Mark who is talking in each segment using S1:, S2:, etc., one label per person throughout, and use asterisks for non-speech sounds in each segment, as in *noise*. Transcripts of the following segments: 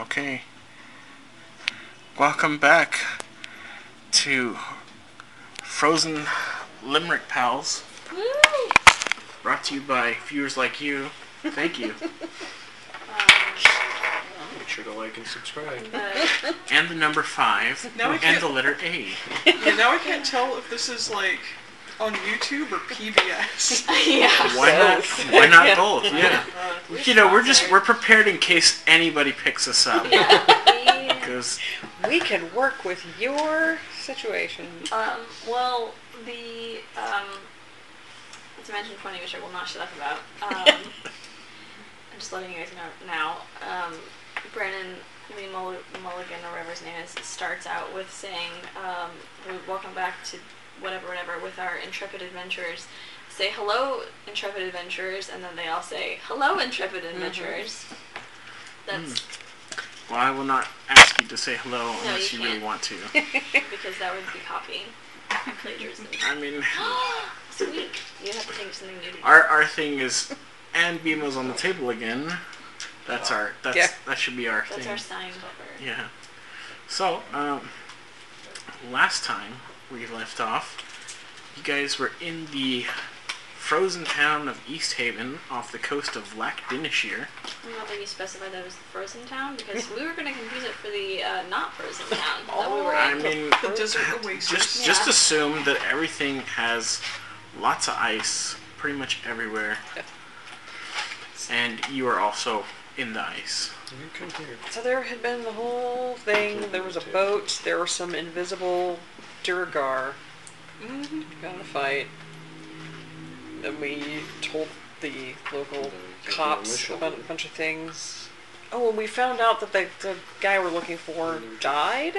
S1: Okay. Welcome back to Frozen Limerick Pals,
S2: Woo!
S1: brought to you by viewers like you. Thank you.
S3: Make sure to like and subscribe.
S1: *laughs* and the number five,
S4: Now we
S1: and
S4: can't-
S1: the letter A.
S4: Yeah, now I can't tell if this is like on YouTube or *laughs* PBS.
S2: yeah.
S1: Why not?
S3: Both.
S1: Why not
S2: Yeah.
S1: both? Yeah. Uh, You know, we're just
S2: *laughs*
S1: we're prepared in case anybody picks us up because
S5: We can work with your situation.
S2: um, well, the um, Dimension 20, which I will not shut up about.
S1: *laughs*
S2: Um, I'm just letting you guys know now. Um, Brennan Lee Mull- Mulligan, or whatever his name is, starts out with saying, um, we- "Welcome back to whatever, whatever, with our intrepid adventurers." Say hello, intrepid adventurers, and then they all say hello, intrepid
S1: Mm-hmm.
S2: adventurers.
S1: Mm.
S2: That's
S1: well, I will not ask you to say hello
S2: No,
S1: unless
S2: you
S1: you really
S2: can't.
S1: want to.
S2: because that would be copying plagiarism.
S1: I mean,
S2: Sweet. You have to think of something new. To
S1: our our thing is, and BMO's on the table again. That's our that's
S5: Yeah.
S1: that should be our thing.
S2: That's our sign.
S1: Yeah. So, um, last time we left off, you guys were in the frozen town of East Haven off the coast of Lackdinishire.
S2: I'm glad that you specified that it was the frozen town because we were going to confuse it for the uh, not frozen town that we were
S1: I
S2: in.
S1: mean,
S4: The Desert Oasis.
S1: just
S2: Yeah.
S1: just assume that everything has lots of ice pretty much everywhere. And you are also in the ice.
S3: You can hear.
S5: So there had been the whole thing. There was a boat. There were some invisible Durgar. Got in a fight. Then we told the local cops about a bunch of things. Oh, and we found out that the, the guy we're looking for died?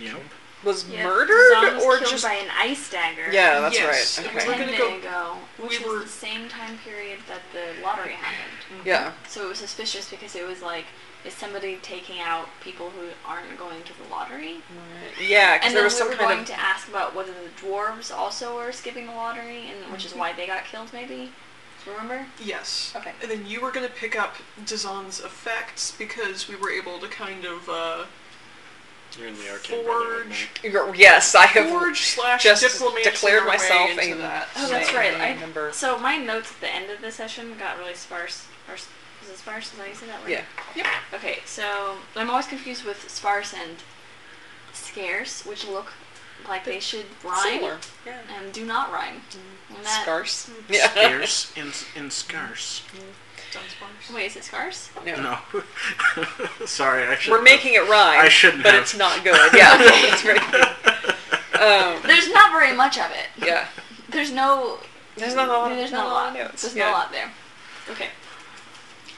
S1: Yep.
S5: Was
S2: Yeah, Zahn
S5: murdered?
S2: was
S5: Or
S2: killed
S5: just.
S2: by an ice dagger.
S5: yeah, that's
S4: Yes,
S5: right.
S4: it was
S5: Okay.
S4: like-
S2: Ten
S4: We're gonna
S2: minutes
S4: go-
S2: ago, which
S4: we
S2: was
S4: were-
S2: the same time period that the lottery happened.
S5: Yeah.
S2: So it was suspicious because it was like, is somebody taking out people who aren't going to the lottery?
S5: Yeah, because
S2: And
S5: there
S2: then
S5: was
S2: we
S5: some
S2: were
S5: kind
S2: going
S5: of.
S2: to ask about whether the dwarves also were skipping the lottery, and which is why they got killed, maybe. Remember?
S4: Yes.
S2: Okay.
S4: And then you were going to pick up Dazan's effects because we were able to kind of uh,
S3: You're in the arcade. right now,
S4: forge,
S5: You're- yes, I have.
S4: forge slash
S5: just
S4: diplomat
S5: declared
S4: our way
S5: myself
S4: into
S5: a-
S4: that.
S2: Oh, that's
S5: I
S2: right.
S5: remember.
S2: I, so my notes at the end of the session got really sparse. Or s- is it sparse? Is that how you say that word?
S5: Yeah.
S4: Yep.
S2: Okay, so I'm always confused with sparse and scarce, which look like they should rhyme
S5: Similar. Yeah.
S2: and do not rhyme. And that- *laughs*
S5: Scarce. Yeah.
S1: Scarce and, and scarce.
S4: Dunsparce.
S2: Wait, is it scarce?
S5: *laughs* No.
S1: No. *laughs* Sorry, I should
S5: We're making it rhyme.
S1: I shouldn't
S5: But
S1: have.
S5: it's not good. *laughs* Yeah. it's very,
S1: *laughs*
S5: um,
S2: There's not very much of it.
S5: yeah.
S2: There's no.
S5: There's not a lot.
S2: There's not a lot.
S5: of notes.
S2: There's
S5: yeah.
S2: not a lot there. Okay.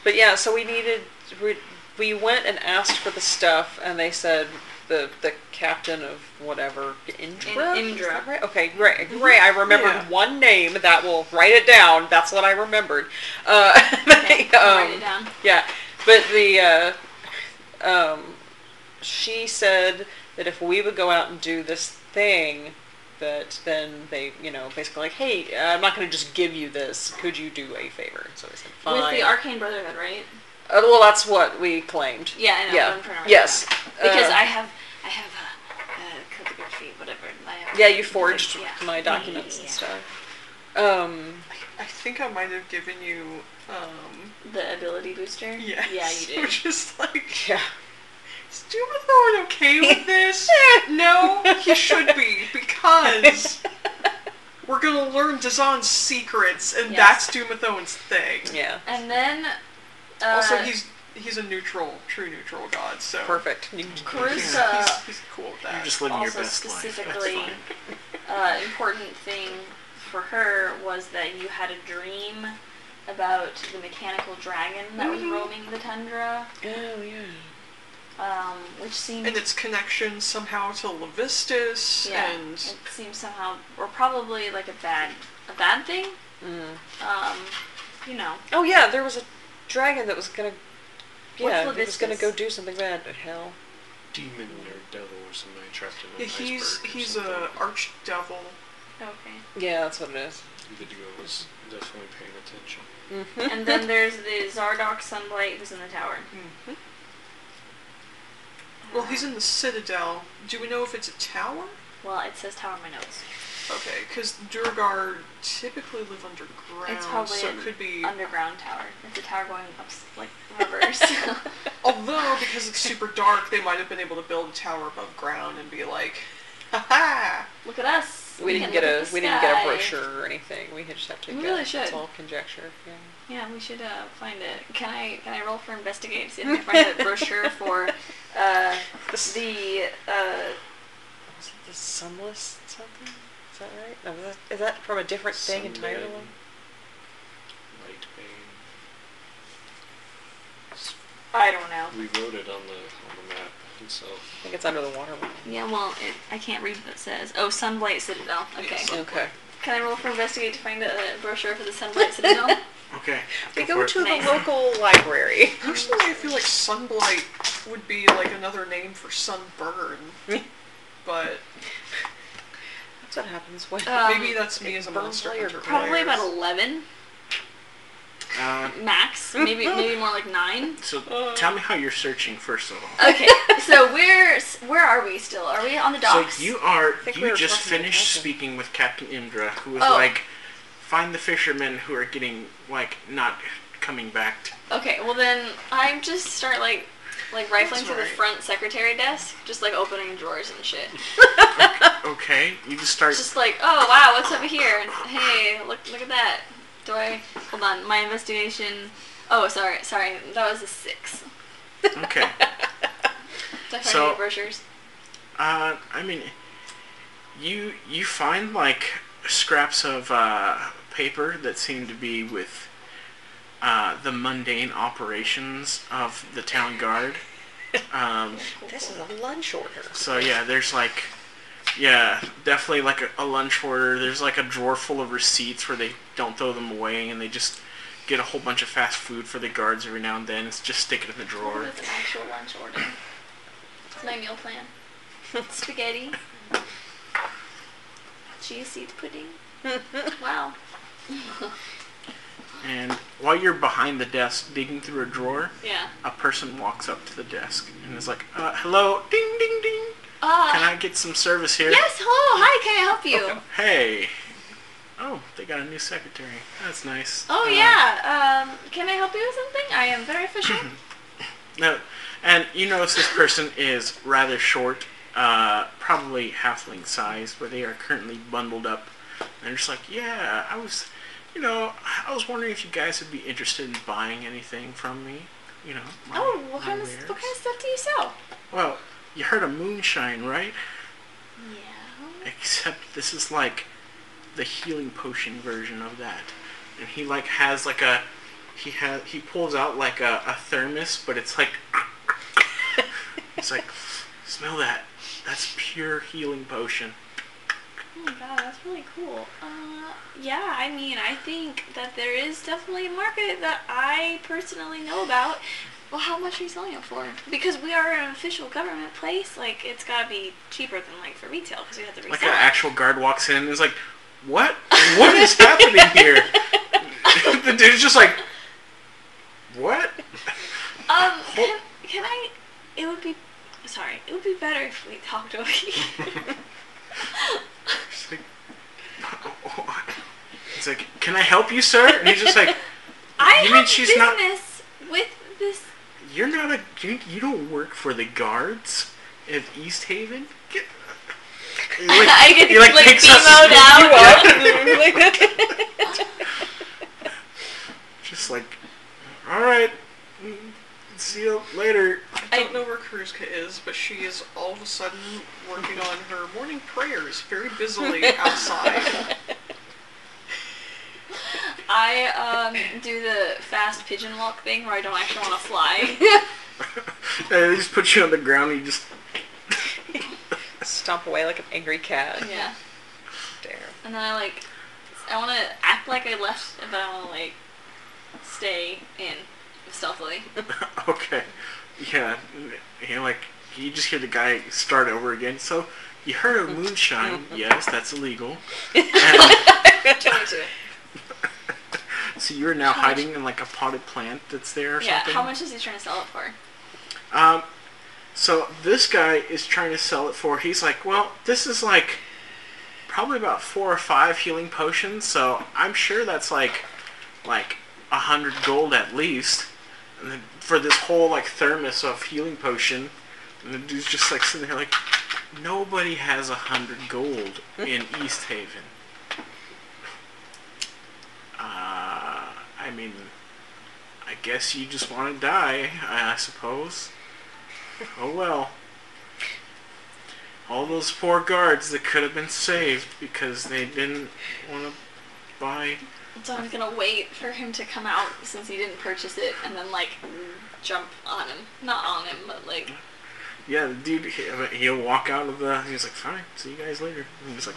S5: But yeah, so we needed. We, we went and asked for the stuff, and they said the the captain of whatever Indra.
S2: In-
S5: Is
S2: Indra. Mm-hmm.
S5: that Right? Okay, great, great. I remembered
S4: Yeah.
S5: one name. That will write it down. That's what I remembered. Uh, *laughs*
S2: Okay.
S5: they,
S2: I'll
S5: um,
S2: write it down.
S5: Yeah, but the uh, um, she said that if we would go out and do this thing, that then they, you know, basically like, hey, I'm not going to just give you this. Could you do a favor? So I said, fine.
S2: With the Arcane Brotherhood, right?
S5: Uh, well, that's what we claimed.
S2: Yeah, I know, but I'm
S5: Yeah.
S2: trying to remember
S5: Yes.
S2: Because
S5: Uh,
S2: I have, I have a, uh calligraphy, whatever. I have,
S5: Yeah, you forged
S2: Yeah.
S5: my documents and
S2: Yeah.
S5: stuff. Um.
S4: I think I might have given you. Um,
S2: The ability booster.
S4: yes. *laughs*
S2: Yeah, you did.
S4: Which is
S2: *laughs*
S4: like,
S5: Yeah.
S4: is Dumbledore okay with this? no, he should be
S5: *laughs*
S4: because we're gonna learn Dazan's secrets, and
S2: Yes.
S4: that's Dumathone's thing.
S5: Yeah.
S2: And then. Uh,
S4: also, he's he's a neutral, true neutral god, so
S5: Perfect. You can-
S2: Carusa.
S4: he's, he's cool with
S1: You're
S4: that.
S1: just living your
S2: also
S1: best life. That's
S2: specifically
S1: fine.
S2: uh, important thing for her was that you had a dream about the mechanical dragon that
S4: Mm-hmm.
S2: was roaming the tundra,
S5: Oh yeah.
S2: um, which seemed
S4: and its connection somehow to Levistus,
S2: yeah,
S4: and
S2: it seemed somehow or probably like a bad a bad thing.
S5: Mm.
S2: Um, you know.
S5: Oh yeah, there was a dragon that was gonna. Yeah,
S2: What's
S5: that was gonna
S2: Levistus?
S5: go do something bad. But hell.
S3: Demon or devil or somebody trapped in an
S4: yeah, he's
S3: iceberg or
S4: he's uh,
S3: something.
S4: a archdevil.
S6: *laughs*
S2: Okay.
S5: Yeah, that's what it is.
S3: The duo was definitely paying attention.
S5: Mm-hmm.
S2: and then there's the Zardok Sunblight who's in the tower.
S4: Well, he's in the citadel. Do we know if it's a tower?
S6: Mm-hmm.
S2: Well, it says tower in my notes.
S4: Okay, because Durgar typically live underground,
S2: It's probably
S4: so
S2: an
S4: it could be.
S6: Mm-hmm.
S2: underground tower. It's a tower going up s-
S6: *laughs*
S2: like reverse. *laughs*
S4: although, because it's super dark, they might have been able to build a tower above ground and be like, ha ha.
S2: look at us.
S6: We didn't
S2: can
S6: get
S2: look
S6: a
S2: at the
S6: we didn't get
S2: sky.
S6: a brochure or anything. We just have to
S2: We
S6: guess.
S2: really
S6: It's
S2: should.
S6: all conjecture. Yeah.
S2: Yeah, we should uh, find it. Can I can I roll for investigate see if I can
S6: *laughs*
S2: find a brochure for uh,
S6: This,
S2: the uh,
S6: is it the sunless something? Is that right? No, is, that, is that from a different thing entirely?
S7: Sunbed. Lightbane.
S2: I don't know.
S7: We wrote it on the on the map itself.
S6: I think it's under the water. one.
S2: Yeah, well, it, I can't read what it says. Oh, Sunblight Citadel. Okay.
S4: Yes.
S6: Okay.
S2: Can I roll for investigate to find a brochure for the Sunblight
S6: *laughs*
S2: Citadel?
S1: Okay.
S6: We
S1: go
S6: go
S1: for
S6: to
S1: it.
S6: the
S2: Nice. *laughs*
S6: local library.
S4: Personally, I feel like sunblight would be like another name for sunburn, but
S6: That's what happens when.
S2: Uh, Um,
S4: maybe that's me
S6: it
S4: as a
S6: burns
S4: monster
S6: all your
S4: hunter.
S2: Probably
S4: player.
S2: about eleven
S1: Uh,
S2: max. Maybe maybe more like nine.
S1: so
S5: Uh,
S1: tell me how you're searching first of all.
S2: Okay. So where where are we still? Are we on the docks?
S1: So you are
S6: think
S1: you
S6: we were
S1: just
S6: talking about
S1: finished
S6: Captain.
S1: speaking with Captain Indra, who was
S2: Oh.
S1: like, find the fishermen who are getting like not coming back. t-
S2: Okay. Well then, I just start like like rifling
S4: That's
S2: through the
S4: right.
S2: front secretary desk, just like opening drawers and shit.
S1: Okay, you just start.
S6: *laughs*
S2: just like, oh wow, what's over here? And, hey, look look at that. Do I hold on? My investigation. Oh, sorry, sorry. That was a six.
S1: Okay,
S2: Did I find
S1: So-
S2: any brochures?
S1: uh, I mean, you you find like scraps of uh, paper that seem to be with uh, the mundane operations of the town guard.
S6: *laughs*
S1: Um,
S6: *laughs* This is a lunch order.
S1: So yeah, there's like, yeah, definitely like a, a lunch order. There's like a drawer full of receipts where they don't throw them away, and they just get a whole bunch of fast food for the guards every now and then. It's just stick it in the
S2: What
S1: drawer.
S2: was an actual lunch order? It's my meal plan. Spaghetti. Chia seed pudding. Wow.
S1: And while you're behind the desk digging through a drawer,
S2: Yeah.
S1: a person walks up to the desk and is like, uh, "Hello, ding, ding, ding.
S2: Uh,
S1: Can I get some service here?"
S2: yes, hello, hi, can I help you?
S1: Hey. Oh, they got a new secretary. That's nice.
S2: Oh
S1: Uh,
S2: yeah, um, can I help you with something? I am very efficient.
S1: No, and you notice this person is rather short, uh, probably halfling size, but they are currently bundled up. And they're just like, yeah, I was, you know, I was wondering if you guys would be interested in buying anything from me. You know. my-
S2: oh, what
S1: my
S2: kind, of,
S1: wares."
S2: what kind of stuff do you sell?
S1: Well, you heard of moonshine, right?
S2: Yeah.
S1: Except this is like the healing potion version of that. And he like has like a, he has he pulls out like a, a thermos, but it's like *laughs* It's like, smell that. That's pure healing potion.
S2: Oh my god, that's really cool. Uh, yeah, I mean, I think that there is definitely a market that I personally know about. Well, how much are you selling it for? Because we are an official government place, like it's gotta be cheaper than like for retail because we have to resell.
S1: Like an actual guard walks in and is like, what? What is happening here? *laughs* the dude's just like, what? *laughs*
S2: um, can, can I? It would be, sorry, it would be better if we
S1: *laughs*
S2: talked over here.
S1: It's like, it's like, can I help you, sir? And he's just like,
S2: I
S1: You mean
S2: have
S1: she's not-
S2: business with this.
S1: you're not a, you, you don't work for the guards of East Haven.
S2: *laughs*
S1: Get, he like,
S2: I get
S1: he like,
S2: like
S1: picks *laughs*
S2: BMO'd
S1: up,
S2: out.
S6: *laughs*
S1: just like, all right, mm, see you later. *laughs*
S4: I don't know where Kruzka is, but she is all of a sudden working on her morning prayers very busily
S2: *laughs*
S4: outside.
S2: I um, do the fast pigeon walk thing where I don't actually want to fly.
S1: And they just put you on the ground and you just *laughs*
S6: Stomp away like an angry cat.
S2: yeah.
S6: Dare.
S2: *laughs* And then I like, I want to act like I left, but I want to like stay in stealthily.
S1: okay. Yeah. And like you just hear the guy start over again. So you heard of moonshine?
S2: *laughs*
S1: yes, that's illegal. And *laughs*
S2: Twenty-two.
S1: so you're now
S2: How much-
S1: hiding in like a potted plant that's there or
S2: Yeah.
S1: something.
S2: How much is he trying to sell it for?
S1: Um, So this guy is trying to sell it for. He's like, well, this is like probably about four or five healing potions. So I'm sure that's like like a hundred gold at least. And then for this whole like thermos of healing potion, and the dude's just like sitting there like, nobody has a hundred gold in East Haven. Uh, I mean, I guess you just want to die. I I suppose. Oh well. All those poor guards that could have been saved because they didn't want to buy.
S2: So I was gonna wait for him to come out since he didn't purchase it, and then like jump on him. Not on him, but like
S1: Yeah, the dude, he- I mean, he'll walk out of the. He's like, fine, see you guys later. And he's like,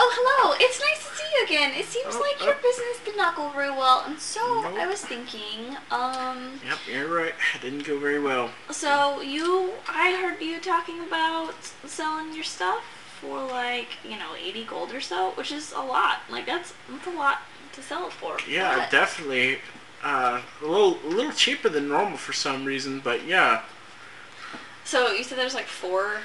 S2: Oh, hello! It's nice to see you again. It seems
S1: Oh,
S2: like
S1: uh,
S2: your business did not go very well, and so
S1: Nope.
S2: I was thinking, um,
S1: yep, you're right. *laughs* It didn't go very well.
S2: so you, I heard you talking about selling your stuff for like, you know, 80 gold or so, which is a lot. Like, that's, that's a lot to sell it for.
S1: Yeah,
S2: but-
S1: definitely. Uh, a little, a little cheaper than normal for some reason, but yeah,
S2: So you said there's like four,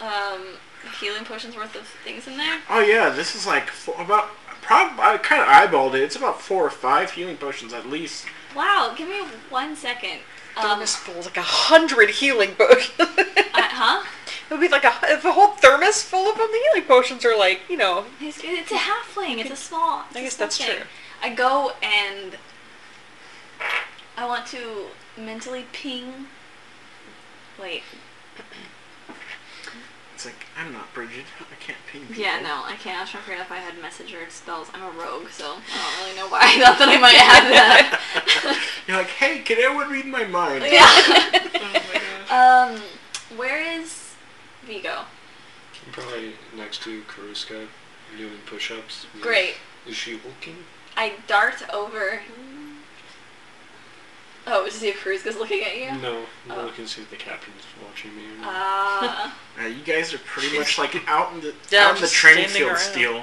S2: um, healing potions worth of things in there?
S1: Oh yeah, this is like four, about. Prob- I kind of eyeballed it. It's about four or five healing potions at least.
S2: Wow, give me one second. Um,
S6: Thermos full of like a hundred healing *laughs* potions.
S2: uh, huh?
S6: It would be like a hu- if a whole thermos full of them. The healing potions are like you know.
S2: It's, it's a halfling. It's a small. it's a
S6: I guess
S2: small
S6: that's
S2: thing.
S6: true.
S2: I go and I want to mentally ping. Wait.
S1: It's like I'm not Bridget. I can't ping people.
S2: Yeah, no, I can't. I was trying to figure out if I had messenger spells. I'm a rogue, so I don't really know why *laughs* I thought that I might have that.
S1: *laughs* You're like, hey, can anyone read my mind?
S7: *laughs*
S2: yeah.
S4: Oh my gosh.
S2: *laughs* um, where is Vigo?
S7: Probably next to Karuska doing push-ups.
S2: Great.
S7: Is she walking?
S2: I dart over. Oh, to see if Karuska's looking at you.
S7: No. No
S2: Oh.
S7: one can see if the captain's watching me or not.
S2: Uh,
S1: Uh, you guys are pretty much like out in the
S6: Yeah,
S1: out in the
S6: just
S1: training
S6: standing
S1: field
S6: around.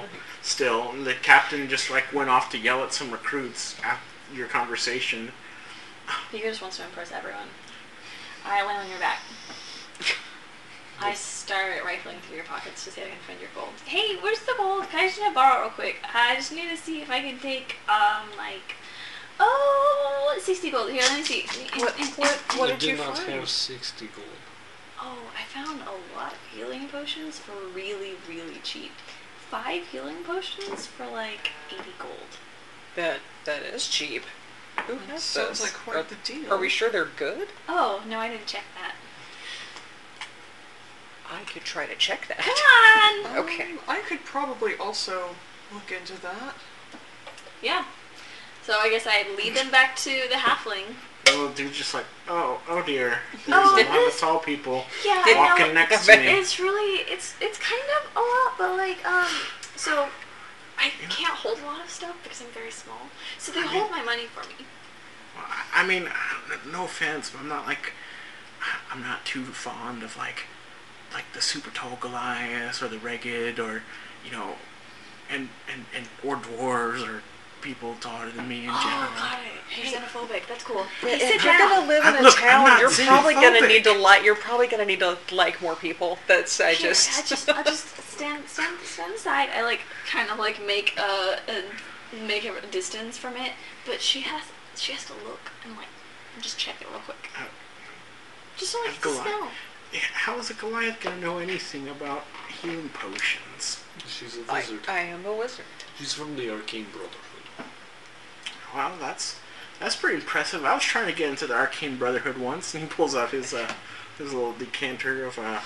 S1: still, still, and the captain just like went off to yell at some recruits after your conversation.
S2: Vigo just wants to impress everyone. I land on your
S7: *laughs*
S2: back. I start rifling through your pockets to see if I can find your gold. Hey, where's the gold? Can I just have borrow it real quick? I just need to see if I can take, um, like, oh, 60 gold. Here, let me see.
S6: What- what- what
S7: I
S6: did you
S7: not
S6: find?
S7: have 60 gold.
S2: Oh, I found a lot of healing potions for really, really cheap. Five healing potions for like 80 gold.
S6: That that is cheap. Who
S4: That
S6: has
S4: sounds
S6: those?
S4: like quite
S6: Are-
S4: the deal.
S6: Are we sure they're good?
S2: Oh, no, I didn't check that.
S6: I could try to check
S2: Come
S6: that.
S2: on!
S4: Um,
S6: Okay.
S4: I could probably also look into that.
S2: Yeah. So I guess I lead them back to the halfling.
S1: Oh, dude's just like, oh, oh dear. There's
S2: Oh,
S1: a lot of
S2: this-
S1: tall people
S2: Yeah,
S6: Did-
S1: walking
S2: no, *laughs*
S1: next to me.
S2: It's really it's it's kind of a lot, but like um, so I can't hold a lot of stuff because I'm very small. So they hold my money for me.
S1: I- I mean, I- no offense, but I'm not like, I'm not too fond of like, like the super tall Goliaths or the Regid or, you know, and and and or dwarves or people taller than me in general.
S2: Oh god, you're xenophobic. That's cool. Hey,
S6: If
S2: sit
S6: *laughs* you're
S2: down.
S6: gonna live in
S1: I-
S6: a
S1: look, I'm
S6: town,
S1: not
S6: you're probably gonna
S1: xenophobic.
S6: need to like. You're probably gonna need to like more people. That's I
S2: Here,
S6: just.
S2: I
S1: *laughs*
S2: just, I just stand, stand, stand aside. I like kind of like make a, a make a distance from it, but she has, she has to look and like just check it real quick.
S1: Uh,
S2: Just so like
S1: go
S2: the
S1: on.
S2: smell.
S1: Yeah, How is a Goliath gonna know anything about healing potions?
S7: She's a
S6: *laughs* I,
S7: wizard.
S6: I am a wizard.
S7: She's from the Arcane Brotherhood.
S1: Wow, that's that's pretty impressive. I was trying to get into the Arcane Brotherhood once, and he pulls out his uh, his little decanter of uh,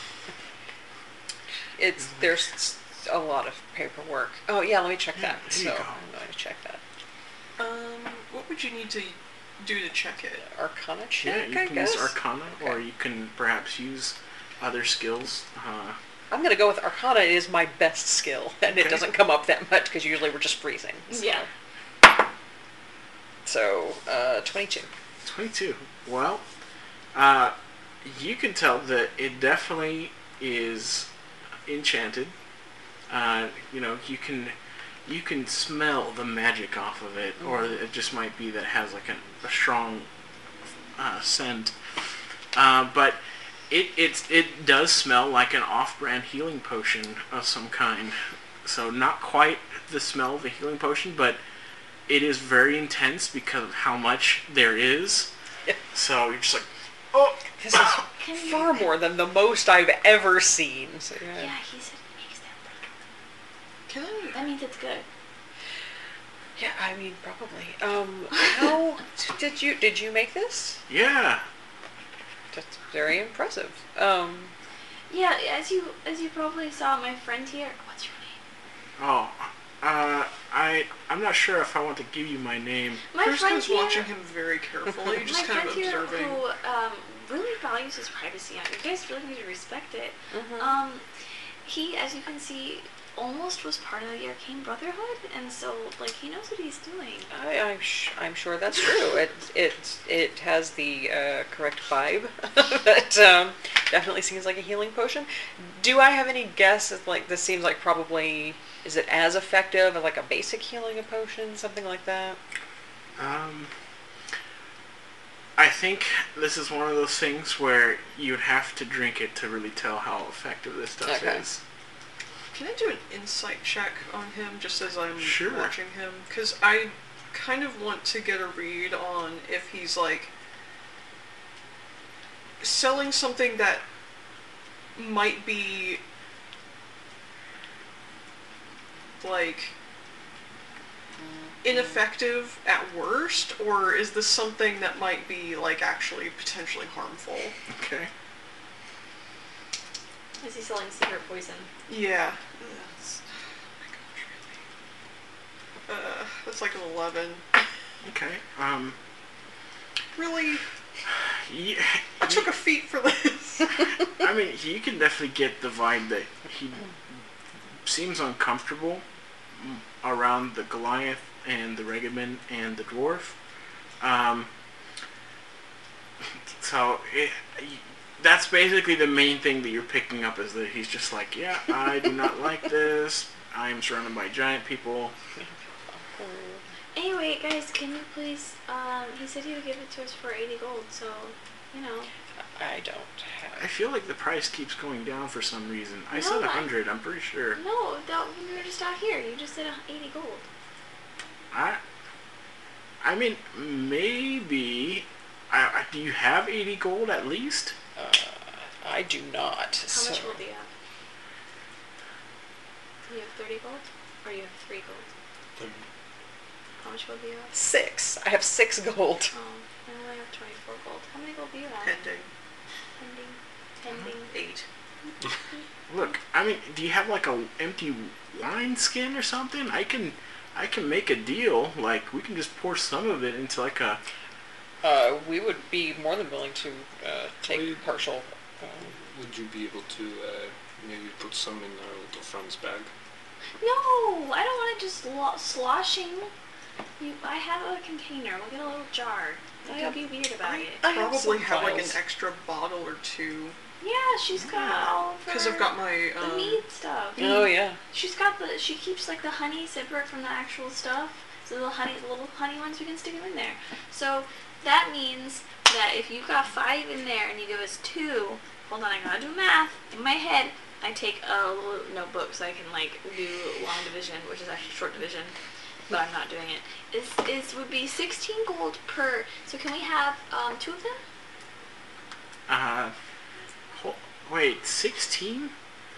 S6: It's there's s- a lot of paperwork. Oh yeah, let me check
S1: Yeah,
S6: that.
S1: there you
S6: So
S1: go.
S6: I'm going to check that.
S4: Um, what would you need to do to check it?
S6: Arcana
S1: yeah,
S6: check.
S1: you
S6: I
S1: can
S6: guess.
S1: use Arcana, or
S6: Okay.
S1: you can perhaps use other skills. Uh,
S6: I'm gonna go with Arcana is my best skill, *laughs* and
S1: Okay.
S6: it doesn't come up that much because usually we're just freezing. So.
S2: Yeah.
S6: So uh, 22.
S1: 22. Well, uh, you can tell that it definitely is enchanted. Uh, you know, you can you can smell the magic off of it, or it just might be that it has like a, a strong uh, scent. Uh, but It it's it does smell like an off-brand healing potion of some kind. So not quite the smell of a healing potion, but it is very intense because of how much there is.
S6: Yeah.
S1: So you're just like,
S6: Oh, this is
S2: Can you-
S6: far more than the most I've ever seen. So, yeah.
S2: Yeah, he said it makes them better.
S4: Can I?
S2: That means it's good.
S6: Yeah, I mean, probably. Um, how t- did you did you make this?
S1: yeah,
S6: That's very impressive. Um,
S2: Yeah, as you as you probably saw, my friend here. What's your name?
S1: oh, uh, I I'm not sure if I want to give you my name.
S2: My friend
S4: Kirsten's
S2: here.
S4: watching him very
S2: *laughs*
S4: carefully,
S2: my
S4: just kind
S2: friend
S4: of
S2: here
S4: observing.
S2: who um, really values his privacy. and You guys really need to respect it.
S4: Mm-hmm.
S6: mhm.
S2: Um, he, as you can see, almost was part of the Arcane Brotherhood, and so like he knows what he's doing.
S6: I, I'm, sh- I'm sure that's true. It it it has the uh, correct vibe, *laughs* but um, definitely seems like a healing potion. Do I have any guess? If, like this seems like probably is it as effective as like a basic healing potion, something like that?
S1: Um, I think this is one of those things where you'd have to drink it to really tell how effective this stuff
S6: Okay.
S1: is.
S4: Can I do an insight check on him just as I'm
S1: Sure.
S4: watching him? Because I kind of want to get a read on if he's like selling something that might be like ineffective at worst or is this something that might be like actually potentially harmful
S1: Okay.
S2: Is he selling secret poison?
S4: Yeah. That's, oh my gosh, really. Uh, that's like an 11.
S1: Okay. Um,
S4: Really?
S1: you,
S4: I took a feat for this.
S1: I mean, you can definitely get the vibe that he seems uncomfortable mm, around the Goliath and the Regimen and the dwarf. Um, so it, y- that's basically the main thing that you're picking up is that he's just like, yeah, I do
S2: *laughs*
S1: not like this. I am surrounded by giant people.
S2: Anyway, guys, can you please? Um, he said he would give it to us for eighty gold, so you know.
S6: I don't
S1: I
S6: have.
S1: feel like the price keeps going down for some reason. I
S2: No,
S1: said
S2: I-
S1: a hundred. I'm pretty sure.
S2: No, that when we were just out here, you just said uh, eighty gold.
S1: I, I mean, maybe. I, I- do you have 80 gold at least?
S6: Uh, I do not.
S2: How much gold do you have? Do you have thirty gold, or you have three gold?
S7: Then
S2: How much gold do you have?
S6: Six. I have six gold.
S2: Um, I only have twenty-four gold. How many gold do you have?
S4: Pending.
S2: Pending. Pending.
S4: Eight.
S1: Look, I mean, do you have like a empty wine skin or something? I can, I can make a deal. Like we can just pour some of it into like a.
S6: Uh, we would be more than willing to uh, take
S7: We-
S6: partial. Um,
S7: Would you be able to uh, maybe put some in our little friend's bag? *laughs*
S2: No, I don't want it just lo- sloshing. You, I have a container. We'll get a little jar.
S6: I
S2: Don't be weird about it.
S6: I have
S4: Probably
S6: some
S4: have like an
S6: files.
S4: extra bottle or two.
S2: Yeah, she's got all of her.
S4: Because I've got my.
S2: the
S4: Um,
S2: mead stuff.
S6: Oh yeah.
S2: She's got the. She keeps like the honey separate from the actual stuff. So the honey, the little honey ones, we can stick them in there. So that means that if you got five in there and you give us two, hold on, I gotta do math in my head. I take a little notebook so I can like do long division, which is actually short division, but I'm not doing it. Is is would be 16 gold per. So can we have um, two of them?
S1: Uh, ho- wait, 16?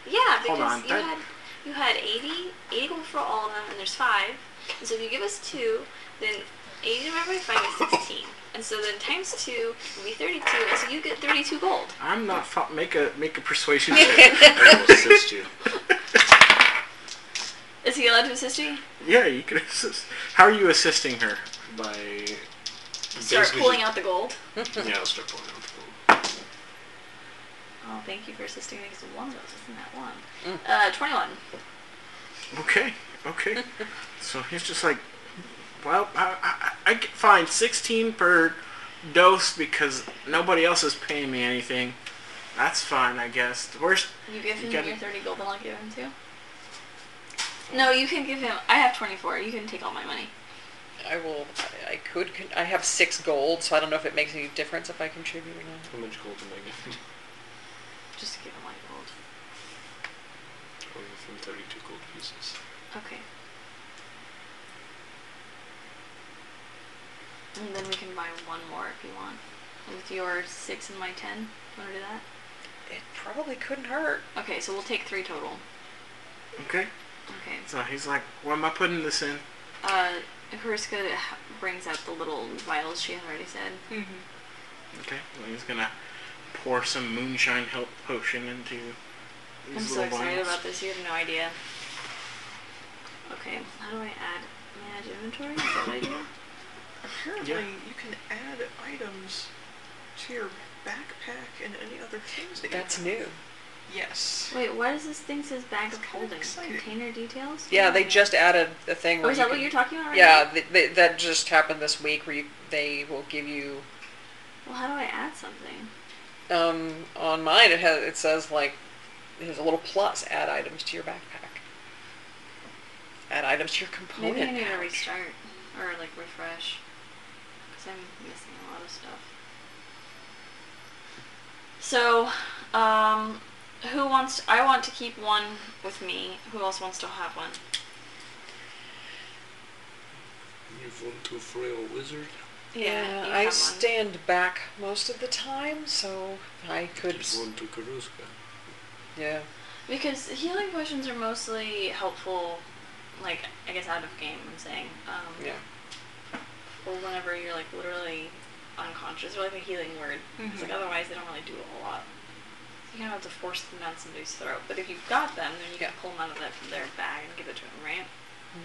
S2: Yeah,
S1: Hold
S2: because
S1: on,
S2: you
S1: that-
S2: had you had 80, 80 gold for all of them, and there's five. And so if you give us two, then 80 divided by five is 16. And so then times two would be 32, and so you get 32 gold.
S1: I'm not. Fo- make a make a persuasion check.
S7: I will assist you.
S2: Is he allowed to assist you?
S1: yeah, you can *laughs* assist. How are you assisting her?
S7: By
S2: Start
S7: basically
S2: pulling out the gold.
S7: just- Yeah, I'll start pulling out. the gold.
S2: Oh, thank you for assisting me because one of those isn't that one.
S1: Mm.
S2: Uh, 21.
S1: Okay, okay. *laughs* so he's just like, well, I, I, I can find 16 per dose because nobody else is paying me anything. That's fine, I guess. The worst.
S2: You give
S1: You
S2: him
S1: got
S2: your
S1: it.
S2: 30 gold, and I'll give him two. No, you can give him. I have 24. You can take all my money.
S6: I will. I, I could. con- I have six gold, so I don't know if it makes any difference if I contribute or not.
S7: How much gold am I getting? *laughs*
S2: Just to give him like gold.
S7: Only within 32 gold pieces.
S2: Okay. And then we can buy one more if you want. With your six and my ten, you want to do that?
S5: It probably couldn't hurt.
S2: Okay, so we'll take three total.
S1: Okay.
S2: Okay.
S1: So he's like, "Why am I putting this in?"
S2: Uh, Kuriska brings out the little vials she had already said.
S4: Mm-hmm.
S1: Okay. Well, he's gonna pour some moonshine health potion into. These
S2: I'm so
S1: little
S2: excited
S1: vials.
S2: about this. You have no idea. Okay, how do I add manage inventory? Is that what I do?
S4: Apparently, you can add items to your backpack and any other things that
S5: That's
S4: you
S5: new.
S4: Yes.
S2: Wait, why does this thing says bag of
S4: It's kinda
S2: holding?
S4: exciting.
S2: Container details?
S5: Yeah, they just added a thing.
S2: Oh,
S5: Where
S2: is
S5: you
S2: that what
S5: can-
S2: you're talking about? Right
S5: Yeah,
S2: Now?
S5: th th that just happened this week where you, they will give you.
S2: Well, how do I add something?
S5: Um, on mine, it has it says like there's a little plus add items to your backpack. Add items to your component.
S2: Maybe I need to
S5: pouch.
S2: restart or like refresh because I'm missing a lot of stuff. So, um, who wants? I want to keep one with me. Who else wants to have one?
S7: You've won to frail wizard.
S5: Yeah,
S2: you have
S5: I
S2: one.
S5: stand back most of the time, so I could.
S7: You've won to Karuska.
S5: Yeah.
S2: Because healing potions are mostly helpful, like I guess out of game. I'm saying, um,
S5: Yeah.
S2: or whenever you're like literally unconscious, or like a healing word. It's like
S4: Mhm.
S2: otherwise they don't really do a whole lot. You kind of have to force them down somebody's throat. But if you've got them, then you
S5: Yeah.
S2: can pull them out of that from their bag and give it to them, right?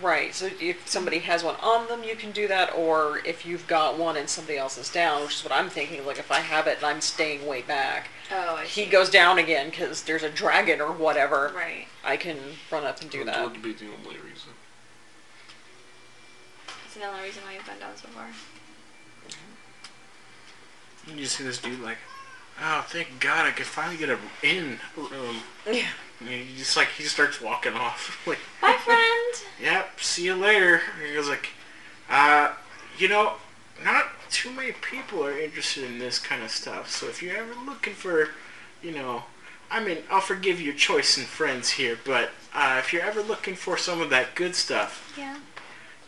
S5: Right. So if somebody has one on them, you can do that, or if you've got one and somebody else is down, which is what I'm thinking. Like if I have it and I'm staying way back,
S2: Oh, I
S5: he goes down again because there's a dragon or whatever.
S2: Right.
S5: I can run up and do
S7: That
S5: that.
S7: would be the only reason.
S2: That's the only reason why you've been down so far.
S1: You just see this dude like, "Oh, thank God, I could finally get a in room."
S5: Yeah.
S1: And he just like he starts walking off. *laughs* Like,
S2: Bye, friend.
S1: yep, see you later. And he goes like, uh, you know, not too many people are interested in this kind of stuff. So if you're ever looking for, you know, I mean, I'll forgive your choice in friends here, but uh, if you're ever looking for some of that good stuff,
S2: Yeah.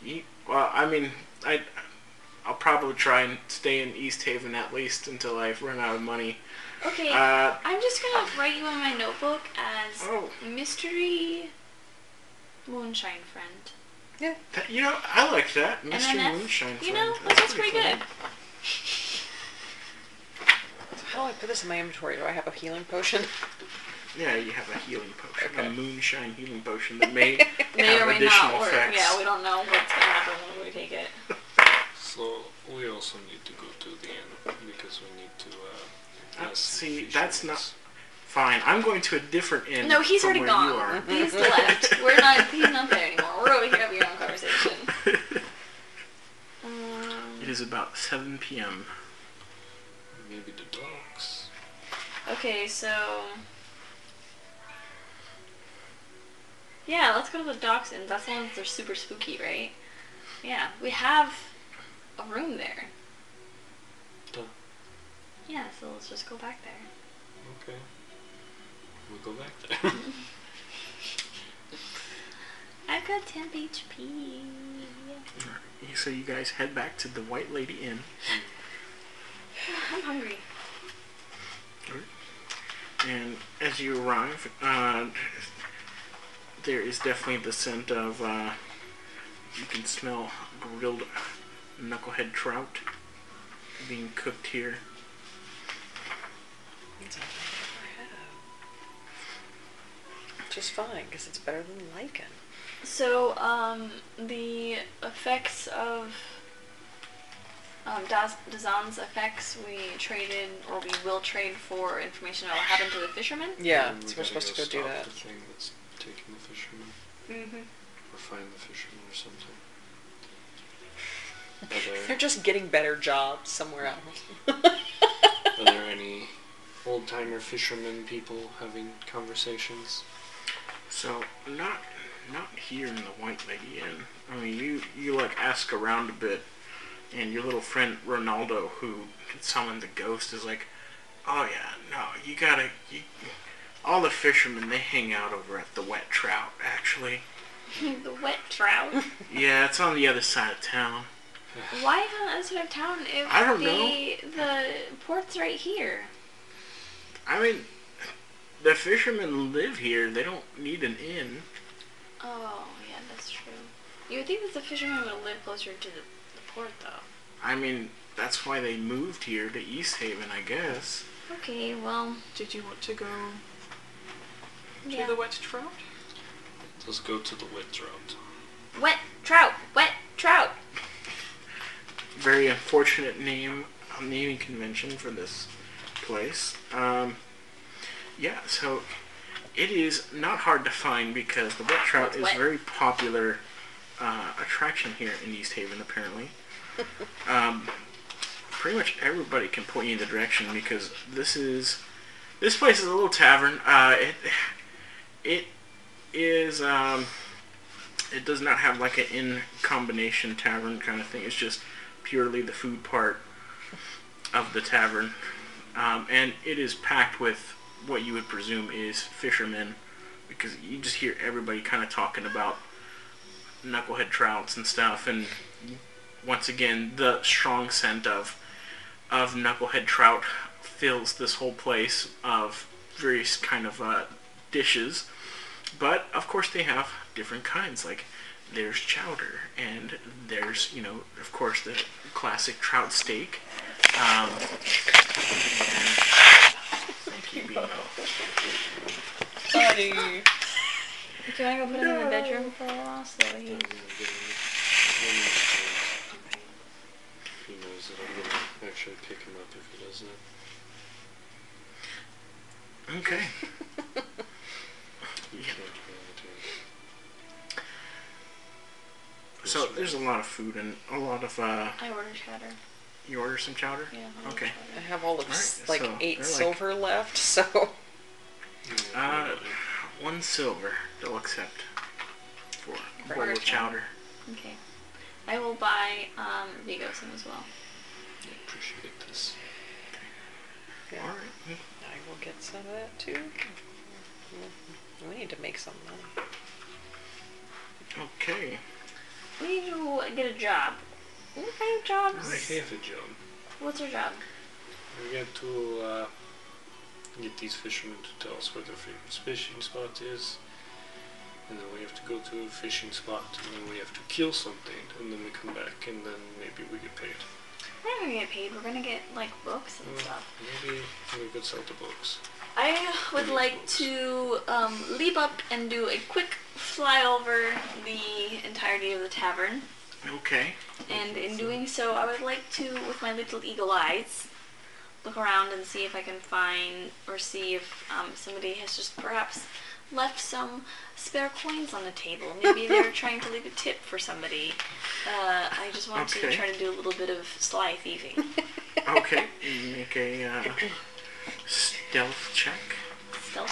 S1: you, well, I mean, I, I'll probably try and stay in East Haven at least until I run out of money.
S2: Okay.
S1: Uh,
S2: I'm just gonna write you in my notebook as
S1: oh,
S2: mystery moonshine friend.
S1: that, you know, I like that,
S2: And
S1: Mr.
S2: then that's-
S1: Moonshine.
S2: You
S1: Friend.
S2: know, that's, pretty,
S1: fun.
S2: good.
S5: So *laughs* how do I put this in my inventory? Do I have a healing potion? *laughs*
S1: Yeah, you have a healing potion,
S5: Okay.
S1: a moonshine healing potion that may
S2: May or
S1: have
S2: may
S1: additional
S2: not work.
S1: effects.
S2: Yeah, we don't know what's gonna happen when we take it.
S7: So we also need to go to the end because we need to. Uh,
S1: Uh,
S7: ask
S1: see,
S7: if
S1: that's
S7: she
S1: not-
S7: wants-
S1: Fine, I'm going to a different inn.
S2: No, he's
S1: from
S2: already
S1: where
S2: gone.
S1: You are.
S2: He's left. We're not. He's not there anymore. We're over here having our
S1: *laughs*
S2: own conversation.
S1: it
S2: Um,
S1: is about 7 p.m.
S7: Maybe the dogs.
S2: okay, so yeah, let's go to the docks and that's the ones that are super spooky, right? Yeah, we have a room there.
S7: Duh.
S2: Yeah, so let's just go back there.
S7: Okay. We'll go back there.
S2: *laughs* I've got temp HP.
S1: So you guys head back to the White Lady Inn.
S2: I'm hungry.
S1: And as you arrive, uh, there is definitely the scent of, uh, you can smell grilled knucklehead trout being cooked here.
S5: Just fine, because it's better than lichen.
S2: So, um, the effects of um, Daz- Dazan's effects we traded, or we will trade for information about what happened to the fisherman.
S5: Yeah,
S7: And we
S5: so we're
S7: Mm, gotta
S5: supposed to go do
S7: stop
S5: that.
S7: The thing that's taking the fisherman,
S4: Mm-hmm.
S7: or find the fisherman, or something.
S5: They're
S7: Are there,
S5: just getting better jobs somewhere else. *laughs*
S7: are there any old timer fishermen people having conversations?
S1: So not not here in the White Lady Inn. I mean, you you like ask around a bit, and your little friend Ronaldo, who summoned the ghost, is like, Oh yeah, no, you gotta. You, all the fishermen they hang out over at the Wet Trout. Actually,
S2: *laughs* the wet *laughs* trout.
S1: yeah, it's on the other side of town.
S2: Why is it on the other side of town if
S1: I don't
S2: the
S1: know.
S2: the port's right here?
S1: I mean, the fishermen live here. They don't need an inn.
S2: Oh yeah, that's true. You would think that the fishermen would live closer to the, the port though.
S1: I mean, that's why they moved here to East Haven, I guess.
S2: Okay, well
S4: Did you want to go to
S2: yeah.
S4: the wet trout?
S7: Let's go to the wet route.
S2: wet trout, wet trout.
S1: Very unfortunate name um, naming convention for this place. Um, yeah, so it is not hard to find because the wet trout
S2: It's
S1: is
S2: wet.
S1: very popular uh, attraction here in East Haven,
S2: *laughs*
S1: apparently. um, pretty much everybody can point you in the direction because this is this place is a little tavern. Uh, it it is um, it does not have like an in combination tavern kind of thing. It's just purely the food part of the tavern, um, and it is packed with what you would presume is fishermen because you just hear everybody kind of talking about knucklehead trouts and stuff and once again the strong scent of of knucklehead trout fills this whole place of various kind of uh, dishes but of course they have different kinds like there's chowder and there's you know of course the classic trout steak um, and thank you Beano.
S5: *laughs*
S6: Sorry.
S2: Do you wanna go put him in the bedroom for a while so that he
S7: I'm gonna get him. He knows that I'm gonna actually pick him up if he doesn't.
S1: okay
S7: He can't be on the table.
S1: so there's a lot of food and a lot of uh
S2: I ordered chowder.
S1: you order some chowder
S2: Yeah. I ordered
S1: Okay.
S6: I
S2: chowder.
S6: have all of
S1: Alright,
S6: s-
S1: so
S6: like
S1: they're
S6: eight
S1: like-
S6: silver left, *laughs* so
S7: Yeah,
S1: Uh, one silver they'll accept for a bowl
S2: Burger
S1: of chowder.
S2: Okay. I will buy um Vigo some as well.
S7: I appreciate this.
S6: Yeah,
S1: All right.
S6: I will get some of that too. Mm-hmm. We need to make some money.
S1: Okay.
S2: We need to uh, get a job. What kind of jobs?
S7: I have a job.
S2: What's your job?
S7: We get to uh, get these fishermen to tell us where their favorite fishing spot is. And then we have to go to a fishing spot, and then we have to kill something, and then we come back, and then maybe we get paid.
S2: We're not gonna get paid. We're gonna get like books and stuff.
S7: Maybe we could sell the books.
S2: I would like to um, leap up and do a quick flyover the entirety of the tavern.
S1: Okay.
S2: And in doing so, I would like to, with my little eagle eyes, look around and see if I can find or see if um, somebody has just perhaps left some spare coins on the table. Maybe they're trying to leave a tip for somebody. Uh, I just want to
S1: Okay.
S2: try to do a little bit of sly thieving.
S1: Okay. You Make a uh, stealth check,
S2: Stealth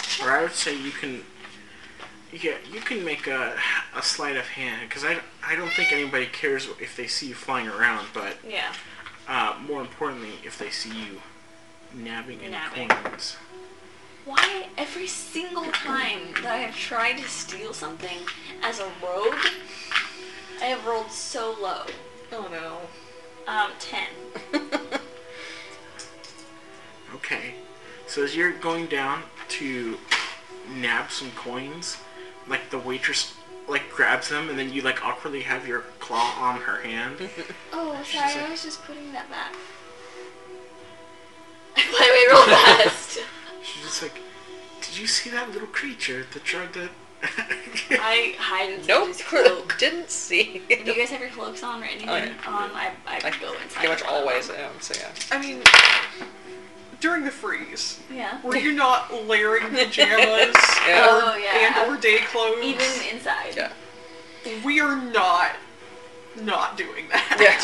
S1: or
S2: check?
S1: I would say you can. Yeah, you can make a, a sleight of hand because I, I don't think anybody cares if they see you flying around, but
S2: Yeah.
S1: uh, more importantly, if they see you nabbing any
S2: Nabbing.
S1: coins.
S2: Why every single time that I have tried to steal something as a rogue, I have rolled so low.
S4: Oh no.
S2: Um, ten.
S1: Okay. So as you're going down to nab some coins, like the waitress like grabs them and then you like awkwardly have your claw on her
S2: *laughs*
S1: hand.
S2: Oh,
S1: sorry,
S2: sorry,
S1: I
S2: I was just putting that back. *laughs* By the way, roll fast.
S1: She's just like, Did you see that little creature that *laughs* tried to
S2: I hide in
S6: Nope,
S2: somebody's
S5: *laughs*
S2: cloak.
S6: *laughs* didn't see.
S2: Do you guys have your cloaks on or anything
S6: Oh, yeah.
S2: on? I, I
S6: Like,
S2: go inside.
S6: Pretty much
S2: with them.
S6: always am, so yeah.
S4: I mean, during the freeze,
S2: Yeah.
S4: were you not layering pajamas
S6: *laughs* Yeah.
S4: or,
S2: Oh, yeah.
S4: and or day clothes?
S2: Even inside.
S6: Yeah.
S4: we are not not doing that.
S6: Yeah.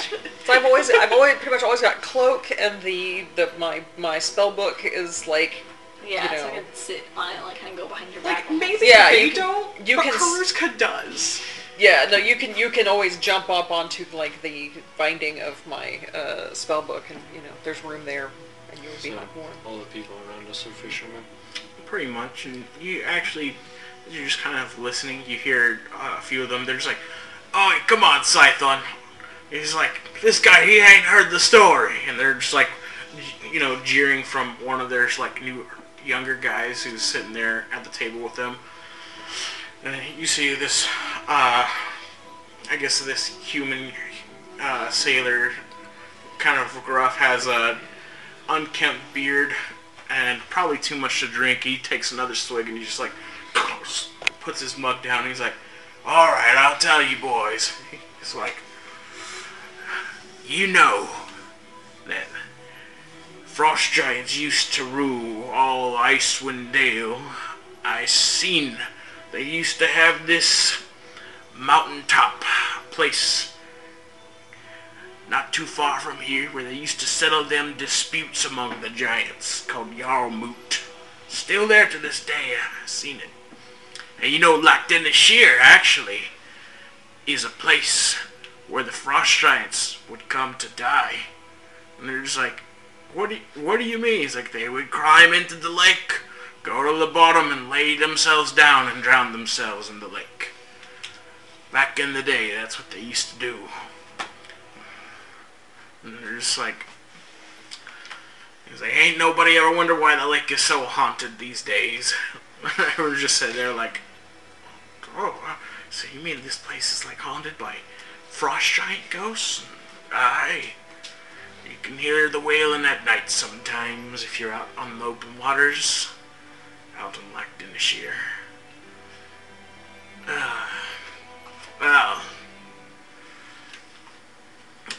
S6: So I've always, I've always, pretty much always got cloak, and the the my my spell book is like
S2: Yeah,
S6: You
S2: so I
S6: know.
S2: could sit on it and like kind of go behind your back.
S4: *laughs* like maybe
S6: Yeah,
S4: they
S6: you can-
S4: don't,
S6: you
S4: but
S6: can s-
S4: Karuska does.
S6: yeah. No, you can you can always jump up onto like the binding of my uh, spell book, and you know there's room there, and you it would be
S7: So-
S6: hot water.
S7: All the people around us are fishermen.
S1: Pretty much, and you actually, you're just kind of listening. You hear uh, a few of them. They're just like, "Oh, come on, Scython." He's like, "This guy, he ain't heard the story," and they're just like, you know, jeering from one of their like new, younger guys who's sitting there at the table with them. And you see this, uh, I guess this human uh, sailor, kind of gruff, has a unkempt beard and probably too much to drink. He takes another swig and he's just like, puts his mug down. And he's like, all right, I'll tell you boys. *laughs* He's like, you know that frost giants used to rule all Icewind Dale. I seen they used to have this mountaintop place not too far from here, where they used to settle them disputes among the giants, called Yarlmoot. Still there to this day, i seen it. And you know, Lachdinashir, actually, is a place where the frost giants would come to die. And they're just like, what do you, what do you mean? He's like, they would climb into the lake, go to the bottom, and lay themselves down and drown themselves in the lake. Back in the day, that's what they used to do. And they're just like, he's like, ain't nobody ever wonder why the lake is so haunted these days. *laughs* I was just sitting there like, oh, wow. so you mean this place is like haunted by frost giant ghosts? Aye. You can hear the wailing at night sometimes if you're out on the open waters, out in Lachdinashire. Ah, well,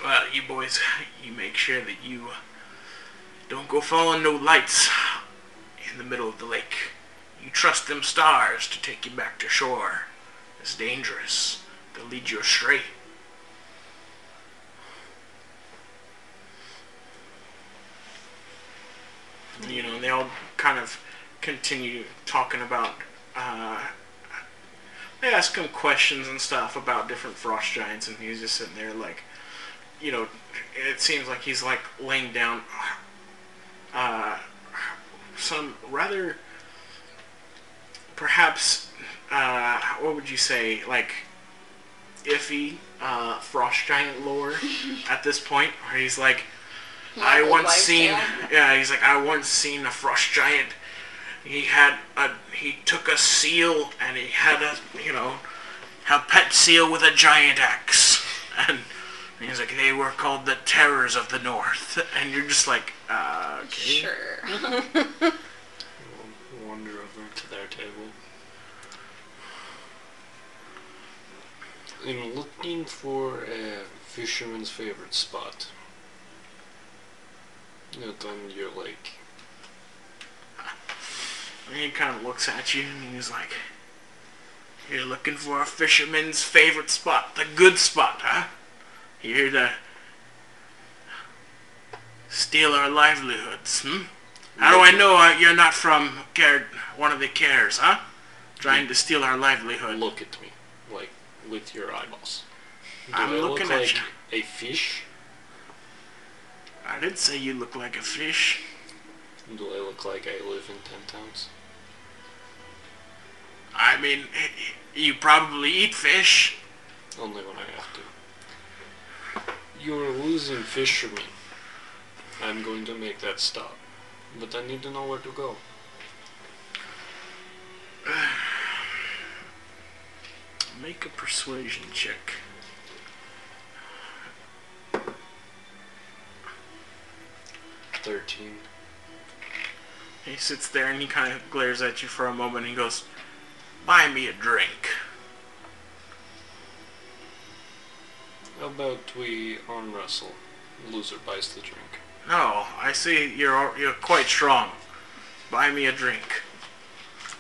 S1: well, you boys, you make sure that you don't go following no lights in the middle of the lake. You trust them stars to take you back to shore. It's dangerous. They'll lead you astray. You know, and they all kind of continue talking about. Uh, they ask him questions and stuff about different frost giants, and he's just sitting there like, you know, it seems like he's like laying down uh, some rather, perhaps, uh, what would you say, like iffy uh, frost giant lore at this point, where he's like, I
S2: Old
S1: once
S2: wives'
S1: seen,
S2: tale.
S1: *laughs* yeah, he's like, I once seen a frost giant. He had a, he took a seal and he had a, you know, a pet seal with a giant axe. And he's like, they were called the Terrors of the North. And you're just like, uh, okay.
S2: Sure. *laughs*
S7: We'll wander over to their table. I'm looking for a fisherman's favorite spot. Not on your lake.
S1: And he kind of looks at you and he's like, You're looking for a fisherman's favorite spot, the good spot, huh? You're here to steal our livelihoods, hmm? How do I know uh, you're not from Car- one of the cares, huh? Trying to steal our livelihood.
S7: Look at me, like with your eyeballs. Do
S1: I'm
S7: I
S1: looking
S7: look
S1: at
S7: like
S1: you.
S7: a fish?
S1: I did say you look like a fish.
S7: Do I look like I live in ten towns?
S1: I mean, you probably eat fish.
S7: Only when I have to. You're losing fishermen. I'm going to make that stop. But I need to know where to go.
S1: Make a persuasion check.
S7: Thirteen.
S1: He sits there and he kind of glares at you for a moment and he goes, Buy me a drink.
S7: How about we arm wrestle? Loser buys the drink.
S1: No, I see you're, al- you're quite strong. Buy me a drink.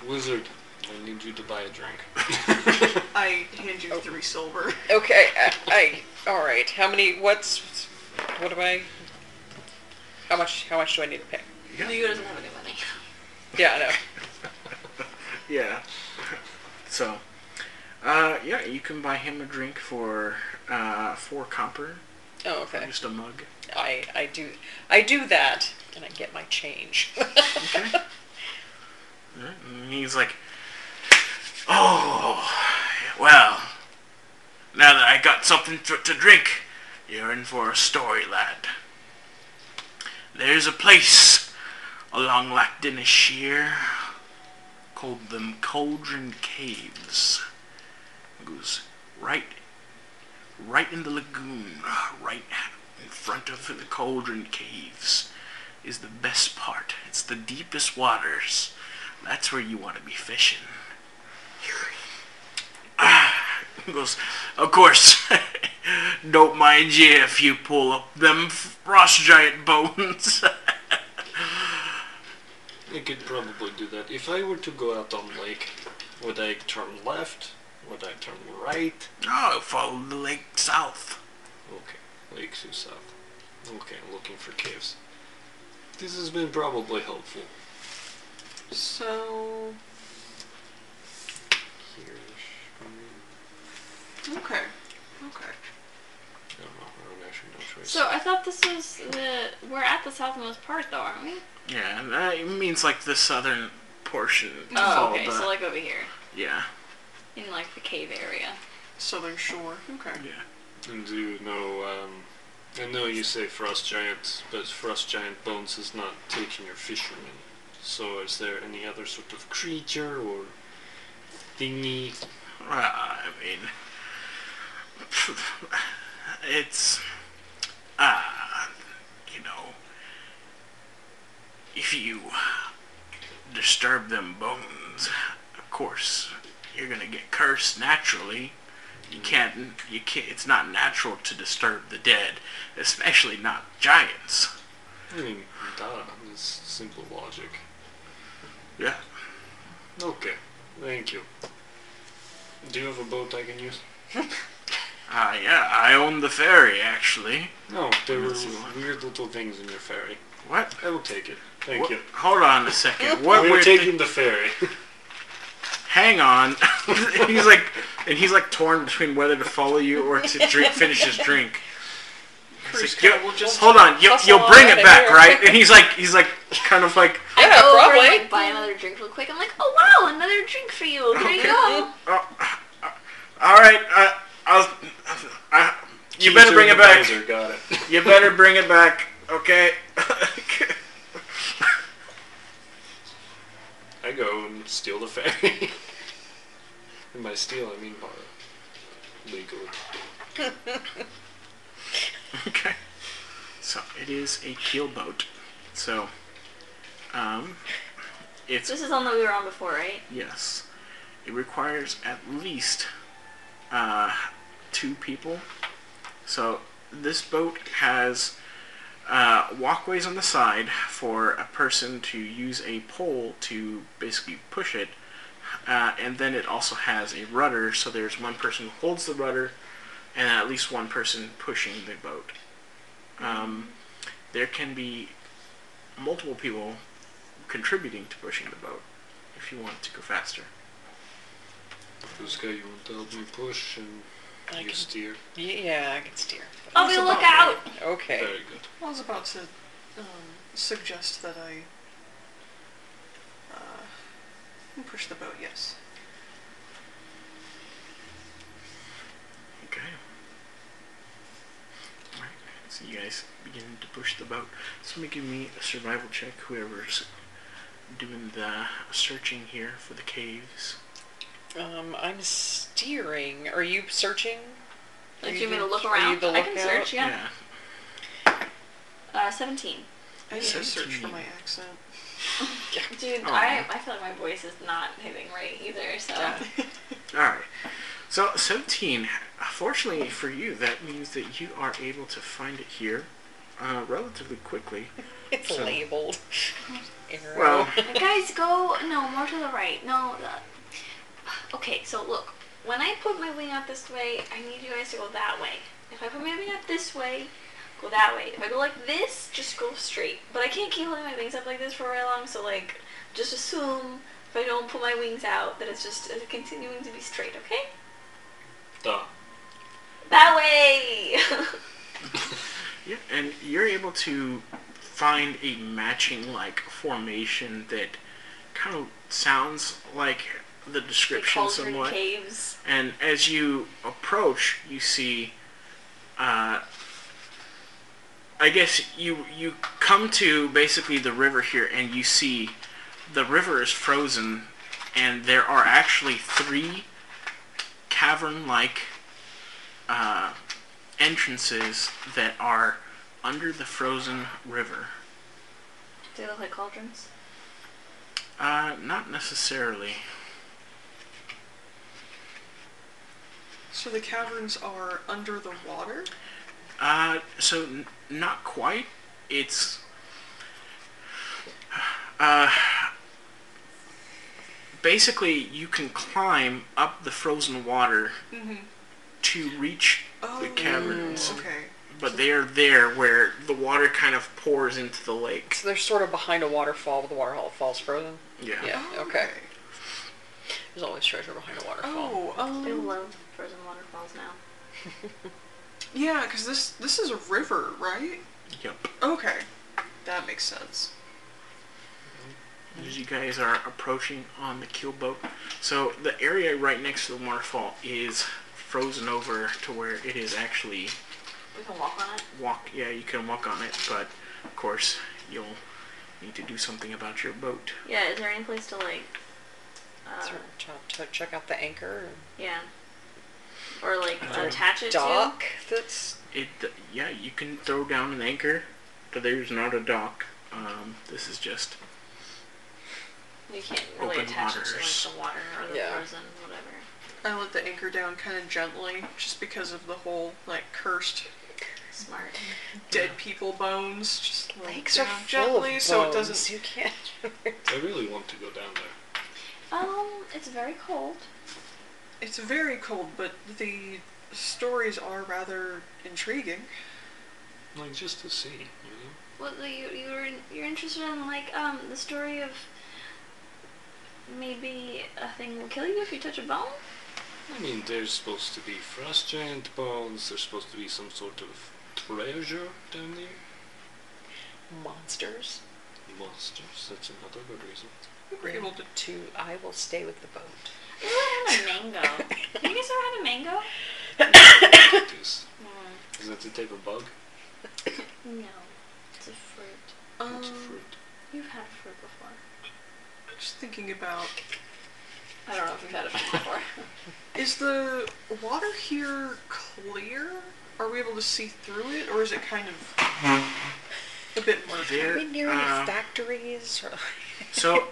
S7: Wizard, I need you to buy a drink.
S4: I hand
S6: Oh.
S4: you three silver.
S6: Okay, I, I all right. How many? What's? What do I? How much? How much do I need to pay?
S2: Lugo doesn't have any money.
S6: Yeah, I know.
S1: Yeah. *laughs* So, uh, yeah, you can buy him a drink for uh, four copper,
S6: Oh, okay.
S1: just a mug.
S6: I I do I do that. and I get my change. *laughs*
S1: Okay. Alright, And he's like, Oh, well, now that I got something to, to drink, you're in for a story, lad. There's a place along Loch Dinishire called the Cauldron Caves. It goes right, right in the lagoon, right in front of the Cauldron Caves is the best part. It's the deepest waters. That's where you want to be fishing. *sighs* Ah, he goes, of course, *laughs* don't mind you if you pull up them f- frost giant bones. *laughs* Oh,
S7: I could probably do that. If I were to go out on lake, would I turn left? Would I turn right?
S1: oh, follow the lake south.
S7: Okay, lake to south. Okay, looking for caves. This has been probably helpful.
S4: So,
S7: Here, I
S4: okay. Okay.
S7: don't know. I'm actually not sure.
S2: So I thought this was the we're at the southernmost part though, aren't we?
S1: Yeah, that it means like the southern portion.
S2: Oh,
S1: Follow
S2: okay.
S1: the-
S2: So like over here
S1: yeah,
S2: in like the cave area.
S4: Southern Shore. Okay.
S1: yeah.
S7: And do you know, um, I know you say frost giant, but frost giant bones is not taking your fishermen. So is there any other sort of creature or thingy?
S1: Well, I mean, *laughs* it's, uh, you know, if you disturb them bones, of course, you're gonna get cursed naturally. You can't, you can't, it's not natural to disturb the dead, especially not giants.
S7: I mean, duh, it's simple logic.
S1: Yeah.
S7: Okay, thank you. Do you have a boat I can use?
S1: Uh, yeah, I own the ferry, actually.
S7: No, there were
S1: Let's see what-
S7: weird little things in your ferry.
S1: What?
S7: I will take it. Thank
S1: What-
S7: you.
S1: Hold on a second. What
S7: We're,
S1: we're thi-
S7: taking the ferry.
S1: hang on. *laughs* he's like, and he's like torn between whether to follow you or to
S6: *laughs*
S1: drink, finish his drink. He's
S4: Cruise
S1: like, "Yo-
S4: kind will just
S1: hold on, you'll,
S6: Hustle
S1: you'll bring
S6: on
S1: it
S6: outta
S1: back,
S6: here." *laughs*
S1: right? And he's like, he's like, kind of like,
S2: I
S6: Yeah,
S2: go over
S6: probably.
S2: and like, buy another drink real quick. I'm like, oh wow, another drink for you. Here you *laughs* go.
S1: oh, uh, all right, uh, I'll, I, *laughs* you better bring it back.
S7: Keyser, Got it.
S1: *laughs* You better bring it back, okay?
S7: I go and steal the ferry. *laughs* and by steal, I mean borrow. Legally.
S1: okay. So it is a keel boat. So, um, it's
S2: This is on that we were on before, right?
S1: Yes. It requires at least uh, two people. So this boat has uh, walkways on the side for a person to use a pole to basically push it. Uh, and then it also has a rudder, so there's one person who holds the rudder and at least one person pushing the boat. Um, there can be multiple people contributing to pushing the boat if you want to go faster.
S7: This guy, you want to help me push and
S6: I
S7: you
S6: can-
S7: steer?
S6: yeah, I can steer.
S2: Oh, we look out.
S6: Okay.
S7: Very good.
S4: I was about to um, suggest that I uh, push the boat. Yes.
S1: Okay. Alright, so you guys begin to push the boat. Somebody give me a survival check, whoever's doing the searching here for the caves.
S6: Um, I'm steering. Are you searching?
S2: Like,
S6: Are
S2: you
S6: you
S2: made a
S6: the-
S2: look
S6: are you
S2: around.
S6: the
S2: I can
S6: lookout?
S2: search, yeah. Uh, 17.
S4: I need to search for
S1: Seventeen.
S4: my accent. *laughs*
S2: Dude,
S1: Oh.
S2: I, I feel like my voice is not hitting right either, so. *laughs*
S1: Alright. So, 17. Fortunately for you, that means that you are able to find it here uh, relatively quickly.
S6: It's
S1: So-
S2: *laughs*
S6: labeled. Arrow.
S1: Well-
S2: Guys, go. No, more to the right. No. The... Okay, so look. When I put my wing out this way, I need you guys to go that way. If I put my wing out this way, go that way. If I go like this, just go straight. But I can't keep holding my wings up like this for very long, so like, just assume if I don't put my wings out that it's just it's continuing to be straight, okay?
S7: Duh.
S2: That way! *laughs*
S1: Yeah, and you're able to find a matching like formation that kind of sounds like the
S2: The
S1: description
S2: cauldron
S1: somewhat.
S2: caves.
S1: And as you approach, you see. Uh, I guess you you come to basically the river here, and you see the river is frozen, and there are actually three cavern-like uh, entrances that are under the frozen river.
S2: Do they look like cauldrons?
S1: Uh, not necessarily.
S4: So the caverns are under the water?
S1: Uh, so n- not quite. It's uh, basically you can climb up the frozen water
S4: Mm-hmm.
S1: to reach
S4: Oh,
S1: the caverns,
S4: okay.
S1: but they are there where the water kind of pours into the lake.
S6: *laughs* So they're sort of behind a waterfall, but the waterfall's frozen.
S1: Yeah.
S6: Yeah.
S4: Oh,
S6: okay. There's always treasure behind a waterfall.
S4: Oh,
S2: They
S4: um,
S2: love frozen waterfalls now.
S4: yeah, because this this is a river, right?
S1: Yep.
S4: Okay, that makes sense.
S1: As you guys are approaching on the keel boat, so the area right next to the waterfall is frozen over to where it is actually
S2: We can walk on it.
S1: walk yeah you can walk on it but of course you'll need to do something about your boat
S2: Yeah, is there any place to like? Uh,
S6: Sort of ch- to check out the anchor
S2: yeah. Or like
S1: Uh,
S2: attach it
S6: dock that's
S1: it yeah you can throw down an anchor but there's not a dock um, this is just
S2: to. You can't really
S1: Open
S2: attach it
S1: waters.
S2: to like the water or the
S6: Yeah.
S2: frozen whatever.
S4: I let the anchor down kind of gently, just because of the whole like cursed
S2: Smart.
S4: dead people bones. Just let it
S6: lakes are
S4: down
S6: full
S4: gently,
S6: of
S4: so it
S6: bones.
S4: doesn't.
S6: *laughs* You can't.
S7: I really want to go down there.
S2: Um, it's very cold.
S4: It's very cold, but the stories are rather intriguing.
S7: Like, just to see, you
S2: Well, the- you you were you're interested in like um the story of maybe a thing will kill you if you touch a bone.
S7: know? I mean, there's supposed to be frost giant bones, there's supposed to be some sort of treasure down there.
S6: Monsters.
S7: Monsters, that's another good reason.
S4: We were able to.
S6: to. I will stay with the boat.
S2: Ooh, I had a mango. Have you guys ever had a mango?
S7: It is. Is that the type of bug?
S2: No, it's a fruit.
S4: Um,
S7: It's a fruit.
S2: You've had fruit before.
S4: just thinking about
S2: I don't know if you've had it before. *laughs*
S4: Is the water here clear? Are we able to see through it, or is it kind of a bit murky?
S6: Are
S1: there
S6: we near
S1: uh,
S6: any factories? Or *laughs*
S1: so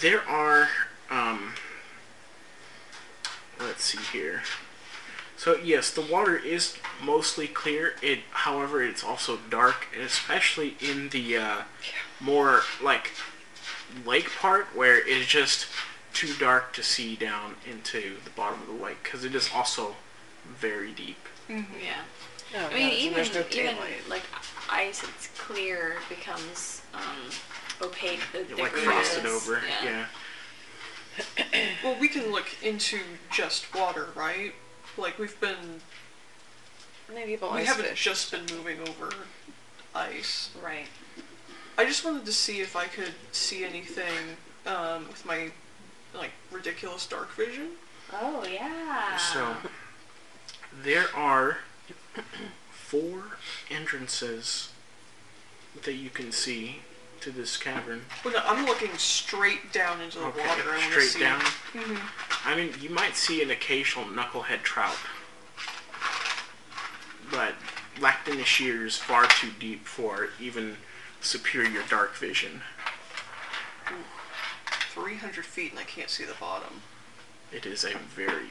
S1: there are um, let's see here so yes the water is mostly clear it however it's also dark and especially in the uh, more like lake part where it's just too dark to see down into the bottom of the lake because it is also very deep.
S2: yeah.
S6: Oh,
S2: I mean,
S6: yeah, so
S2: even
S6: there's no
S2: even
S6: daylight.
S2: like ice, it's clear becomes um, opaque. The
S1: It, like
S2: thicker it
S1: frosted
S2: is.
S1: over. Yeah.
S4: Well, we can look into just water, right? Like we've been,
S1: Oh,
S6: maybe people
S4: we
S6: ice
S4: haven't
S6: fish.
S4: just been moving over ice.
S2: Right.
S4: I just wanted to see if I could see anything um, with my like ridiculous dark vision.
S2: Oh yeah.
S1: So there are four entrances that you can see to this cavern.
S4: Well, no, I'm looking straight down into the
S1: Okay,
S4: water. I want to
S1: straight
S4: see.
S1: down.
S4: Mhm.
S1: I mean, you might see an occasional knucklehead trout, but Lactin Ashir is far too deep for even superior dark vision.
S4: 300 feet, and I can't see the bottom.
S1: It is a very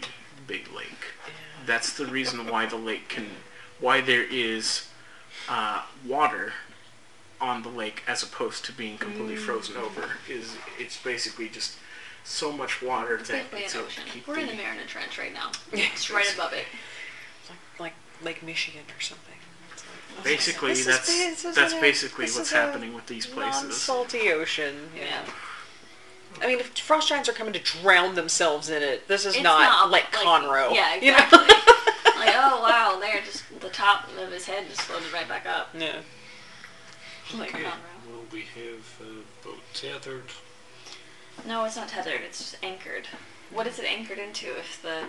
S1: big lake. That's the reason why the lake can, why there is uh, water on the lake as opposed to being completely
S2: Mm.
S1: frozen over. Is it's basically just so much water
S2: It's
S1: that
S2: basically
S1: it's
S2: an
S1: able to
S2: ocean.
S1: keep
S2: We're in
S1: the-
S2: the Mariana Trench right
S6: *laughs*
S2: now. It's right above it.
S6: like, like Lake Michigan or something. It's like- oh,
S1: Basically,
S6: This is
S1: that's
S6: ba- this is
S1: that's
S6: a-
S1: basically
S6: this
S1: what's
S6: is a
S1: happening with these places.
S6: Non-salty ocean. Yeah.
S2: Yeah.
S6: I mean, if frost giants are coming to drown themselves in it, this is
S2: It's
S6: not,
S2: not,
S6: like
S2: like-
S6: Conroe.
S2: yeah,
S6: *laughs* you know?
S2: exactly. like oh wow, there just the top of his head just floated right back up.
S6: yeah.
S2: Like
S7: Okay,
S2: Conroe.
S7: well, we have uh, boat tethered.
S2: No, it's not tethered. It's just anchored. What is it anchored into if the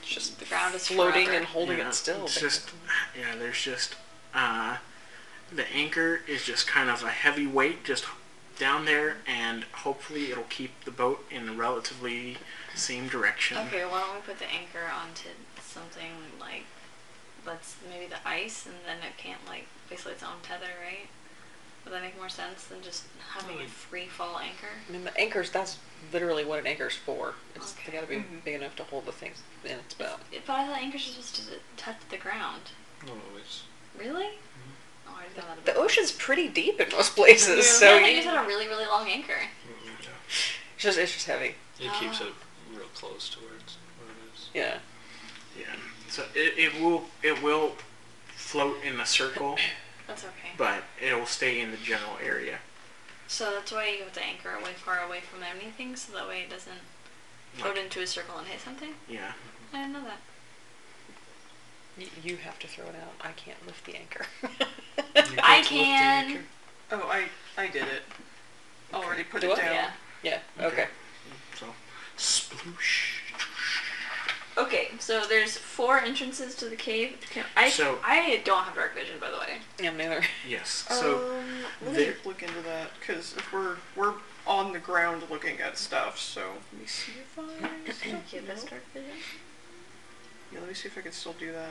S6: It's just
S2: the ground is
S6: floating
S2: forever?
S6: and holding
S1: Yeah,
S6: it still.
S1: It's just yeah, there's just uh, the anchor is just kind of a heavy weight just down there, and hopefully it'll keep the boat in a relatively same direction.
S2: Okay, why don't we put the anchor onto something like let's maybe the ice, and then it can't like basically its own tether, right? Would that make more sense than just having a
S7: Probably.
S2: free fall anchor?
S6: I mean, the anchors, that's literally what an anchor's for. It's
S2: Okay.
S6: they gotta be
S4: Mhm.
S6: big enough to hold the things in its belt.
S2: If I thought anchors are supposed to touch the ground.
S7: No, no, it's hmm?
S2: Really? Oh, I didn't know that
S6: The
S2: about
S6: ocean's pretty deep in most places,
S2: Yeah,
S6: so
S2: I thought you
S6: you-
S2: had a really, really long anchor.
S7: mm, yeah.
S6: it's just, it's just heavy.
S7: It keeps
S2: Ah.
S7: it real close to where, it's, where it is.
S6: Yeah.
S1: Yeah. So it, it will it will float in a circle,
S2: That's okay.
S1: but it'll stay in the general area.
S2: So that's why you have to anchor away far away from anything, so that way it doesn't float into a circle and hit something.
S1: Yeah.
S2: I didn't know that.
S6: Y- You have to throw it out. I can't lift the *laughs* anchor.
S7: You
S2: I
S7: can't lift the
S2: can.
S7: anchor?
S4: Oh, I I did it. Already put
S6: Do
S4: it
S6: I?
S4: down.
S2: Yeah.
S6: yeah. Okay.
S1: So sploosh.
S2: Okay, so there's four entrances to the cave. Can- I
S1: So-
S2: I don't have dark vision, by the way.
S6: Yeah, neither.
S1: Yes. So
S4: um, we
S1: there-
S4: should look into that because if we're we're on the ground looking at stuff, so let me see
S2: *laughs*
S4: if I still
S2: Give us
S4: no.
S2: dark vision.
S4: Yeah, let me see if I can still do that.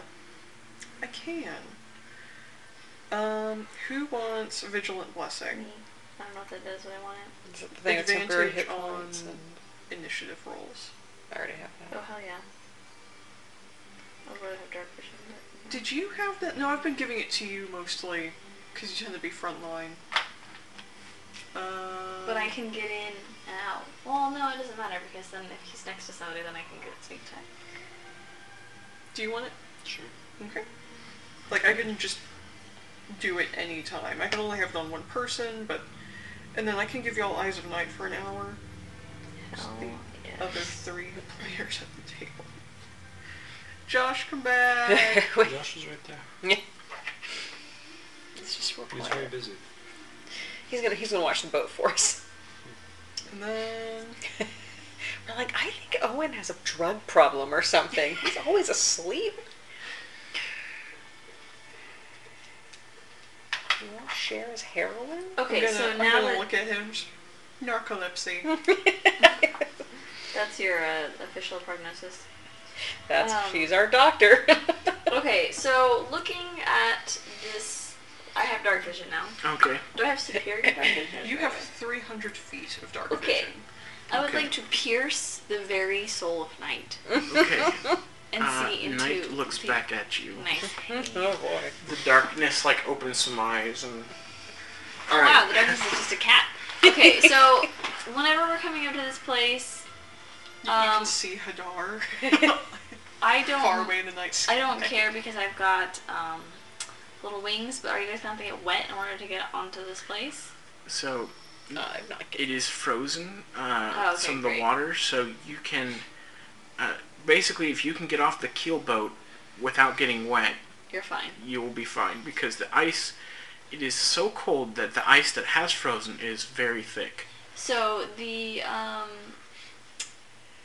S4: I can. Um, who wants vigilant blessing?
S2: I don't know if that does what I wanted.
S6: It's the thing that's temporary hit
S4: Advantage on-
S6: points. And
S4: Initiative rolls.
S6: I already have
S2: Oh
S6: that.
S2: hell yeah. I would rather have dark vision. But...
S4: Did you have that? No, I've been giving it to you mostly because you tend to be frontline. Uh,
S2: but I can get in and out. Well, no, it doesn't matter because then if he's next to somebody, then I can get sneak attack.
S4: Do you want it?
S7: Sure.
S4: Okay. Like I can just do it any time. I can only have it on one person, but and then I can give y'all Eyes of Night for an hour.
S2: Hell
S4: the
S2: yes.
S4: Other Oh, three players at the table. Josh, come
S2: *laughs*
S6: Oh, *laughs*
S4: back.
S6: Wait.
S7: Josh is right there.
S6: It's just real
S7: He's
S6: quiet.
S7: very busy.
S6: He's gonna he's gonna watch the boat for us.
S4: and then
S6: *laughs* We're like, I think Owen has a drug problem or something. He's always asleep. You won't share his heroin?
S2: Okay,
S4: I'm gonna,
S2: so
S4: I'm
S2: now
S4: gonna
S2: that-
S4: look at him. Narcolepsy.
S2: *laughs* that's your uh, official *laughs* prognosis.
S6: *laughs* That's
S2: Um,
S6: she's our doctor. *laughs*
S2: Okay, so looking at this, I have dark vision now.
S1: okay.
S2: Do I have superior dark vision?
S4: *laughs* You have 300 feet of dark
S2: Okay.
S4: vision.
S2: I would
S1: Okay.
S2: like to pierce the very soul of night
S1: Okay.
S2: *laughs* and
S1: Uh,
S2: see into.
S1: Knight looks
S2: the-
S1: back at you. *laughs*
S2: Nice.
S6: oh boy.
S1: The darkness like opens some eyes and.
S2: Oh, wow, the darkness is just a cat. Okay, so whenever we're coming up to this place,
S4: You
S2: Um,
S4: can see
S2: *laughs*
S4: Hadar *laughs*
S2: I don't.
S4: far away in the night sky.
S2: I don't care because I've got um, little wings. But are you guys gonna have to get wet in order to get onto this place?
S1: *laughs* So
S6: No, I'm not kidding.
S1: it is frozen uh,
S2: Oh, okay,
S1: from the
S2: great.
S1: water, so you can uh, basically if you can get off the keel boat without getting wet,
S2: You're fine.
S1: you will be fine because the ice it is so cold that the ice that has frozen is very thick.
S2: So the um,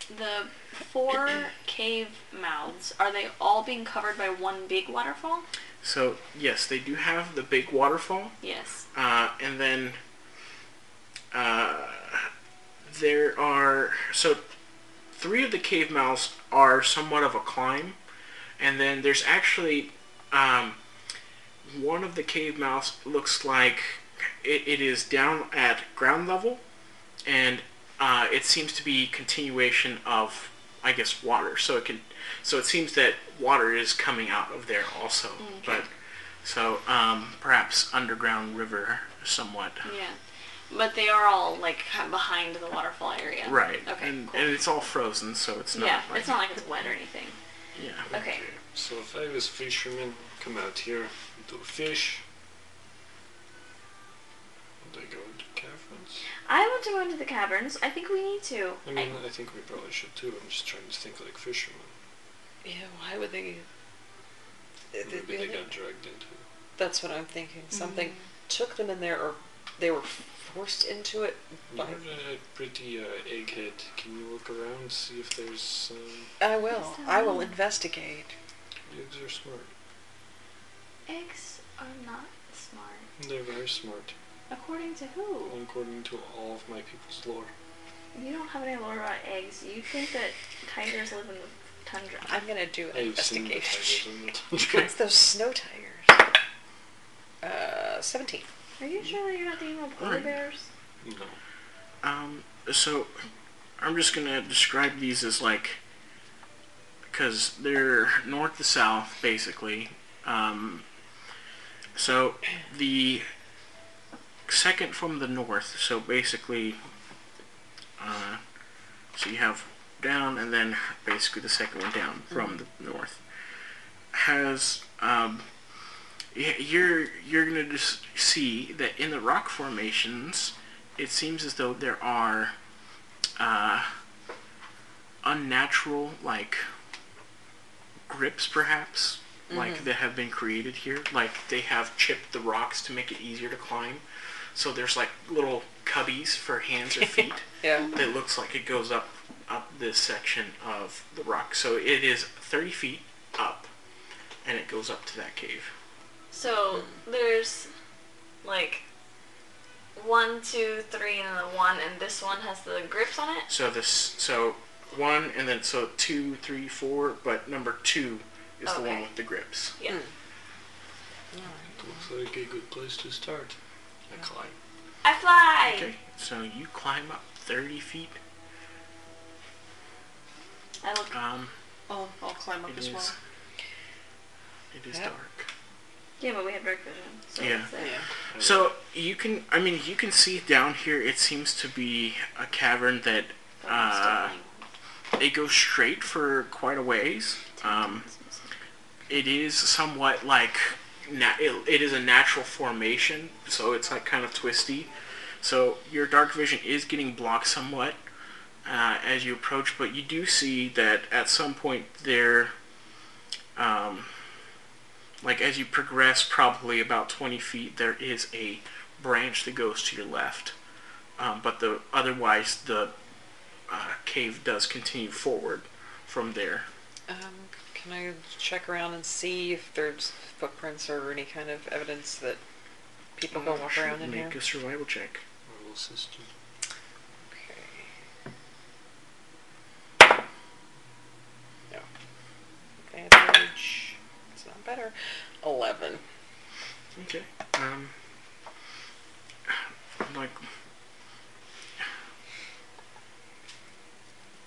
S2: the four
S1: *clears throat*
S2: cave mouths are they all being covered by one big waterfall?
S1: So yes, they do have the big waterfall,
S2: Yes.
S1: uh, and then uh, there are so three of the cave mouths are somewhat of a climb, and then there's actually um, one of the cave mouths looks like it, it is down at ground level, and uh, it seems to be continuation of I guess water. So it can so it seems that water is coming out of there also, but. So, um, perhaps underground river, somewhat.
S2: Yeah. But they are all like kind of behind the waterfall area.
S1: Right.
S2: Okay.
S1: And,
S2: cool.
S1: and it's all frozen, so it's not.
S2: yeah,
S1: like,
S2: it's not like it's wet or anything.
S1: Yeah.
S2: Okay.
S7: So if I was fisherman, come out here, do fish. Would I go into caverns?
S2: I want to go into the caverns. I think we need to.
S7: I mean, I think we probably should too. I'm just trying to think like fishermen.
S6: Yeah, why would they
S7: Maybe they got dragged into.
S2: Mm-hmm.
S6: That's what I'm thinking. Something took them in there, or they were forced into it.
S7: You're
S6: Mm-hmm.
S7: a pretty uh, egghead. Can you look around, see if there's. Um,
S6: I will. I will investigate.
S7: eggs are smart.
S2: Eggs are not smart.
S7: They're very smart.
S2: According to who?
S7: According to all of my people's lore.
S2: You don't have any lore about eggs. You think that tigers live in the tundra.
S6: I'm gonna do an
S7: I've seen the tigers
S6: investigation.
S7: in the tundra.
S2: *laughs*
S7: *laughs*
S6: *laughs* It's those snow tigers. Uh, seventeen.
S2: Are you sure that you're not thinking of polar
S1: Alright.
S2: bears?
S7: no.
S1: Um, so I'm just gonna describe these as like because they're north to south basically. Um, so the second from the north. So basically, uh, so you have down and then basically the second one down from
S2: Mm-hmm.
S1: the north has um, y- you're you're gonna just see that in the rock formations, it seems as though there are uh, unnatural like grips, perhaps, like that have been created here. Like they have chipped the rocks to make it easier to climb. So there's like little cubbies for hands or feet
S6: Yeah.
S1: that looks like it goes up up this section of the rock. So it is 30 feet up, and it goes up to that cave.
S2: So there's like one, two, three, and then the one, and this one has the grips on it.
S1: So this so one and then so two, three, four, but number two is the one
S2: Okay.
S1: with the grips.
S2: Yeah.
S7: It looks like a good place to start. I climb.
S2: I fly.
S1: Okay, so you climb up 30 feet.
S2: I look.
S1: Um,
S4: I'll, I'll climb up
S1: it
S4: as
S1: is.
S4: well.
S1: It is
S6: Yep.
S1: dark.
S2: Yeah, but we had dark vision. So
S1: Yeah.
S2: it's, uh,
S6: Yeah.
S1: So you can, I mean, you can see down here. It seems to be a cavern that
S2: but I'm still
S1: Uh,
S2: flying.
S1: it goes straight for quite a ways. Um, it is somewhat like na- it, it is a natural formation, so it's like kind of twisty. So your dark vision is getting blocked somewhat uh, as you approach, but you do see that at some point there, um, like as you progress, probably about 20 feet, there is a branch that goes to your left. Um, but the otherwise the uh, cave does continue forward from there.
S6: Um, can I check around and see if there's footprints or any kind of evidence that people go walk
S1: Sure,
S6: around in here?
S1: Oh, Make a survival check.
S7: Moral system.
S6: Okay. No. Advantage. It's not better. Eleven.
S1: Okay. Um, like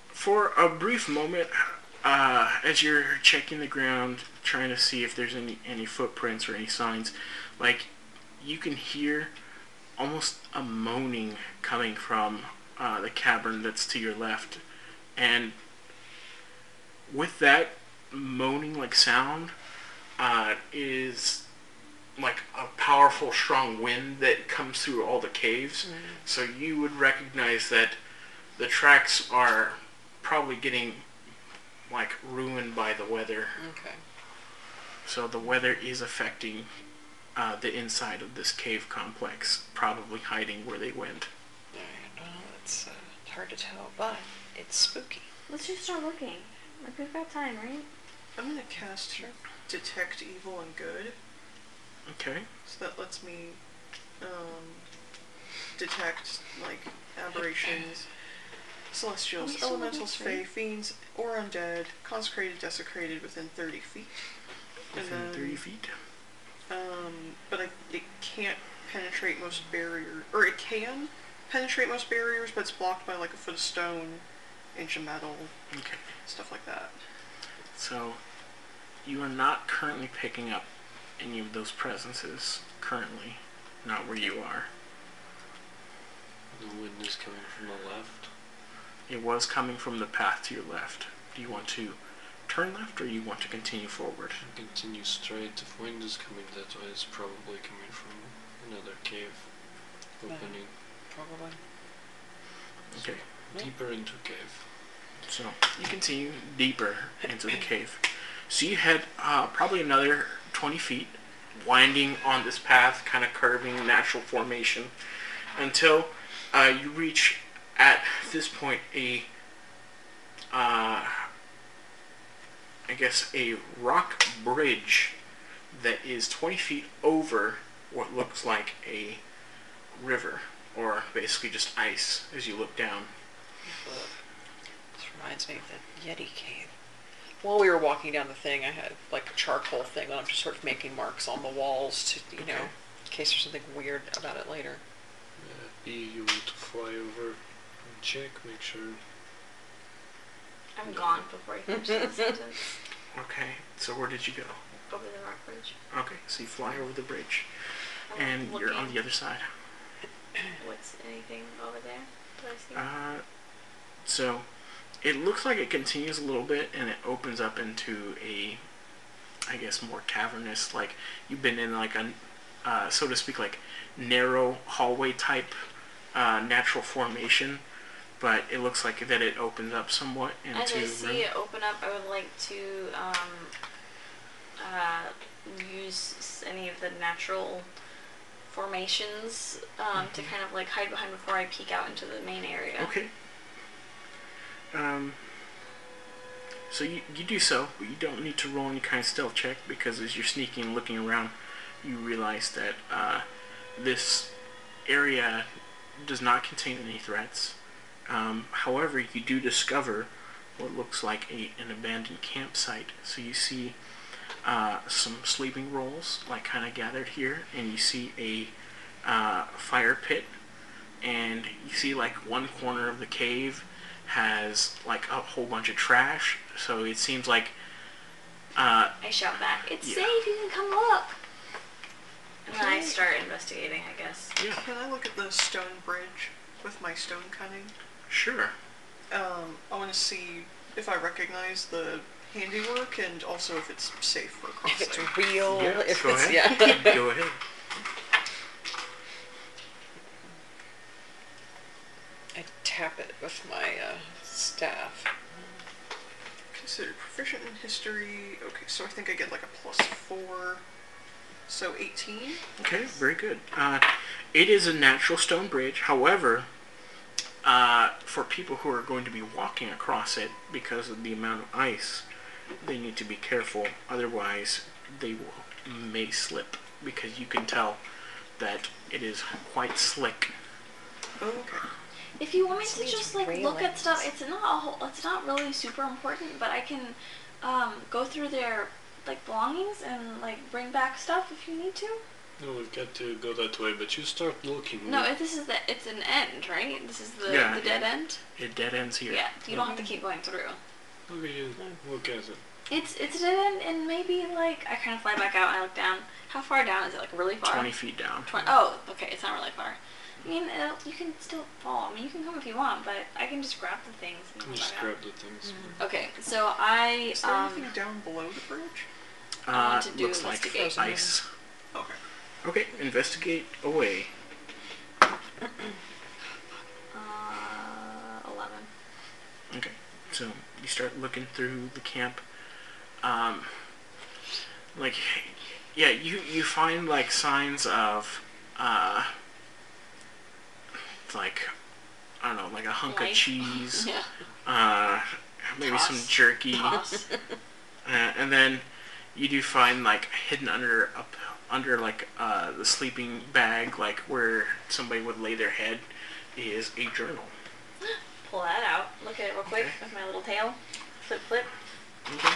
S1: for a brief moment, uh, as you're checking the ground, trying to see if there's any any footprints or any signs, like you can hear almost a moaning coming from uh, the cavern that's to your left, and with that moaning like sound uh, is like a powerful, strong wind that comes through all the caves.
S4: Mm.
S1: So you would recognize that the tracks are probably getting like ruined by the weather.
S6: Okay.
S1: So the weather is affecting uh, the inside of this cave complex, probably hiding where they went.
S6: Alright, well, it's uh, hard to tell, but it's spooky.
S2: Let's just start looking. Like we've got time, right?
S4: I'm gonna cast detect evil and good,
S1: Okay.
S4: so that lets me um, detect like aberrations,
S2: Are we
S4: celestials,
S2: still level
S4: elementals,
S2: three?
S4: fae, fiends, or undead, consecrated, desecrated within 30 feet. And
S1: Within
S4: then,
S1: 30 feet.
S4: um, but I, it can't penetrate most barriers, or it can penetrate most barriers, but it's blocked by like a foot of stone, inch of metal,
S1: Okay.
S4: stuff like that.
S1: So you are not currently picking up any of those presences currently. Not where you are.
S7: The wind is coming from the left.
S1: It was coming from the path to your left. Do you want to turn left or you want to continue forward?
S7: Continue straight. If wind is coming that way, it's probably coming from another cave opening.
S6: Probably.
S1: Okay.
S7: Deeper into cave.
S1: So you continue deeper into the cave. So you head uh, probably another 20 feet winding on this path, kind of curving natural formation, until uh, you reach at this point a, uh, I guess a rock bridge that is 20 feet over what looks like a river, or basically just ice as you look down.
S6: This reminds me of that Yeti cave. While we were walking down the thing, I had like a charcoal thing on, just sort of making marks on the walls to, you know,
S1: Okay.
S6: in case there's something weird about it later.
S7: Uh, B, you want to fly over and check, make sure.
S2: I'm gone before he finishes *laughs* the sentence.
S1: Okay, so where did you go?
S2: Over the rock bridge.
S1: Okay, so you fly over the bridge,
S2: I'm
S1: and you're on the
S2: looking.
S1: other side.
S2: What's anything over there? Did I see?
S1: Uh, so it looks like it continues a little bit and it opens up into a i guess more cavernous like you've been in like a uh, so to speak like narrow hallway type uh, natural formation but it looks like that it opens up somewhat into
S2: As I see
S1: room.
S2: it open up, I would like to um, uh, use s- any of the natural formations um, to kind of like hide behind before I peek out into the main area.
S1: Mm-hmm. Okay. Um, so you, you do so, but you don't need to roll any kind of stealth check because as you're sneaking and looking around, you realize that uh, this area does not contain any threats. Um, however, you do discover what looks like a, an abandoned campsite. So you see uh, some sleeping rolls, like kind of gathered here, and you see a uh, fire pit and you see like one corner of the cave has like a whole bunch of trash. So it seems like uh,
S2: I shout back, "It's
S1: Yeah.
S2: safe! You can come up." And then I start investigating. I guess.
S1: yeah,
S4: Can I look at the stone bridge with my stone cutting?
S1: sure.
S4: Um, I want to see if I recognize the handiwork and also if it's safe for
S6: *laughs*
S4: crossing.
S6: If it's real,
S1: Yeah,
S6: if
S1: go
S6: it's
S1: ahead.
S6: *laughs*
S1: *laughs*
S6: yeah.
S1: Go ahead.
S6: I tap it with my uh, *laughs* staff.
S4: Considered proficient in history. Okay, so I think I get like a plus four. So 18?
S1: Okay, very good. Uh, it is a natural stone bridge. However, uh, for people who are going to be walking across it because of the amount of ice, they need to be careful. Otherwise, they will, may slip because you can tell that it is quite slick.
S4: Oh, okay.
S2: If you want me
S6: See,
S2: to
S6: it's
S2: just like look at
S6: railings.
S2: stuff, it's not a whole, it's not really super important, but I can um, go through their like belongings and like bring back stuff if you need to.
S7: No, we've got to go that way, but you start looking.
S2: No, if this is the it's an end, right? This is the,
S1: Yeah.
S2: the dead end.
S1: It dead ends here.
S2: Yeah. Mm-hmm. you don't have to keep going through.
S7: Look at you. Look at it.
S2: It's it's a dead end, and maybe like I kind of fly back out and I look down. How far down is it? Like really far?
S1: 20 feet down.
S2: Twen- Oh, okay, it's not really far. I mean, it'll, you can still fall. I mean, you can come if you want, but I can just grab the things.
S7: Let me
S2: And
S7: just
S2: fly
S7: grab
S2: out. Mm-hmm.
S7: the things.
S2: Okay, so I
S4: Is there
S2: um,
S4: anything down below the bridge?
S2: I
S1: Uh,
S2: want to do
S1: looks like
S2: investigation.
S1: ice.
S4: Okay.
S1: Okay, investigate away.
S2: Uh, 11.
S1: Okay, so you start looking through the camp. Um, like, yeah, you you find like signs of, uh, like, I don't know, like a hunk
S2: Life.
S1: of cheese,
S2: *laughs* Yeah.
S1: uh, maybe some
S2: Toss.
S1: jerky.
S2: Toss.
S1: *laughs* Uh, and then you do find like hidden under up under like uh, the sleeping bag, like where somebody would lay their head, is a journal.
S2: *gasps* Pull that out. Look at it real quick with my little tail. Flip, flip.
S1: Okay.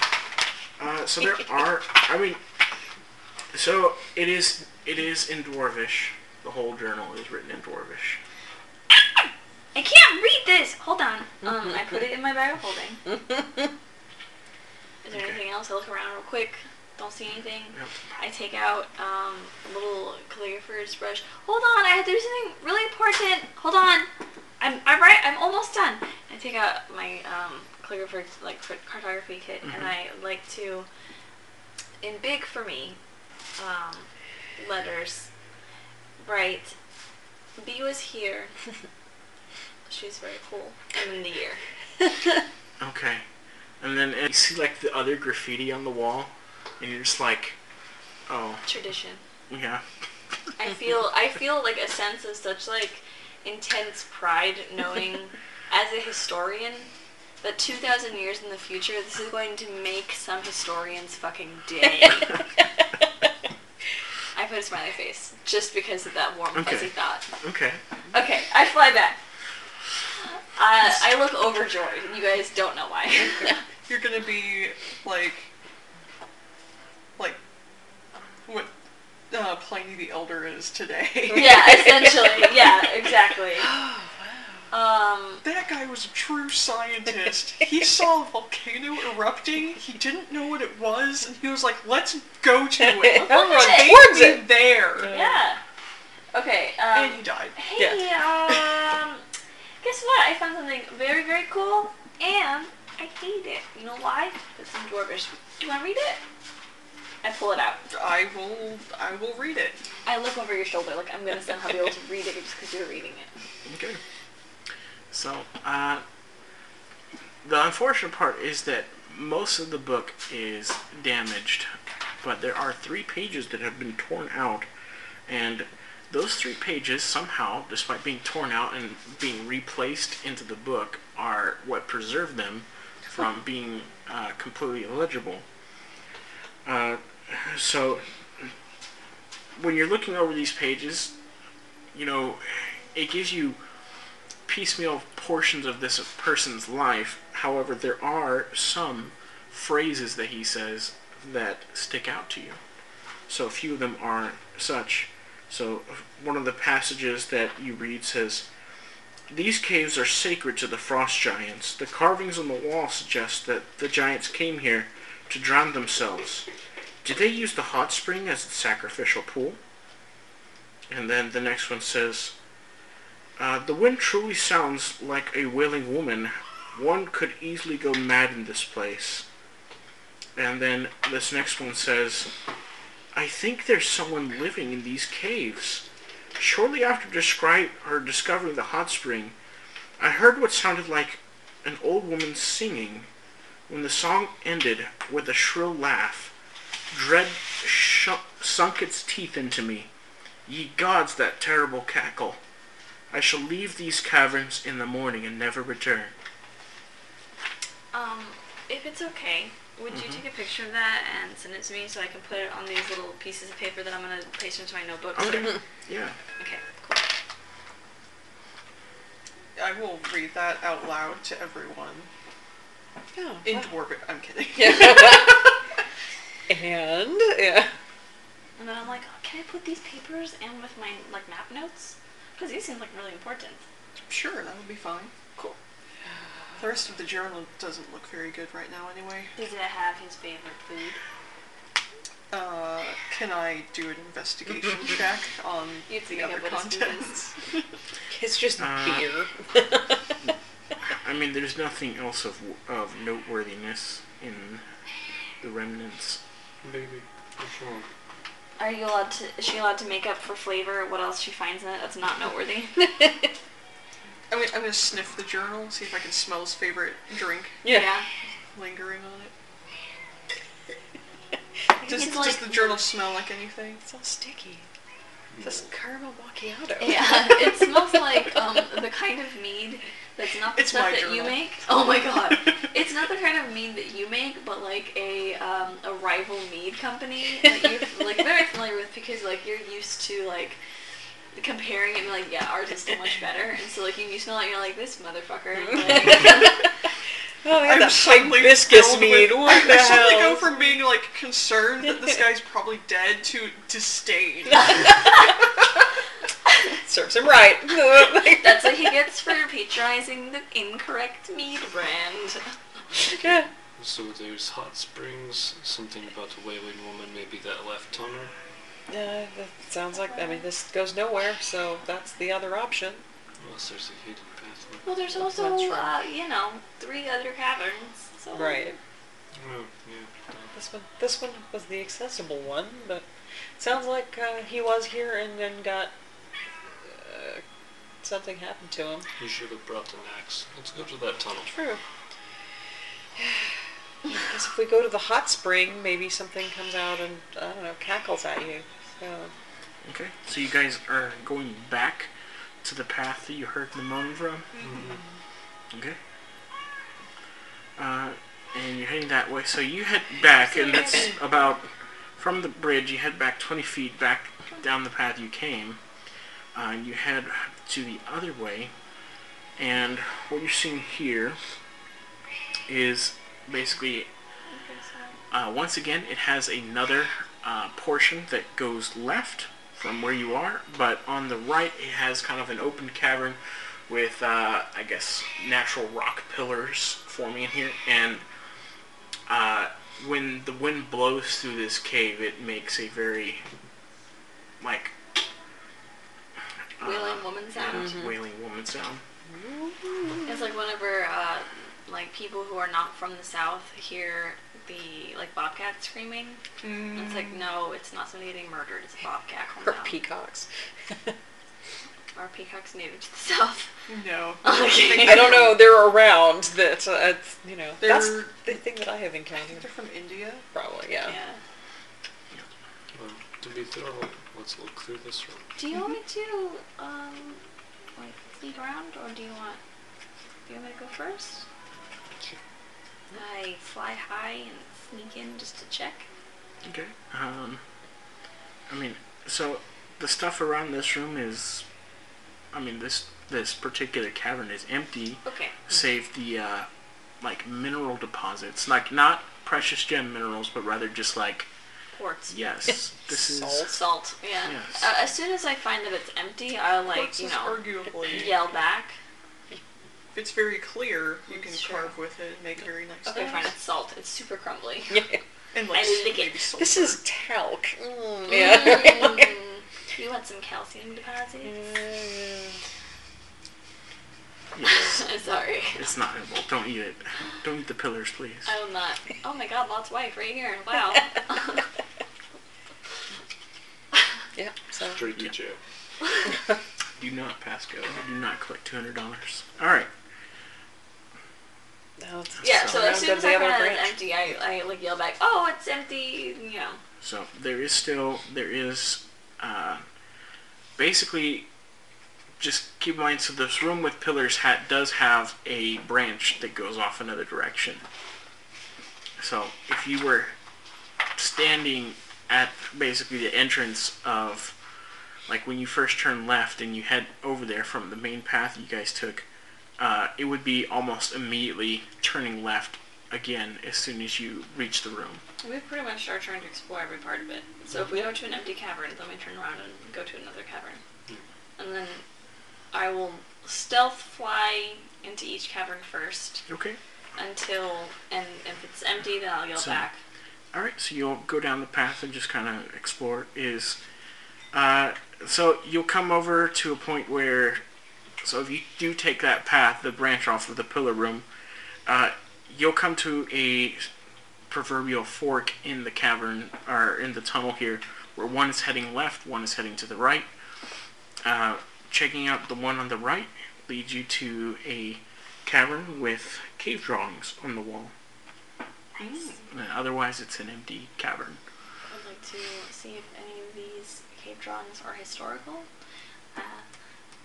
S1: Uh, so there are. I mean, so it is it is in dwarvish. The whole journal is written in dwarvish.
S2: I can't read this! Hold on. Um, I put it in my bag of holding.
S7: *laughs*
S2: Is there
S1: Okay.
S2: anything else? I look around real quick. Don't see anything.
S1: Yep.
S2: I take out um, a little calligrapher's brush. Hold on, I have to do something really important. Hold on, I'm I'm right. I'm almost done. I take out my um, calligrapher's like cart- cartography kit, and
S1: Mhm.
S2: I like to, in big for me, um, letters. Write, B was here. She's very cool. And then the year.
S6: Oh, *laughs*
S1: Okay. And then and you see like the other graffiti on the wall, and you're just like, Oh,
S2: tradition.
S1: yeah.
S2: I feel I feel like a sense of such like intense pride knowing as a historian that 2000 years in the future this is going to make some historians fucking day.
S5: *laughs*
S2: I put a smiley face just because of that warm fuzzy
S1: Okay.
S2: thought.
S1: Okay.
S2: Okay, I fly back. Uh, I look overjoyed. You guys don't know why.
S4: You're gonna be like, like what uh, Pliny the Elder is
S2: *laughs*
S4: today. *laughs*
S2: yeah, essentially. Yeah, exactly. Um,
S4: That guy was a
S2: *laughs*
S4: true scientist. He saw a volcano erupting. He didn't know what it was, and he was like, "Let's go
S2: *laughs*
S4: to it.
S6: Everyone
S4: Let's
S2: towards
S4: take me
S6: it."
S4: there."
S2: yeah. Okay. Um,
S4: And he died.
S2: Hey, um, *laughs* guess what? I found something very, very cool, and I hate it. You know why? It's in Dwarvish. Do you want to read it? I pull it out.
S4: I will. I will read it.
S2: I look over your shoulder, like I'm gonna somehow be able to read it just because you're reading it.
S1: Okay. So, uh, the unfortunate part is that most of the book is damaged, but there are three pages that have been torn out, and those three pages somehow, despite being torn out and being replaced into the book, are what preserve them from being uh, completely illegible. Uh, so, when you're looking over these pages, you know, it gives you piecemeal portions of this person's life. However, there are some phrases that he says that stick out to you. So a few of them are such. So one of the passages that you read says, "These caves are sacred to the frost giants. The carvings on the wall suggest that the giants came here to drown themselves. Did they use the hot spring as a sacrificial pool?" And then the next one says, uh, the wind truly sounds like a wailing woman. One could easily go mad in this place. And then this next one says, I think there's someone living in these caves. Shortly after descri- or discovering the hot spring, I heard what sounded like an old woman singing. When the song ended with a shrill laugh, dread sh- sunk its teeth into me. Ye gods, that terrible cackle. I shall leave these caverns in the morning and never return.
S2: Um, if it's okay, would you take a picture of that and send it to me so I can put it on these little pieces of paper that I'm gonna place into my notebook?
S1: Okay. *laughs* yeah.
S2: Okay, cool.
S4: I will read that out loud to everyone
S6: Oh,
S4: in
S6: *laughs* wow.
S4: Dwarven. I'm kidding.
S6: and yeah.
S2: And then I'm like, oh, can I put these papers in with my like map notes? Because these seem like really important.
S4: *laughs* Sure, that would be fine.
S2: Cool.
S4: The rest of the journal doesn't look very good right now, anyway.
S2: Does it have his favorite food?
S4: Uh, can I do an
S2: *laughs*
S4: investigation check on
S2: You have to
S4: the
S2: make
S4: other
S2: up what his food
S4: contents?
S6: It's just
S1: Uh,
S6: beer.
S1: I mean, there's nothing else of, of noteworthiness in the remnants.
S7: Baby, what's wrong?
S2: *laughs* Are you allowed to? Is she allowed to make up for flavor? What else she finds in it that's not *laughs* noteworthy?
S4: I'm gonna, I'm gonna sniff the journal, see if I can smell his favorite drink
S6: *laughs* yeah.
S4: lingering on it.
S6: I think
S4: Does,
S2: it's
S4: does
S2: like-
S4: the journal smell like anything?
S6: It's all sticky. This caramel macchiato. *laughs*
S2: Yeah, it smells like um, the kind of mead that's not the
S4: It's
S2: stuff
S4: my
S2: that you
S4: journal.
S2: make. Oh my god, *laughs* it's not the kind of mead that you make, but like a um, a rival mead *laughs* company that you're like very familiar with because like you're used to like comparing it and like yeah, ours is so much better, and so like you, you smell it, and you're like this motherfucker. *laughs* Like,
S6: Oh, yeah,
S4: I'm
S6: that
S4: suddenly
S6: hibiscus
S4: filled
S6: mead.
S4: *laughs* with-
S6: What the
S4: I suddenly
S6: hell?
S4: go from being like concerned that
S6: *laughs*
S4: this guy's probably dead to disdain.
S6: Serves him right.
S4: *laughs*
S2: that's what he gets for patronizing the incorrect mead brand.
S6: yeah.
S7: So there's hot springs, something about the wailing woman, maybe that left on her.
S6: Yeah, that sounds like. I mean, this goes nowhere, so that's the other option.
S7: Unless there's a hidden pathway.
S2: Well, there's also
S6: That's
S2: uh,
S6: right.
S2: you know three other caverns. So
S6: Right.
S7: Oh, yeah.
S6: This one, this one was the accessible one, but it sounds like uh, he was here and then got uh, something happened to him.
S7: You should have brought an axe. Let's go to that tunnel.
S6: True. Because if we go to the hot spring, maybe something comes out and I don't know cackles at you. So
S1: Okay. So you guys are going back to the path that you heard the moaning from. Okay. Uh, and you're heading that way. So you head back, and that's about from the bridge. You head back 20 feet back down the path you came. Uh, you head to the other way, and what you're seeing here is basically uh, once again, it has another uh, portion that goes left from where you are, but on the right, it has kind of an open cavern with, uh, I guess, natural rock pillars forming in here. And uh, when the wind blows through this cave, it makes a very, like,
S2: Wailing woman sound.
S1: wailing woman sound.
S6: Mm-hmm.
S2: It's like whenever uh, like people who are not from the south hear the like bobcat screaming.
S4: Mm,
S2: and It's like no, it's not somebody getting murdered. It's a bobcat. Calm
S6: or
S2: down.
S6: peacocks.
S2: Our peacock's native to the *laughs* south.
S4: No.
S2: Okay.
S6: I don't know. They're around. That's uh, it's, you know. That's
S4: They're-
S6: the thing that I have
S4: I think
S6: encountered.
S4: they're from India.
S6: Probably
S2: Yeah.
S6: yeah.
S7: Um, to be thorough, let's look through this room.
S2: Do you want me to um like lead around, or do you want do you want me to go first? I fly high and sneak in just to check.
S1: Okay. Um, I mean, so the stuff around this room is, I mean, this this particular cavern is empty,
S2: Okay.
S1: save the uh, like mineral deposits, like not precious gem minerals, but rather just like
S2: Quartz.
S1: yes, this is.
S2: Salt. Yeah.
S1: Yes.
S2: Uh, as soon as I find that it's empty, I'll like
S4: Quartz
S2: you
S4: is
S2: know
S4: arguably.
S2: yell back.
S4: If it's very clear, you can
S2: That's true.
S4: carve with it and make very nice
S2: Okay,
S4: things.
S2: fine. It's salt. It's super crumbly.
S6: *laughs*
S4: And like
S2: I lick it.
S4: maybe sulfur.
S6: This is talc. Mm, yeah. *laughs*
S2: Mm, *laughs* you want some calcium deposits?
S1: Yes,
S2: I'm *laughs* sorry.
S1: it's not edible. Don't eat it. Don't eat the pillars, please.
S2: I will not. Oh my god, Lot's wife right here. Wow.
S6: *laughs*
S5: *laughs*
S6: yeah. So
S7: Straight to
S1: Yeah.
S7: jail.
S1: Do not pass go. Do not collect two hundred dollars. All right.
S6: no, it's-
S2: yeah, so
S6: Around
S2: as soon
S6: to
S2: as
S6: the
S2: I
S6: other
S2: find out it's
S6: branch.
S2: empty, I, I like yell back, oh, it's empty, you know.
S1: So there is still there is uh, basically just keep in mind so this room with pillars hat does have a branch that goes off another direction. So if you were standing at basically the entrance of like when you first turn left and you head over there from the main path you guys took, uh, it would be almost immediately turning left again as soon as you reach the room.
S2: We pretty much are trying to explore every part of it. So if we go to an empty cavern, then we turn around and go to another cavern.
S6: Hmm.
S2: And then I will stealth fly into each cavern first
S1: Okay.
S2: until, and if it's empty, then I'll yell
S1: So-
S2: back.
S1: All right, so you'll go down the path and just kind of explore. Is uh, so you'll come over to a point where, so if you do take that path, the branch off of the pillar room, uh, you'll come to a proverbial fork in the cavern or in the tunnel here, where one is heading left, one is heading to the right. Uh, checking out the one on the right leads you to a cavern with cave drawings on the wall.
S4: Mm.
S1: Uh, Otherwise, it's an empty cavern.
S2: I'd like to see if any of these cave drawings are historical. Uh,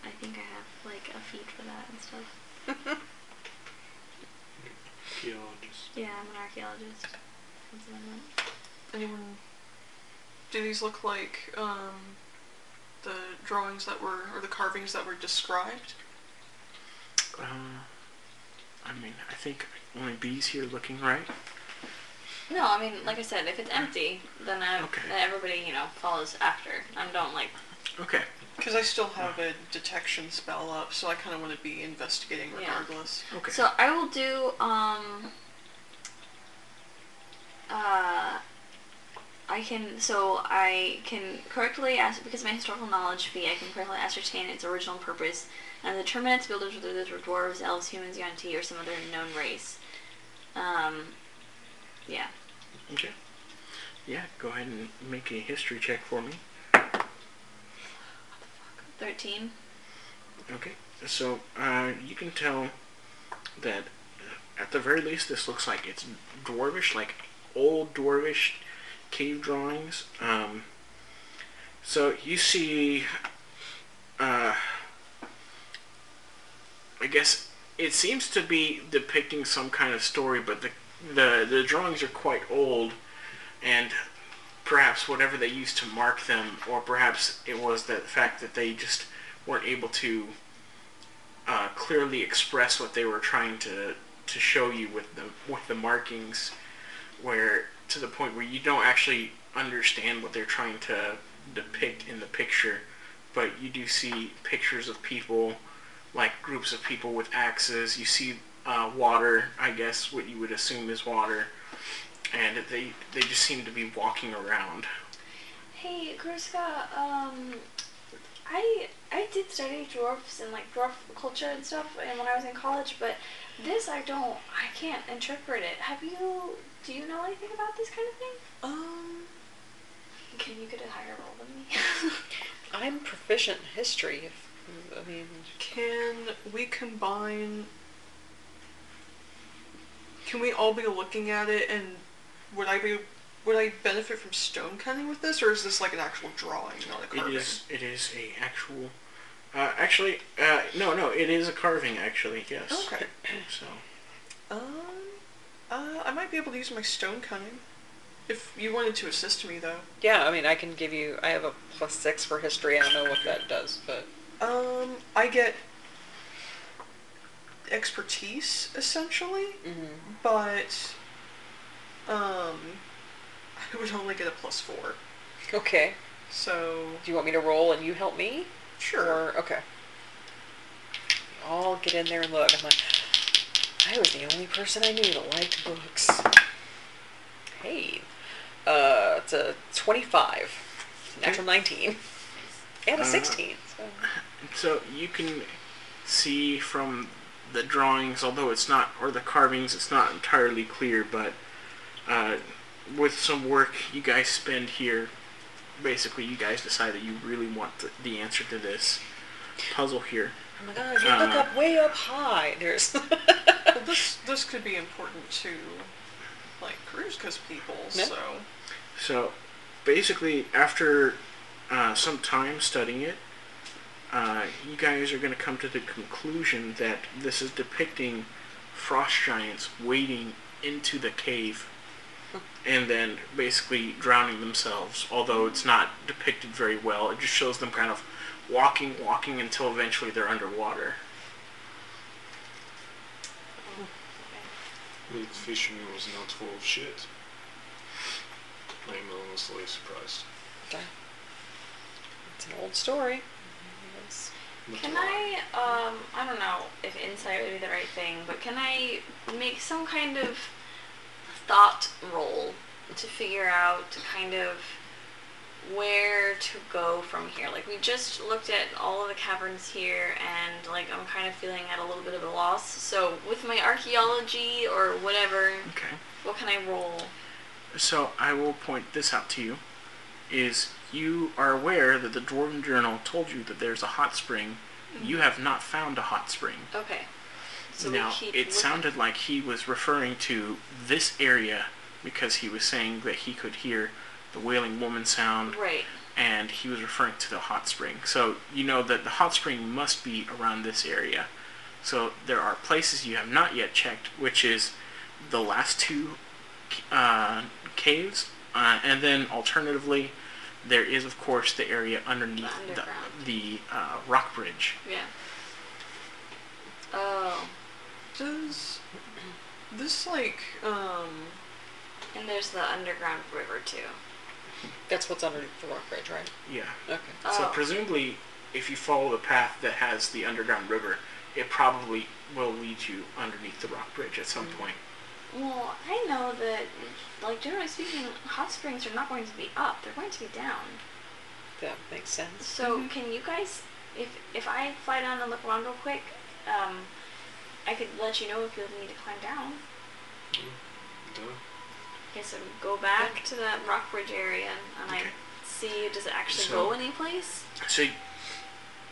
S2: I think I have like a feed for that and stuff.
S7: Geologist.
S2: Yeah, I'm an archaeologist. Something like that.
S4: Anyone? Do these look like um, the drawings that were or the carvings that were described?
S1: Uh, I mean, I think only B's here looking right.
S2: No, I mean, like I said, if it's empty, then I,
S1: Okay.
S2: then everybody you know follows after. I don't like.
S1: Okay.
S4: Because I still have a detection spell up, so I kind of want to be investigating
S2: Yeah.
S4: regardless.
S1: Okay.
S2: So I will do um. Uh, I can so I can correctly ask because of my historical knowledge fee. I can correctly ascertain its original purpose and determine its builders whether those were dwarves, elves, humans, Yonti, or some other known race. Um, yeah.
S1: okay. Yeah, go ahead and make a history check for me.
S2: Thirteen.
S1: Okay. So uh, you can tell that At the very least, this looks like it's dwarvish, like old dwarvish cave drawings. Um, so you see, uh, I guess it seems to be depicting some kind of story, but the the, the drawings are quite old, and perhaps whatever they used to mark them, or perhaps it was the fact that they just weren't able to uh, clearly express what they were trying to to show you with the with the markings, where to the point where you don't actually understand what they're trying to depict in the picture, but you do see pictures of people, like groups of people with axes. You see uh, water, I guess what you would assume is water, and they they just seem to be walking around.
S2: Hey, Gruska, um, I I did study dwarfs and like dwarf culture and stuff, and when I was in college, but this I don't, I can't interpret it. Have you? Do you know anything about this kind of thing?
S6: Um,
S2: Can you get a higher roll than me? *laughs*
S6: I'm proficient in history. If, I mean,
S4: Can we combine? Can we all be looking at it and would I be would I benefit from stone cutting with this or is this like an actual drawing, not a
S1: It
S4: carving?
S1: is it is a actual. Uh, actually, uh, no, no, it is a carving. Actually, yes.
S4: Okay.
S1: So
S4: Um, uh, I might be able to use my stone cutting if you wanted to assist me though.
S6: yeah, I mean, I can give you. I have a plus six for history. I don't know what that does, but
S4: Um, I get expertise essentially,
S6: mm-hmm.
S4: but um, I would only get a plus four.
S6: okay.
S4: So
S6: Do you want me to roll and you help me?
S4: sure.
S6: Or okay. I'll get in there and look. I'm like, I was the only person I knew that liked books. Hey, uh, it's a 25, It's a natural 19, and a
S1: Uh,
S6: 16. So.
S1: so you can see from the drawings, although it's not or the carvings, it's not entirely clear, but uh, with some work you guys spend here, basically you guys decide that you really want the, the answer to this puzzle here.
S6: Oh my god, you look
S1: uh,
S6: up way up high. There's *laughs*
S4: Well, this this could be important to like Karuska's people.
S6: Yeah.
S4: So
S1: So, basically, after uh, some time studying it, uh, you guys are going to come to the conclusion that this is depicting frost giants wading into the cave and then basically drowning themselves. Although it's not depicted very well, it just shows them kind of walking, walking until eventually they're underwater.
S7: Well, fishing was not full of shit. I'm honestly surprised.
S6: it's an old story.
S7: But
S2: Can I, um, I don't know if insight would be the right thing, but can I make some kind of thought roll to figure out kind of where to go from here? Like, we just looked at all of the caverns here, and like, I'm kind of feeling at a little bit of a loss. So, with my archaeology or whatever,
S1: Okay.
S2: what can I roll?
S1: So I will point this out to you: is you are aware that the Dwarven Journal told you that there's a hot spring. You have not found a hot spring.
S2: Okay. Mm-hmm. So we
S1: now
S2: keep
S1: it
S2: looking.
S1: sounded like he was referring to this area because he was saying that he could hear the wailing woman sound,
S2: Right.
S1: and he was referring to the hot spring. So you know that the hot spring must be around this area. So there are places you have not yet checked, which is the last two uh, caves, uh, and then alternatively, there is of course the area underneath the
S2: Underground.
S1: the uh, rock bridge.
S2: Yeah. Oh.
S4: does this like um
S2: And there's the underground river too.
S6: That's what's under the rock bridge, right?
S1: Yeah.
S6: Okay.
S1: So
S2: Oh.
S1: presumably, if you follow the path that has the underground river, it probably will lead you underneath the rock bridge at
S2: Mm.
S1: some point.
S2: Well, I know that, like generally speaking, hot springs are not going to be up; they're going to be down.
S6: That makes sense. *laughs*
S2: So,
S1: Mm-hmm.
S2: can you guys, if if I fly down and look around real quick, um, I could let you know if you'll need to climb down.
S7: uh, Duh.
S2: Okay, so go back to that rock bridge area, and I
S1: Okay.
S2: see does it actually
S1: So-
S2: go anyplace?
S1: So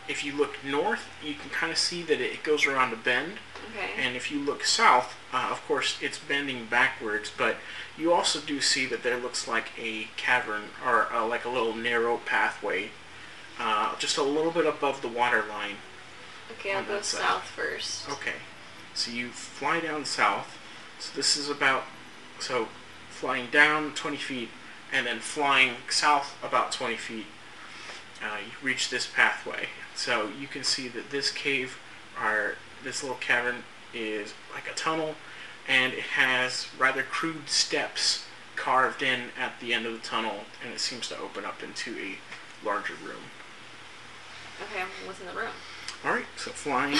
S1: if you look north, you can kind of see that it goes around a bend.
S2: Okay.
S1: And if you look south, uh, of course, it's bending backwards, but you also do see that there looks like a cavern or uh, like a little narrow pathway, uh, just a little bit above the water line.
S2: Okay, I'll
S1: on
S2: go
S1: that side.
S2: south first.
S1: Okay, so you fly down south. So this is about so flying down 20 feet and then flying south about 20 feet. Uh, you reach this pathway. So you can see that this cave, or this little cavern, is like a tunnel, and it has rather crude steps carved in at the end of the tunnel, and it seems to open up into a larger room.
S2: Okay, I'm within the room.
S1: All right, so flying,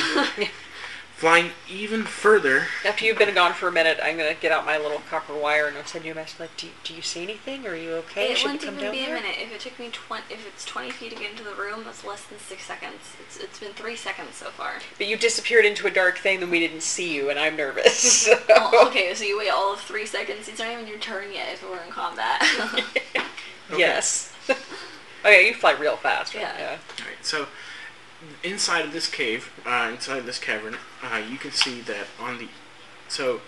S1: *laughs* flying even further.
S6: After you've been gone for a minute, I'm gonna get out my little copper wire and I'll send you a message like, "Do, do you see anything? Are you okay?
S2: it
S6: Should we
S2: wouldn't
S6: come
S2: even
S6: down
S2: be
S6: there?"
S2: a minute. If it took me 20, if it's 20 feet to get into the room, that's less than six seconds. It's, it's been three seconds so
S6: *laughs*
S2: far.
S6: But you disappeared into a dark thing, and we didn't see you, and I'm nervous. *laughs* So.
S2: Well, Oh, okay, so you wait all of three seconds. It's not even your turn yet if we're in combat. *laughs*
S6: Yes. *laughs* okay, you fly real fast, right?
S2: Yeah.
S1: All right, so inside of this cave, uh, inside of this cavern, uh, you can see that on the so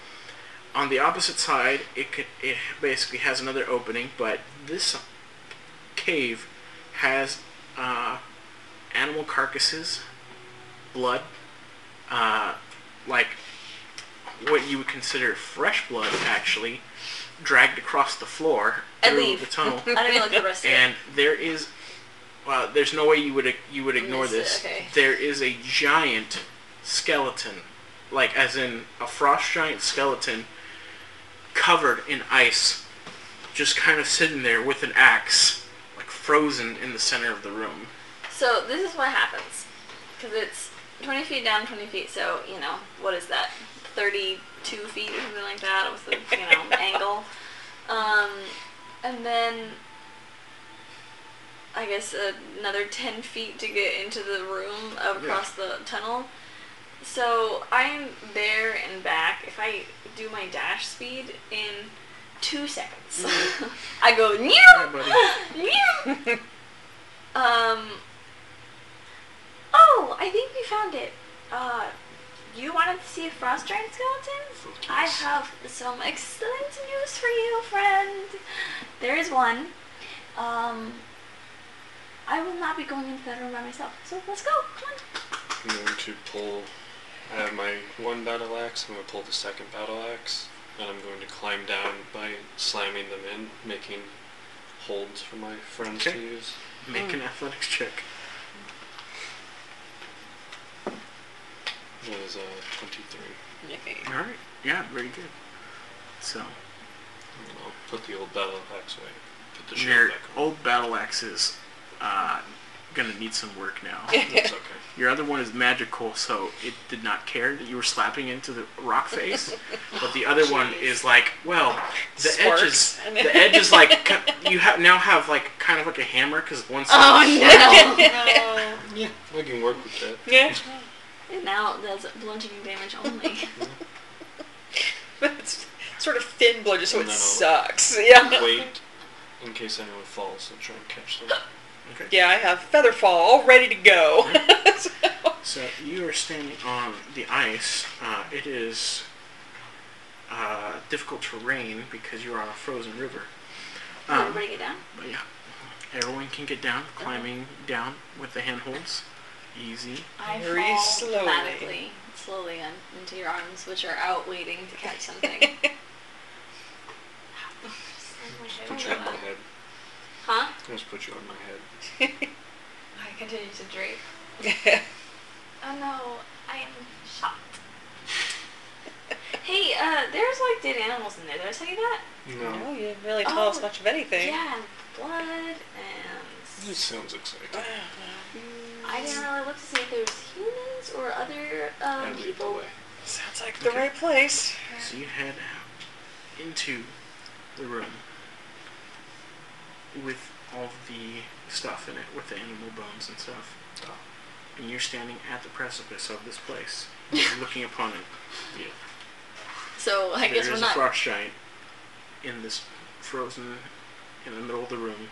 S1: on the opposite side, it could, it basically has another opening, but this cave has uh, animal carcasses, blood, uh, like what you would consider fresh blood, actually, dragged across the floor
S2: I
S1: through
S2: leave.
S1: the
S2: *laughs*
S1: tunnel
S2: I don't even look at the rest of it.
S1: and there is well, there's no way you would you would ignore
S2: Miss it,
S1: this.
S2: okay.
S1: There is a giant skeleton, like as in a frost giant skeleton, covered in ice, just kind of sitting there with an axe, like frozen in the center of the room.
S2: So this is what happens, because it's 20 feet down, 20 feet. So you know what is that? 32 feet or something like that with the you know angle. Um, and then I guess another 10 feet to get into the room across the tunnel. So I'm there and back. If I do my dash speed in two seconds, *laughs* I go
S6: *laughs*
S2: Oh,
S1: Hi, buddy.
S2: new, new. Um. Oh, I think we found it. Uh, you wanted to see frost giant skeletons? I
S7: Yes.
S2: have some excellent news for you, friend. There is one. Um, I will not be going into that room by myself. So let's go. Come on.
S7: I'm going to pull. I have my one battle axe. I'm going to pull the second battle axe, and I'm going to climb down by slamming them in, making holds for my friends
S1: Okay.
S7: to use.
S1: Make an athletics check.
S7: That is uh, 23.
S6: Yeah. Okay.
S1: All right. Yeah, very good. So
S7: And I'll put the old battle axe away. Put the
S1: your
S7: shield back on.
S1: old battle axe is uh, gonna need some work now.
S7: That's okay.
S1: Your other one is magical, so it did not care that you were slapping into the rock
S6: *laughs*
S1: face. but the other one is like, well, the edge is
S6: Sparks.
S1: the edge is
S6: *laughs*
S1: like ki- you have now have like kind of like a hammer because one side.
S6: *laughs*
S2: Oh
S6: No.
S7: Yeah, I can work with that.
S6: yeah. *laughs*
S2: no! now it does bludgeoning damage only. *laughs*
S6: But it's sort of thin blow, just so it
S7: No.
S6: sucks. *laughs* Yeah.
S7: Wait, in case anyone falls, I'll try and catch them.
S1: Okay.
S6: Yeah, I have feather fall all ready
S2: *laughs*
S6: to go. So-
S1: So you are standing on the ice. Uh, it is uh, difficult terrain because you are on a frozen river.
S6: Oh
S1: Um,
S2: Everybody get down.
S1: But yeah, everyone can get down, climbing down with the handholds, easy.
S2: I
S6: Very
S2: fall
S6: slowly.
S2: dramatically, slowly on, into your arms, which are out waiting to catch something.
S6: *laughs*
S7: Put you on my head.
S2: huh?
S7: I'll just put you on my head.
S2: I continue to drape. Oh no, I am shot. hey, uh, there's like dead animals in there. Did I tell you that?
S6: no, you didn't really tell us
S2: Oh,
S6: much of anything.
S2: Yeah, and blood and.
S7: This sounds exciting.
S2: I didn't really look to see if there was humans or other
S7: I
S2: um,
S7: lead the
S2: people.
S7: way.
S6: Sounds like the
S1: Okay.
S6: right place.
S1: So you head into the room with all the stuff in it, with the animal bones and stuff.
S7: Oh.
S1: And you're standing at the precipice of this place, You're looking upon it.
S2: So I
S1: There
S2: guess
S1: is
S2: we're
S1: a
S2: *laughs* not.
S1: frost giant in this frozen, in the middle of the room,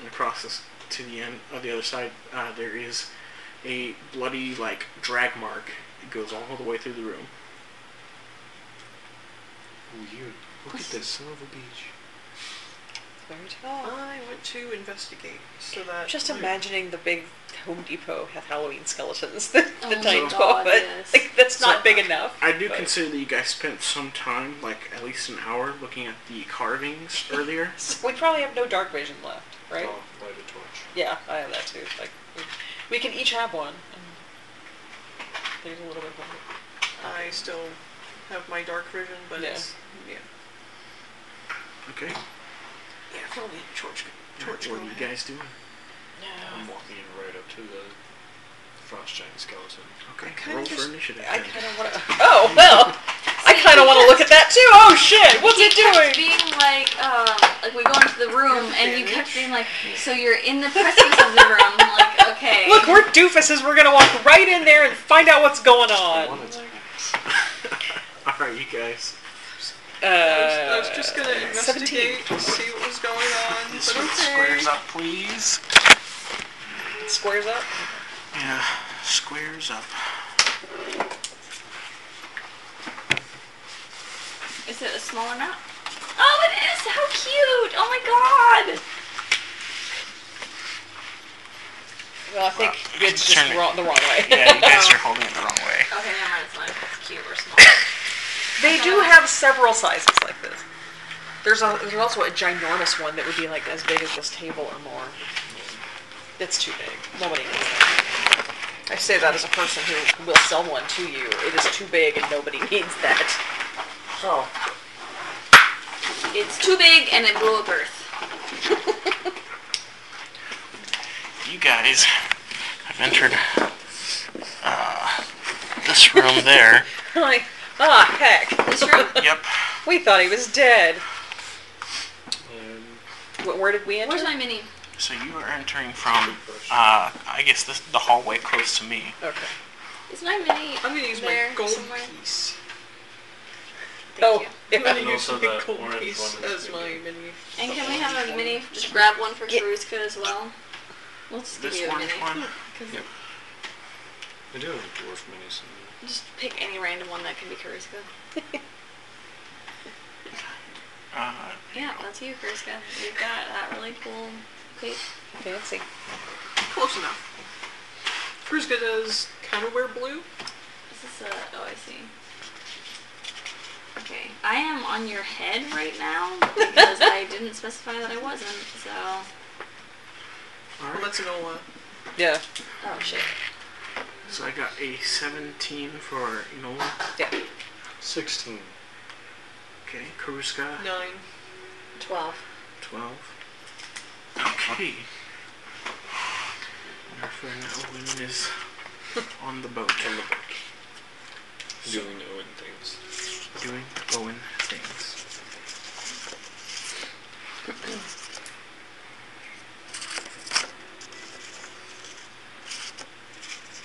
S1: and across this, to the end of the other side, uh, there is a bloody like drag mark that goes all the way through the room.
S7: Weird. Look at that son of a beach.
S5: Very
S2: Oh.
S5: tall.
S4: I went to investigate so that
S5: Just imagining the big Home Depot had Halloween skeletons, *laughs* the,
S2: Oh
S5: the
S2: my
S5: tiny
S2: God,
S5: 12 foot.
S2: yes.
S5: Like, that's
S1: So-
S5: not big enough.
S1: I do
S5: but-
S1: consider that you guys spent some time, like at least an hour, looking at the carvings *laughs* earlier.
S5: So *laughs* we probably have no dark vision left, right?
S7: Oh, light a torch.
S5: Yeah, I have that too. Like, we- we can each have one. And there's a little bit of it.
S4: I still have my dark vision, but
S5: Yeah.
S4: it's yeah.
S1: Okay.
S4: Yeah, throw me a torch.
S1: what
S4: Torch. go
S1: are you
S4: ahead.
S1: guys doing?
S7: I'm walking in right up to the frost giant skeleton.
S1: Okay.
S4: kinda
S1: Roll
S4: just-
S1: for initiative.
S5: I
S1: then. *laughs*
S5: kind of want to. Oh well, I kind of want to look at that too. Oh shit, what's
S2: you
S5: it
S2: kept
S5: doing?
S2: being like, um, like we go into the room and you kept being like, so you're in the precipice of the room. like, okay.
S5: Look, we're doofuses. We're gonna walk right in there and find out what's going
S7: I
S5: on.
S7: wanted to.
S1: *laughs* All right, you guys.
S5: Uh,
S4: I was, I was just gonna
S5: 17.
S4: investigate, see what was going on,
S1: This
S4: but
S1: one
S4: okay.
S1: squares up, please.
S5: Squares up.
S1: Yeah, squares up.
S2: Is it a smaller map? Oh, it is! How cute! Oh my god!
S5: Well, I think
S1: Well,
S5: it's just
S1: turn it.
S5: wrong, the wrong way. *laughs*
S1: Yeah, *laughs* you guys are holding it the wrong way.
S2: Okay, never mind. It's not it's cute or small.
S5: They do have several sizes like this. There's a, there's also a ginormous one that would be like as big as this table or more. That's too big. Nobody needs that. I say that as a person who will sell one to you. It is too big and nobody *laughs* needs that.
S7: Oh,
S2: *laughs* It's too big and it blew up Earth.
S1: You guys have entered uh, this room there.
S5: like, ah, heck.
S2: This room?
S1: *laughs* yep.
S5: We thought he was dead.
S7: um,
S5: Wh- Where did we enter?
S2: Where's my mini?
S1: So you are entering from, uh, I guess this the hallway close to me.
S5: okay.
S2: Is my mini
S4: I'm gonna use
S2: there
S4: my gold
S2: somewhere?
S4: piece.
S2: Thank
S5: Oh,
S2: you.
S4: I'm gonna
S5: yeah.
S7: And
S4: use
S7: also
S4: my
S7: the
S4: gold
S7: orange
S4: piece
S7: one is
S4: as my
S7: bigger.
S4: mini.
S2: And can we have a mini? Just grab one for
S5: Yeah.
S2: Karuzka as well. We'll just give
S1: This
S2: you a
S1: orange
S2: mini.
S1: one.
S7: I do have a dwarf minis in there.
S2: Just pick any random one that can be Karuzka.
S1: Uh,
S2: Yeah, that's you, Karuzka. You've got that really cool cape.
S5: Fancy.
S4: Close enough. Kruska does kind of wear blue.
S2: Is this a... Oh, I see. Okay. I am on your head right now because I didn't specify that I wasn't, so...
S1: all
S4: Well,
S1: right.
S4: that's an old one.
S5: Yeah.
S2: Oh, shit.
S1: So I got a 17 for Enola.
S5: Yeah.
S7: 16.
S1: Okay, Karuska.
S4: Nine.
S2: 12.
S1: 12. Okay. Our friend Owen *laughs* is on the boat. On the boat.
S7: Doing Owen things.
S1: Doing Owen things.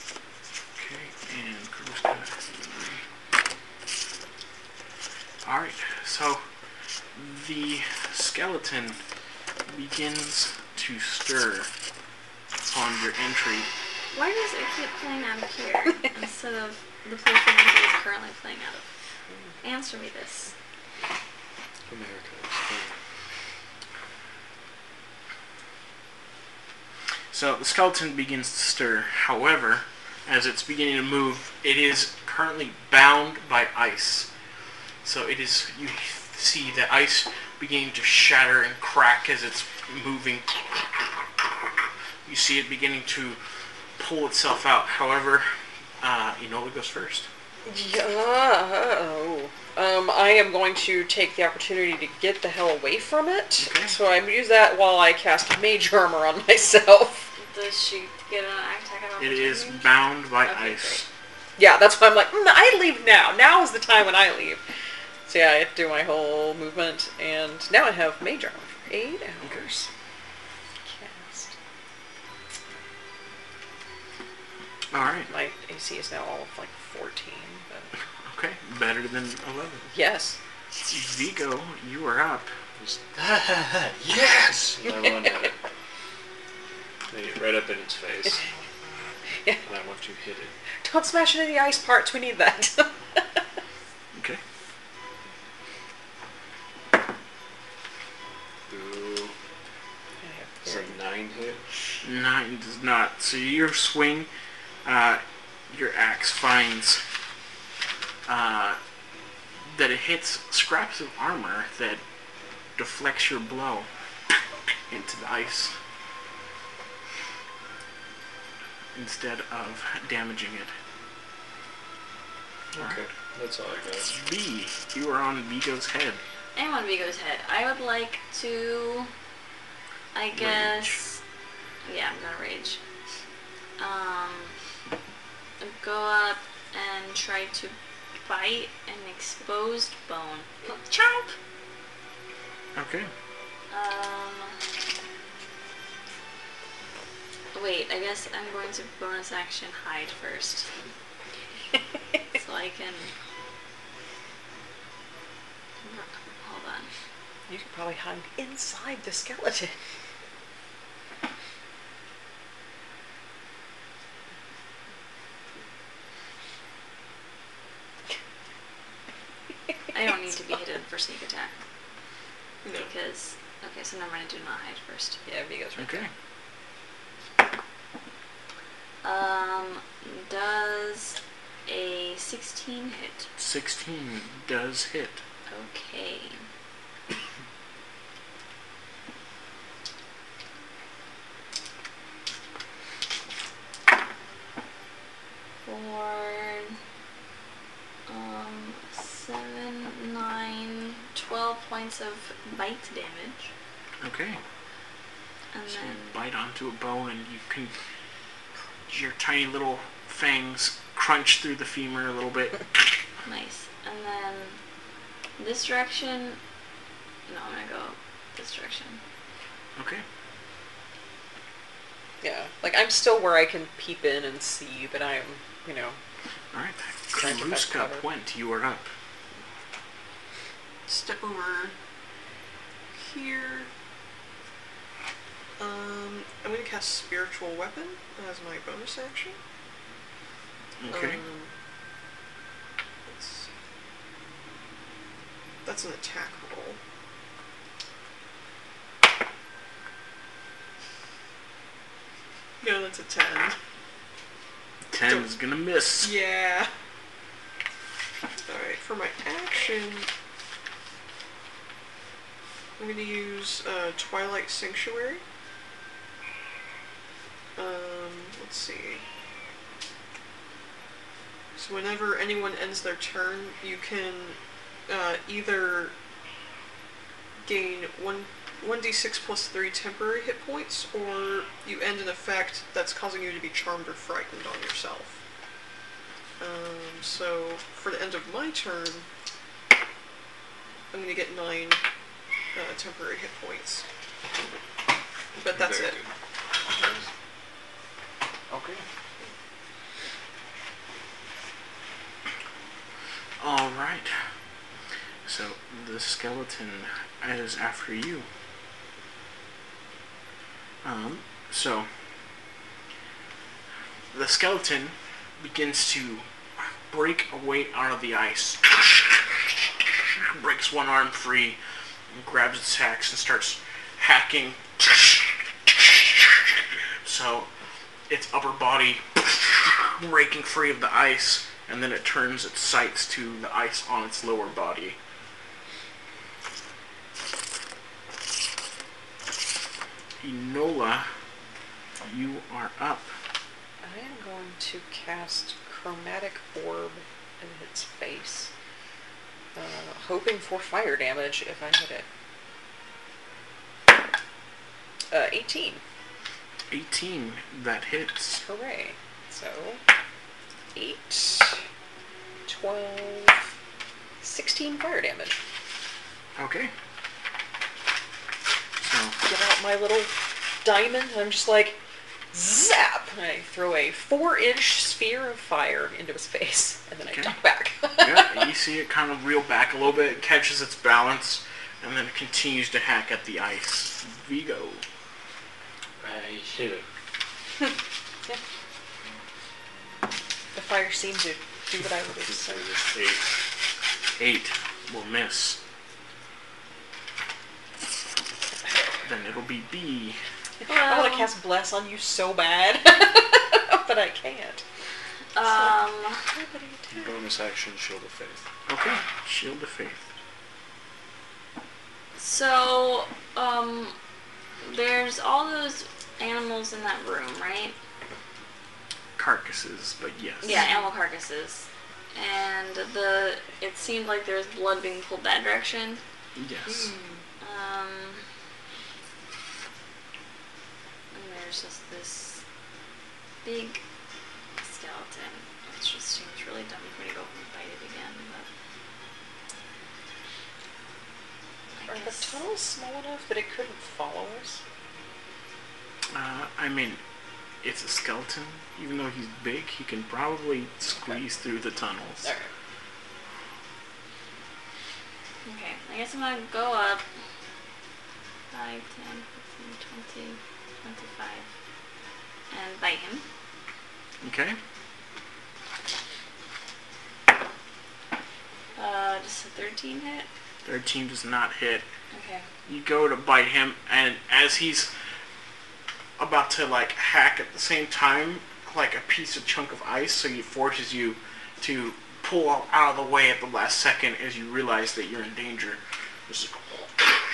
S1: Okay, and Karuska. Alright, so the skeleton begins to stir upon your entry.
S2: Why does it keep playing out of here instead of the place that it is currently playing out of? Answer me this.
S7: America. Spain.
S1: So the skeleton begins to stir. However, as it's beginning to move, it is currently bound by ice. So it is you see the ice beginning to shatter and crack as it's moving. You see it beginning to pull itself out. However, uh, you know what goes first.
S5: Yeah. oh. Um, I am going to take the opportunity to get the hell away from it.
S1: Okay.
S5: So I use that while I cast mage armor on *laughs* myself.
S2: Does she get an attack of
S1: It is
S2: opportunity?
S1: bound by
S2: Okay,
S1: ice.
S5: Yeah, that's why I'm like, mm, I leave now. Now is the time when I leave. So yeah, I do my whole movement, and now I have mage armor for eight hours. Cast.
S1: All right.
S5: My AC is now all of like 14. But
S1: Okay. Better than eleven.
S5: yes.
S1: Vigo, you are up.
S7: *laughs* Just, *laughs*
S4: *laughs*
S7: yes! And I run at it. I get right up in its face.
S5: Yeah.
S7: and I want to hit it.
S5: Don't smash into the ice parts. We need that. *laughs*
S1: Okay.
S7: Ooh, is a nine hit?
S1: Nine does not. So your swing, uh, your axe finds uh, that it hits scraps of armor that deflects your blow into the ice instead of damaging it.
S7: Okay, that's all I got.
S1: B, you are on Vigo's head.
S2: And on Vigo's head. I would like to. I guess. Yeah, I'm gonna rage. Um, go up and try to bite an exposed bone. Chomp!
S1: Okay.
S2: Um. Wait, I guess I'm going to bonus action hide first. so I can. Hold on.
S5: You could probably hide inside the skeleton.
S2: I don't need to be hidden for sneak attack
S4: No.
S2: because okay, so never mind. I do not hide first.
S5: Yeah, Vigo's right
S1: Okay.
S2: Um, does a sixteen hit?
S1: 16 does hit.
S2: Okay. Four, um, seven, nine, twelve points of bite damage,
S1: Okay.
S2: and
S1: So you
S2: then
S1: bite onto a bone and you can your tiny little fangs crunch through the femur a little bit.
S2: nice, and then this direction. No, I'm gonna go this direction.
S1: Okay.
S5: Yeah, like I'm still where I can peep in and see, but I'm, you know,
S1: Alright.
S5: Trying to
S1: Loose
S5: back
S1: cup
S5: cover.
S1: went, you are up.
S4: Step over here. Um, I'm gonna cast Spiritual Weapon as my bonus action.
S1: Okay.
S4: Um, that's, that's an attack roll. No, that's a 10.
S1: Ten is gonna miss.
S4: Yeah. Alright, for my action, I'm going to use uh, Twilight Sanctuary. Um, let's see. So, whenever anyone ends their turn, you can uh, either gain 1, 1d6 plus 3 temporary hit points, or you end an effect that's causing you to be charmed or frightened on yourself. Um, so for the end of my turn, I'm gonna get nine uh, temporary hit points. But that's
S7: Very
S4: it.
S7: good.
S1: Okay. Alright. So the skeleton is after you. Um, so the skeleton begins to break away out of the ice. Breaks one arm free, and grabs its axe and starts hacking. So its upper body raking free of the ice, and then it turns its sights to the ice on its lower body. Enola, you are up.
S5: I am going to cast Chromatic Orb in its face, uh, hoping for fire damage if I hit it. Uh, 18.
S1: 18, that hits.
S5: Hooray. So, 8, 12, 16 fire damage.
S1: Okay. So,
S5: get out my little diamond and I'm just like, zap! And I throw a four inch sphere of fire into his face and then I
S1: Okay.
S5: duck back.
S1: *laughs* yeah, you see it kind of reel back a little bit, it catches its balance, and then it continues to hack at the ice. Vigo.
S7: I hit it.
S5: modifier seemed to do what I would have said.
S7: Eight.
S1: Eight will miss. Then it'll be B.
S5: I want
S2: Well.
S5: to cast Bless on you so bad, *laughs* but I can't.
S2: Um,
S7: Bonus action, Shield of Faith.
S1: Okay. Shield of Faith.
S2: so, um, there's all those animals in that room, right?
S1: Carcasses, but yes.
S2: Yeah, animal carcasses. And the it seemed like there was blood being pulled that direction.
S1: Yes.
S2: Um, and there's just this big skeleton. It just seems really dumb for me to go and bite it again, but. I
S5: Are the
S2: guess-
S5: tunnels small enough that it couldn't follow us?
S1: Uh, I mean, it's a skeleton. Even though he's big, he can probably squeeze through the tunnels.
S5: Alright.
S2: Okay, I guess I'm gonna go up. 5, 10, 15, 20, 25. And bite him.
S1: Okay.
S2: Uh, just a 13 hit.
S1: Thirteen does not hit.
S2: Okay.
S1: You go to bite him, and as he's about to like hack at the same time, like a piece of chunk of ice, so he forces you to pull out of the way at the last second as you realize that you're in danger. Just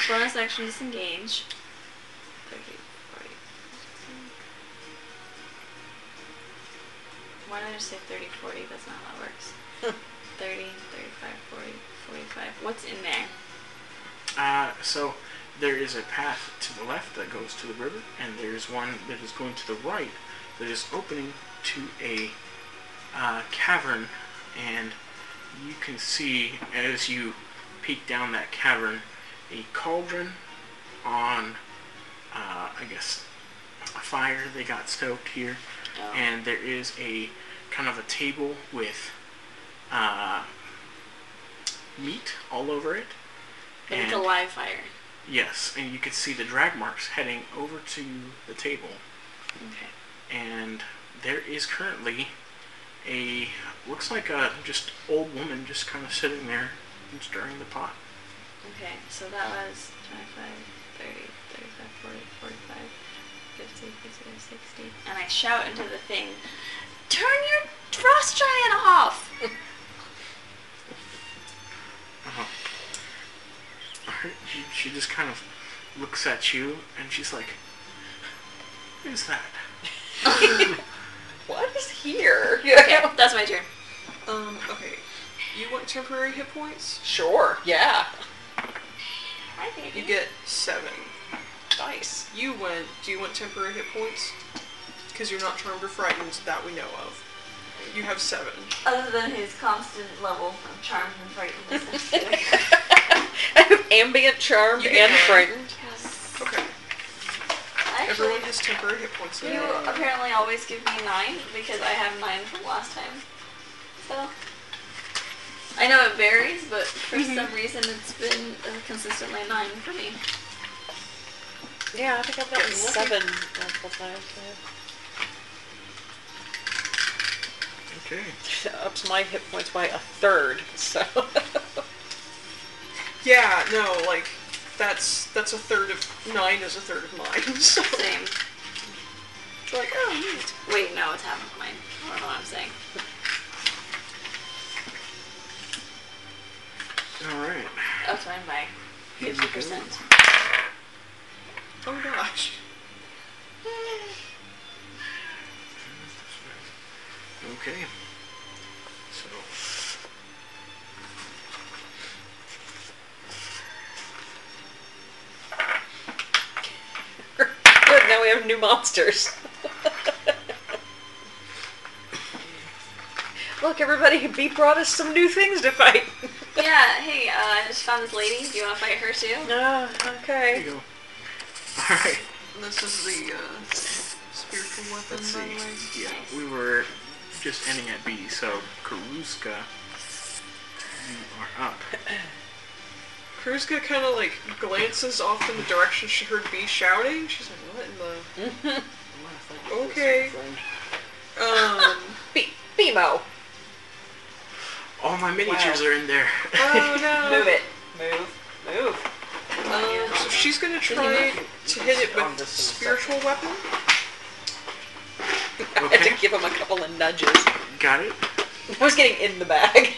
S2: Bonus action disengage. 30, 40, 15. Why did I just say 30, 40? That's not how it works. 30, 35, 40, 45. What's in there?
S1: Uh, so there is a path to the left that goes to the river, and there is one that is going to the right that is opening to a uh, cavern. And you can see as you peek down that cavern a cauldron on, uh, I guess, a fire they got stoked here,
S2: Oh.
S1: and there is a kind of a table with uh, meat all over it.
S2: But it's a
S1: and-
S2: live fire.
S1: Yes, and you could see the drag marks heading over to the table,
S2: Okay.
S1: and there is currently a looks like a just old woman just kind of sitting there and stirring the pot.
S2: Okay, so that was 25, 30, 35, 40, 45, 50, 60, 60. And I shout into the thing, turn your frost giant off!
S1: Uh-huh. She, she just kind of looks at you, and she's like, "Who's that?"
S5: What is here? *laughs*
S2: Okay, that's my turn.
S4: Um, okay. You want temporary hit points?
S5: Sure. Yeah.
S2: Hi, baby.
S4: You get seven.
S5: Nice.
S4: You went. Do you want temporary hit points? Because you're not charmed or frightened, that we know of. You have seven.
S2: Other than his constant level of charm and frightenedness.
S5: I have *laughs* ambient, charmed,
S4: You get
S5: and frightened.
S2: yes.
S4: Okay.
S2: Actually,
S4: Everyone has temporary hit points
S2: you
S4: now.
S2: apparently always give me nine because I have nine from last time. So. I know it varies, but for some reason it's been uh, consistently nine for me.
S5: Yeah, I think I've gotten
S4: Getting lucky.
S5: seven multiple times. yeah.
S1: Okay.
S5: Ups my hit points by a third. So. *laughs*
S4: Yeah, no, like that's that's a third of nine is a third of mine. *laughs* So
S2: Same.
S4: it's like, oh neat.
S2: Wait, no, it's half of mine. I don't know what I'm saying.
S1: All right.
S2: Oh, it's mine by 50%.
S4: Oh gosh.
S1: Okay. So.
S5: Good. Now we have new monsters. Look, everybody, B brought us some new things to fight.
S2: Yeah, hey, uh, I just found this lady. Do you want to fight her too?
S5: Ah,
S1: There
S5: okay.
S1: you go. All right.
S4: This is the uh, spiritual weapon.
S1: Let's
S4: by the
S1: see.
S4: way.
S1: Yeah,
S2: Nice.
S1: we were just ending at B, so Karuska, you are up.
S4: Kruzka kind of like glances off in the direction she heard B shouting. She's like, what in the? Um,
S1: Okay.
S4: um,
S5: B- BMO.
S1: All my miniatures
S5: Wow.
S1: are in there.
S4: Oh no.
S5: Move it. Move. Move. *laughs*
S4: Um, so she's gonna try to hit it
S5: On
S4: with
S5: this is
S4: spiritual weapon.
S5: I had
S1: Okay.
S5: to give him a couple of nudges.
S1: *laughs* Got it.
S5: I was getting in the bag. *laughs*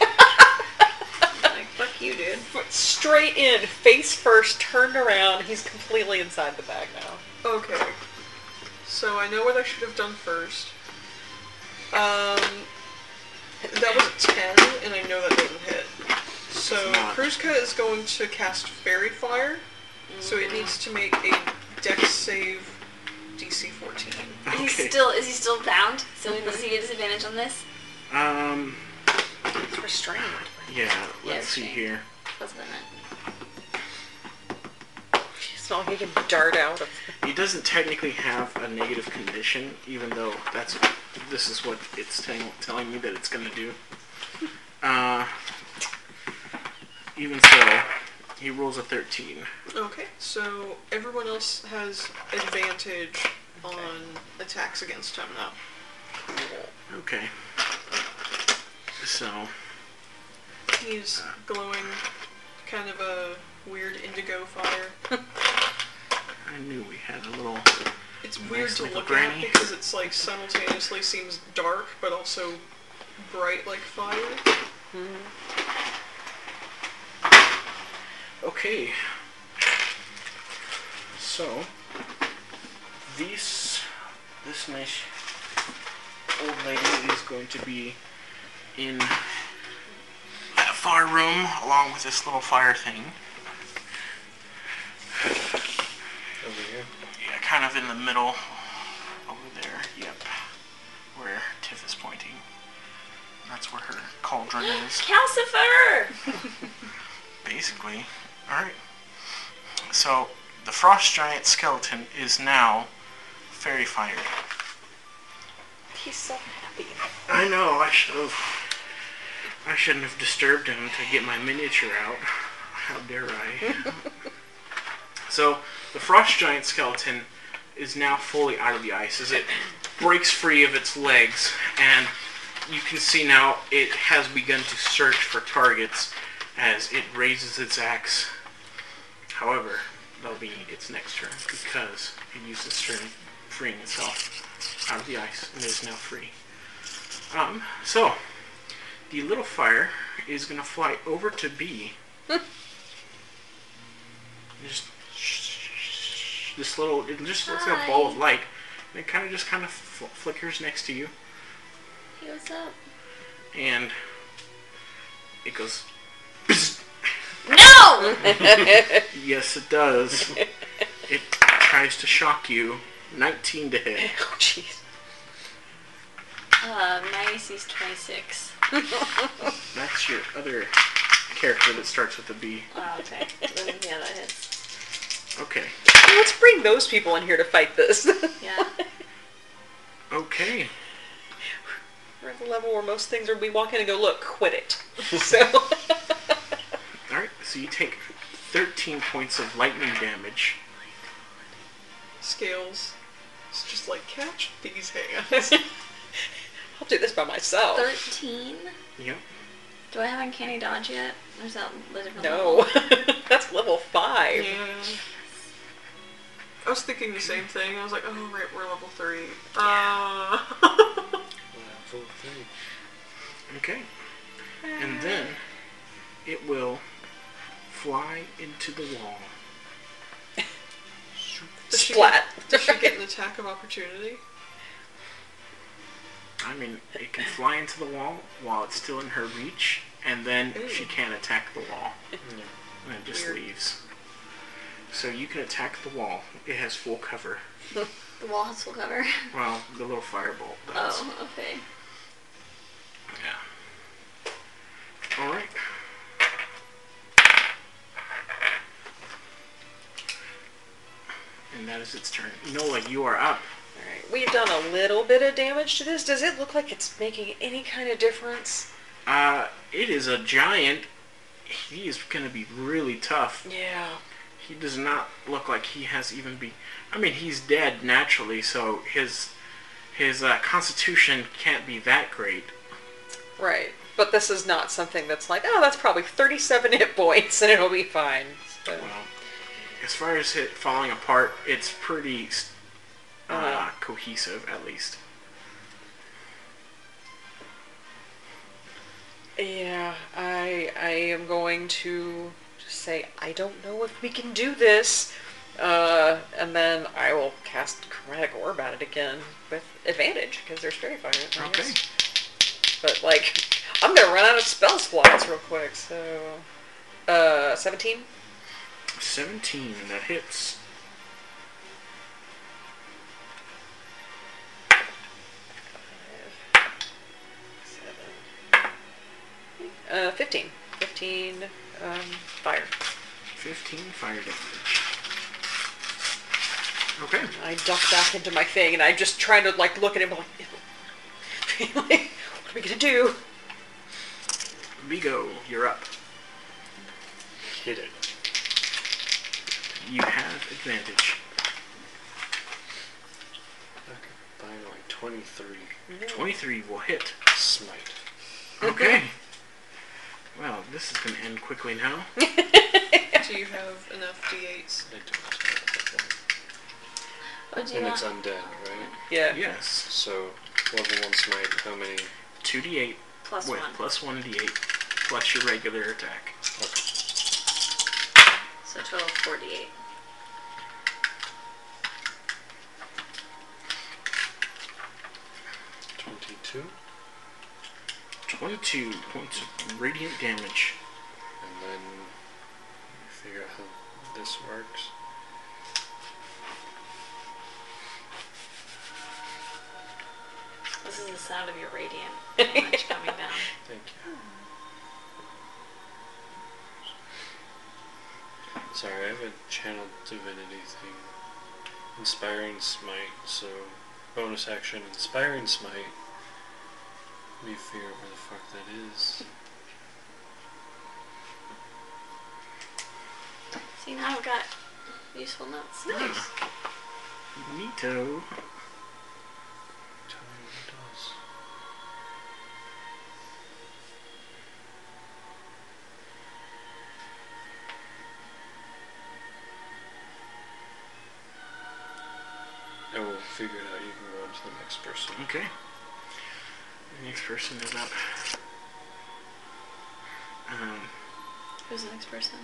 S2: Like, fuck you, dude.
S5: Straight in, face first, turned around. He's completely inside the bag now.
S4: Okay. So I know what I should have done first. Um, that was a 10, and I know that doesn't hit. So
S1: It's not.
S4: Kruzka is going to cast Fairy Fire, so it needs to make a Dex save DC 14.
S1: Okay.
S2: He's still is he still bound? So does he get disadvantage on this?
S1: Um.
S5: He's restrained.
S1: Yeah. Let's
S2: Yeah,
S1: see
S2: okay.
S1: here.
S2: That's what I meant.
S6: It's not like he can dart out of.
S1: He doesn't technically have a negative condition, even though that's this is what it's tell- telling me that it's gonna do. Uh, even so, he rolls a thirteen.
S4: Okay, so everyone else has advantage on attacks against him now.
S1: Okay. So
S4: He's glowing, kind of a weird indigo fire. *laughs*
S1: I knew we had a little.
S4: It's
S1: Nice
S4: weird to
S1: little
S4: look
S1: granny.
S4: at because it's like simultaneously seems dark but also bright like fire.
S1: Okay. So this this nice old lady is going to be in that far room along with this little fire thing.
S7: Over here.
S1: Yeah, kind of in the middle over there. Yep, where Tiff is pointing. That's where her cauldron is.
S2: Calcifer!
S1: Basically. Alright. So, the frost giant skeleton is now fairy fired.
S5: He's so happy.
S1: I know, I should have. I shouldn't have disturbed him to get my miniature out. How dare *laughs* I? so, the frost giant skeleton is now fully out of the ice as it breaks free of its legs, and you can see now it has begun to search for targets as it raises its axe. However, that'll be its next turn because it used its turn freeing itself out of the ice and is now free. Um, so the little fire is gonna fly over to B.
S2: Hmm.
S1: And just this little, it just looks like a ball of
S2: Hi.
S1: light, and it kind of just kind of fl- flickers next to you,
S2: Hey, what's up?
S1: and it goes.
S2: No!
S1: Yes, it does. it tries to shock you. 19 to hit.
S6: *laughs* Oh jeez. *laughs*
S2: Uh, my AC's 26.
S1: That's your other character that starts with a B.
S2: Oh, okay. Then, yeah, that hits.
S1: Okay.
S6: Let's bring those people in here to fight this.
S2: Yeah.
S1: Okay.
S6: *laughs* We're at the level where most things are. We walk in and go, look,
S4: *laughs*
S6: quit it. So.
S1: All right, so you take 13 points of lightning damage.
S4: Scales. It's just like catch these hands.
S6: *laughs* I'll do this by myself.
S2: 13?
S1: Yep.
S2: Do I have Uncanny Dodge yet? Or is that a different
S6: No,
S2: level?
S6: *laughs* that's level five.
S4: yeah. I was thinking the same thing. I was like, oh right, we're level three. Uh,
S7: Level three.
S1: Okay. And then it will fly into the wall.
S4: *laughs* Does she
S6: Splat.
S4: get- Does she get
S1: *laughs*
S6: *laughs*
S4: an attack of opportunity?
S1: I mean, it can fly into the wall while it's still in her reach, and then she
S4: Ooh.
S1: can't attack the
S4: *laughs*
S1: wall.
S7: Yeah.
S1: And it just
S4: Weird.
S1: leaves. So you can attack the wall. It has full cover.
S2: The wall has full cover.
S1: Well, the little firebolt does.
S2: *laughs* Oh, okay.
S1: Yeah. Alright. And that is its turn. Noah, you are up.
S6: Alright, we've done a little bit of damage to this. Does it look like it's making any kind of difference?
S1: Uh, it is a giant. He is going to be really tough.
S6: Yeah.
S1: He does not look like he has even be. I mean, he's dead naturally, so his his uh, constitution can't be that great.
S6: Right.
S5: But this is not something that's like, oh, that's probably 37 hit points and it'll be fine. So,
S1: Well, as far as it falling apart, it's pretty s- uh, cohesive, at least.
S5: yeah, I I am going to just say I don't know if we can do this, uh, and then I will cast chromatic orb at it again with advantage because there's fairy fire. I
S1: Okay.
S5: guess. But like, I'm gonna run out of spell slots real quick. So, uh, 17.
S1: 17, and that hits.
S5: Uh, 15. 15 um, fire.
S1: 15 fire damage. Okay.
S5: I duck back into my thing and I'm just trying to like look at him like, *laughs* what are we gonna do?
S1: Vigo, you're up.
S7: Hit it.
S1: You have advantage.
S7: Finally, 23.
S1: 23 will hit.
S7: Smite.
S1: Okay. Well, this is going to end quickly now.
S4: Do you have enough d8s?
S7: I don't
S2: Oh, do you
S7: and
S2: want,
S7: it's undead, right?
S5: Yeah. *laughs*
S1: Yes.
S7: So, level 1 smite, how many?
S1: 2d8
S2: plus
S1: with
S2: one.
S1: plus 1d8 plus your regular attack.
S7: Okay.
S2: So total 48.
S7: Twenty-two,
S1: 22 points of radiant damage.
S7: and then figure out how this works.
S2: This is the sound of your radiant damage coming down.
S7: Thank you. Sorry, I have a channel divinity thing. Inspiring smite, so bonus action, inspiring smite. Let me figure out where the fuck that is.
S2: See, now I've got useful notes.
S1: Nice. Neato.
S7: Tell me what it does. I will figure it out. You can go on to the next person.
S1: Okay. The next person is up. Um,
S2: Who's the next person?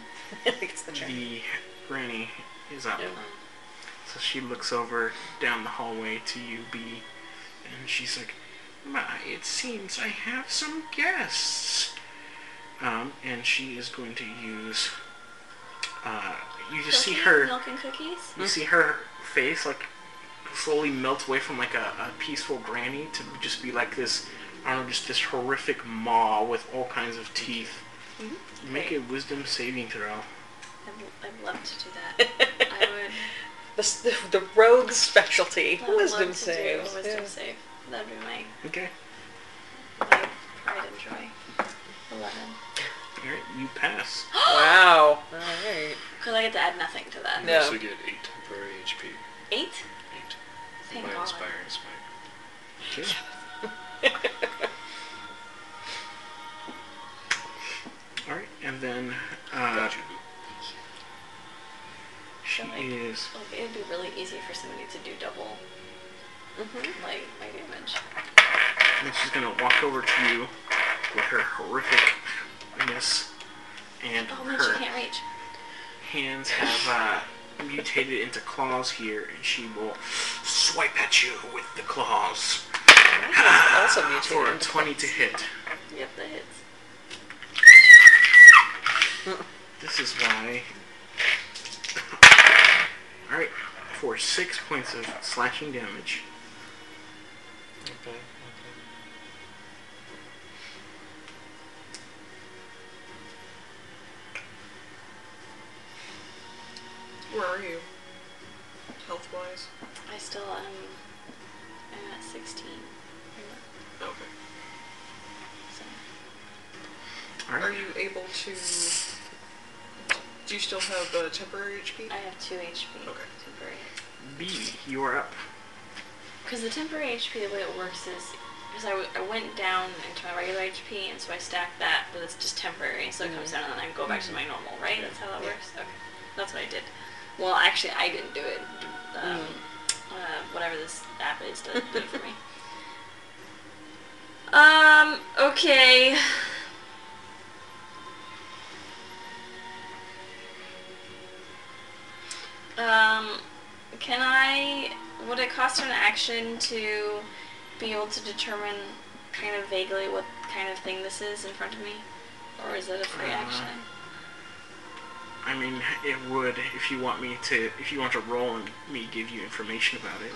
S5: I think it's the *laughs* check.
S1: the granny is up.
S5: Yeah.
S1: So she looks over down the hallway to you, B, and she's like, My, it seems I have some guests. Um, and she is going to use. Uh, you just see
S2: Cookies?
S1: her.
S2: Milk and cookies?
S1: You see her face like slowly melt away from like a, a peaceful granny to just be like this, I don't know, just this horrific maw with all kinds of teeth. Make a wisdom saving throw.
S2: I'd, I'd love to do that.
S5: *laughs*
S2: I would
S5: The, s- the, the rogue specialty.
S2: I would
S5: Wisdom
S2: love to
S5: saves.
S2: do a wisdom
S5: yeah.
S2: save. That'd be my,
S1: Okay.
S2: my pride and joy. 11.
S1: Alright, you pass.
S5: Wow. All right.
S2: Because I get to add nothing to that.
S7: You
S5: No.
S7: also get 8 temporary HP.
S2: Eight?
S7: 8.
S2: Thank
S7: by
S2: God.
S7: inspiring smite.
S1: *laughs* Okay. Alright, and then uh,
S7: Got you.
S1: she
S2: Like-
S1: is
S2: Like, it'd be really easy for somebody to do double, like, my damage.
S1: And she's gonna walk over to you with her horrificness, and
S2: Oh, man, she
S1: her
S2: can't reach.
S1: hands have uh, mutated into claws here, and she will swipe at you with the claws for
S5: Also
S1: a
S5: mutated.
S1: twenty to hit.
S2: Yep, that hits.
S1: This is why. All right, for six points of slashing damage.
S7: Okay.
S4: Where are you? Health wise?
S2: I still am. I'm at 16.
S4: Okay.
S2: So.
S1: All
S4: Are
S1: right,
S4: you able to. Do you still have uh, temporary HP?
S2: I have 2 HP.
S4: Okay.
S2: Temporary.
S1: B, you are up.
S2: Because the temporary HP, the way it works is Because I, w- I went down into my regular HP, and so I stacked that, but it's just temporary, so it comes down and then I go back to my normal, right? That's how that works? Okay. That's what I did. Well, actually, I didn't do it. Um, uh, whatever this app is does do it for me. *laughs* Um, okay. Um, can I. Would it cost an action to be able to determine kind of vaguely what kind of thing this is in front of me? Or is it a free
S1: Uh,
S2: action?
S1: I mean, it would if you want me to. If you want to roll and me give you information about it.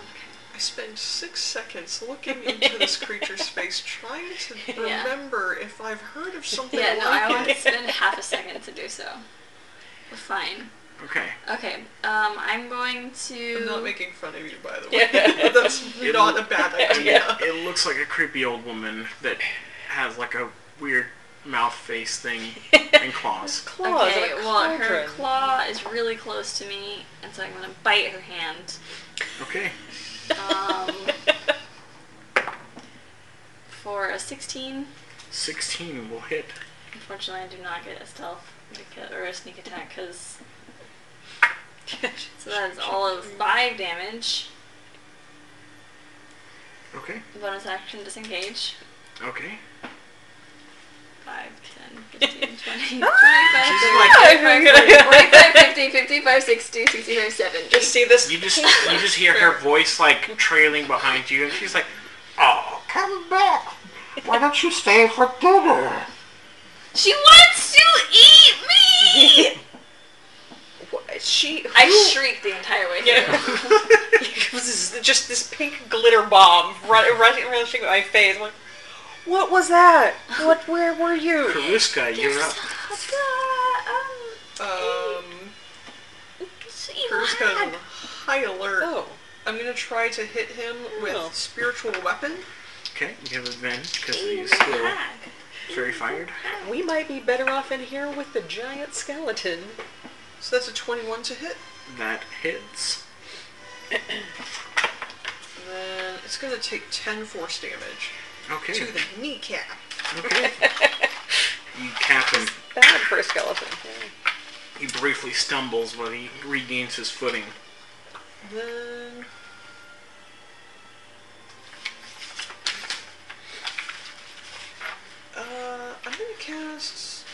S4: I spend six seconds looking into this creature's
S2: *laughs*
S4: face, trying to
S2: Yeah.
S4: remember if I've heard of something
S2: Yeah,
S4: like
S2: no, I
S4: it.
S2: want to spend half a second to do so. We're fine.
S1: Okay.
S2: Okay, um, I'm going
S4: I'm not
S2: to.
S4: making fun of you, by the way.
S2: *laughs*
S4: That's not a bad *laughs* idea.
S1: It looks like a creepy old woman that has like a weird mouth face thing
S5: *laughs*
S1: and claws.
S6: Claws.
S2: okay,
S6: and a
S2: well, her
S6: cauldron.
S2: claw is really close to me, and so I'm going to bite her hand.
S1: Okay.
S5: *laughs*
S2: Um, for a 16,
S1: 16 will hit.
S2: unfortunately, I do not get a stealth beca- or a sneak attack because. So that is all of 5 damage.
S1: Okay.
S2: Bonus action disengage.
S1: Okay.
S2: 5, 10,
S4: *laughs*
S2: 15, 20, 25,
S4: Ah!
S1: She's
S2: 30.
S1: like,
S2: 45, 50, 55, 60, 65, 70.
S5: Just see this.
S1: you just you just hear her voice like trailing behind you, and she's like, "Oh, come back! Why don't you stay for dinner?"
S2: She wants to eat me!
S5: What, she. Who,
S2: *laughs* I shrieked the entire way through. *laughs*
S5: Yeah. it was *laughs* this- just this pink glitter bomb run, rushing, rushing at my face. I'm like,
S6: What was that? What? Where were you?
S1: Karuska, you're up.
S4: Um, Kurt's got on high alert.
S6: Oh,
S4: I'm gonna try to hit him with
S6: Oh.
S4: spiritual weapon.
S1: Okay, you have advantage because he's still very fired.
S6: we might be better off in here with the giant skeleton.
S4: So that's a 21 to hit.
S1: That hits.
S4: And then it's gonna take 10 force damage
S1: Okay.
S4: to the kneecap. *laughs*
S1: Okay. You cap him.
S6: Bad for a skeleton. yeah.
S1: He briefly stumbles, but he regains his footing.
S4: Then. Uh, I'm gonna cast.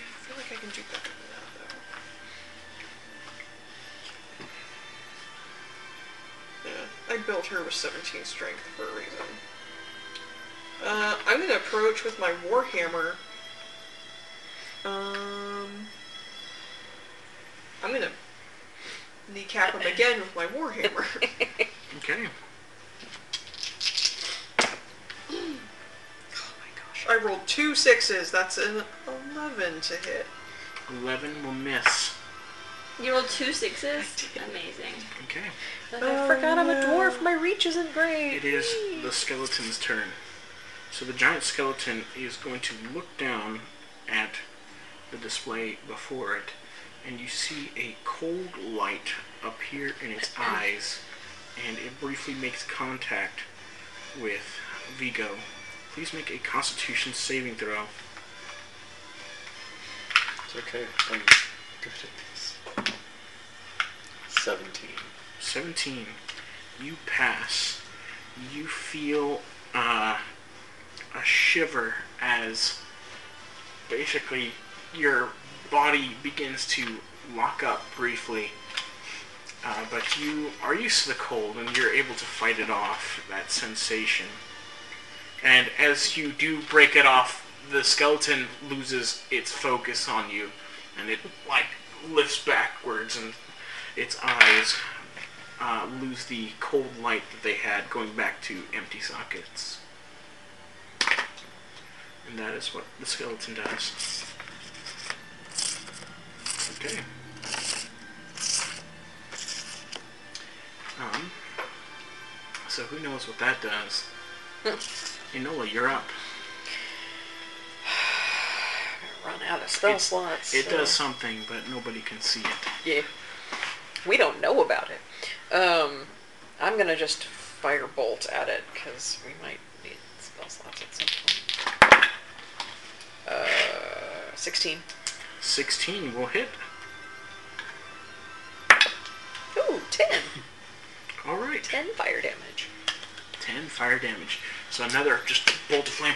S4: I feel like I can do better than that though. Yeah, I built her with 17 strength for a reason. Uh, I'm gonna approach with my warhammer. Um, I'm gonna kneecap him again with my warhammer.
S1: Okay.
S4: Oh my gosh. I rolled two sixes. That's an 11 to hit.
S1: 11 will miss.
S2: You rolled two sixes? Amazing.
S1: Okay.
S6: I forgot I'm a dwarf. My reach isn't great.
S1: It is the skeleton's turn. So the giant skeleton is going to look down at the display before it, and you see a cold light appear in its eyes, and it briefly makes contact with Vigo. Please make a constitution saving throw.
S7: It's okay. I'm good at this. 17.
S1: 17. You pass. You feel uh, a shiver as basically your body begins to lock up briefly. Uh, but you are used to the cold and you're able to fight it off, that sensation. And as you do break it off, the skeleton loses its focus on you and it like lifts backwards and its eyes uh, lose the cold light that they had going back to empty sockets. And that is what the skeleton does. Okay. Um, so who knows what that does? Enola, you're up.
S6: Run out of spell
S1: It's-
S6: slots.
S1: It
S6: so-
S1: does something, but nobody can see it.
S6: Yeah. We don't know about it. Um, I'm gonna just firebolt at it because we might need spell slots at some point. Uh, 16.
S1: 16 will hit.
S6: Ooh, 10.
S1: All right.
S6: 10 fire damage.
S1: 10 fire damage. So another just bolt of flame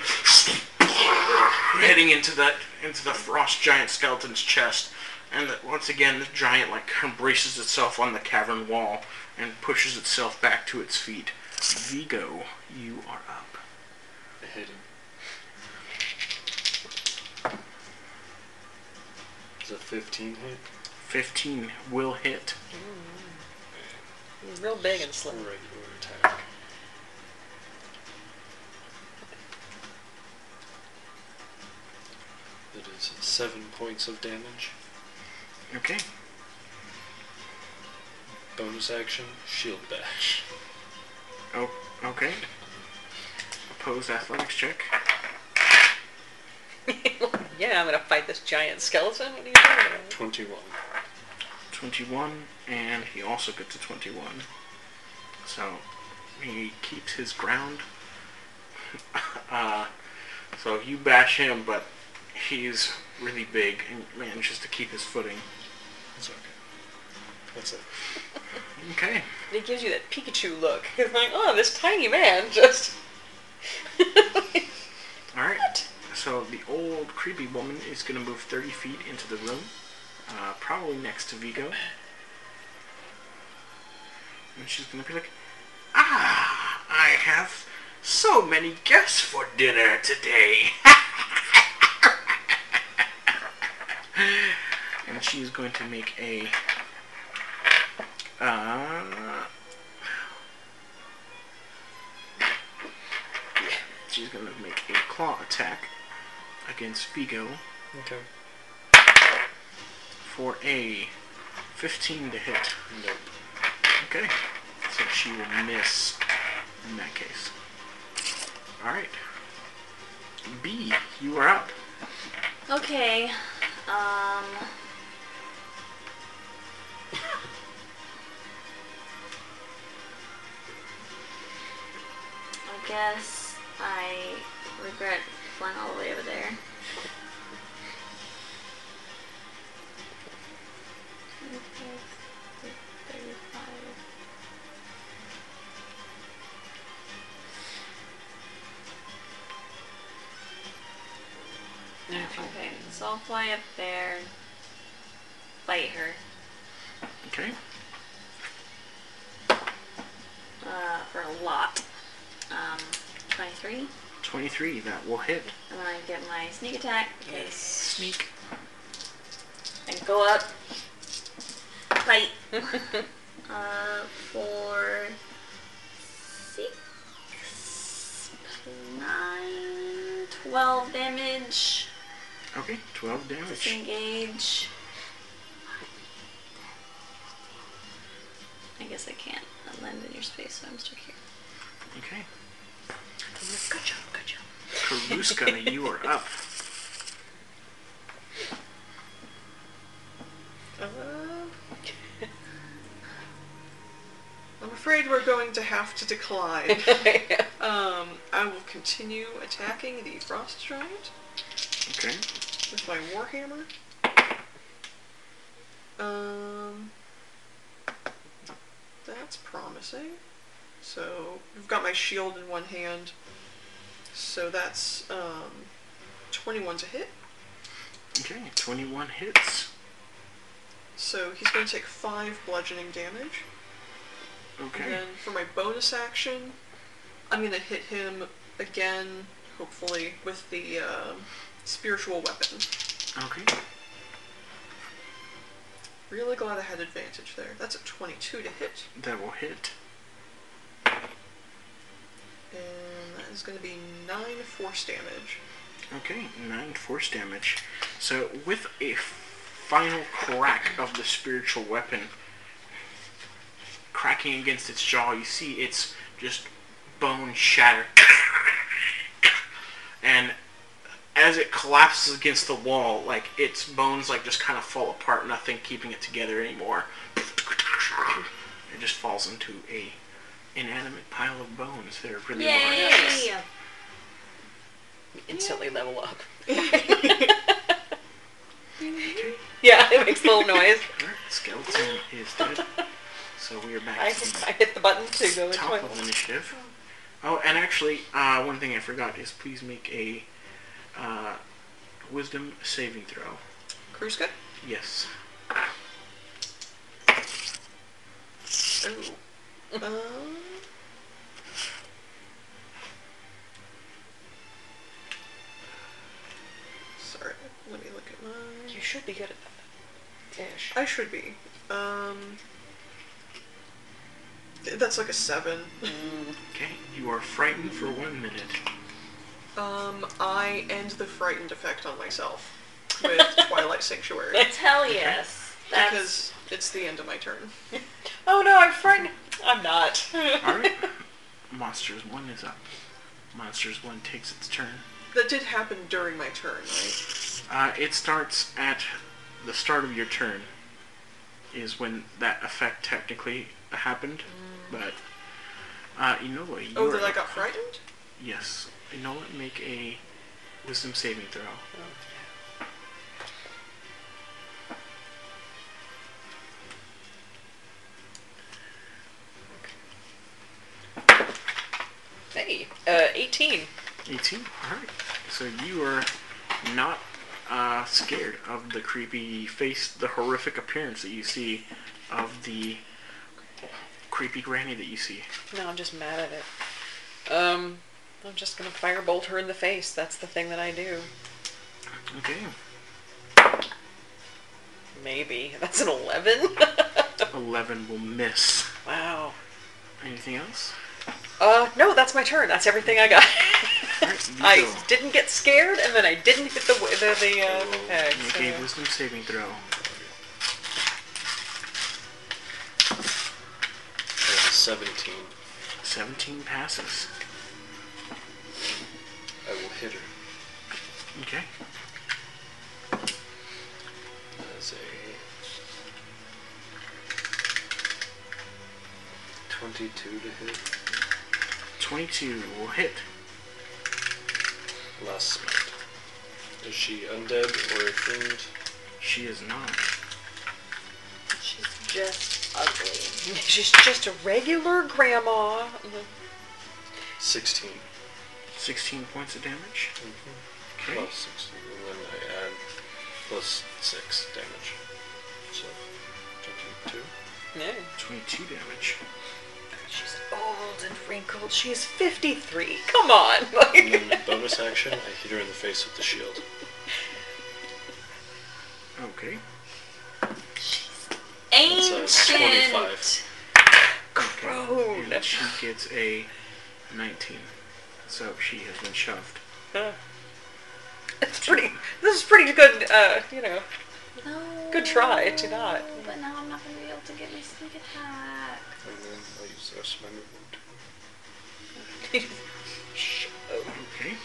S1: *sniffs* heading into that into the frost giant skeleton's chest. And that once again the giant like embraces itself on the cavern wall and pushes itself back to its feet. Vigo, you are up.
S7: Hit him. Is a 15 hit?
S1: 15 will hit.
S6: He's real big and slim.
S7: Regular attack. That is seven points of damage.
S1: Okay.
S7: Bonus action, shield bash.
S1: Oh, okay. Opposed athletics check.
S6: *laughs* yeah, I'm going to fight this giant skeleton. What are you doing?
S7: 21.
S1: 21, and he also gets a 21. So he keeps his ground. *laughs* uh, so you bash him, but he's really big and manages to keep his footing.
S7: That's okay. That's it.
S1: Okay.
S6: He gives you that Pikachu look. *laughs* He's like, oh, this tiny man *laughs* just.
S1: All right. So the old creepy woman is going to move 30 feet into the room, uh, probably next to Vigo. And she's going to be like, Ah, I have so many guests for dinner today. *laughs* and she's going to make a. Uh, she's going to make a claw attack against Vigo
S7: Okay.
S1: for a 15 to hit.
S7: Nope.
S1: Okay. So she will miss in that case. Alright. B, you are up.
S2: Okay. Um. I guess I regret flying all the way over there. Okay, so I'll fly up there, bite her.
S1: Okay.
S2: uh, for a lot. Um, 23.
S1: 23, that will hit.
S2: And then I get my sneak attack because
S1: Sneak.
S2: I go up, bite, uh, for six, nine, 12 damage,
S1: Okay, 12 damage.
S2: disengage. I guess I can't land in your space, so I'm stuck here.
S1: Okay.
S6: Good job, good job.
S1: Karuska, *laughs* you are up.
S4: Uh, I'm afraid we're going to have to
S5: *laughs*
S4: decline. um, I will continue attacking the frost giant
S1: Okay.
S4: with my warhammer. Um, that's promising. So I've got my shield in one hand. So that's um, 21 to hit.
S1: Okay, 21 hits.
S4: So he's going to take five bludgeoning damage. And
S1: Okay.
S4: then for my bonus action, I'm going to hit him again, hopefully, with the um spiritual weapon.
S1: Okay.
S4: Really glad I had advantage there. That's a 22 to hit.
S1: That will hit.
S4: And that is going to be 9 force damage.
S1: Okay, nine force damage. So with a final crack of the spiritual weapon cracking against its jaw, you see its just bone shatter. And as it collapses against the wall, like its bones like just kind of fall apart, nothing keeping it together anymore. It just falls into a inanimate pile of bones that are really
S2: Yay!
S1: large.
S6: Instantly level up. *laughs* yeah, it makes a little noise. *laughs*
S1: Alright, skeleton is dead. So we are back
S5: I,
S1: to the
S5: I hit the button to go into
S1: top
S5: my.
S1: of initiative. Oh, and actually, uh, one thing I forgot is please make a uh, wisdom saving throw.
S4: Kruska?
S1: Yes.
S4: Oh. Um, sorry, let me look at mine.
S5: You should be good at that. Ish.
S4: I should be. Um, th- that's like a seven.
S1: Okay. You are frightened for one minute.
S4: Um, I end the frightened effect on myself *laughs* with Twilight Sanctuary
S2: Hell yes. That's
S4: because it's the end of my turn.
S5: Oh no, I'm frightened. I'm not. *laughs*
S1: Alright. Monsters 1 is up. Monsters 1 takes its turn.
S4: That did happen during my turn, right?
S1: Uh, it starts at the start of your turn is when that effect technically happened,
S5: Mm.
S1: but uh, Enola, you
S4: Oh,
S1: are
S4: that I
S1: up.
S4: got frightened?
S1: Yes, Enola, make a wisdom saving throw.
S6: Hey, uh, 18.
S1: 18. All right. So you are not uh, scared of the creepy face, the horrific appearance that you see of the creepy granny that you see.
S6: No, I'm just mad at it. Um, I'm just gonna firebolt her in the face. That's the thing that I do.
S1: Okay.
S6: Maybe. *laughs* That's an 11?
S1: 11 will miss.
S6: *laughs* wow.
S1: Anything else?
S6: Uh, no, that's my turn. That's everything I got. *laughs*
S1: Alright, you
S6: I
S1: go.
S6: didn't get scared, and then I didn't hit the the, the uh, the peg.
S1: Make a
S6: so-
S1: wisdom saving throw.
S7: That's a 17.
S1: 17 passes.
S7: I will hit her.
S1: Okay.
S7: That's a 22 to hit.
S1: 22 will hit.
S7: Last smite. Is she undead or a fiend?
S1: She is not.
S2: she's just ugly.
S6: She's just a regular grandma. Mm-hmm.
S7: 16.
S1: 16 points of damage. Okay.
S7: Plus 16. And then I add plus 6 damage. So, 22.
S6: Yeah.
S1: 22 damage.
S6: She's old and wrinkled. She's 53. Come on. *laughs* Like,
S7: And then bonus action, I hit her in the face with the shield.
S1: Okay.
S7: That's a
S2: Ancient.
S7: 25.
S6: groan.
S1: And she gets a 19. So she has been shoved.
S6: *laughs* It's pretty. This is pretty good. Uh, you know,
S2: No.
S6: good try to that.
S2: But now I'm not gonna be able to get my sneak attack.
S7: And then I use the rest of my movement.
S1: Okay.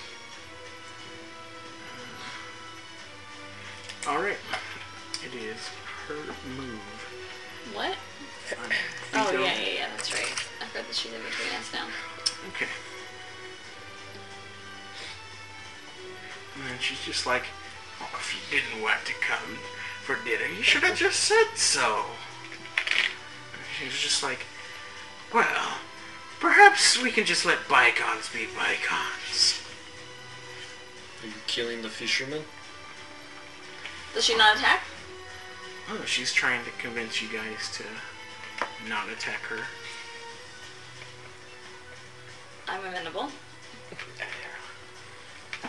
S1: Alright. It is her move.
S2: What?
S1: I'm
S2: Oh
S1: Vito.
S2: yeah, yeah, yeah. That's right. I forgot that she's in between us now.
S1: Okay. And then she's just like, oh, if you didn't want to come for dinner, you should have just said so. And she's just like, well, perhaps we can just let bygones be bygones.
S7: Are you killing the fisherman?
S2: Does she not attack?
S1: Oh, she's trying to convince you guys to not attack her.
S2: I'm amenable.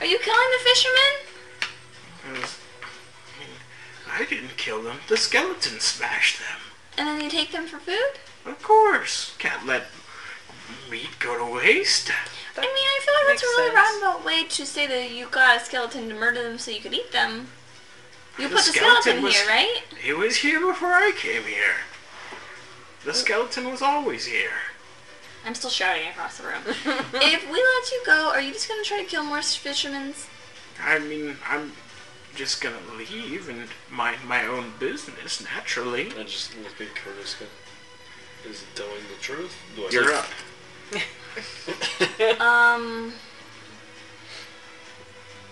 S2: Are you killing the fisherman?
S1: I, was, I mean, I didn't kill them. The skeleton smashed them.
S2: And then you take them for food?
S1: Of course. Can't let meat go to waste.
S2: I mean, I feel like
S6: Makes
S2: that's a really
S6: sense.
S2: roundabout way to say that you got a skeleton to murder them so you could eat them. You
S1: The
S2: put the
S1: skeleton
S2: skeleton,
S1: was-
S2: here, right?
S1: He was here before I came here. The skeleton was always here.
S2: I'm still shouting across
S1: *laughs*
S2: the room. if we let you go, are you just gonna try to kill more
S1: *laughs*
S2: fishermen?
S1: I mean, I'm just gonna leave and mind my own business naturally.
S7: I just look at Coruscant. Is it telling the truth? Do I
S1: You're
S7: look-
S1: up.
S7: *laughs*
S2: Um,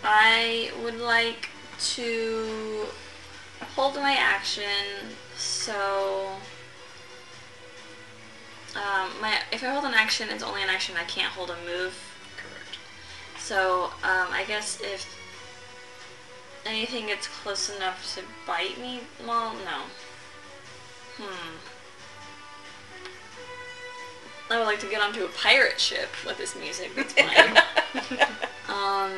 S2: I would like to hold my action. So, um, my if I hold an action, it's only an action. I can't hold a move.
S7: Correct.
S2: So, um, I guess if anything gets close enough to bite me, well, no. Hmm. I would like to get onto a pirate ship with this music
S5: *laughs*
S2: that's
S6: *laughs*
S2: playing. um,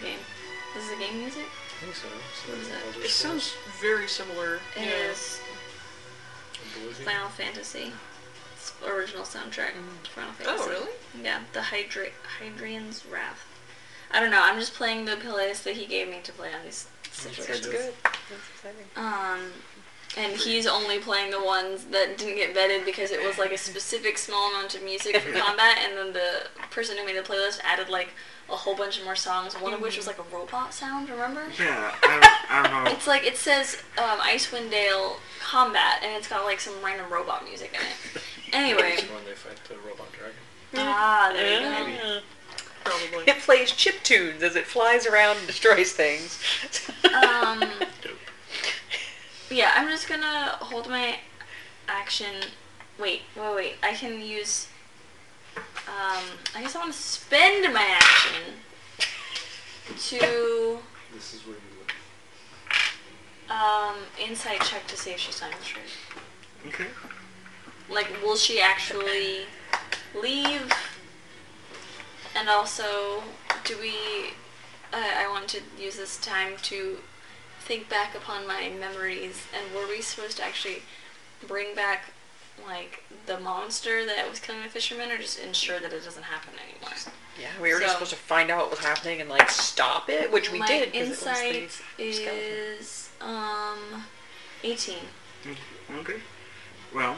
S2: it's
S7: game.
S2: a game. This is a game music?
S7: I think so. So
S2: What is it?
S7: Elder
S4: It
S7: Scrolls.
S4: sounds very similar.
S2: It is
S4: yeah.
S7: Oblivion.
S2: Final Fantasy. It's original soundtrack. to Final Fantasy.
S4: Oh, really?
S2: Yeah, the Hydra- Hydrian's Wrath. I don't know, I'm just playing the playlist that he gave me to play on these situations.
S6: That's good. That's exciting.
S2: Um, and he's only playing the ones that didn't get vetted because it was like a specific small amount of music for combat, and then the person who made the playlist added like a whole bunch of more songs, one of which was like a robot sound, remember?
S1: Yeah, I don't, I don't know. *laughs*
S2: It's like it says um, Icewind Dale combat, and it's got like some random robot music in it.
S7: *laughs*
S2: Anyway,
S7: It's when they fight the robot dragon.
S2: ah, there you go.
S6: Yeah.
S4: Probably.
S6: It plays chip tunes as it flies around and destroys things.
S2: Um,
S7: Dope.
S2: yeah, I'm just gonna hold my action. Wait, wait, wait. I can use. Um, I guess I want to spend my action to
S7: This is where you look.
S2: um insight check to see if she's telling the truth.
S1: Okay.
S2: Like, will she actually leave? And also, do we? Uh, I want to use this time to think back upon my memories. And were we supposed to actually bring back like the monster that was killing the fishermen, or just ensure that it doesn't happen anymore?
S6: *laughs* yeah, we were just
S2: So-
S6: supposed to find out what was happening and like stop it, which we
S2: my
S6: did. 'cause it was the
S2: Insight
S6: skeleton.
S2: is um, eighteen.
S1: Okay. Well,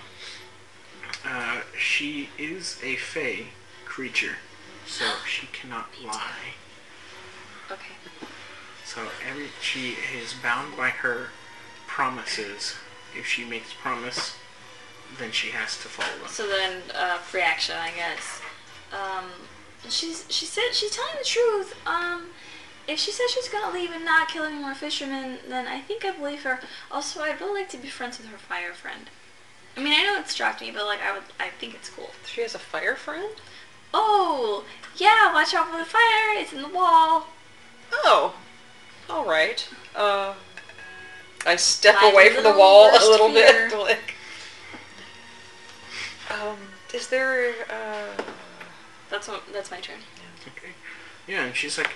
S1: uh, she is a fey creature, so she cannot lie.
S2: Okay.
S1: So every she is bound by her promises. If she makes promise, then she has to follow them.
S2: So then, uh, free action, I guess. Um, she's she said she's telling the truth. Um, if she says she's gonna leave and not kill any more fishermen, then I think I believe her. Also, I'd really like to be friends with her fire friend. I mean, I know it's shocked me, but like, I would, I think it's cool.
S6: She has a fire friend?
S2: Oh, yeah, watch out for the fire. It's in the wall.
S6: Oh, all right. Uh, I step
S2: My
S6: away from the
S2: little
S6: wall a
S2: worst
S6: little
S2: fear.
S6: bit. to, *laughs* Like, um, is there? Uh,
S2: That's what, that's my turn.
S1: Okay. Yeah, and she's like,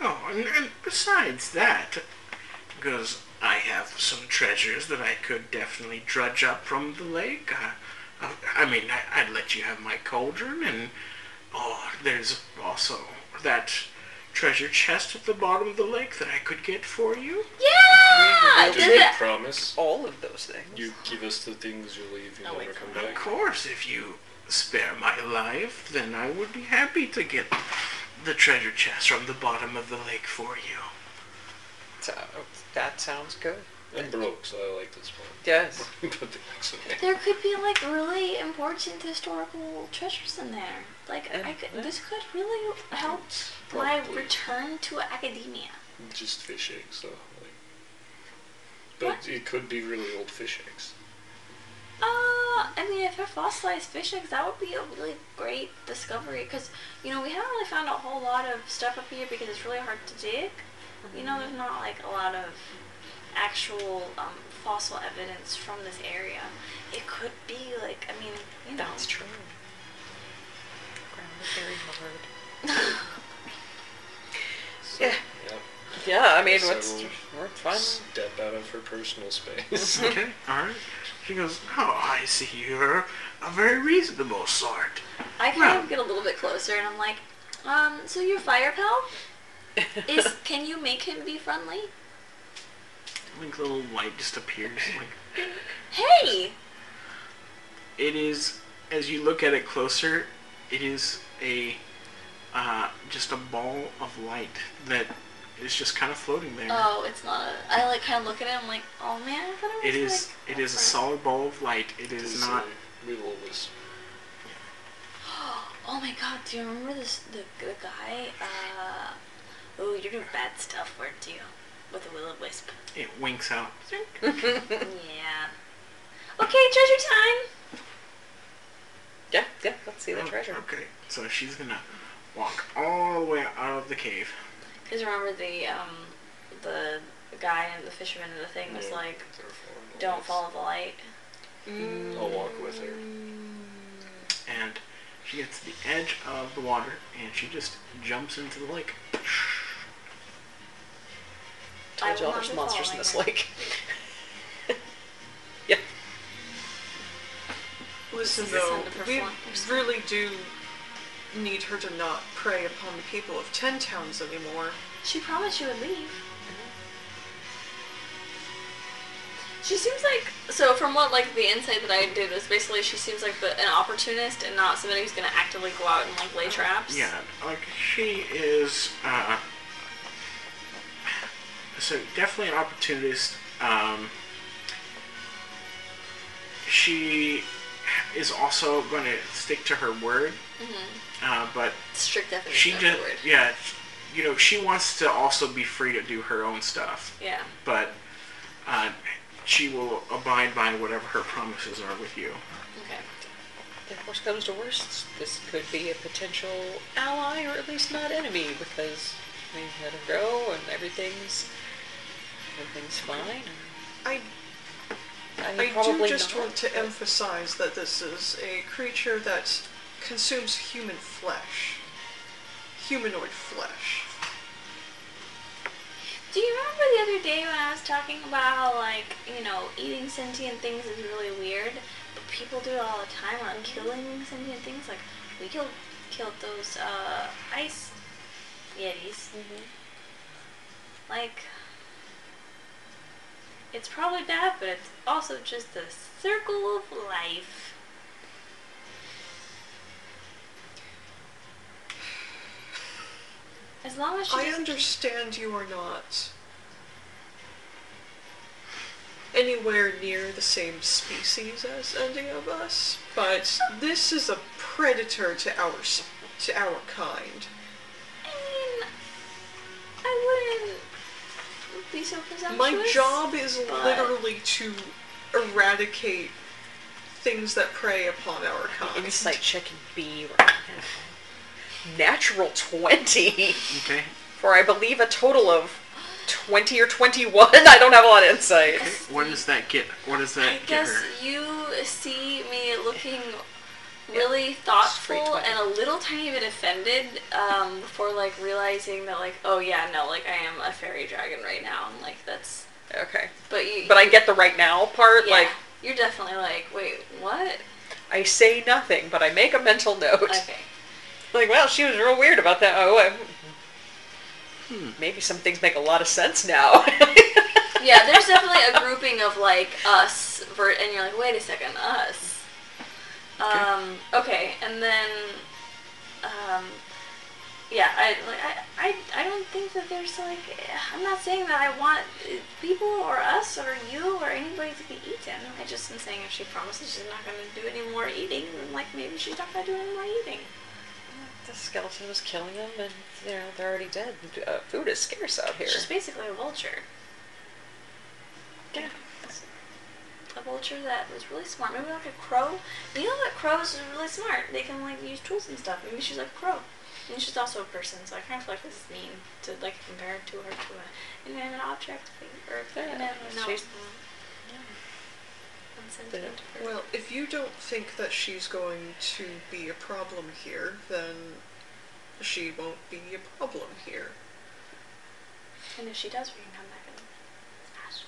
S1: oh, and, and besides that, because I have some treasures that I could definitely drudge up from the lake. Uh, uh, I mean, I, I'd let you have my cauldron, and oh, there's also that treasure chest at the bottom of the lake that I could get for you.
S2: Yeah,
S7: Just
S2: did it.
S7: promise
S6: all of those things.
S7: you give us the things you leave, you
S2: Oh,
S7: never
S2: wait.
S7: come
S1: Of
S7: back.
S1: course, if you spare my life, then I would be happy to get the treasure chest from the bottom of the lake for you.
S6: So, that sounds good.
S7: I'm broke, so I like this part.
S6: Yes.
S7: *laughs* but the accent.
S2: There could be like really important historical treasures in there. Like I could, this could really help my
S7: Probably.
S2: return to academia.
S7: Just fish eggs, though. Like, but
S2: What?
S7: it could be really old fish eggs.
S2: Uh, I mean, if they're fossilized fish eggs, that would be a really great discovery. Cause you know we haven't really found a whole lot of stuff up here because it's really hard to dig. You know, there's not like a lot of actual um, fossil evidence from this area. It could be like I mean, you know,
S6: That's true. Ground is very hard.
S7: So,
S6: Yeah.
S7: yeah.
S6: Yeah, I mean,
S7: So-
S6: what's we're fun.
S7: Step out of her
S2: *laughs*
S7: personal space. *laughs*
S1: okay, alright. She goes, Oh, I see you're a very reasonable sort.
S2: *laughs* I kind of get a little bit closer and I'm like, um, so your fire pal
S6: *laughs*
S2: is can you make him be friendly?
S1: Like, little light just appears. Like,
S2: Hey!
S1: it is, as you look at it closer, it is a, uh, just a ball of light that is just kind of floating there.
S2: Oh, it's not. A, I like kind of look at it. I'm like, oh man, I thought it was.
S1: it is
S2: Like,
S1: it is a
S2: upright."
S1: solid ball of light. It is
S7: It's, uh,
S1: not
S7: We've always.
S2: *gasps* Oh my god, do you remember this the, the guy? Uh, oh, you're doing bad stuff, weren't you? With the will o
S1: *laughs*
S2: wisp.
S1: it winks out.
S2: yeah. Okay, treasure time.
S5: Yeah, yeah, let's
S7: Oh,
S5: see the treasure.
S1: Okay. So she's gonna walk all the way out of the cave.
S2: Because remember the um, the guy and the fisherman and the thing was
S7: Yeah,
S2: like,
S7: they're following
S2: don't
S7: us.
S2: follow the light.
S7: I'll walk with her.
S1: And she gets to the edge of the water and she just jumps into the lake.
S5: Told
S2: I
S5: y'all
S2: will not
S5: there's
S2: be
S5: monsters in this
S2: following
S6: *laughs*
S5: lake. yeah.
S4: Listen
S2: This is
S4: though,
S2: under
S4: we
S2: performance.
S4: really do need her to not prey upon the people of Ten Towns anymore.
S2: She promised she would leave. She seems like so from what like the insight that I did was basically she seems like the, an opportunist and not somebody who's gonna actively go out and like lay traps.
S1: Uh, Yeah, like she is. Uh, so definitely an opportunist. Um, she is also going to stick to her word,
S5: Mm-hmm.
S1: uh, but
S2: Strict definition
S1: she
S2: of
S1: just
S2: the word.
S1: yeah, you know, she wants to also be free to do her own stuff,
S2: Yeah.
S1: but uh, she will abide by whatever her promises are with you.
S2: Okay.
S5: If worst comes to worst, this could be a potential ally or at least not enemy because we let her go and everything's everything's fine.
S4: I
S5: I,
S4: I do
S5: probably
S4: just
S5: not,
S4: want to
S5: but-
S4: emphasize that this is a creature that consumes human flesh. Humanoid flesh.
S2: Do you remember the other day when I was talking about how like, you know, eating sentient things is really weird, but people do it all the time, like killing sentient things. Like we killed killed those uh ice yetis. Like it's probably bad, but it's also just the circle of life. As long as she
S4: I
S2: doesn't
S4: understand you are not anywhere near the same species as any of us, but this is a predator to our s- to our kind.
S2: I mean, I wouldn't be so presumptuous.
S4: My job is
S2: but-
S4: literally to eradicate things that prey upon our kind.
S5: insight check and B right now. Natural twenty *laughs*
S1: Okay.
S5: for I believe a total of twenty or twenty one. I don't have a lot of insight.
S1: What does that get? What does that
S2: I
S1: get
S2: guess
S1: her?
S2: you see me looking really thoughtful
S5: Straight
S2: and a little tiny bit offended um, before like realizing that like oh yeah no like I am a fairy dragon right now and like that's
S5: Okay.
S2: but you
S5: But I get the right now part,
S2: yeah,
S5: like
S2: you're definitely like wait what
S5: I say nothing, but I make a mental note.
S2: okay
S5: Like, well, she was real weird about that. Oh, I- maybe some things make a lot of sense now. *laughs*
S2: yeah there's definitely a grouping of like us ver- and you're like wait a second us um okay and then um yeah I, like, I i i don't think that there's like i'm not saying that i want uh, people or us or you or anybody to be eaten i just am saying if she promises she's not going to do any more eating then like maybe she's not going to do any more eating
S5: the skeleton was killing them, and they're, they're already dead. Uh, food is scarce out here.
S2: she's basically a vulture
S5: Yeah.
S2: a vulture that was really smart. Maybe like a crow. You know that crows are really smart. They can like use tools and stuff. Maybe she's like a crow. And she's also a person, so I kind of feel like this is mean to like compare to her to an inanimate object or
S5: Yeah,
S2: inanimate. No.
S5: she's-
S2: One sentient person.
S4: Well, if you don't think that she's going to be a problem here, then she won't be a problem here.
S2: And if she does, we can come back and smash.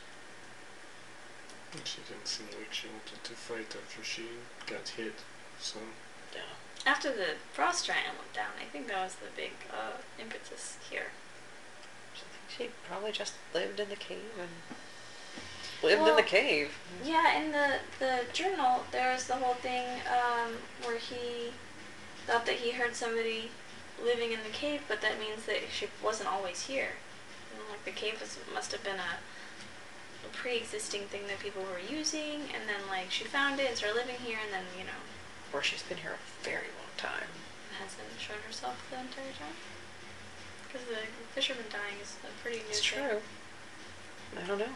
S7: She didn't seem like she wanted to fight after she got hit. So
S2: After the frost giant went down, I think that was the big uh, impetus here.
S5: She probably just lived in the cave and lived
S2: Well-
S5: in the cave.
S2: Yeah, in the the journal, there was the whole thing um, where he thought that he heard somebody living in the cave, but that means that she wasn't always here. And, like the cave was, must have been a, a pre-existing thing that people were using, and then like she found it and started living here, and then you know
S6: Or she's been here a very long time.
S2: hasn't shown herself the entire time. Because the fisherman dying is a pretty new
S6: It's
S2: thing.
S6: true. I don't know.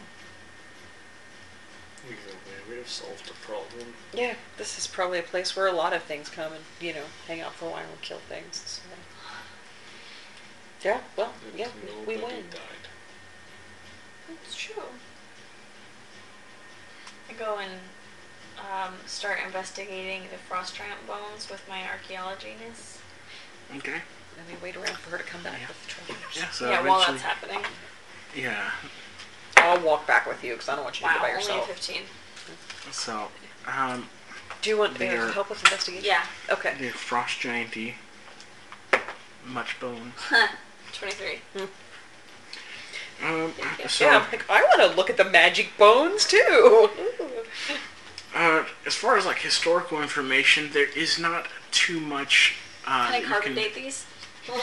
S7: Either way, we have solved the problem.
S6: Yeah, this is probably a place where a lot of things come and, you know, hang out for a while and kill things. so. Yeah, well,
S7: and
S6: yeah, we
S7: nobody
S6: we win.
S7: died.
S2: It's true. I go and um, start investigating the frost giant bones with my archaeologiness.
S1: Okay.
S6: And we wait around for her to come back with the treasures.
S1: Yeah. So
S2: yeah,
S1: eventually,
S2: while that's happening.
S1: yeah.
S6: I'll walk back with you because I don't want you to
S2: Wow,
S6: do it by
S2: only a
S6: yourself.
S2: 15.
S1: So, um,
S6: Do you want
S1: They
S6: Bear
S1: are-
S6: to help with investigation?
S2: Yeah, *laughs*
S6: Okay.
S1: the frost gianty, much bone.
S2: 23.
S1: Um, so,
S6: yeah, I'm like, I want to look at the magic bones too.
S1: uh, as far as like historical information, there is not too much. Uh,
S2: Can I
S1: that you
S2: carbon date these?
S1: Uh,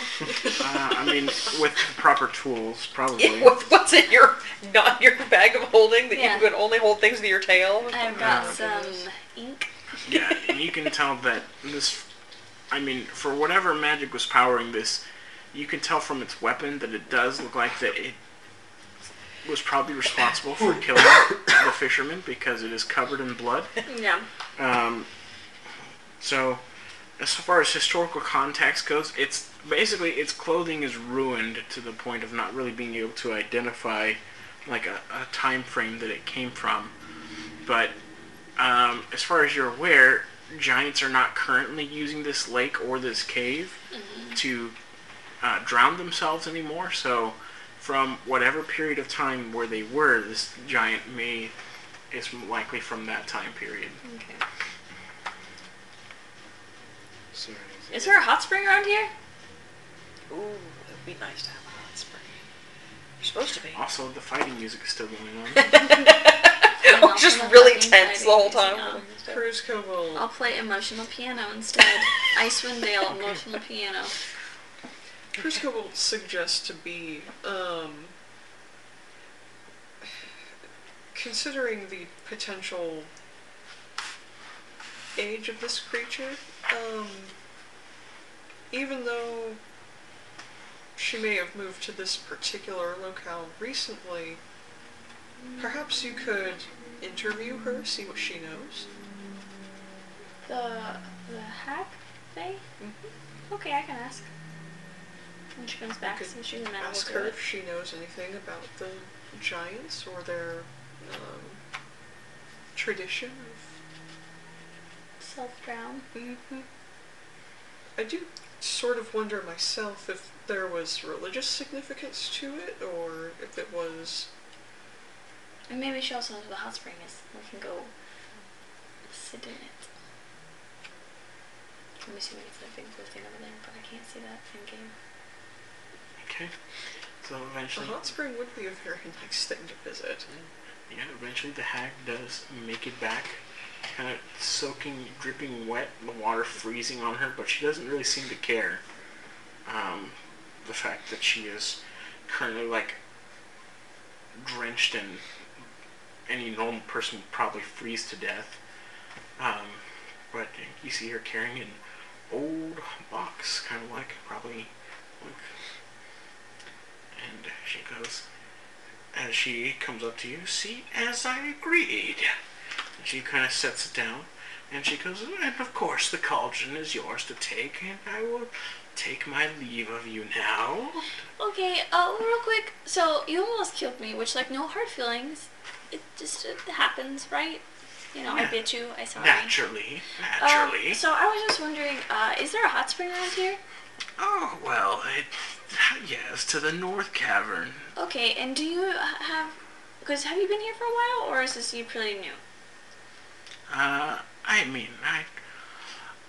S1: I mean, with the proper
S2: *laughs*
S1: tools, probably.
S6: What- What's in your not your bag of holding that
S2: Yeah.
S6: you can only hold things with your tail?
S1: got
S2: I've got
S1: Uh,
S2: some ink.
S1: yeah, and you can tell that this. I mean, for whatever magic was powering this, you can tell from its weapon that it does look like that it was probably responsible for killing the fisherman because it is covered in blood.
S2: Yeah.
S1: Um, so, as far as historical context goes, it's basically its clothing is ruined to the point of not really being able to identify like a, a time frame that it came from. But um, as far as you're aware, giants are not currently using this lake or this cave to uh, drown themselves anymore. So, from whatever period of time where they were, this giant may is likely from that time period.
S2: Okay.
S7: Is there anything?
S2: Is there a hot spring around here?
S6: Ooh, it'd be nice to have a hot spring. You're supposed *laughs* to be.
S1: Also, the fighting music is still going on.
S6: Oh, just really tense the whole time.
S4: Cruz Koval.
S2: I'll play emotional piano instead. Icewind Dale emotional piano.
S4: Prisco will suggest to be, um, considering the potential age of this creature, um, even though she may have moved to this particular locale recently, perhaps you could interview her, see what she knows.
S2: The the hack thing?
S4: Mm-hmm.
S2: Okay, I can ask. When she comes back,
S4: Okay.
S2: since she's an animal.
S4: Ask
S2: to
S4: her
S2: it.
S4: if she knows anything about the giants or their um, tradition of. mm-hmm.
S2: Self-drown.
S4: I do sort of wonder myself if there was religious significance to it or if it was.
S2: And maybe she also knows where the hot spring is. We can go sit in it. I'm assuming it's that big blue thing over there, but I can't see that in game.
S1: okay. So
S4: A
S1: eventually,
S4: hot spring would be a very *laughs* nice thing to visit.
S1: yeah, eventually the hag does make it back, kind of soaking, dripping wet, the water freezing on her, but she doesn't really seem to care. Um, the fact that she is currently like drenched and any normal person would probably freeze to death. Um, but you see her carrying an old box, kind of like probably like, and she goes, and she comes up to you, see, as I agreed. And she kind of sets it down, and she goes, and of course the cauldron is yours to take, and I will take my leave of you now.
S2: Okay, uh, real quick. So you almost killed me, which like no hard feelings. It just it happens, right? You know,
S1: Yeah.
S2: I bit you. I sorry.
S1: Naturally,
S2: Um,
S1: naturally.
S2: so I was just wondering, uh, is there a hot spring around here?
S1: oh, well, it, yes, to the North Cavern.
S2: Okay, and do you have? Because have you been here for a while, or is this you pretty new?
S1: Uh, I mean, I,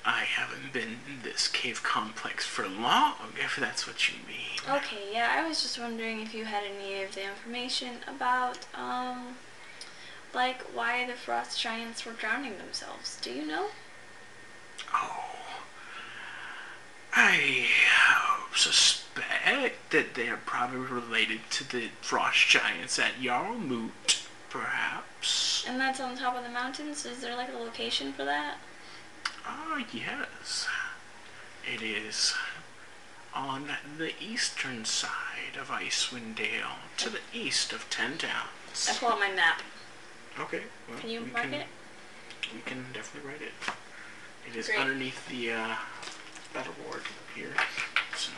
S1: I haven't been in this cave complex for long, if that's what you mean.
S2: Okay, yeah, I was just wondering if you had any of the information about, um, like why the frost giants were drowning themselves. Do you know?
S1: Oh, I suspect suspect that they are probably related to the frost giants at Yarmut, perhaps.
S2: And that's on top of the mountains. Is there like a location for that?
S1: Ah, yes. It is on the eastern side of Icewind Dale, to the east of Ten
S2: I
S1: Towns.
S2: pull out my map.
S1: Okay. Well,
S2: Can you
S1: we
S2: mark
S1: can,
S2: it?
S1: We can definitely write it. It is
S2: Great.
S1: underneath the uh, battle board here. So.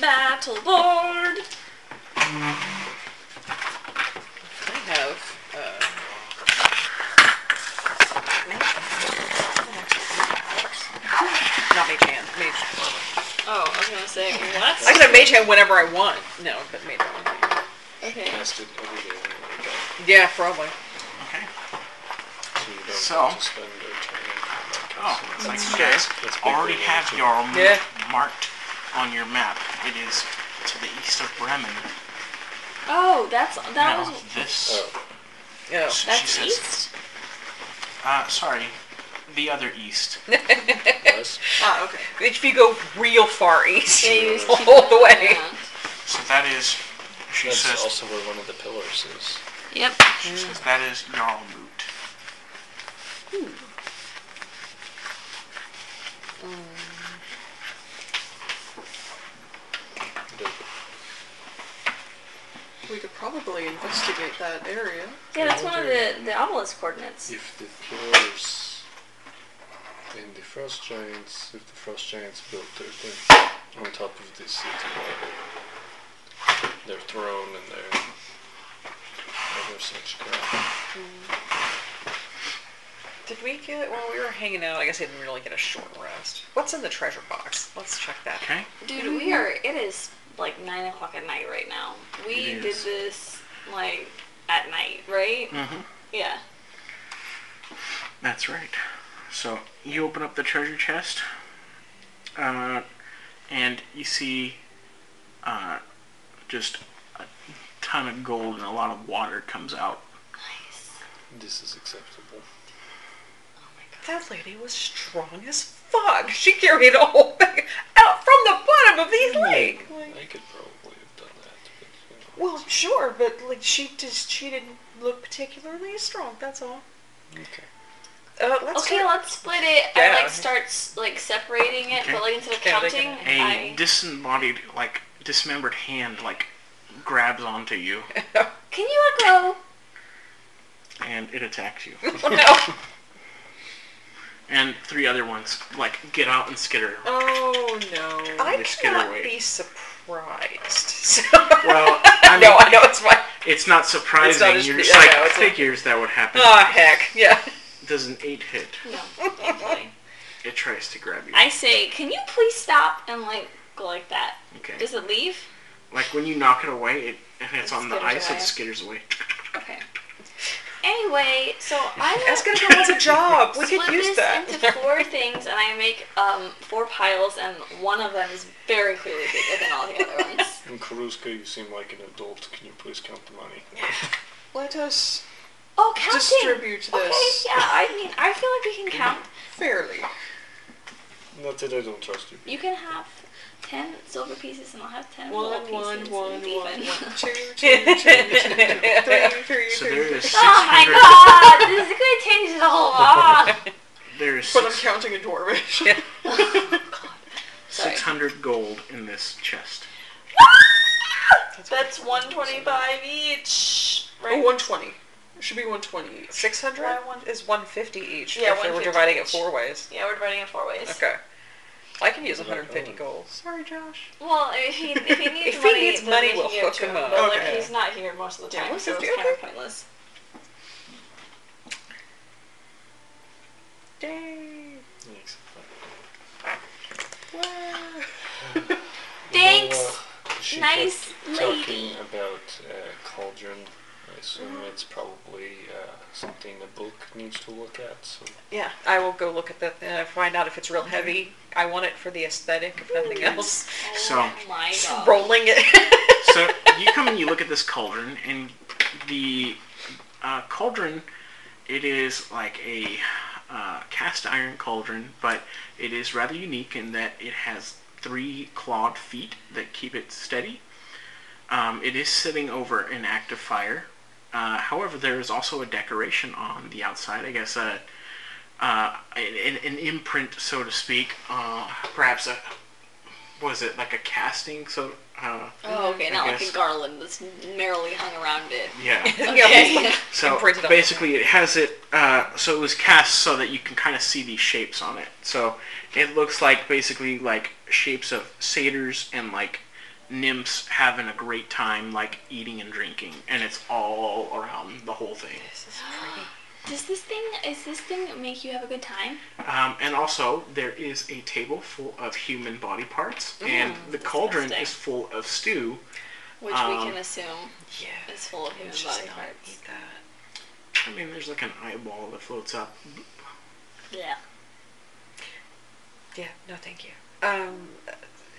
S2: Battle board.
S5: I have. Uh, Not mage hand, mage.
S2: Oh, I was gonna say
S5: I
S2: what?
S5: can have mage hand whenever I want. No, but mage hand.
S2: Okay.
S7: Cast it every day when I wake up,
S5: Yeah, probably.
S1: Okay.
S7: so you don't
S1: So-
S7: have to spend your time
S1: Oh,
S7: on
S1: it's like
S7: casting
S1: you
S7: it.
S1: guys
S7: Let's make
S1: already
S7: one
S1: have
S7: too.
S1: Yarl
S5: Yeah.
S1: marked on your map. It is to the east of Bremen.
S2: Oh, that's that
S1: now,
S2: was.
S1: this.
S7: Oh,
S5: Oh.
S1: she
S2: That's
S1: says,
S2: east.
S1: Uh, sorry, the other east.
S7: nice.
S4: Ah, okay.
S5: If you go real far east.
S2: Yeah,
S5: *laughs*
S2: you just
S5: All
S2: keep
S5: the
S2: going
S5: way.
S2: around.
S1: So that is, she
S7: That's
S1: says,
S7: also where one of the pillars is.
S2: Yep.
S1: she says that is Yarlmoot.
S4: We could probably investigate that area.
S2: Yeah, that's one of the the obelisk coordinates.
S7: If the pillars and the frost giants, if the frost giants built their thing on top of this city, their throne and their other such crap.
S5: Did we get, while we were hanging out, I guess I didn't really get a short rest. What's in the treasure box? Let's check that.
S1: Okay.
S2: Dude, we are. It is like nine o'clock at night right now. We
S1: It
S2: did
S1: is.
S2: this like at night, right?
S5: Mm.
S1: Mm-hmm.
S2: Yeah.
S1: That's right. So you open up the treasure chest, uh, and you see uh, just a ton of gold and a lot of water comes out.
S2: Nice.
S7: This is acceptable.
S2: Oh my god.
S5: That lady was strong as fuck. She carried a whole bag out from the bottom of the lake. Like,
S7: I could probably have done that, but you know.
S5: well, sure, but like she just she didn't look particularly strong. That's all.
S7: Okay.
S5: Uh, let's
S2: Okay,
S5: do-
S2: let's split it.
S5: Yeah.
S2: I like start s- like separating it,
S1: Okay.
S2: but like instead of
S5: Okay, I'll take
S2: counting,
S5: it.
S1: A
S2: I
S1: disembodied, like dismembered hand, like grabs onto you
S5: *laughs*
S2: can you let go?
S1: and it attacks you.
S5: no.
S1: And three other ones like get out and skitter.
S4: Oh no.
S5: I
S1: Just get
S5: cannot
S1: away.
S5: be surprised. So. *laughs*
S1: Well, I mean,
S5: no, I know *laughs* it's fine.
S1: it's not surprising.
S5: It's not as
S1: You're
S5: big-
S1: just
S5: I
S1: like
S5: know, it's like-
S1: figures that would happen.
S5: Oh heck, yeah.
S1: Does an eight hit?
S2: No. exactly.
S1: It tries to grab you.
S2: I say, can you please stop and like go like that?
S1: okay.
S2: Does it leave?
S1: Like when you knock it away, it and it's
S2: It
S1: on the
S2: skitters
S1: ice,
S2: away.
S1: it skitters away.
S2: Okay. Anyway, so I
S5: That's
S2: want
S5: gonna go as a job. *laughs* We
S2: split
S5: could use
S2: this
S5: that.
S2: into four things, and I make um, four piles, and one of them is very clearly bigger than all the other ones.
S7: And Karuska, you seem like an adult. Can you please count the money?
S4: Let us
S2: Oh, counting.
S4: distribute
S2: Okay,
S4: this
S2: yeah. I mean, I feel like we can count.
S4: fairly.
S7: Not that I don't trust you.
S2: You can have ten silver pieces, and I'll have ten
S4: One,
S2: gold
S4: one, one,
S2: pieces.
S4: one,
S2: and
S4: one,
S2: it's even.
S5: *laughs*
S4: *laughs* two,
S1: *laughs*
S4: two, two, two, three, three,
S1: So
S4: three,
S1: there
S4: three.
S1: is six
S2: *laughs* Oh my
S1: hundred.
S2: god! This is gonna change the whole lot.
S1: There is
S4: But I'm
S1: six
S4: counting a dwarvish. *laughs*
S2: Sorry.
S1: hundred gold in this chest.
S2: That's one twenty-five each.
S4: Oh,
S2: Right.
S4: 120. It should be 120 each.
S5: Six hundred
S2: Why one-
S5: is one fifty each.
S2: Yeah,
S5: if they were
S2: 150
S5: dividing it
S2: each.
S5: four ways.
S2: Yeah, we're dividing it four ways.
S5: Okay. I can use
S7: Yeah,
S5: 150
S7: go on.
S5: goals. Sorry, Josh.
S2: Well, if he, if he needs
S5: If he
S2: money,
S5: needs
S2: then
S5: money,
S2: we can
S5: we'll
S2: give it
S5: hook
S2: to
S5: him up.
S2: But like,
S5: Okay.
S2: he's not here most of the
S5: Yeah,
S2: time,
S5: we'll
S2: so
S5: just
S2: it's
S5: do
S2: kind of
S5: it.
S2: pointless.
S5: Dang.
S7: Thanks.
S2: Thanks,
S7: She
S2: nice
S7: kept
S2: lady.
S7: Talking about uh, cauldron, I assume it's probably uh, something the book needs to look at. So
S5: Yeah, I will go look at that and find out if it's real heavy. I want it for the aesthetic, if nothing else.
S1: So-
S2: oh my god.
S5: Rolling it. *laughs*
S1: So you come and you look at this cauldron, and the uh, cauldron, it is like a uh, cast iron cauldron, but it is rather unique in that it has three clawed feet that keep it steady. Um, it is sitting over an active fire. Uh, however, there is also a decoration on the outside. I guess a uh, an, an imprint, so to speak. Uh, perhaps a was it like a casting? So uh,
S2: Oh, okay,
S1: I
S2: not like
S1: guess.
S2: a garland that's merrily hung around it.
S1: yeah.
S5: *laughs* Yeah.
S1: So
S5: Imprinted on the
S1: basically, it has it. Uh, so it was cast so that you can kind of see these shapes on it. So it looks like basically like shapes of satyrs and like nymphs having a great time, like eating and drinking, and it's all around the whole thing.
S2: Does this thing is this thing make you have a good time?
S1: Um, and also, there is a table full of human body parts,
S5: Mm-hmm.
S1: and the cauldron
S2: disgusting.
S1: is full of stew.
S2: Which
S1: Um,
S2: we can assume
S5: Yeah.
S2: is full of human
S5: Just
S2: body
S5: not
S2: parts.
S5: eat that.
S1: I mean, there's like an eyeball that floats up.
S2: Yeah.
S5: Yeah, no, thank you. Um,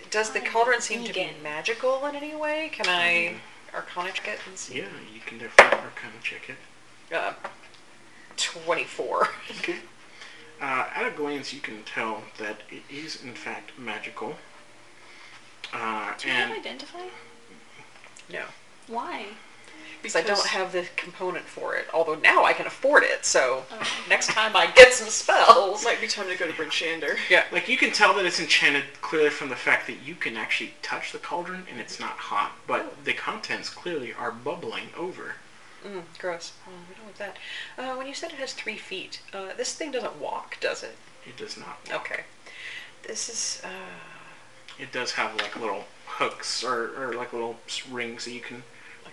S5: does the cauldron seem to be
S2: Vegan.
S5: magical in any way? Can
S2: Mm-hmm.
S5: I arcana check it and see?
S1: Yeah, you can definitely kind of check it.
S5: Uh, 24.
S1: Okay. Uh, at a glance, you can tell that it is in fact magical. Uh,
S2: Do you have
S1: and
S2: identify?
S5: *laughs* No.
S2: Why?
S5: Because I don't
S4: Because-
S5: have the component for it. Although now I can afford it, so
S2: Oh, okay.
S5: next time I get some
S4: *laughs*
S5: spells.
S4: Might be time to go to Bryn
S5: *laughs*
S4: Shander.
S1: like you can tell that it's enchanted clearly from the fact that you can actually touch the cauldron and it's not hot,
S2: Oh.
S1: but the contents clearly are bubbling over.
S5: Mm, gross. Oh, we don't want that. Uh, when you said it has three feet, uh, this thing doesn't walk, does it?
S1: It does not.
S5: Okay. This is. Uh,
S1: It does have like little hooks or, or like little s- rings that you can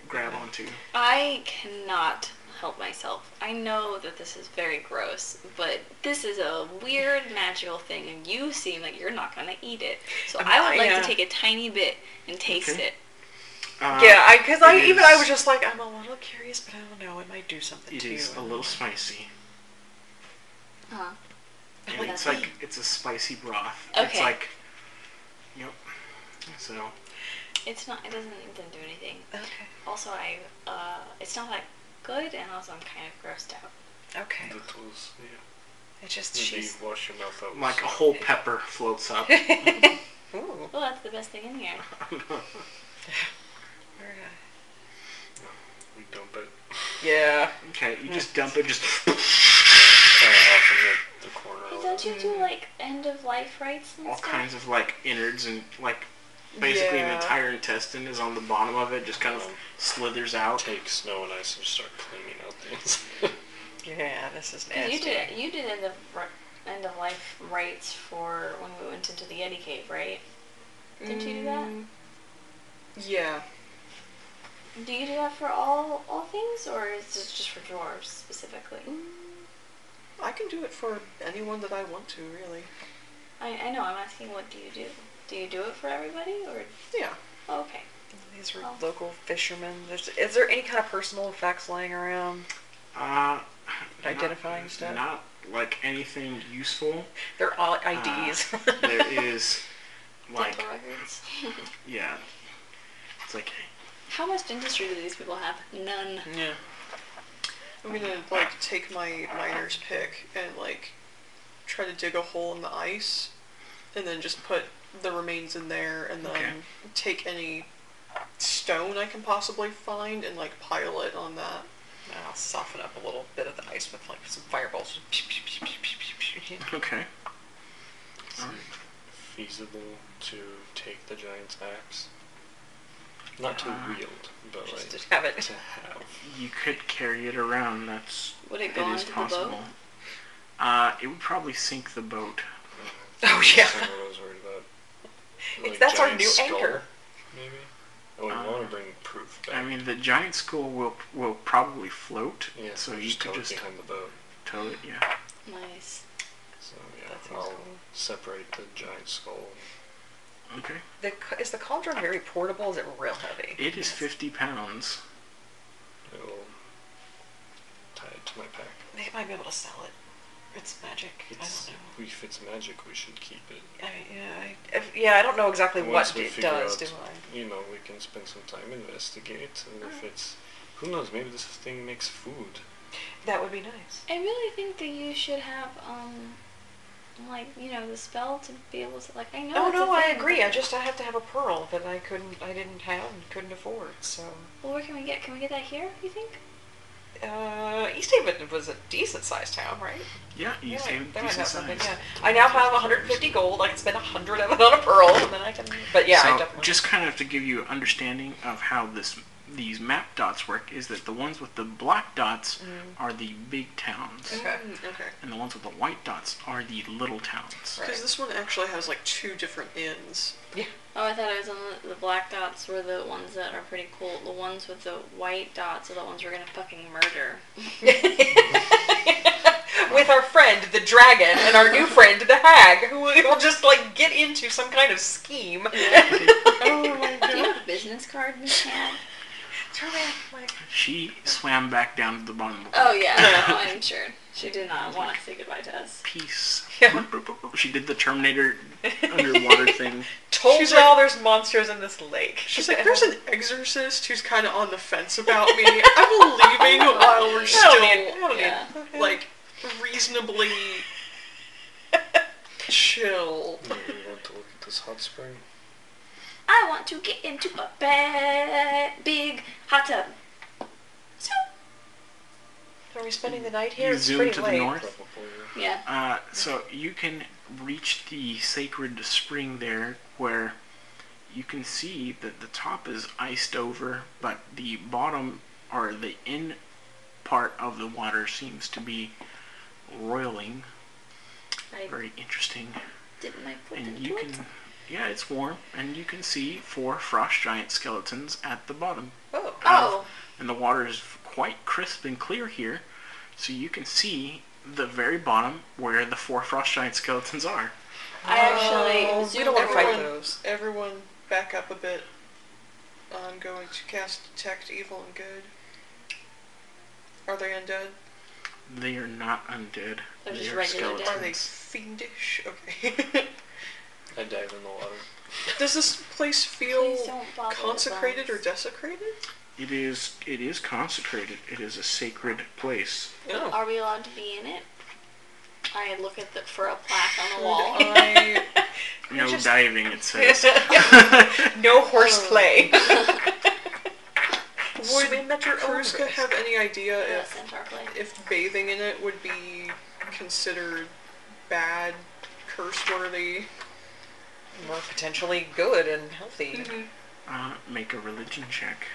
S1: grab onto.
S2: I cannot help myself. I know that this is very gross, but this is a weird magical thing, and you seem like you're not gonna eat it. So
S5: I'm
S2: I would
S5: not,
S2: like
S5: yeah.
S2: to take a tiny bit and taste
S1: Okay.
S2: it.
S1: Uh,
S5: yeah, I because I
S1: it
S5: even I
S1: is-
S5: was just like I'm a little curious, but I don't know. It might do something
S1: It
S5: to
S1: is a
S5: you.
S1: little spicy.
S2: Huh.
S1: And
S2: Like
S1: it's
S2: that.
S1: like it's a spicy broth. It's
S2: Okay.
S1: like, yep. So.
S2: It's not. It doesn't. It doesn't do anything.
S5: Okay.
S2: Also, I. Uh, it's not that good, and also I'm kind of grossed out.
S5: Okay.
S7: That was, yeah.
S5: It just
S7: Maybe
S5: she's. *laughs*
S7: wash your mouth out. with
S1: Like a
S7: soap.
S1: whole pepper floats up.
S5: Ooh.
S2: Well, that's the best thing in here.
S5: Very good.
S7: We dump it
S6: Yeah.
S1: okay, you just dump it, just.
S7: kind of off in the, the corner.
S2: Hey, don't you do like end of life rites and
S1: Mm. all
S2: stuff?
S1: kinds of like innards and like basically
S6: Yeah.
S1: an entire intestine is on the bottom of it, just kind of slithers out.
S7: Take snow and ice and start cleaning out things. *laughs*
S6: Yeah, this is
S2: 'Cause
S6: nasty.
S2: you did. You did end of ri- end of life rites for when we went into the Yeti cave, right?
S1: Mm.
S2: Didn't you do that?
S4: Yeah.
S2: Do you do that for all all things, or is this just for dwarves specifically?
S1: Mm.
S4: I can do it for anyone that I want to, really.
S2: I, I know. I'm asking. What do you do? Do you do it for everybody, or oh,
S4: Yeah.
S2: okay?
S5: These were
S2: Oh.
S5: local fishermen. There's, is there any kind of personal effects laying around?
S1: Uh,
S5: Identifying
S1: not,
S5: stuff?
S1: Not like anything useful. Uh,
S5: They're all
S7: Ah,
S5: IDs.
S1: There
S5: *laughs*
S1: is like
S2: Dental records. *laughs*
S1: yeah, it's like
S2: How much dentistry do these people have? None.
S6: Yeah.
S4: I'm gonna like take my miner's pick and like try to dig a hole in the ice, and then just put the remains in there, and then
S1: Okay.
S4: take any stone I can possibly find and like pile it on that.
S5: I'll soften up a little bit of the ice with like some fireballs.
S1: okay. Alright.
S7: Feasible to take the giant's axe. Not to
S2: Uh-huh.
S1: Uh,
S7: wield, but
S5: Just
S7: like
S5: to have it.
S7: to have.
S1: You could carry it around. That's
S2: Would it
S1: it
S2: go
S1: is
S2: onto the boat?
S1: possible. Uh, it would probably sink the boat.
S5: *laughs* Oh, yeah.
S7: That's what I was worried about.
S5: It's- that's our
S7: giant
S5: new anchor.
S7: Maybe. Oh, we
S1: Uh,
S7: want to bring proof back.
S1: I mean, the giant skull will will probably float,
S7: yeah,
S1: so
S7: we
S1: you
S7: just
S1: could
S7: tow it
S1: just
S7: behind the boat.
S1: tow it. Yeah.
S2: Nice.
S7: So
S5: That
S7: yeah,
S5: seems
S7: I'll
S5: cool.
S7: separate the giant skull.
S1: Okay.
S5: The, ca- is the cauldron very portable? Is it real heavy?
S1: It is 50 pounds.
S7: It will tie it to my pack.
S5: They might be able to sell it. It's magic.
S7: It's,
S5: I don't know.
S7: if it's magic, we should keep it.
S5: I, yeah, I, if- yeah, I don't know exactly
S7: Once
S5: what
S7: we
S5: it
S7: figure
S5: does,
S7: out-
S5: do I? Mm.
S7: You know, we can spend some time investigate, and if it's Who knows? Maybe this thing makes food.
S5: That would be nice.
S2: I really think that you should have, um, like, you know, the spell to be able to, like, I know.
S5: Oh
S2: it's a
S5: no, I
S2: thing,
S5: agree.
S2: but-
S5: I just I have to have a pearl that I couldn't, I didn't have, and couldn't afford. So
S2: Well, where can we get? Can we get that here, you think?
S5: uh, East Haven was a decent sized town, right?
S1: Yeah, you
S5: yeah,
S1: seem
S5: they might
S1: decent
S5: have something.
S1: sized.
S5: Yeah, I now have 150 gold. I can spend 100 of it on a pearl, and then I can. But yeah, I
S1: so
S5: definitely.
S1: just kind of to give you an understanding of how this these map dots work is that the ones with the black dots are the big towns,
S5: Okay.
S4: Mm, okay.
S1: and the ones with the white dots are the little towns.
S5: Right.
S4: Because this one actually has like two different ends.
S2: Oh, I thought it was on the, the black dots were the ones that are pretty cool. The ones with the white dots are the ones we're gonna fucking murder.
S5: *laughs* with our friend the dragon and our new friend the hag, who will just like get into some kind of scheme.
S2: oh my god! Do you have a business card, Miss Hannah?
S5: Throw back my
S1: She swam back down to the bottom of the
S2: Oh yeah, no, I'm sure she did not want to say goodbye to us.
S1: piece.
S5: Yeah.
S1: She did the Terminator *laughs*
S5: *laughs*
S1: underwater thing.
S5: Told
S4: She's
S5: y'all there's monsters in this lake.
S4: She's like, there's an exorcist who's kind of on the fence about
S5: *laughs*
S4: me. I'm leaving while we're
S5: I don't
S4: still
S5: need- I don't need-
S2: Yeah.
S4: like reasonably chill.
S7: Maybe we want to look at this hot spring.
S2: I want to get into a ba- big hot tub. So
S5: Are we spending the night here?
S1: You
S5: It's
S1: zoom
S5: pretty
S1: to the
S5: late.
S1: north.
S7: Probably.
S2: yeah,
S1: Uh, so you can reach the sacred spring there where you can see that the top is iced over, but the bottom or the in part of the water seems to be roiling.
S2: I
S1: Very interesting.
S2: didn't like put
S1: And
S2: into
S1: you
S2: it.
S1: can, yeah, it's warm, and you can see four frost giant skeletons at the bottom.
S5: Oh.
S2: Oh,
S1: and the water is quite crisp and clear here, so you can see the very bottom where the four frost giant skeletons are.
S2: I actually
S4: Um,
S5: Oh, we
S2: zoomed
S5: don't want to fight
S2: in.
S5: those.
S4: Everyone, back up a bit. I'm going to cast detect evil and good. Are they undead?
S1: They are not undead.
S2: They're
S1: they
S2: just
S1: are
S2: regular dead.
S1: skeletons.
S4: Are they fiendish? Okay. *laughs*
S7: I dive in the water.
S4: Does this place feel
S2: Please don't bother the
S4: consecrated or
S2: bones.
S4: desecrated?
S1: It is. It is consecrated. It is a sacred place.
S2: Are we allowed to be in it? I look at the for a plaque on
S4: Should
S2: the
S4: *laughs*
S2: wall.
S5: *laughs*
S4: I-
S1: No
S5: just-
S1: diving. It *laughs* says.
S2: *laughs*
S1: Uh,
S5: no horseplay.
S2: Oh.
S5: *laughs* Swim
S4: would
S5: at your own
S4: Kruska
S5: risk.
S4: have any idea
S2: Yeah,
S4: if
S2: centaur plague.
S4: if bathing in it would be considered bad, curse worthy?
S5: More potentially good and healthy.
S1: uh, make a religion check.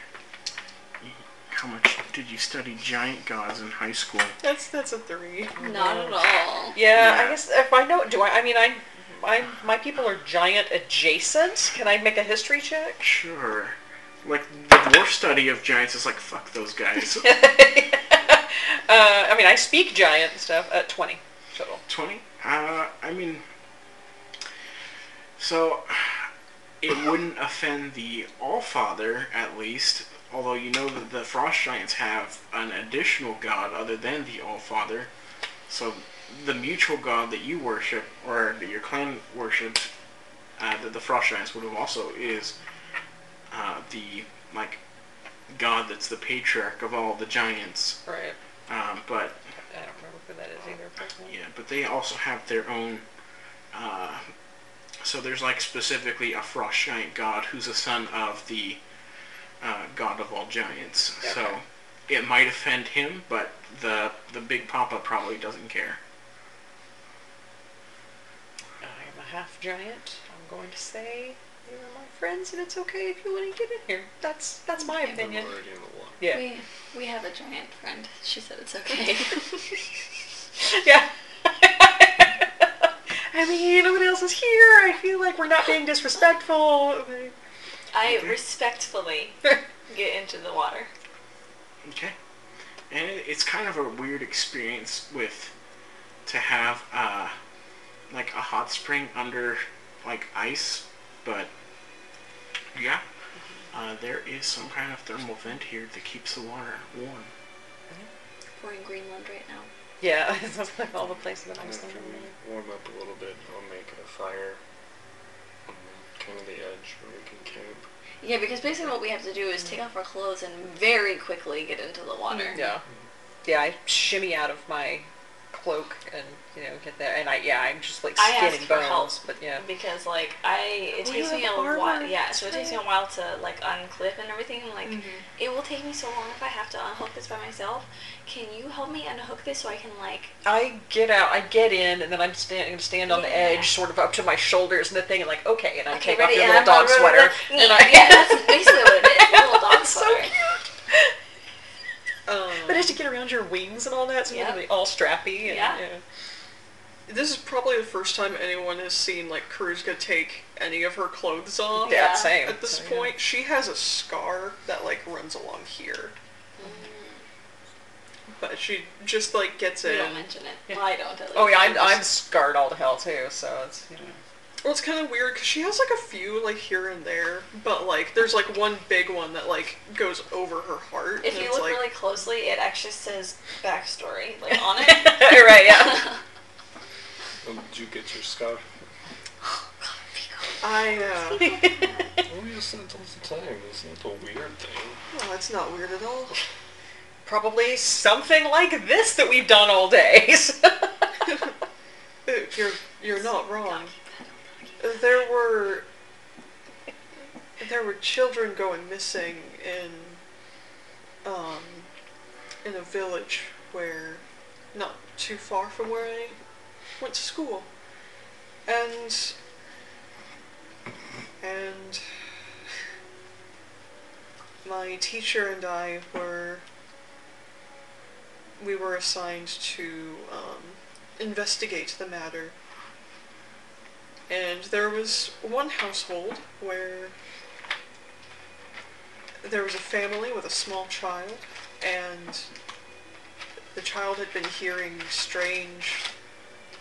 S1: How much did you study giant gods in high school?
S4: That's that's a three.
S2: Not at all.
S5: Yeah,
S1: Yeah.
S5: I guess if I know, do I? I mean, I, I, my people are giant adjacent. Can I make a history check? *laughs*
S1: Sure. Like the dwarf study of giants is like fuck those
S2: *laughs*
S1: guys.
S5: uh, I mean, I speak giant and stuff at twenty total.
S1: 20? Uh, I mean, so *sighs* it wouldn't offend the Allfather, at least, although you know that the Frost Giants have an additional god other than the Allfather. So the mutual god that you worship, or that your clan worshipped, uh, that the Frost Giants would have also, is uh, the, like, god that's the patriarch of all the giants.
S5: Right.
S1: Um, but
S5: I don't remember who that is either. personally.
S1: yeah, but they also have their own. Uh, so there's like specifically a frost giant god who's a son of the uh, god of all giants. So
S5: Okay.
S1: it might offend him, but the the big papa probably doesn't care.
S5: I'm a half giant. I'm going to say they were my friends, and it's okay if you want to get in here. That's that's my
S7: I'm already
S5: opinion.
S7: in the water.
S5: Yeah.
S2: We we have a giant friend. She said it's *laughs* okay.
S5: *laughs* Yeah. *laughs* I mean, no one else is here. I feel like we're not being disrespectful. *laughs*
S2: I respectfully get into the water.
S1: Okay. And it, it's kind of a weird experience with to have uh, like a hot spring under like ice, but yeah, uh, there is some kind of thermal vent here that keeps the water warm.
S2: We're in Greenland right now.
S5: Yeah, *laughs* that's like all the places that I was
S7: After
S5: thinking.
S7: we warm up a little bit, I'll make a fire on the- kind of the edge where we can camp.
S2: Yeah, because basically what we have to do is take off our clothes and very quickly get into the water.
S6: Yeah.
S5: Mm-hmm. Yeah, I shimmy out of my cloak and you know get there, and I yeah, I'm just like
S2: I
S5: skin
S2: asked
S5: and
S2: for help.
S5: bones, but yeah.
S2: Because like I, it
S5: Oh,
S2: takes
S5: you
S2: me a
S5: have armor,
S2: while. Yeah,
S5: that's
S2: so it takes me a
S5: right. Mm-hmm.
S2: while to like unclip and everything. I'm like,
S4: Mhm.
S2: it will take me so long if I have to unhook this by myself. Can you help me unhook this so I can like?
S5: I get out, I get in, and then I'm stand, gonna stand on the
S2: Yeah.
S5: edge, sort of up to my shoulders, and the thing, and like okay, and I
S2: Okay,
S5: take off
S2: ready?
S5: your
S2: And
S5: little
S2: I'm all
S5: dog
S2: ready,
S5: sweater,
S2: ready.
S5: and I
S2: *laughs* Yeah, that's basically what it is, the
S5: *laughs*
S2: little dog
S5: It's so
S2: sweater.
S5: cute.
S4: Um,
S5: *laughs* But it has to get around your wings and all that, so
S2: Yeah.
S5: you're gonna be all strappy. And,
S2: Yeah.
S4: this is probably the first time anyone has seen like Kruzga take any of her clothes off.
S5: Yeah,
S2: Yeah.
S5: same.
S4: At this
S5: So, yeah.
S4: point, she has a scar that like runs along here,
S5: Mm.
S4: but she just like gets
S2: We
S4: in.
S2: don't mention it. Well, I don't. At least.
S5: Oh yeah, I'm, I'm scarred all to hell too, so it's you know.
S4: Well, it's kind of weird because she has like a few like here and there, but like there's like one big one that like goes over her heart.
S2: If
S4: and
S2: you
S4: it's,
S2: look
S4: like,
S2: really closely, it actually says backstory like
S5: *laughs*
S2: on it.
S5: You're right, yeah.
S2: *laughs*
S5: *laughs*
S7: When Oh, did you get your scar?
S4: I uh,
S7: Oh, you said it all the time. It's not a weird thing.
S4: well, that's not weird at all.
S5: Probably something like this that we've done all day. *laughs* so-
S4: Uh, You're you're not wrong. Uh, There were there were children going missing in um in a village where not too far from where I went to school. And and my teacher and I were we were assigned to um, investigate the matter. And there was one household where there was a family with a small child, and the child had been hearing strange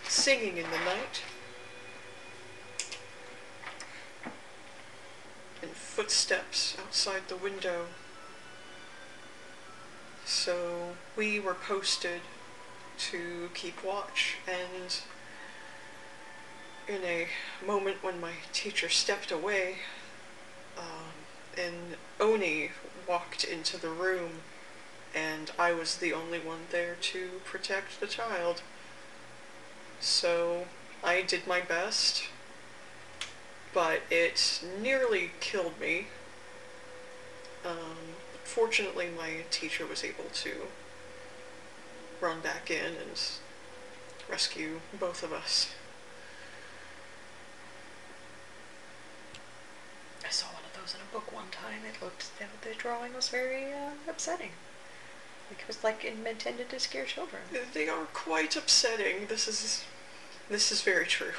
S4: singing in the night. And footsteps outside the window. So we were posted to keep watch, and in a moment when my teacher stepped away, um, and Oni walked into the room, and I was the only one there to protect the child. So I did my best, but it nearly killed me. Um, fortunately, my teacher was able to run back in and rescue both of us.
S5: I saw one of those in a book one time. It looked that the drawing was very uh, upsetting. Like it was like in- intended to scare children.
S4: They are quite upsetting. This is this is very true.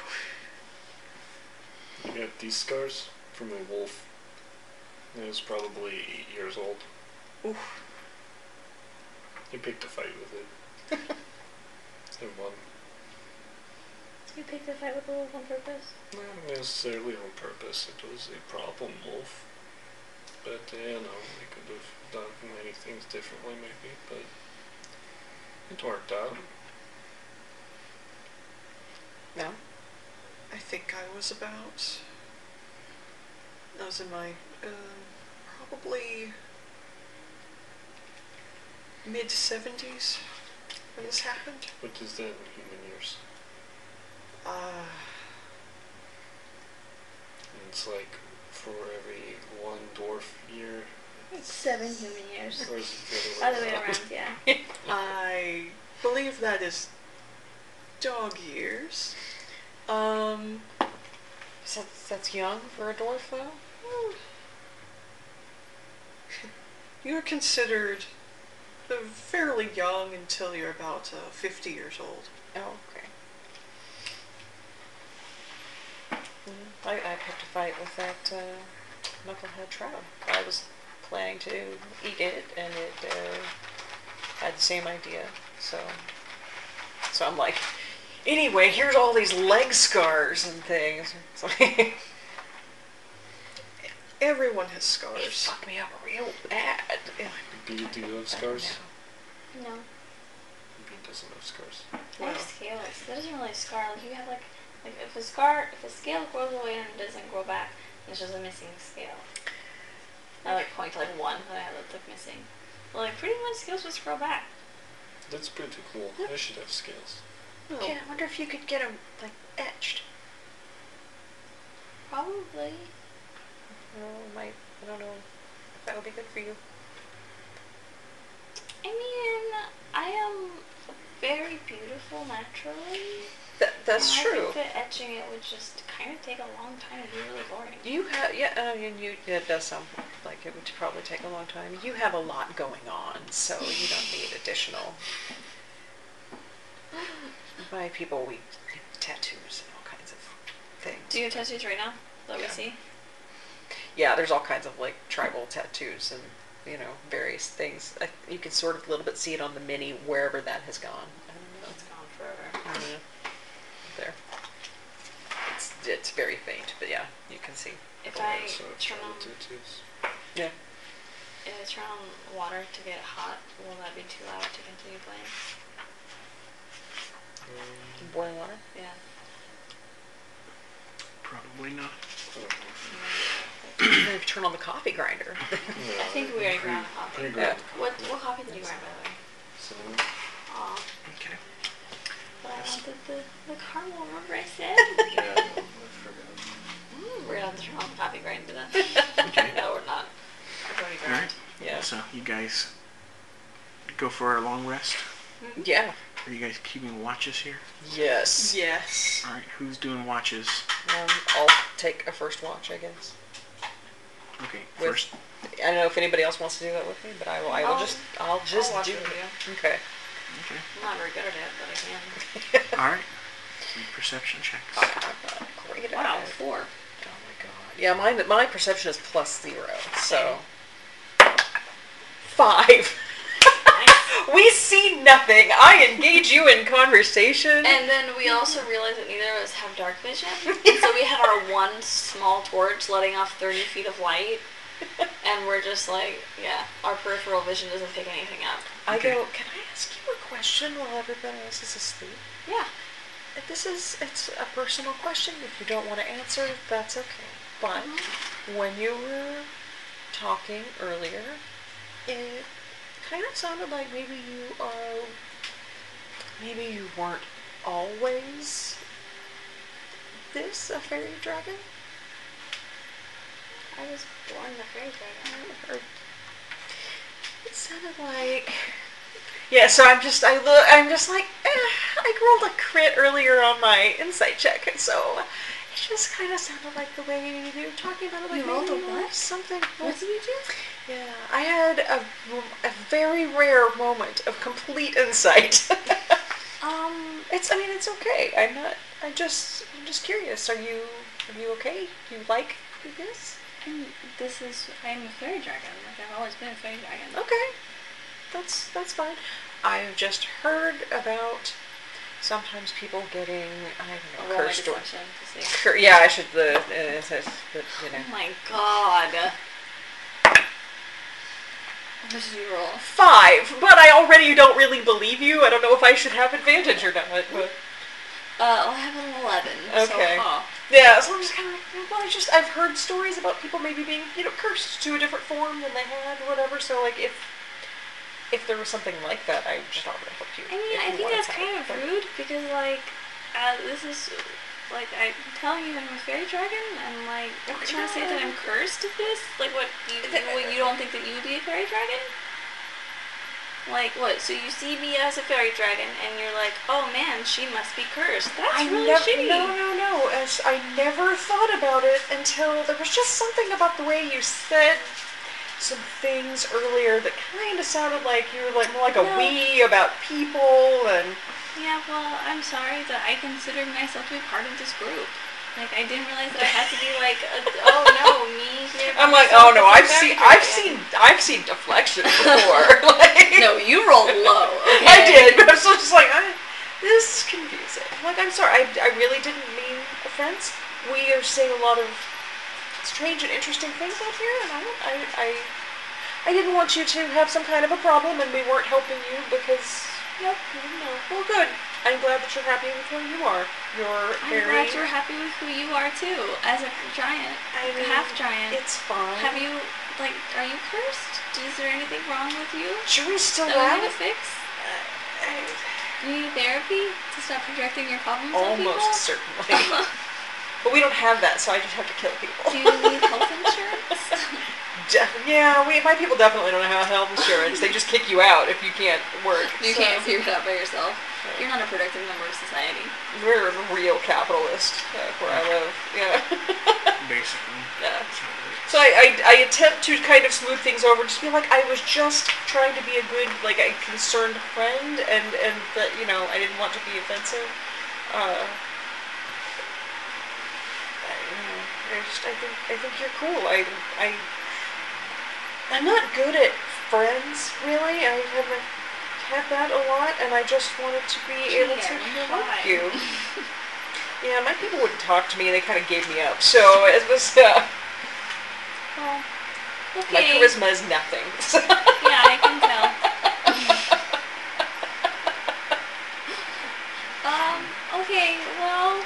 S7: I got these scars from a wolf. It was probably eight years old.
S4: Oof.
S7: He picked a fight with it. and won.
S2: You picked a fight with the wolf on purpose.
S7: Not necessarily on purpose. It was a problem wolf. But uh, you know, we could have done many things differently, maybe. But it worked out.
S5: No.
S4: I think I was about. I was in my uh, probably mid seventies when this happened.
S7: What is that in human years?
S4: Uh,
S7: And it's like for every one dwarf year,
S2: It's seven human years.
S7: or is it the
S2: Other
S7: other way
S2: way
S7: around? *laughs*
S2: around,
S5: *laughs*
S2: yeah.
S4: I believe that is dog years. Um,
S5: So that's, that's young for a dwarf though.
S4: hmm. You're considered uh, fairly young until you're about uh, 50 years old.
S5: Oh, okay. Mm, I, I picked a fight with that uh, knucklehead trout. I was planning to eat it, and it uh, had the same idea. So, so I'm like, anyway, here's all these leg scars and things. *laughs* It's like,
S4: Everyone has
S5: it
S4: scars.
S5: fucked me up real bad. Yeah,
S7: Do you, do you have scars?
S2: No.
S7: He doesn't have scars.
S2: I
S4: Wow.
S2: have scales. That doesn't really scar. Like you have like like if a scar if a scale grows away and it doesn't grow back, it's just a missing scale. Another point to like one that I had that took missing. Well, like pretty much skills would scroll back.
S7: That's pretty cool. I should have scales.
S4: Well,
S5: Yeah, I wonder if you could get them like etched.
S2: Probably.
S5: I don't know, it might. Oh, I don't know if that would be good for you.
S2: I mean, I am very beautiful naturally.
S5: That, that's
S2: and I
S5: true.
S2: think that etching it would just kind of take a long time and be really boring.
S5: You have, yeah, I mean, you, it does sound like it would probably take a long time. You have a lot going on, so you don't need additional. By people, we tattoos and all kinds of things.
S2: Do you have tattoos right now that we
S5: Yeah.
S2: see?
S5: yeah, there's all kinds of like tribal tattoos and you know various things. I, you can sort of a little bit see it on the mini wherever that has gone. I don't know.
S2: It's gone forever.
S5: I don't know. There. It's, it's very faint, but yeah, you can see.
S2: If
S7: Oh,
S2: I
S7: yeah, so I've
S2: turn
S7: tried
S2: on,
S7: tattoos.
S5: Yeah.
S2: if I turn on water to get it hot, will that be too loud to continue playing?
S7: Um,
S5: Boiling water.
S2: Yeah.
S1: Probably not.
S7: I don't know.
S5: And then if you turn on the coffee grinder.
S7: Yeah,
S2: I think we already
S7: pre-
S2: ground the coffee.
S7: pre-ground.
S2: What what coffee did you grind by the way?
S7: So,
S2: Aw,
S1: Okay.
S2: but I
S7: Yes.
S2: wanted the the caramel. Remember *laughs* I said?
S7: yeah, I don't know, I forgot.
S2: Mm, We're gonna have to turn on the coffee grinder then. *laughs* no, we're not. We're already
S1: All right.
S2: ground.
S5: Yeah.
S1: So you guys go for a long rest.
S5: Yeah.
S1: Are you guys keeping watches here?
S5: Yes.
S4: yes.
S1: All right. Who's doing watches?
S5: Um, I'll take a first watch, I guess.
S1: Okay.
S5: With-
S1: First.
S5: I don't know if anybody else wants to do that with me, but I will. I will
S2: I'll-
S5: just. I'll just
S2: watch
S5: do
S2: it with
S5: it. Okay.
S1: Okay.
S2: I'm not very good at it, but I *laughs* can.
S1: All right. Some perception checks.
S5: Great.
S2: Wow,
S5: idea.
S2: four.
S5: Oh my god. Yeah, mine my perception is plus zero, so five. *laughs* we see nothing. I engage you in conversation.
S2: And then we also realized that neither of us have dark vision, and so we have *laughs* our one small torch letting off 30 feet of light, and we're just like, yeah, our peripheral vision doesn't pick anything up.
S5: I
S1: Okay.
S5: go, can I ask you a question while everybody else is asleep?
S2: Yeah.
S5: This is it's a personal question. If you don't want to answer, that's okay. But when you were talking earlier, it kind of sounded like maybe you are maybe you weren't always this a fairy dragon?
S2: I was born the fairy dragon.
S5: Or it sounded like yeah, so I'm just I look I'm just like eh, I rolled a crit earlier on my insight check, and so it just kind of sounded like the way you were talking about it. Like
S2: You rolled
S5: maybe
S2: a
S5: you
S2: what?
S5: were Something.
S2: did you do?
S5: Yeah, I had a, a very rare moment of complete insight. *laughs*
S2: Um,
S5: it's I mean it's okay. I'm not. I just I'm just curious. Are you are you okay? Do you like this?
S2: I'm- this is, I'm a fairy dragon. Like, I've always been a fairy dragon.
S5: Okay, that's that's fine. I've just heard about sometimes people getting I don't know
S2: Roll my
S5: cursed or
S2: deception to see.
S5: cur- yeah I should the uh, it says that, you know
S2: Oh my god. What did you roll?
S5: five, but I already don't really believe you. I don't know if I should have advantage or not. But,
S2: Uh, well, I have an 11.
S5: Okay.
S2: So, huh.
S5: yeah, so I'm just kind of like, well, I just I've heard stories about people maybe being you know cursed to a different form than they had or whatever. So like if if there was something like that, I just offer to help you.
S2: I mean,
S5: if
S2: I
S5: you
S2: think
S5: wanna
S2: that's
S5: tell.
S2: kind of rude because, like, uh, this is, like, I'm telling you that I'm a fairy dragon, and, like, you're trying to say that I'm cursed at this? Like, what, you, what, you don't think that you would be a fairy dragon? Like, what, so you see me as a fairy dragon, and you're like, oh man, she must be cursed. That's
S5: I
S2: really
S5: nev-
S2: shitty.
S5: No, no, no. As I never thought about it until there was just something about the way you said some things earlier that kind of sounded like you were like more like a
S2: No.
S5: we about people and
S2: Yeah, well, I'm sorry that I considered myself to be part of this group. Like, I didn't realize that I had to be like, a,
S5: *laughs*
S2: oh no, me here. by
S5: I'm like,
S2: myself
S5: oh no,
S2: as a
S5: I've
S2: fairy
S5: seen,
S2: dragon."
S5: I've
S2: *laughs*
S5: seen, I've seen deflection before. *laughs* like,
S2: No, you rolled low. Okay?
S5: *laughs* I did, but I was just like, I, this is confusing. Like, I'm sorry, I, I really didn't mean offense. We are seeing a lot of strange and interesting things out here, and I, don't- I, I, I didn't want you to have some kind of a problem, and we weren't helping you because, yep, you didn't know. Well, good. I'm glad that you're happy with where you are. You're
S2: I'm
S5: very.
S2: glad you're happy with who you are too, as a giant,
S5: I mean,
S2: half giant.
S5: It's fine.
S2: Have you like, are you cursed? Is there anything wrong with you
S5: Jury's still
S2: that we need
S5: out?
S2: to fix? Do you need therapy to stop projecting your problems on people?
S5: Almost certainly.
S2: *laughs*
S5: but we don't have that, so I just have to kill people.
S2: Do you need health insurance?
S5: De- yeah, we, my people definitely don't have health insurance. they just kick you out if you can't work.
S2: *laughs* you
S5: so
S2: can't figure it out by yourself. You're not a productive member of society.
S5: We're a real capitalist uh, where I live. Yeah. *laughs*
S1: basically.
S5: yeah. So I, I, I attempt to kind of smooth things over, just be like, I was just trying to be a good, like a concerned friend, and and that you know I didn't want to be offensive. Uh, I, you know, I just I think I think you're cool. I I I'm not good at friends really. I haven't had that a lot, and I just wanted to be able to
S2: Gee, I wonder
S5: help
S2: why. *laughs*
S5: you. Yeah, my people wouldn't talk to me. They kind of gave me up. So it was. Uh,
S2: Well,
S5: my
S2: okay.
S5: charisma is nothing. *laughs* So.
S2: *laughs* Yeah, I can
S5: *laughs*
S2: tell. um, okay, well,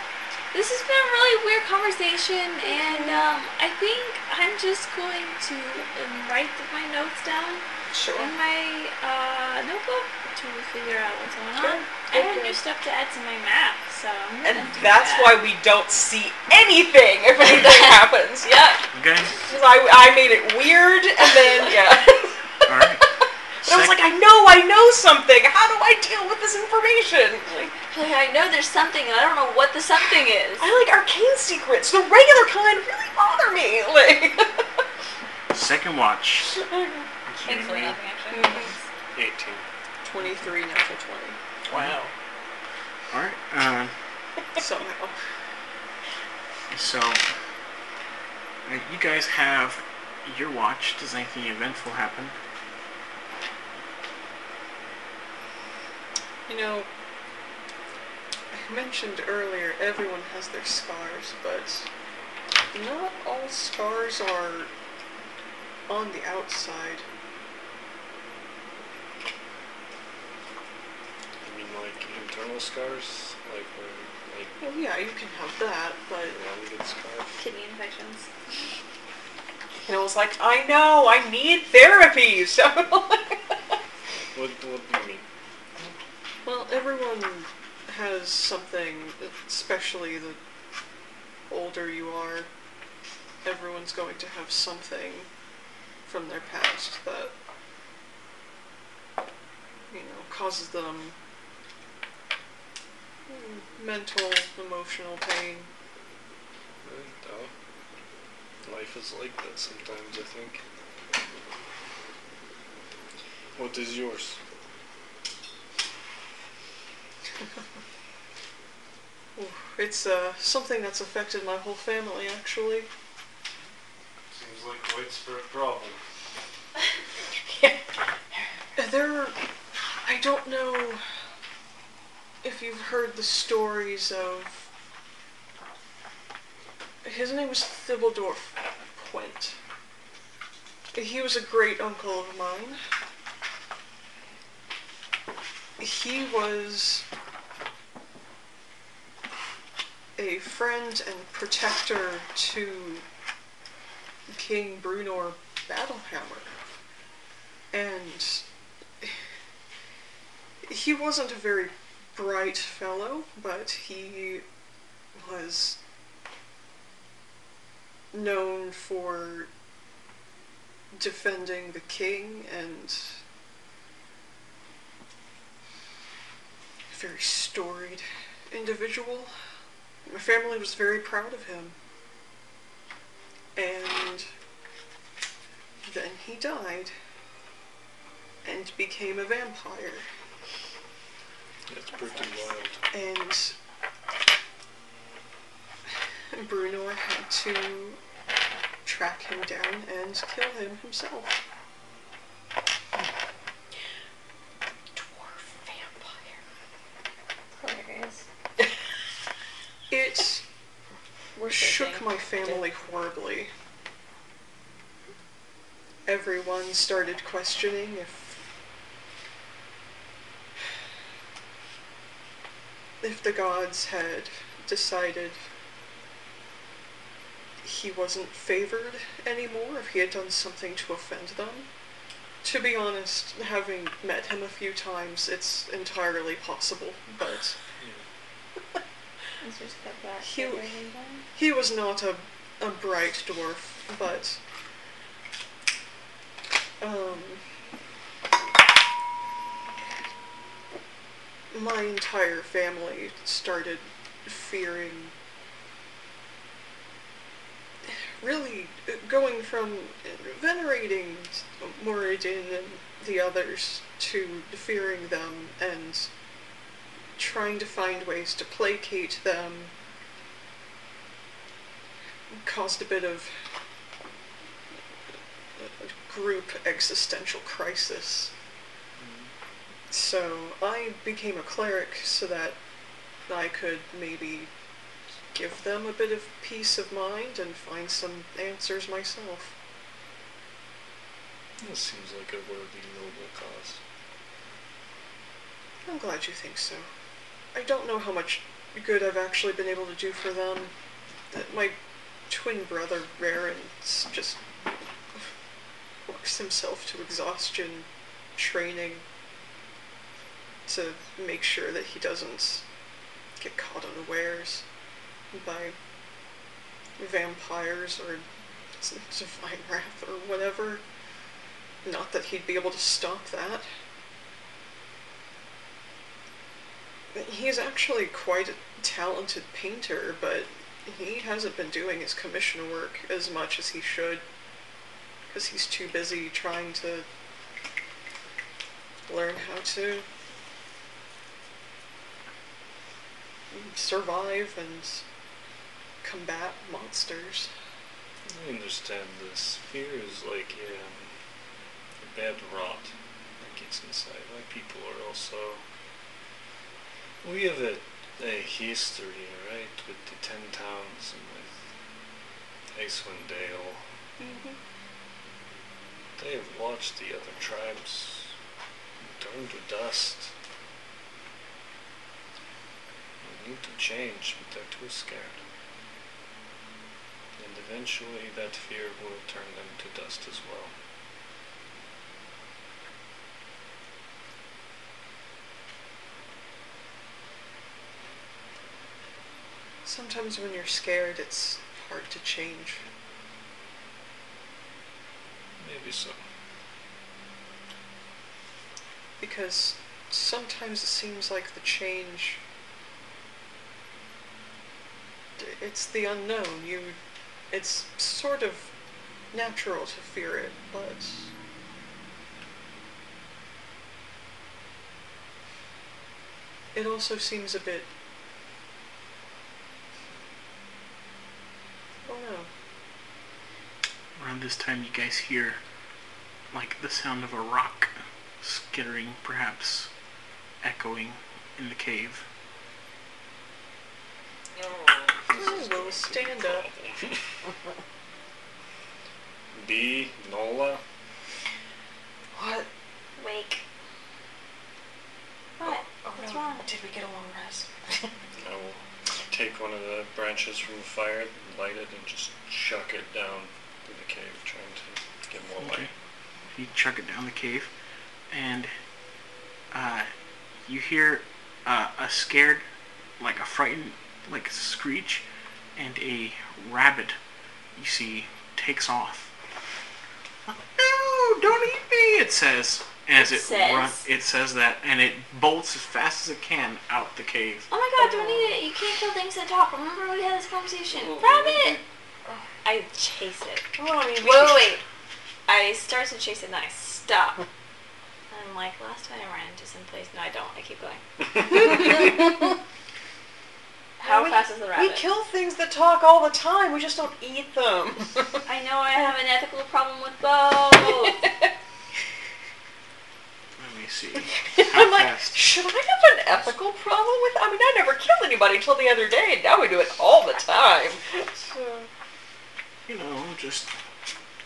S2: this has been a really weird conversation, and um, I think I'm just going to um, write my notes down
S5: Sure.
S2: in my uh, notebook to figure out what's going
S5: Sure.
S2: on. I have
S5: Okay.
S2: new stuff to add to my map, so. I'm
S5: And
S2: gonna do
S5: that's
S2: that. *laughs*
S5: why we don't see anything if anything happens. Yeah. *laughs*
S1: Okay.
S5: 'Cause I, I made it weird and then, yeah.
S1: All right.
S5: I was like, I know, I know something. How do I deal with this information? Like,
S2: Like, I know there's something, and I don't know what the something is.
S5: I like arcane secrets. The regular kind really bother me. *laughs* Like,
S1: Second watch.
S2: Thankfully, nothing actually. happens.
S7: 18.
S4: 23 natural 20.
S5: wow.
S1: All right. Um,
S5: *laughs*
S4: Somehow.
S1: so, uh, you guys have your watch. Does anything eventful happen?
S4: You know, I mentioned earlier everyone has their scars, but not all scars are on the outside.
S7: I mean, like, internal scars? Like, where, like,
S4: Well, yeah, you can have that, but
S7: around the scar?
S2: Kidney infections.
S5: And I was like, I know, I need therapy. *laughs* So,
S7: What, what do you mean?
S4: well, everyone has something, especially the older you are. Everyone's going to have something from their past that you know causes them mm, mental, emotional pain.
S7: Uh, life is like that sometimes, I think. What is yours?
S4: Ooh, It's uh, something that's affected my whole family, actually.
S7: Seems like widespread problem.
S4: There, I don't know if you've heard the stories of. His name was Thibeldorf Quint. He was a great uncle of mine. He was a friend and protector to King Brunor Battlehammer. And he wasn't a very bright fellow, but he was known for defending the king and a very storied individual. My family was very proud of him. And then he died and became a vampire.
S7: That's pretty wild.
S4: and Bruno had to track him down and kill him himself.
S5: dwarf vampire.
S2: Hilarious.
S4: It
S2: We're
S4: shook my family horribly. Everyone started questioning if if the gods had decided he wasn't favored anymore if he had done something to offend them. To be honest, having met him a few times, it's entirely possible, but
S2: Let's just cut that.
S4: He-
S2: that way in time.
S4: he was not a, a bright dwarf, but. Um, my entire family started fearing. Really uh, going from venerating Moradin and the others to fearing them and trying to find ways to placate them caused a bit of a group existential crisis. So I became a cleric so that I could maybe give them a bit of peace of mind and find some answers myself.
S7: That seems like a worthy, noble cause.
S4: I'm glad you think so. I don't know how much good I've actually been able to do for them. That my twin brother Raren's just works himself to exhaustion training to make sure that he doesn't get caught unawares by vampires or *laughs* divine wrath or whatever. Not that he'd be able to stop that. He's actually quite a talented painter, but he hasn't been doing his commission work as much as he should because he's too busy trying to learn how to survive and combat monsters.
S7: I understand this. Fear is like um, a bad rot that gets inside. My people are also. We have a, a history, right, with the Ten Towns and with Icewind Dale. They have watched the other tribes turn to dust. They need to change, but they're too scared. And eventually that fear will turn them to dust as well.
S4: Sometimes when you're scared, it's hard to change.
S7: Maybe so.
S4: because sometimes it seems like the change it's the unknown you it's sort of natural to fear it but it also seems a bit oh no
S1: Around this time, you guys hear like the sound of a rock skittering, perhaps echoing in the cave.
S4: I will stand up
S7: *laughs* B. Nola.
S5: What?
S2: Wake. What?
S5: Oh,
S2: What's
S5: no.
S2: wrong?
S5: Did we get a long rest?
S7: I will take one of the branches from the fire, light it, and just chuck it down to the cave, trying to get more light.
S1: You chuck it down the cave, and uh, you hear uh, a scared, like a frightened, like screech, and a rabbit. You see takes off. No, don't eat me! It says as
S2: It
S1: it,
S2: says.
S1: run- It says that, and it bolts as fast as it can out the cave.
S2: Oh my god, don't eat it. You can't kill things that talk. Remember we had this conversation. Oh,
S5: Well,
S2: Rabbit! Oh, I chase it.
S5: well, I mean, we
S2: Wait,
S5: can-
S2: wait. I start to chase it and I stop. And I'm like, last time I ran into some place. No, I don't. I keep going.
S5: *laughs*
S2: *laughs* How
S5: We-
S2: fast is the rabbit?
S5: We kill things that talk all the time. We just don't eat them.
S2: I know I have an ethical problem with *laughs* both.
S1: Let me see.
S5: *laughs* I'm
S1: How
S5: like,
S1: fast?
S5: should I have an ethical problem with? I mean, I never killed anybody till the other day, and now we do it all the time. So,
S1: You know, just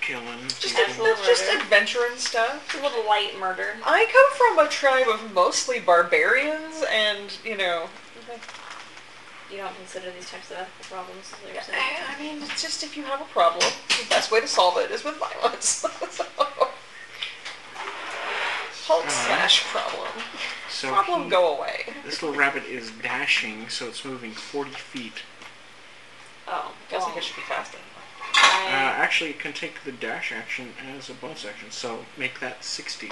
S1: killing.
S5: just,
S1: people.
S2: Absolute
S5: just
S2: murder.
S5: adventure and stuff.
S2: it's a little light murder.
S5: I come from a tribe of mostly barbarians, and you know,
S2: you don't consider these types of ethical problems. Is what you're saying.
S5: I, I mean, it's just if you have a problem, the best way to solve it is with violence. *laughs* Halt slash problem.
S1: So
S5: Problem
S1: he-
S5: go away.
S1: This little rabbit is dashing, so it's moving 40 feet.
S2: Oh,
S5: Feels
S2: well,
S5: like it should be faster.
S1: Uh,
S2: I,
S1: actually, it can take the dash action as a bonus action, so make that 60.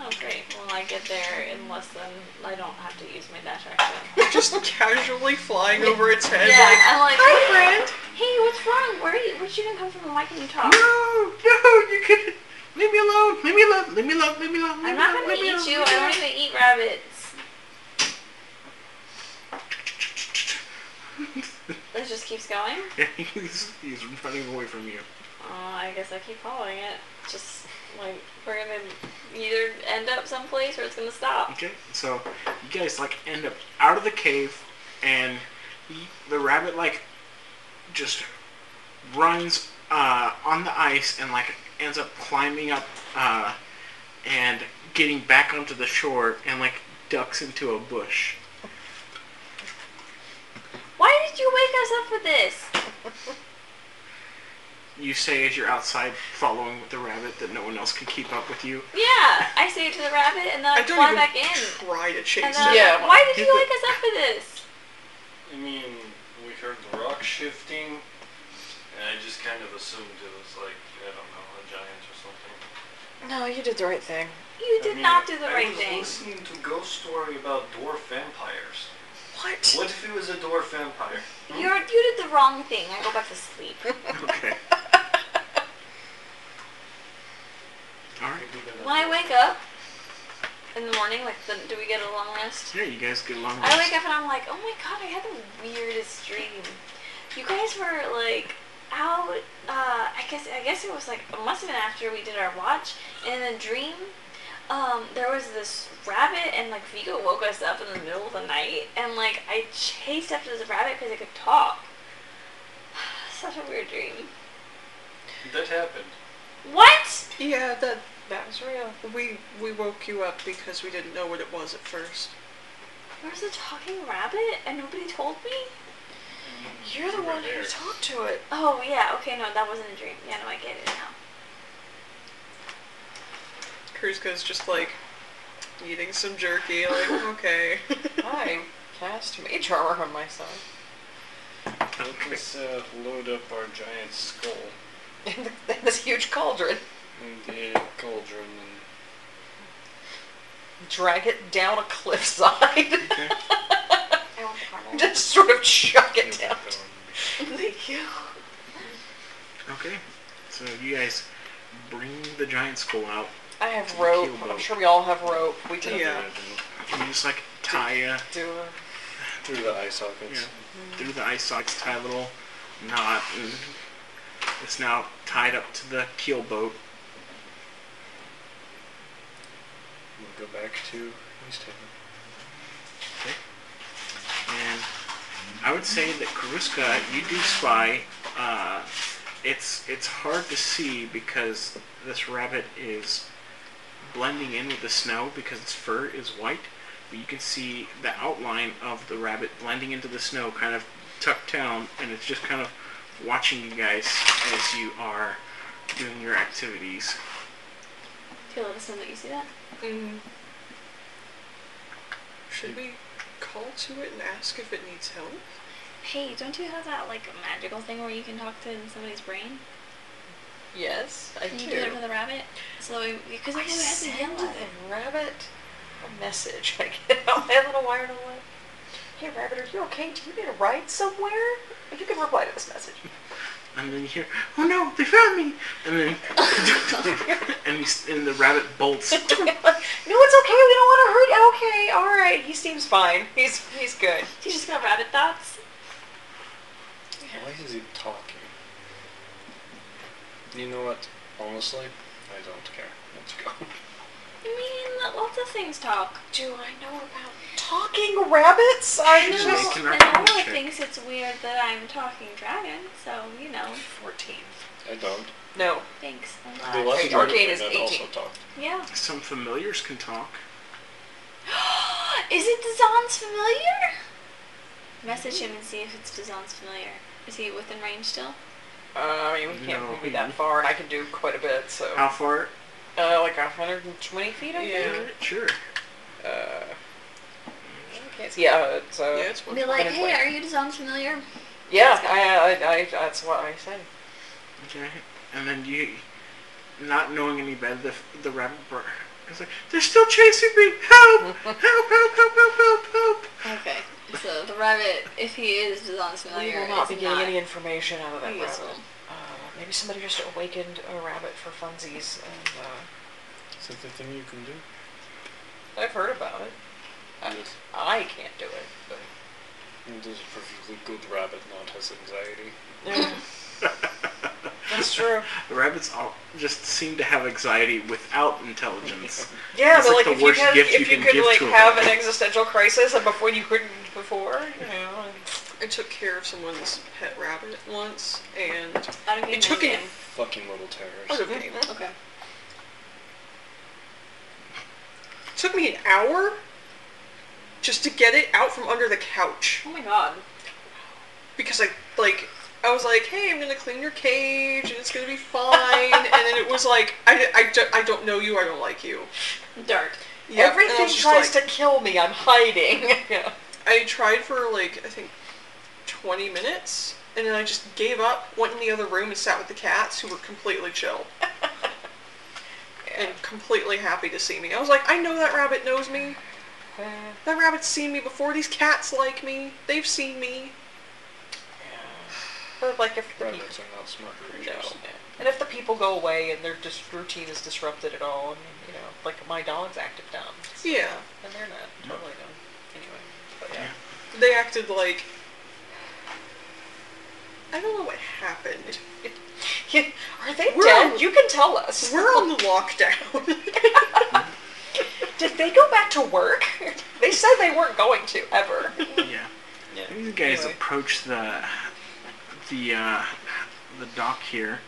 S2: oh, great. Well, I get there in less than. I don't have to use my dash action. *laughs*
S4: Just casually flying over its head.
S2: yeah,
S4: Like,
S2: I'm like,
S4: Hi, friend.
S2: hey, what's wrong? Where you? Where you didn't come from? Why can you talk?
S1: No! No! You can Leave me alone! Leave me alone! Leave me alone! Leave me alone! leave
S2: I'm
S1: me
S2: not
S1: alone,
S2: gonna
S1: leave me
S2: eat
S1: alone,
S2: you.
S1: leave me
S2: I don't even eat rabbits.
S1: *laughs*
S2: This just keeps going.
S1: alone. he's, he's running away from you.
S2: Oh, I guess I keep following it. Just like we're gonna either end up someplace or it's gonna stop.
S1: Okay, so you guys like end up out of the cave, and he, the rabbit like just runs uh, on the ice and like ends up climbing up uh, and getting back onto the shore and like ducks into a bush.
S2: Why did you wake us up with this?
S1: You say as you're outside following with the rabbit that no one else can keep up with you.
S2: Yeah, I say it to the rabbit and then I,
S4: I
S2: fly
S4: don't
S2: back
S4: even
S2: in.
S4: try to chase
S2: And
S4: it.
S2: then I'm
S5: Yeah,
S2: like, why did
S1: you
S2: you
S1: could-
S2: wake us up with this?
S7: I mean, we heard the rock shifting, and I just kind of assumed it was like, I don't know, a giant or something.
S5: No, you did the right thing.
S2: You
S7: I
S2: did
S7: mean,
S2: not do the
S7: I
S2: right
S7: was
S2: thing.
S7: listening to Ghost Story about dwarf vampires.
S5: What?
S2: *laughs*
S7: What if it was a dwarf vampire?
S2: You're you did the wrong thing. I go back to sleep.
S1: Okay. All right.
S2: When I wake up in the morning, like, the, do we get a long rest?
S1: Here, you guys get along.
S2: I wake up and I'm like, oh my god, I had the weirdest dream. You guys were like out. Uh, I guess I guess it was like it must have been after we did our watch. And in the dream, um, there was this rabbit, and like Vigo woke us up in the middle of the night, and like I chased after this rabbit because it could talk. *sighs* Such a weird dream.
S7: That happened.
S2: What?
S4: Yeah, that
S5: That was real.
S4: we we woke you up because we didn't know what it was at first.
S2: There was a talking rabbit, and nobody told me.
S5: You're the
S7: You were
S5: one who
S7: there.
S5: talked
S1: *laughs*
S5: to it.
S2: Oh yeah, okay, no, that wasn't a dream. Yeah, no, I get it now.
S4: Kruzka's just like eating some
S2: *laughs*
S4: jerky. Like, okay. Uh,
S5: I cast Mage Armor on myself.
S1: Okay.
S7: Let's uh, load up our giant skull
S5: In this huge cauldron.
S7: in the cauldron and
S5: Drag it down a cliffside.
S1: Okay.
S2: I want the caramel.
S5: *laughs* Just sort of chuck it
S7: kill
S5: down.
S7: that one.
S5: Thank you.
S1: Okay. So you guys bring the giant skull out.
S5: I have
S1: Kill
S5: rope. I'm
S1: rope.
S5: sure we all have rope. We can
S4: Yeah.
S1: Can you just like tie a,
S5: do it.
S7: Through the eye sockets.
S1: through the ice socks, tie a little knot, and it's now tied up to the keel boat.
S7: We'll go back to East Haven.
S1: And I would say that Karuska, you do spy. Uh, it's it's hard to see because this rabbit is blending in with the snow because its fur is white. But you can see the outline of the rabbit blending into the snow, kind of tucked down, and it's just kind of watching you guys as you are doing your activities.
S2: Can you let us know that you see that?
S4: Mm. Should we call to it and ask if it needs help?
S2: Hey, don't you have that like magical thing where you can talk to somebody's brain?
S5: Yes, I
S2: Can you
S5: do.
S2: do that with a rabbit? So that we, because
S5: I
S2: everyone has to yell
S5: send
S2: at
S5: the
S2: it.
S5: rabbit a message. *laughs* I get out my little wire and I'm like, hey rabbit, are you okay? Do you need a ride somewhere? You can reply to this message. *laughs*
S1: And then you hear, "Oh no, they found me!" And then *laughs* and, he's, and the rabbit bolts.
S5: no, it's okay. We don't want to hurt you. Okay, all right. He seems fine. He's he's good.
S2: Do you just got rabbit thoughts?
S7: Why is he talking? You know what? Honestly, I don't care. Let's go.
S2: I mean, lots of things talk.
S5: Do I know about talking rabbits? I
S1: She's
S5: know.
S1: making our
S2: and Noah
S1: check.
S2: thinks it's weird that I'm talking dragon, so you know,
S5: Fourteen.
S7: I don't.
S5: No.
S2: thanks. I'm
S7: The
S2: glad.
S7: last
S5: Arcane
S7: dragon
S5: is
S7: that
S5: 18.
S7: also talked.
S2: Yeah. *gasps*
S1: Some familiars can talk.
S2: Is it Dazan's familiar? Message him and see if it's Dazan's familiar. Is he within range still?
S6: Uh, I mean, we can't
S1: No,
S6: move you
S1: we-
S6: that far, and I can do quite a bit, so.
S1: How far?
S6: Uh, like 120 feet, I think?
S1: Sure.
S6: Yeah. Uh, okay, so yeah, uh, so.
S4: Yeah, it's one.
S2: Be like,
S6: Minutes
S2: hey,
S6: later.
S2: are you Dazan's familiar?
S6: Yeah, I, I, I, that's what I say.
S1: Okay. And then you, not knowing any better, the, the rabbit bur- It's like, they're still chasing me! Help! Help, help, help, help, help, help!
S2: Okay. So the rabbit, if he is Dazan's
S5: We
S2: familiar,
S5: will not be
S2: is
S5: getting
S2: not
S5: any information out of that rabbit.
S2: useful.
S5: Uh, maybe somebody just awakened a rabbit for funsies. And, uh,
S7: Is that the thing you can do?
S6: I've heard about it. I,
S7: Yes.
S6: I can't do it, but.
S7: And does a perfectly good rabbit not has anxiety?
S6: That's true.
S1: *laughs* The rabbits all just seem to have anxiety without
S5: *laughs*
S1: intelligence.
S6: Yeah,
S1: It's
S6: but
S1: like the
S6: like, if you
S1: worst
S6: could,
S1: gift
S6: if
S1: you
S6: you,
S1: can
S6: could
S1: give
S6: like
S1: to a
S6: have an
S1: rabbit.
S6: existential crisis and before you couldn't before, you know.
S4: I took care of someone's pet rabbit once, and
S2: I don't
S4: it
S2: get
S4: took
S2: an idea.
S4: him
S7: Fucking little terrors.
S4: out of me.
S2: *laughs* Okay.
S4: took me an hour just to get it out from under the couch
S2: Oh my god.
S4: because I like I was like, hey, I'm gonna clean your cage and it's gonna be fine,
S5: *laughs*
S4: and then it was like, I, I, do- I don't know you, I don't like you.
S2: Dark.
S4: Yeah, and I was
S5: Everything
S4: just
S5: tries
S4: like-
S5: to kill me. I'm hiding. *laughs* yeah.
S4: I tried for like I think 20 minutes, and then I just gave up, went in the other room, and sat with the cats who were completely
S5: *laughs*
S4: chill. And completely happy to see me. I was like, I know that rabbit knows me.
S5: Uh,
S4: That rabbit's seen me before. These cats like me. They've seen me.
S5: but like if the people,
S7: Rabbits are not smart
S5: no.
S7: creatures.
S5: and if the people go away and their dis- routine is disrupted at all, and, you know, like my dog's acted dumb, so-
S4: Yeah.
S5: and they're not totally dumb anyway. But yeah.
S4: They acted like. I don't know what happened.
S5: Yeah, Are they
S4: We're
S5: dead?
S4: on-
S5: You can tell us.
S4: We're on the lockdown. *laughs*
S5: *laughs* Did they go back to work? *laughs* they said they weren't going to
S1: *laughs*
S5: ever. *laughs*
S1: yeah.
S5: Yeah.
S1: These guys
S5: Anyway.
S1: approach the the uh, the dock here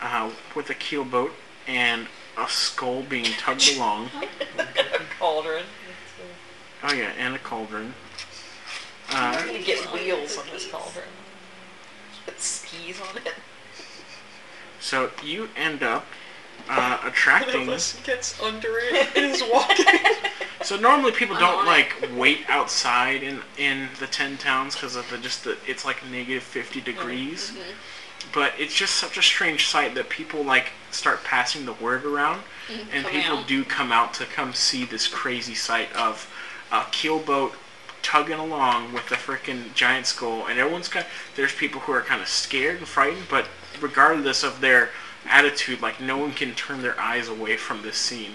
S1: uh, with a keelboat and a skull being tugged along.
S5: Cauldron.
S1: Oh yeah, and a cauldron. Uh,
S5: I'm gonna get wheels on this cauldron. Put skis on it.
S1: so you end up uh,
S4: One of
S1: attracting.
S4: us gets under it and is
S5: *laughs*
S4: walking.
S1: So normally people don't
S2: on
S1: like wait outside in in the ten towns because of the just the it's like negative fifty degrees. But it's just such a strange sight that people like start passing the word around, and
S2: coming
S1: people
S2: Mm-hmm. out.
S1: do come out to come see this crazy sight of a keelboat tugging along with a freaking giant skull, and everyone's kind. There's people who are kind of scared and frightened, but regardless of their attitude, like no one can turn their eyes away from this scene.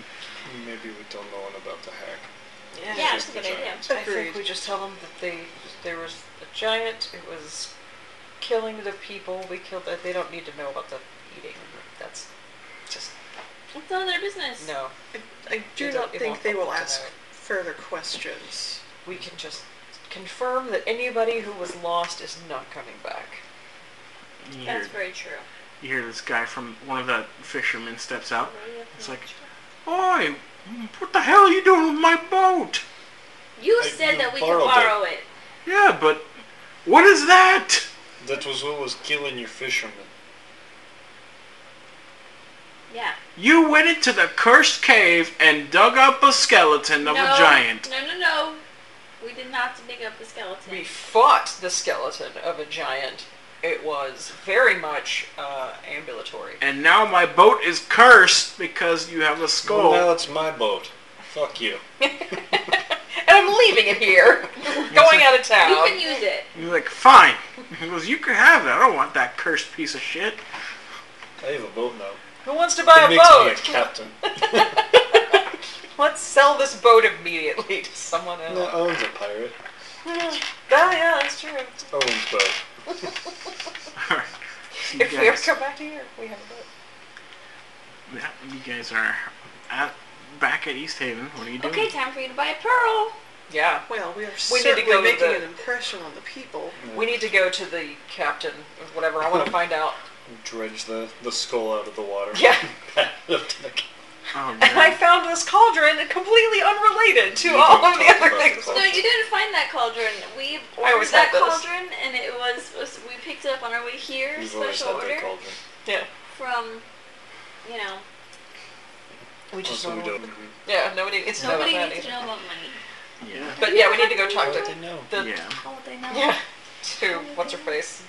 S7: Maybe we don't know one about the hack.
S2: Yeah,
S7: it's
S2: that's a good idea.
S5: I think we just tell them that they there was a giant. It was killing the people. We killed. They don't need to know about the eating. That's just
S2: It's none of their business.
S5: no.
S4: I do
S5: They don't-
S4: not
S5: they
S4: think
S5: won't
S4: they will
S5: want to
S4: ask
S5: know.
S4: further questions.
S5: We can just confirm that anybody who was lost is not coming back.
S1: You hear-
S2: That's very true.
S1: You hear this guy from one of the fishermen steps out. It's like, Oi, what the hell are you doing with my boat?
S2: You
S7: Like,
S2: said
S7: you
S2: that we could
S7: borrowed it.
S2: borrow it.
S1: Yeah, but what is that?
S7: That was what was killing your fishermen.
S2: Yeah.
S1: You went into the cursed cave and dug up a skeleton of a giant.
S2: No, no, no. We did not dig up the skeleton.
S5: We fought the skeleton of a giant. It was very much uh, ambulatory. *laughs*
S1: And now my boat is cursed because you have a skull.
S7: Well, now it's my boat. Fuck you.
S5: And I'm leaving it here. We're going out of
S2: You
S5: town.
S2: can use it.
S1: You're like, fine. *laughs* He goes, you can have it. I don't want that cursed piece of shit. *laughs*
S7: I have a boat now.
S5: Who wants to buy
S7: it
S5: a
S7: makes me a
S5: boat?
S2: *laughs*
S7: captain.
S5: *laughs* Let's sell this boat immediately to someone else.
S7: no, Owen's a pirate.
S5: Yeah. Oh, yeah, that's true.
S7: Owen's boat.
S1: All right. So you
S5: If we ever
S1: guys-
S5: come back to here, we have a boat.
S1: yeah, you guys are at back at East Haven. What are you doing?
S2: Okay, time for you to buy a pearl.
S5: Yeah.
S4: Well, we are
S5: We need to
S4: certainly
S5: go to
S4: making
S5: the-
S4: an impression on the people.
S5: We need to go to the captain or whatever. I want to find out. *laughs*
S7: *laughs* Dredge the, the skull out of the water.
S5: Yeah.
S7: Back up to the ca-
S1: Oh,
S5: And I
S1: no.
S5: found this cauldron completely unrelated to
S7: You
S5: all
S7: don't
S5: of the
S7: talk
S5: other
S7: about the
S5: things.
S2: No, you didn't find that cauldron. We
S5: I
S2: ordered
S5: always
S2: that
S5: had those.
S2: cauldron, and it was, was we picked it up on our way here,
S7: You've always
S2: special
S7: had
S2: order
S7: that cauldron.
S5: Yeah.
S2: from, you know,
S5: We just
S7: Also, we
S5: don't.
S7: don't. know.
S5: Yeah, nobody needs to know about
S2: nobody
S5: that
S2: needs to
S5: either.
S2: know about money.
S1: Yeah.
S5: But yeah, we need to go talk to
S7: They know.
S5: the
S1: yeah.
S2: How would they know?
S5: yeah to what's her face.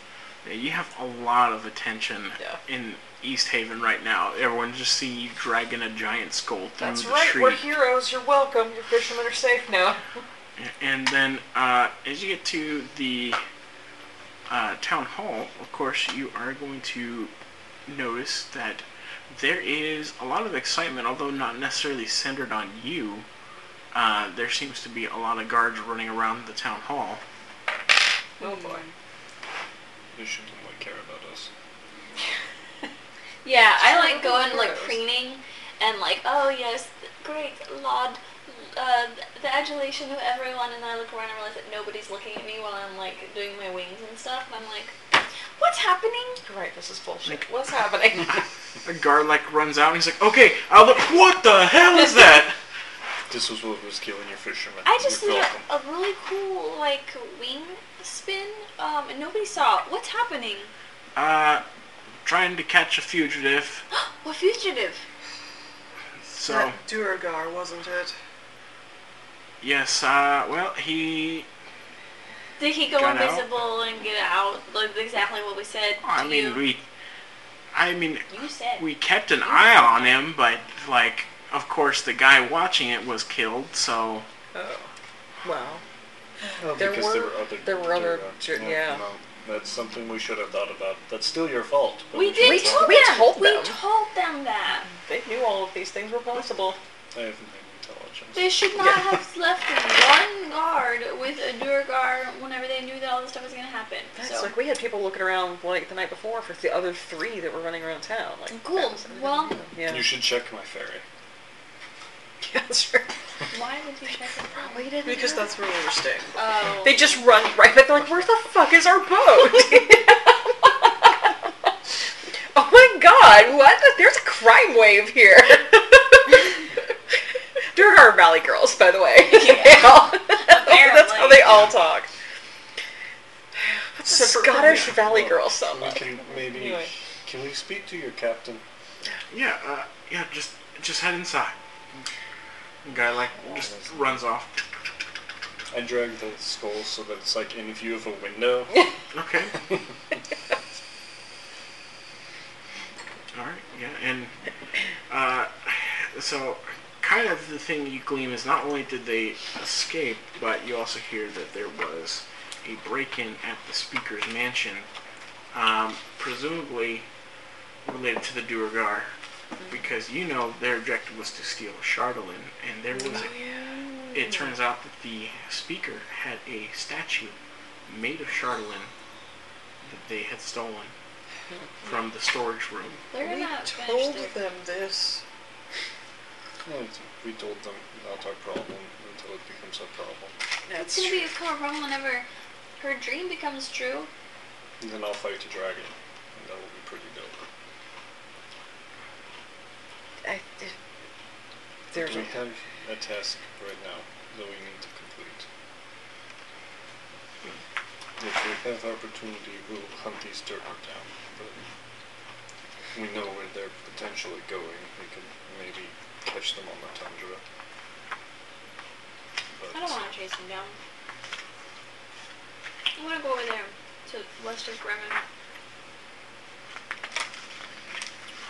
S1: Yeah, you have a lot of attention
S5: Yeah.
S1: in East Haven right now. Everyone's just seeing you dragging a giant skull through
S5: That's
S1: the
S5: right.
S1: tree.
S5: We're heroes. You're welcome. Your fishermen are safe now.
S1: And then, uh, as you get to the uh, town hall, of course, you are going to notice that there is a lot of excitement, although not necessarily centered on you. Uh, there seems to be a lot of guards running around the town hall.
S5: Oh boy.
S7: They shouldn't like care about us.
S2: Yeah, I
S5: Sure,
S2: like
S5: who
S2: going like
S5: cares?
S2: preening and like, oh yes, th- great, laud, uh, the adulation of everyone. And then I look around and realize that nobody's looking at me while I'm like doing my wings and stuff. And I'm like, what's happening?
S5: You're right. This is bullshit.
S1: Like- *laughs*
S5: What's happening?
S1: A guard like runs out and he's like, "Okay, I'll look. What the hell is
S5: *laughs*
S1: that?"
S7: This was what was killing your fishermen.
S2: I just
S7: you
S2: did
S7: caught
S2: a, a
S7: them.
S2: really cool like wing spin, um, and nobody saw. it. What's happening? *gasps*
S1: Uh, trying to catch a fugitive.
S2: what fugitive?
S1: So
S4: That Duragar, wasn't it?
S1: yes, uh, well he.
S2: Did he go
S1: Got out?
S2: invisible and get out? Like exactly what we said.
S1: I
S2: to
S1: mean
S2: you.
S1: we. I mean
S2: you said.
S1: we kept an eye on him, but like of course the guy watching it was killed. So
S6: Oh. Wow.
S7: Oh,
S6: There
S7: because there
S6: were-
S7: were other.
S6: there were other
S7: were-
S6: ju-
S7: no,
S6: yeah.
S7: No, that's something we should have thought about. That's still your fault. but
S2: we did
S5: We
S7: should
S5: t-
S2: tell
S7: have
S2: them.
S5: we
S2: We
S5: told them.
S2: told them that.
S5: they knew all of these things were possible.
S7: thought- I have no intelligence.
S2: They should not
S5: Yeah.
S2: have left one guard with a Durgar whenever they knew that all this stuff was going to happen.
S5: That's
S2: so.
S5: like we had people looking around like the night before for the other three that were running around town. Like that
S2: Cool.
S5: was-
S2: Well-
S5: yeah, *laughs*
S7: You should check my ferry.
S5: yeah, that's right.
S2: Why would you check it out?
S5: We didn't
S4: Because
S5: know.
S4: that's where we were staying.
S2: Oh.
S5: They just run right back. They're like, where the fuck is our boat? *laughs* oh my god, what? There's a crime wave *laughs* here. Durgar Valley girls, by the way. *laughs* They all- That's how they all talk. What's a
S4: Separate from
S5: Scottish
S4: you.
S5: Valley
S7: Well,
S5: girl sound
S7: We
S5: like?
S7: can maybe.
S5: Anyway.
S7: Can we speak to your captain?
S1: yeah, uh, yeah, just just head inside. The guy like just runs off.
S7: I drag the skull so that it's like in view of a window.
S1: Okay. All right. Yeah, and uh, so kind of the thing you glean is not only did they escape, but you also hear that there was a break-in at the speaker's mansion, um, presumably related to the Duergar, because you know their objective was to steal Shardolin, and there was a it turns out that the speaker had a statue made of Chardelin that they had stolen from the storage room.
S2: They're going
S4: we
S2: to finish
S4: told
S2: their-
S4: them this.
S7: And we told them about our problem until it becomes a problem.
S2: It's going to be a car problem whenever her dream becomes true.
S7: And then I'll fight the dragon. And that will be pretty dope.
S5: I, there's
S7: we
S5: a,
S7: have a task right now that we need to complete. If we have opportunity, we'll hunt these dirt down. But we know where they're potentially going. We could maybe catch them on the tundra.
S2: I don't
S7: But
S2: want to chase them down. I want to go over there to Lester's Bremen.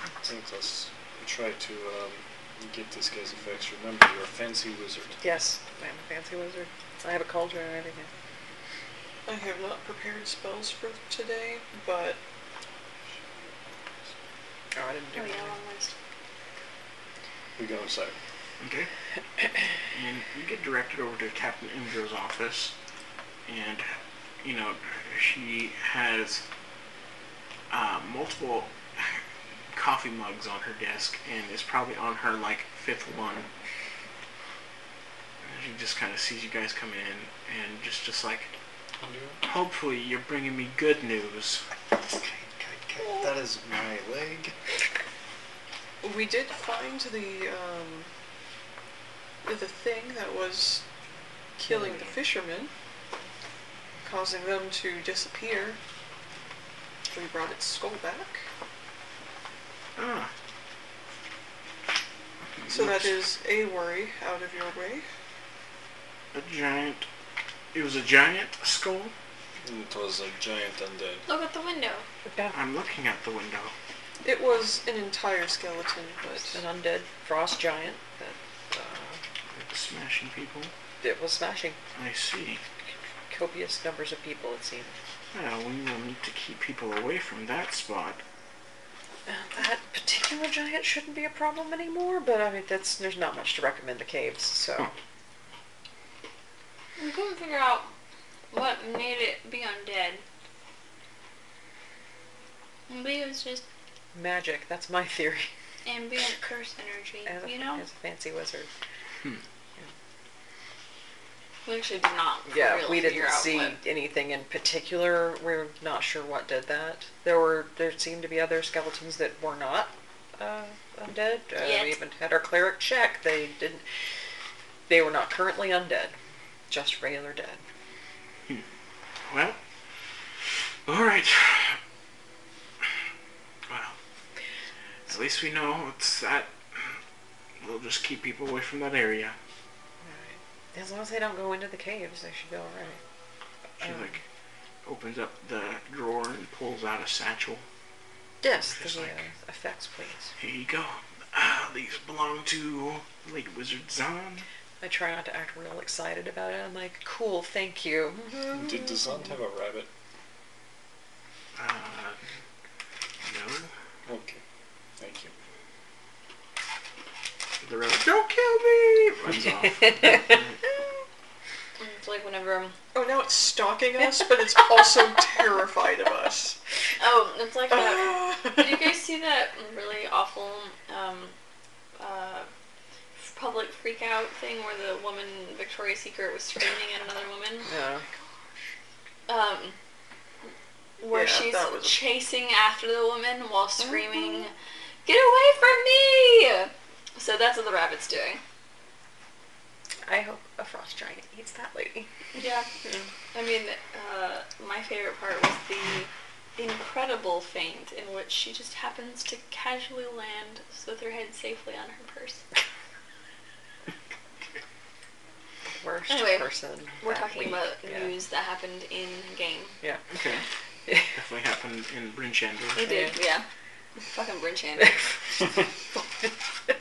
S7: I think let's try to um, get this guy's effects. Remember, you're a fancy wizard.
S5: yes, I'm a fancy wizard. I have a cauldron and everything.
S4: I have not prepared spells for today, but
S5: Oh, I didn't do
S2: Oh, yeah,
S5: anything.
S2: long list.
S7: We go inside.
S1: Okay. And you get directed over to Captain Indra's office, and you know she has uh, multiple coffee mugs on her desk, and is probably on her like fifth one. And she just kind of sees you guys coming in, and just just like, hopefully you're bringing me good news.
S7: That is my leg.
S4: We did find the um, the thing that was killing the fishermen, causing them to disappear. We brought its skull back,
S1: Ah.
S4: so that is a worry out of your way.
S1: a giant. It was a giant skull.
S7: It was a giant undead.
S2: Look at the window.
S6: Yeah,
S1: I'm looking out the window.
S4: It was an entire skeleton,
S5: It's
S4: but
S5: an undead frost giant that uh,
S1: It was smashing people.
S5: it was smashing
S1: I see.
S5: copious numbers of people, it seemed.
S1: Well, we will need to keep people away from that spot.
S5: Uh, that particular giant shouldn't be a problem anymore, but I mean, that's there's not much to recommend the caves, so.
S2: We couldn't figure out what made it be undead. Maybe it was just
S5: Magic, that's my theory. *laughs*
S2: ambient curse energy,
S5: As a,
S2: you know?
S5: as a fancy wizard.
S2: We actually did not. for
S5: Yeah,
S2: real
S5: we
S2: figure
S5: didn't
S2: out
S5: see
S2: what-
S5: anything in particular. We're not sure what did that. There were there seemed to be other skeletons that were not uh, undead. Uh,
S2: Yet.
S5: We even had our cleric check. They didn't. They were not currently undead, just regular dead.
S1: Well, all right. Well, at least we know it's that. We'll just keep people away from that area.
S5: Alright. As long as they don't go into the caves, they should be all right.
S1: She
S5: Um.
S1: like opens up the drawer and pulls out a satchel.
S5: Yes,
S1: Just
S5: the
S1: like-
S5: uh, effects, please.
S1: Here you go. Ah, these belong to Lady Wizard Zahn.
S5: I try not to act real excited about it. I'm like, cool, thank you.
S4: Mm-hmm.
S7: Did the Zant have a rabbit?
S1: Uh, no.
S7: Okay. Thank you.
S1: The rabbit, don't kill me! Runs off.
S4: *laughs*
S2: It's like whenever. um,
S4: oh, now it's stalking us, but it's
S5: *laughs*
S4: also terrified of us.
S2: *laughs* Oh, it's like that.
S4: *laughs*
S2: Did you
S4: Ah.
S2: guys see that really awful um, uh, public freak out thing where the woman Victoria's Secret was screaming at another woman?
S5: No.
S2: Um, where
S4: Yeah,
S2: she's
S4: that was-
S2: chasing after the woman while
S4: Mm-hmm.
S2: screaming, "Get away from me!" So that's what the rabbit's doing.
S5: I hope a frost giant eats that lady.
S2: Yeah. I mean, uh, my favorite part was the incredible feint in which she just happens to casually land with her head safely on her purse.
S5: Worst
S2: Anyway,
S5: person.
S2: We're
S5: that
S2: talking
S5: week.
S2: about *laughs*
S5: Yeah.
S2: news that happened in game.
S4: *laughs*
S5: Yeah. *laughs*
S1: Okay. Definitely happened in Brinchando.
S2: It did,
S5: Yeah.
S2: yeah. Fucking *laughs* Brinchander.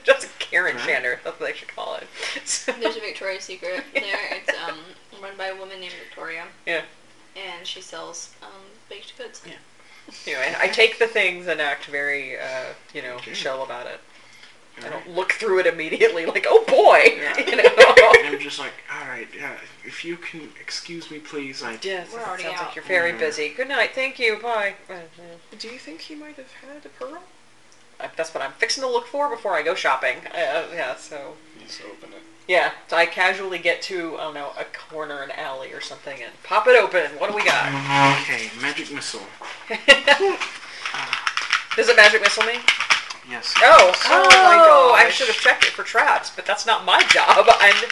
S5: Just Karen
S1: Alright.
S5: Shander, that's what they should call it. So- *laughs*
S2: There's a Victoria's Secret there. It's um, run by a woman named Victoria,
S5: yeah.
S2: and she sells um, baked goods.
S5: Yeah. Anyway, I take the things and act very, uh, you know,
S1: Okay.
S5: chill about it. I
S1: Alright.
S5: don't look through it immediately like, oh boy!
S1: Yeah.
S5: *laughs* You know?
S4: *laughs*
S1: And I'm just like, alright, uh, if you can excuse me, please, I.
S5: yes,
S2: We're
S5: it
S2: already
S5: sounds
S2: out.
S5: like you're very
S1: Mhm.
S5: busy. Good night, thank you, bye. Uh,
S4: Do you think he might have had a pearl?
S5: I- Uh, That's what I'm fixing to look for before I go shopping. Uh, yeah, so
S7: He's open it.
S5: yeah, so I casually get to I don't know a corner, an alley, or something, and pop it open. What do we *laughs* got?
S1: Okay, magic missile.
S5: Does it magic missile me?
S1: Yes.
S5: Oh,
S4: Oh my
S5: oh, I
S4: gosh.
S5: should have checked it for traps, but that's not my job. And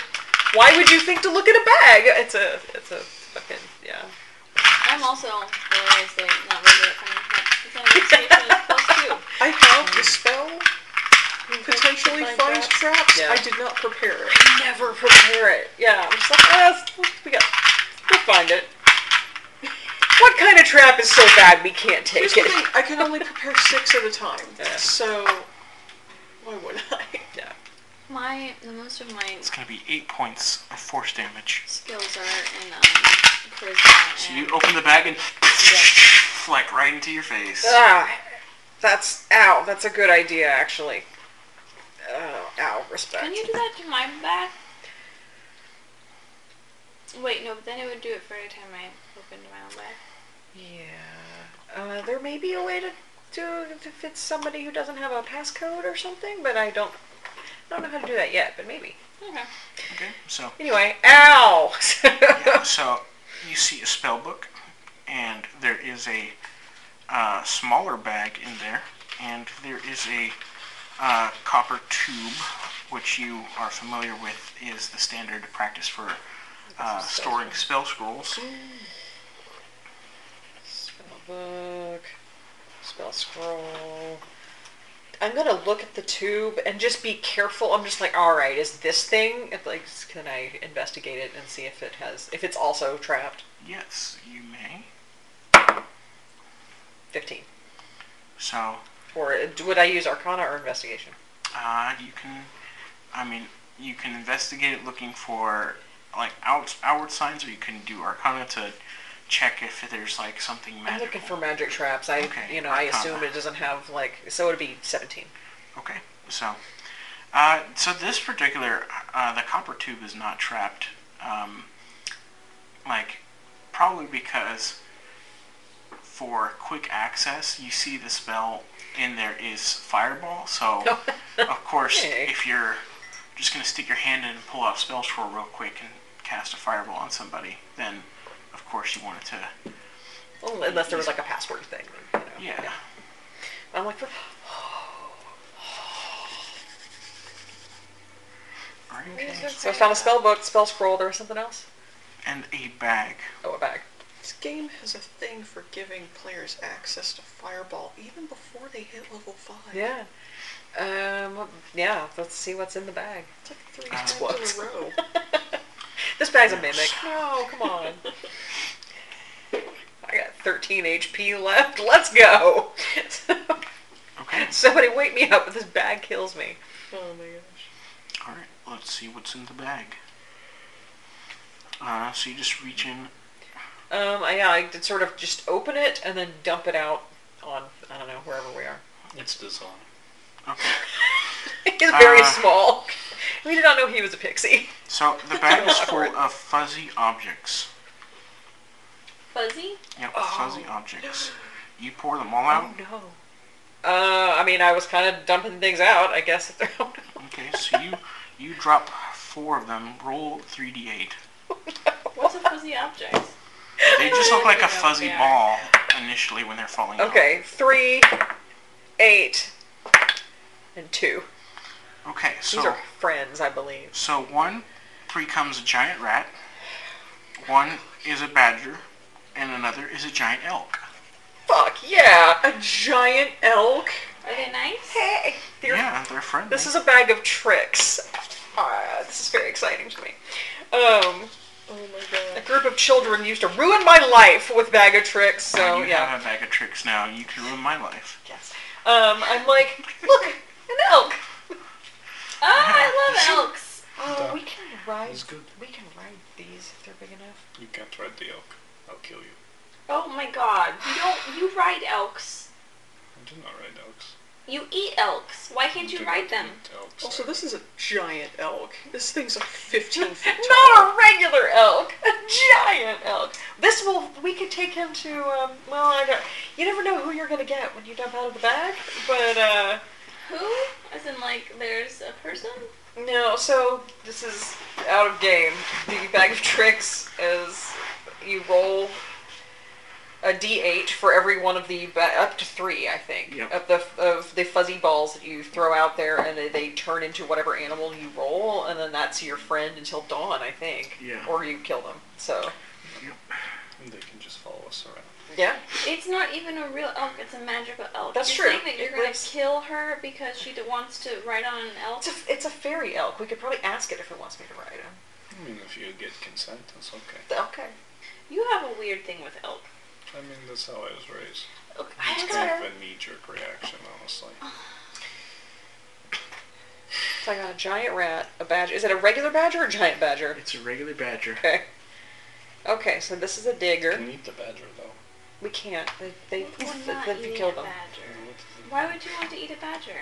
S5: why would you think to look at a bag? It's a, it's a fucking yeah.
S2: I'm also hilariously not really good at finding facts. It's on your station as well, too.
S4: I have the spell. Potentially
S5: Mm-hmm. find
S4: finds traps.
S5: Yeah.
S4: I did not
S5: *laughs*
S4: prepare it.
S5: I never prepare it. Yeah, I'm just like, ah, we got, we'll find it. *laughs* What kind of trap is so bad we can't take
S4: Here's the
S5: it?
S4: thing, I can only prepare six at a time.
S5: *laughs* Yeah.
S4: So why would I? *laughs*
S5: Yeah.
S2: My most of my
S1: It's gonna be eight points of force damage.
S2: skills are in um, charisma.
S1: So
S2: and
S1: you open the bag and *laughs* like right into your face.
S5: *laughs* Ah, that's ow. That's a good idea, actually. Uh, ow, respect.
S2: Can you do that to my back? Wait, no, but then it would do it for every time I opened my own back.
S5: Yeah. Uh, there may be a way to do it if it's somebody who doesn't have a passcode or something, but I don't. I don't know how to do that yet, but maybe.
S2: Okay.
S1: Okay, so
S5: Anyway, ow! *laughs*
S1: yeah, *laughs* so you see a spell book, and there is a uh, smaller bag in there, and there is a uh, copper tube, which you are familiar with, is the standard practice for uh, storing spell scrolls.
S5: Spellbook, spell scroll. I'm gonna look at the tube and just be careful. I'm just like, all right, is this thing? If, like, can I investigate it and see if it has, if it's also trapped?
S1: Yes, you may.
S5: Fifteen.
S1: So
S5: Or uh, would I use Arcana or Investigation?
S1: Uh, you can, I mean, you can investigate it looking for like out, outward signs, or you can do Arcana to check if there's like something magical.
S5: I'm looking for magic traps. I,
S1: Okay,
S5: you know, I
S1: Arcana.
S5: assume it doesn't have like, so it'd be seventeen. *laughs*
S1: Okay, so, uh, so this particular uh, the copper tube is not trapped, um, like probably because for quick access, you see the spell in there is fireball. So,
S5: *laughs* Oh,
S1: of course,
S5: Hey.
S1: if you're just gonna stick your hand in and pull out spell scroll real quick and cast a fireball on somebody, then of course you want it to
S5: Well, unless there was like a password thing. You know.
S1: yeah.
S5: I'm like,
S1: Okay.
S5: so I found a spell book, spell scroll. There was something else.
S1: And a bag.
S5: Oh, a bag.
S4: This game has a thing for giving players access to Fireball even before they hit level 5.
S5: Yeah. Um. Yeah. Let's see what's in the bag. *laughs*
S4: It's like three
S1: Uh,
S4: times
S5: what?
S4: in a row.
S5: *laughs* This bag's a mimic. No, come on. I got 13 HP left. Let's go. *laughs*
S1: Okay.
S5: Somebody wake me up. This bag kills me.
S4: Oh my gosh.
S1: All right, let's see what's in the bag. Uh, so you just reach in.
S5: Um. I, yeah. I did sort of just open it and then dump it out on I don't know wherever we are. *laughs*
S7: It's disarmed.
S1: Okay.
S5: He's very
S1: Ah.
S5: small. We did not know he was a pixie.
S1: So the bag
S5: *laughs*
S1: is full of fuzzy objects.
S2: Fuzzy?
S1: Yep,
S5: Oh.
S1: fuzzy objects. You pour them all
S5: Oh
S1: out.
S5: no. Uh. I mean, I was kind of dumping things out. I guess. *laughs* Oh, no.
S1: Okay, so you you drop four of them. Roll three d eight.
S2: What's a fuzzy object?
S1: They just look like a
S5: *laughs*
S2: Yeah, they
S1: fuzzy
S2: are.
S1: ball initially when they're falling. out.
S5: Okay, three, eight, and two.
S1: Okay. So
S5: These are
S7: Oh.
S5: friends, I believe.
S1: So one becomes a giant rat, one is a badger, and another is a giant elk.
S5: Fuck yeah!
S4: A giant elk?
S2: Are they nice?
S5: Hey, they're-
S1: yeah, they're friendly.
S5: this is a bag of tricks. Ah, this is very exciting to me. Um,
S4: Oh my
S5: a
S4: god.
S5: group of children used to ruin my life with bag of tricks.
S1: Now
S5: So
S1: you
S5: yeah,
S1: have a bag of tricks now. You can ruin my life.
S5: yes. Um, I'm like, look, an elk.
S2: Oh, I *laughs* love elks!
S5: Oh,
S7: Duh.
S5: we can ride.
S7: It's good.
S5: We can ride these if they're big enough.
S7: You can't ride the elk. I'll kill you.
S2: Oh my god. You don't you ride elks.
S7: I do not ride elks.
S2: You eat elks. Why can't
S7: Do
S2: you
S7: not
S2: ride them?
S7: eat Elks.
S4: Also, this is a giant elk. This thing's like 15
S5: *laughs*
S4: feet tall.
S5: Not a regular elk, a giant elk. This will we could take him to. Um, well, I don't. You never know who you're gonna get when you dump out of the bag. But uh,
S2: Who? As in like there's a person?
S5: no. So this is out of game. The bag of tricks is you roll a d8 for every one of the ba- up to three, I think,
S1: Yep.
S5: of the of the fuzzy balls that you throw out there, and they, they turn into whatever animal you roll, and then that's your friend until dawn, I think.
S1: Yeah.
S5: Or you kill them. So.
S7: And they can just follow us around.
S5: Yeah.
S2: It's not even a real elk, it's a magical elk.
S5: That's
S2: You're
S5: true.
S2: saying that you're
S5: It
S2: gonna
S5: lives-
S2: kill her because she d- wants to ride on an elk?
S5: It's a, it's a fairy elk. We could probably ask it if it wants me to ride him.
S7: I mean, if you get consent, that's okay.
S5: Okay.
S2: You have a weird thing with elk.
S7: I mean, that's how I was raised.
S2: Elk-
S7: It's
S2: I
S7: kind
S2: got
S7: of a knee-jerk reaction, honestly.
S5: So I got a giant rat, a badger. Is it a regular badger or a giant badger?
S1: It's a regular badger.
S5: Okay. Okay, so this is a
S7: You
S5: digger.
S7: can eat the badger, though.
S5: We can't. They, they,
S2: We're
S5: they,
S2: not
S5: they
S2: eating
S5: kill
S2: a
S5: them.
S2: badger. Why would you want to eat a badger?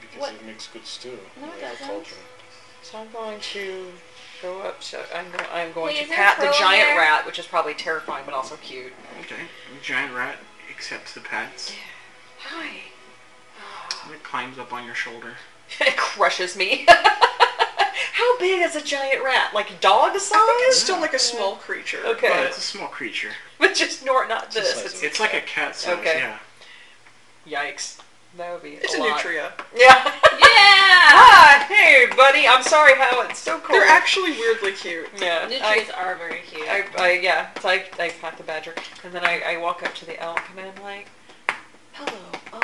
S7: Because
S2: What?
S7: it makes good stew.
S2: No, it
S7: We have a
S2: doesn't.
S7: cauldron.
S5: So I'm going to go up. So I'm, go, I'm going
S2: Wait, is
S5: to
S2: there
S5: pat the
S2: crow in
S5: giant
S2: there?
S5: rat, which is probably terrifying but also cute.
S1: Okay. The giant rat accepts the pats
S5: Hi.
S1: and it climbs up on your shoulder.
S5: *laughs* it crushes me. *laughs* How big is a giant rat? Like dog size?
S4: It's still like a small creature.
S5: Okay.
S1: But it's a small creature.
S5: *laughs* But just nor not
S7: Just
S5: this.
S7: like
S5: It's-
S1: It's like a cat size,
S5: Okay.
S1: yeah.
S5: Yikes. That would be
S4: It's a,
S5: a, lot.
S4: nutria.
S5: Yeah. *laughs*
S2: Yeah!
S5: ah, hey, buddy. I'm sorry how it's so cold.
S4: They're actually weirdly cute.
S5: yeah. I,
S2: Nutrias are very cute.
S5: I, I, yeah. So I, I pat the badger, and then I, I walk up to the elk, and I'm like, "Hello. Um,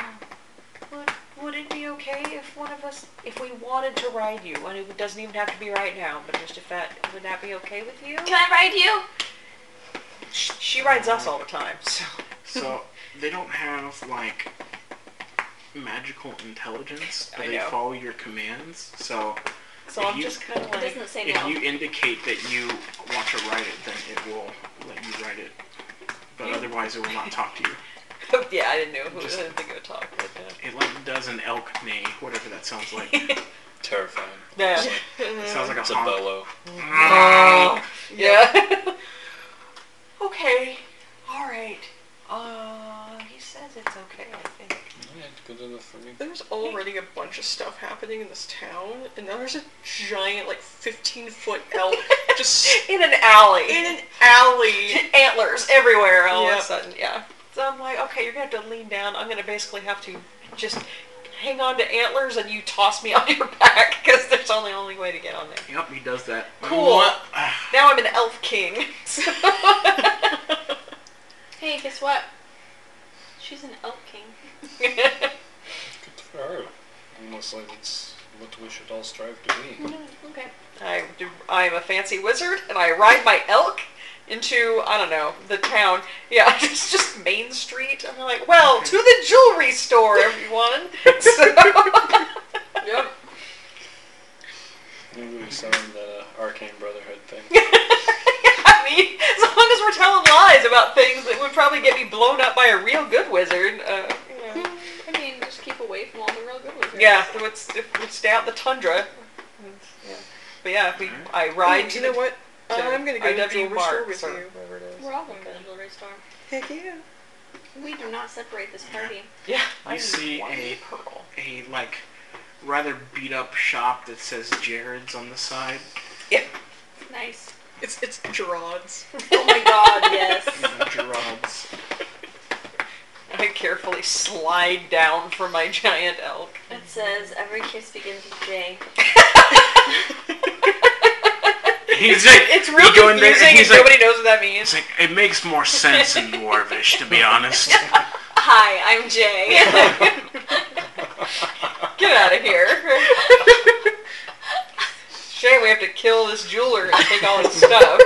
S5: would would it be okay if one of us, if we wanted to ride you, and it doesn't even have to be right now, but just if that would that be okay with you?
S2: Can I ride you?
S5: She, she rides us all the time, so *laughs*
S1: So they don't have like magical intelligence, but
S5: I
S1: they
S5: know.
S1: follow your commands. So
S5: so
S1: If
S5: I'm
S1: you-
S5: just kind of
S2: It
S5: like,
S2: doesn't say
S1: if
S2: no.
S1: you indicate that you want to ride it, then it will let you ride it. But
S5: You-
S1: otherwise, it will not talk to you.
S5: *laughs* yeah, I didn't know who
S1: Just-
S5: I didn't think it would talk, but uh,
S1: It like does an elk neigh, whatever that sounds
S5: *laughs*
S1: like. It
S7: Terrifying.
S5: yeah,
S1: sounds like a
S7: It's a
S1: honk.
S7: bellow.
S5: yeah. *laughs* okay, all right. Uh, he says it's okay. I think.
S7: Yeah, it's good enough for me.
S4: There's already a bunch of stuff happening in this town, and now there's a giant, like, 15 foot
S5: *laughs*
S4: elk just
S5: In an alley.
S4: in an alley.
S5: *laughs* antlers everywhere all of
S4: Yep.
S5: a sudden. Yeah. So I'm like, okay, you're gonna have to lean down. I'm gonna basically have to just hang on to antlers and you toss me *laughs* on your back because there's only only way to get on there.
S1: Yep, he does that.
S5: Cool.
S1: What? *sighs*
S5: Now I'm an elf *laughs* king. So
S2: Hey, guess what? She's an elk king.
S7: Good for her. Almost like it's what we should all strive to be.
S2: Okay.
S5: I do, I'm a fancy wizard and I ride my elk into I don't know the town. Yeah, *laughs* it's just Main Street. I'm like, well, to the jewelry store,
S1: *laughs*
S5: everyone. So, *laughs*
S2: Yep.
S7: Maybe we sound the Arcane Brotherhood
S2: *laughs*
S7: thing.
S5: *laughs* I mean, as long as we're telling lies about things that would probably get me blown up by a real good wizard, uh, you know.
S2: I mean, just keep away from all the real good ones.
S5: yeah, so it's, if we stay out in the tundra. Yeah. But yeah, if we, I ride to
S4: you know
S5: the,
S4: what?
S5: to
S4: I'm gonna go to
S5: IW
S4: the jewelry store
S5: Marks
S4: with
S5: or
S4: you.
S5: wherever it is.
S2: We're all going to the jewelry store.
S4: Heck yeah.
S2: We do not separate this party.
S5: Yeah.
S1: You see
S5: one
S1: a-
S5: pearl.
S1: A like rather beat up shop that says Jared's on the side.
S2: Nice.
S4: It's, it's Gerard's.
S2: Oh my god, *laughs* yes.
S1: You know, Gerard's.
S5: I carefully slide down from my giant elk.
S2: It says every kiss begins with J.
S1: He's like,
S5: *laughs* It's real
S1: you go in
S5: confusing
S1: there and
S5: and
S1: he's like-
S5: nobody knows what that
S1: It's *laughs*
S5: means.
S1: like it makes more sense in Dwarvish, to be
S5: *laughs*
S1: honest.
S2: Hi, I'm Jay.
S5: Get out of here. Shame we have to kill this jeweler and take all his stuff.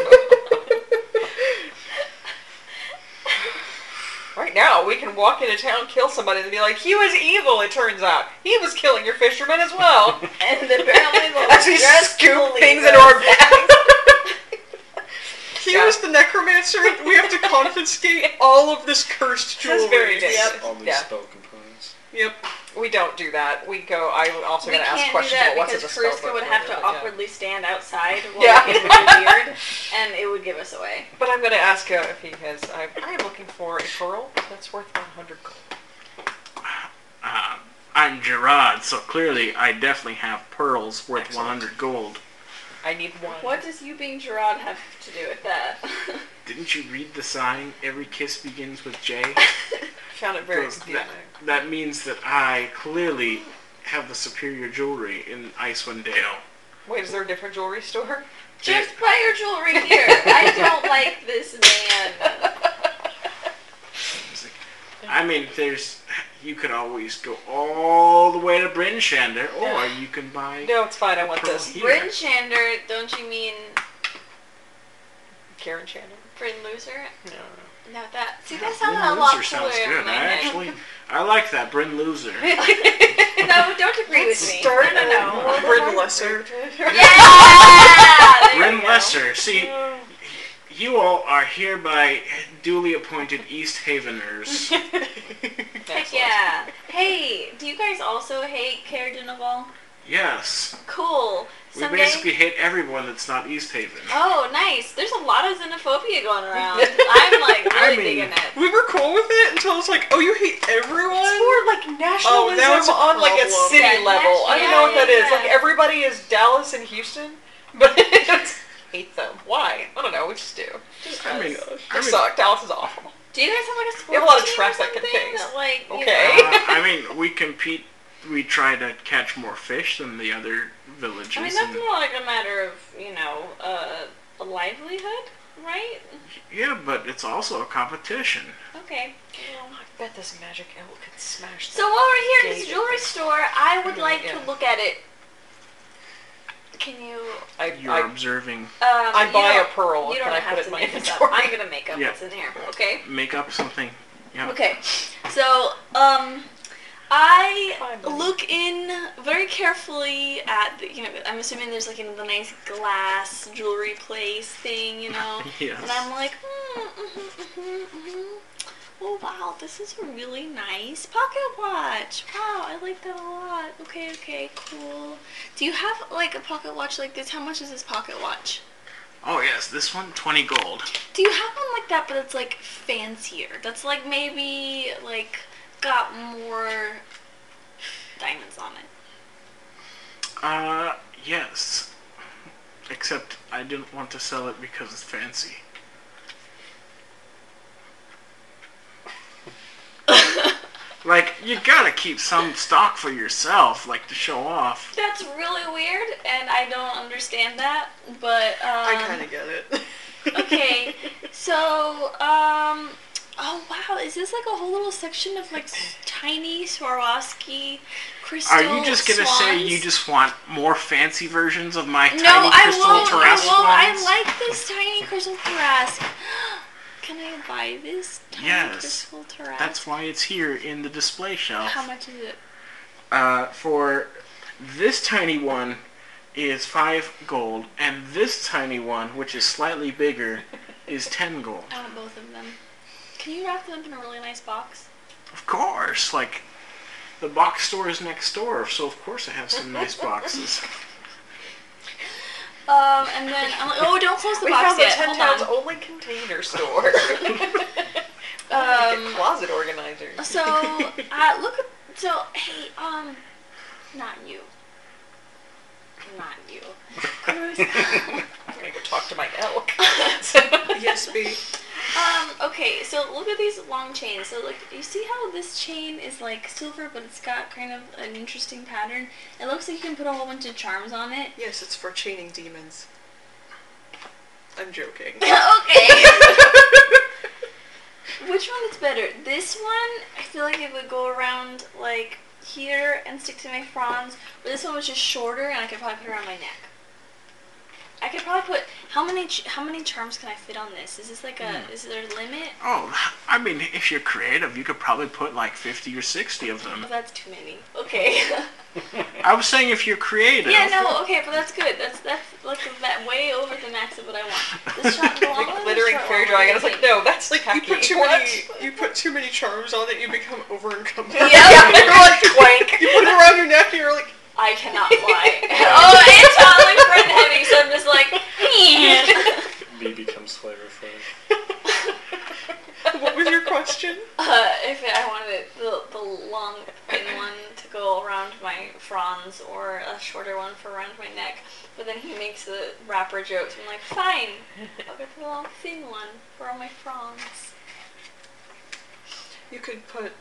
S5: right now, we can walk into town, kill somebody, and be like, he was evil, it turns out. He was killing your fishermen as well.
S2: and apparently we'll
S5: *laughs* As we
S2: just
S5: scoop
S2: believe
S5: things
S2: us.
S5: into our bags. *laughs*
S4: He
S5: Yeah.
S4: was the necromancer. We have to
S5: *laughs*
S4: confiscate all of this cursed jewelry.
S5: That's very dangerous.
S2: Yep.
S7: All these
S5: Yeah.
S7: spell
S2: *laughs*
S7: components.
S4: Yep.
S5: We don't do that. We go, I'm also
S2: We
S5: going to ask
S2: can't do
S5: questions
S2: that
S5: about what's in
S2: because
S5: the spell
S2: Karuska
S5: book
S2: would
S5: or
S2: have to
S5: whatever, yeah.
S2: awkwardly stand outside while
S5: Yeah.
S2: it was
S5: *laughs*
S2: weird, and it would give us away.
S5: But I'm going to ask uh, if he has. I'm, I'm looking for a pearl that's worth 100 gold.
S1: Uh, I'm Gerard, so clearly I definitely have pearls worth
S5: Excellent.
S1: 100 gold.
S5: I need one.
S2: What does you being Gerard have to do with *laughs* that?
S1: Didn't you read the sign? Every kiss begins with
S5: *laughs*
S1: J.
S5: Found it very
S1: Goes
S5: confusing.
S1: That means that I clearly have the superior jewelry in Icewind Dale.
S5: Wait, is there a different
S2: *laughs*
S5: jewelry store?
S2: Just buy your jewelry here. I
S5: *laughs*
S2: don't like this man.
S1: It's like- I mean, there's. You could always go all the way to Bryn Shander, or you can buy.
S5: No, it's fine. I want this.
S1: Here.
S2: Bryn Shander, don't you mean
S5: Karen Shannon.
S2: Bryn Loser?
S5: No.
S2: *laughs* No, that. See, that
S1: Bryn
S2: sounded a lot
S1: Loser sounds
S2: cooler
S1: good.
S2: in my
S1: I
S2: head.
S1: actually, I like that Bryn Loser.
S2: *laughs* No, don't agree with me.
S5: Start
S2: no, no, no.
S4: *laughs*
S5: with
S4: Bryn Lesser.
S1: *laughs*
S2: Yeah! There you
S1: Bryn
S2: go.
S1: Lesser. See, you all are hereby duly appointed East Haveners.
S2: *laughs* Heck yeah. Hey, do you guys also hate Care Dinaval?
S1: yes.
S2: Cool.
S1: We
S2: Someday.
S1: basically hate everyone that's not East Haven.
S2: Oh, nice. There's a lot of
S1: *laughs*
S2: xenophobia going around. I'm like really
S1: I mean-
S2: digging it.
S4: We were cool with it until it's like, oh, you hate everyone?
S5: More like nationalism
S4: Oh, now it's a
S5: on like a
S4: problem.
S5: city
S2: Yeah,
S5: level. I don't know what that is.
S2: yeah,
S5: Like
S2: yeah.
S5: everybody is Dallas and Houston, *laughs* but it's hate them. Why? I don't know. We just do.
S2: Just
S1: I mean,
S2: us.
S1: I
S5: They
S1: mean,
S5: suck. Dallas is awful.
S2: Do you guys have like a sports
S5: We have a lot of
S2: team or
S5: track that can
S2: something
S5: things.
S2: that, like, you
S1: Uh,
S5: Okay.
S2: know-
S1: I mean, we compete. We try to catch more fish than the other villages.
S2: *laughs* I mean,
S1: and-
S2: that's more like a matter of, you know, uh, a livelihood, right?
S1: yeah, but it's also a competition.
S2: Okay.
S5: I bet this magic elk could smash
S2: So
S5: that.
S2: while we're here at this
S5: Gated.
S2: jewelry store, I would
S5: Yeah,
S2: like
S5: yeah.
S2: to look at it. Can you?
S5: I,
S1: You're
S5: I,
S1: observing.
S2: Um,
S5: I
S2: you
S5: buy a
S2: don't-
S5: pearl.
S2: You
S5: Can
S2: don't
S5: I
S2: have
S5: put it
S2: to
S5: in my
S2: make this up.
S5: inventory?
S2: I'm gonna make up
S1: Yeah.
S2: what's in here. Okay.
S1: Make up something. Yeah.
S2: Okay. So um, I
S5: Fine, buddy.
S2: look in very carefully at the, you know I'm assuming there's like you know, the nice glass jewelry place thing you
S5: *laughs*
S2: know.
S1: *laughs* Yes.
S2: And I'm like, mm, mhm, mhm, mhm. oh wow, this is a really nice pocket watch. Wow, I like that a lot. Okay, okay, cool. Do you have like a pocket watch like this? How much is this pocket watch?
S1: Oh yes, this one twenty gold.
S2: Do you have one like that, but it's like fancier? That's like maybe like got more diamonds on it.
S1: Uh, yes. Except I didn't want to sell it because it's
S2: *laughs*
S1: fancy. like you gotta keep some stock for yourself, like to show off.
S2: That's really weird, and I don't understand that. But um,
S4: I kind of get it.
S2: okay,
S4: *laughs*
S2: so um, oh wow, is this like a whole little section of like s- tiny Swarovski crystal?
S1: Are you just gonna say
S2: swans?
S1: you just want more fancy versions of my
S2: No,
S1: tiny
S2: I
S1: crystal
S2: won't. I
S1: terrasque
S2: won't.
S1: ones?
S2: I like this tiny crystal terrasque. *gasps* Can I buy this tiny
S1: Yes.
S2: crystal terrasque?
S1: That's why it's here in the display shelf.
S2: How much is it?
S1: Uh, for this tiny one is five gold, and this tiny one, which is slightly
S2: *laughs*
S1: bigger, is ten gold.
S2: I want both of them. Can you wrap them up in a really nice box?
S1: Of course, like the box store is next door, so of course I have some nice
S2: *laughs*
S1: boxes. *laughs*
S2: Um, and then I'm like, oh, don't close the
S5: we
S2: box
S5: found
S2: yet.
S5: the ten
S2: Hold
S5: pounds
S2: on.
S5: only container store.
S2: Um,
S5: um, closet organizer.
S2: So, uh, look. at- So, hey, um, not you. Not you.
S5: *laughs* I'm gonna go talk to my elk.
S4: yes, B.
S2: Um, okay, so look at these long chains. So, like, you see how this chain is, like, silver, but it's got kind of an interesting pattern? It looks like you can put a whole bunch of charms on it.
S4: Yes, it's for chaining demons. I'm joking.
S2: okay. *laughs* Which one is better? This one, I feel like it would go around like here and stick to my fronds, but this one was just shorter, and I could probably put it around my neck. I could probably put how many ch- how many charms can I fit on this? Is this like a is there a limit?
S1: *laughs* Oh, I mean, if you're creative, you could probably put like fifty or sixty of them.
S2: Oh, that's too many. *laughs* Okay.
S1: I was saying if you're creative.
S2: yeah, no. Okay, but that's good. That's that's like that way over the max of what I want. This
S1: *laughs*
S2: shot the long one or
S5: Like
S2: the
S5: glittering
S2: short
S5: fairy
S2: one? What do
S5: dragon. I
S2: you
S5: was like,
S2: think?
S5: no, that's like
S4: You put too
S5: what?
S4: many. You put too many charms on it. You become over encumbered.
S2: *laughs* *laughs* Yeah.
S5: You're like twank.
S4: *laughs* You put it around your neck, and you're like,
S2: I
S4: *laughs*
S2: cannot fly. *laughs* oh, it's not like friend heavy, so I'm just
S4: *laughs*
S2: like, man.
S7: B becomes flavor flavor.
S4: "What was your question?"
S2: Uh, if I wanted the, the long thin one to go around my fronds or a shorter one for around my neck, but then he makes the rapper jokes. I'm like, fine, I'll get the long thin one for all my fronds.
S4: You could put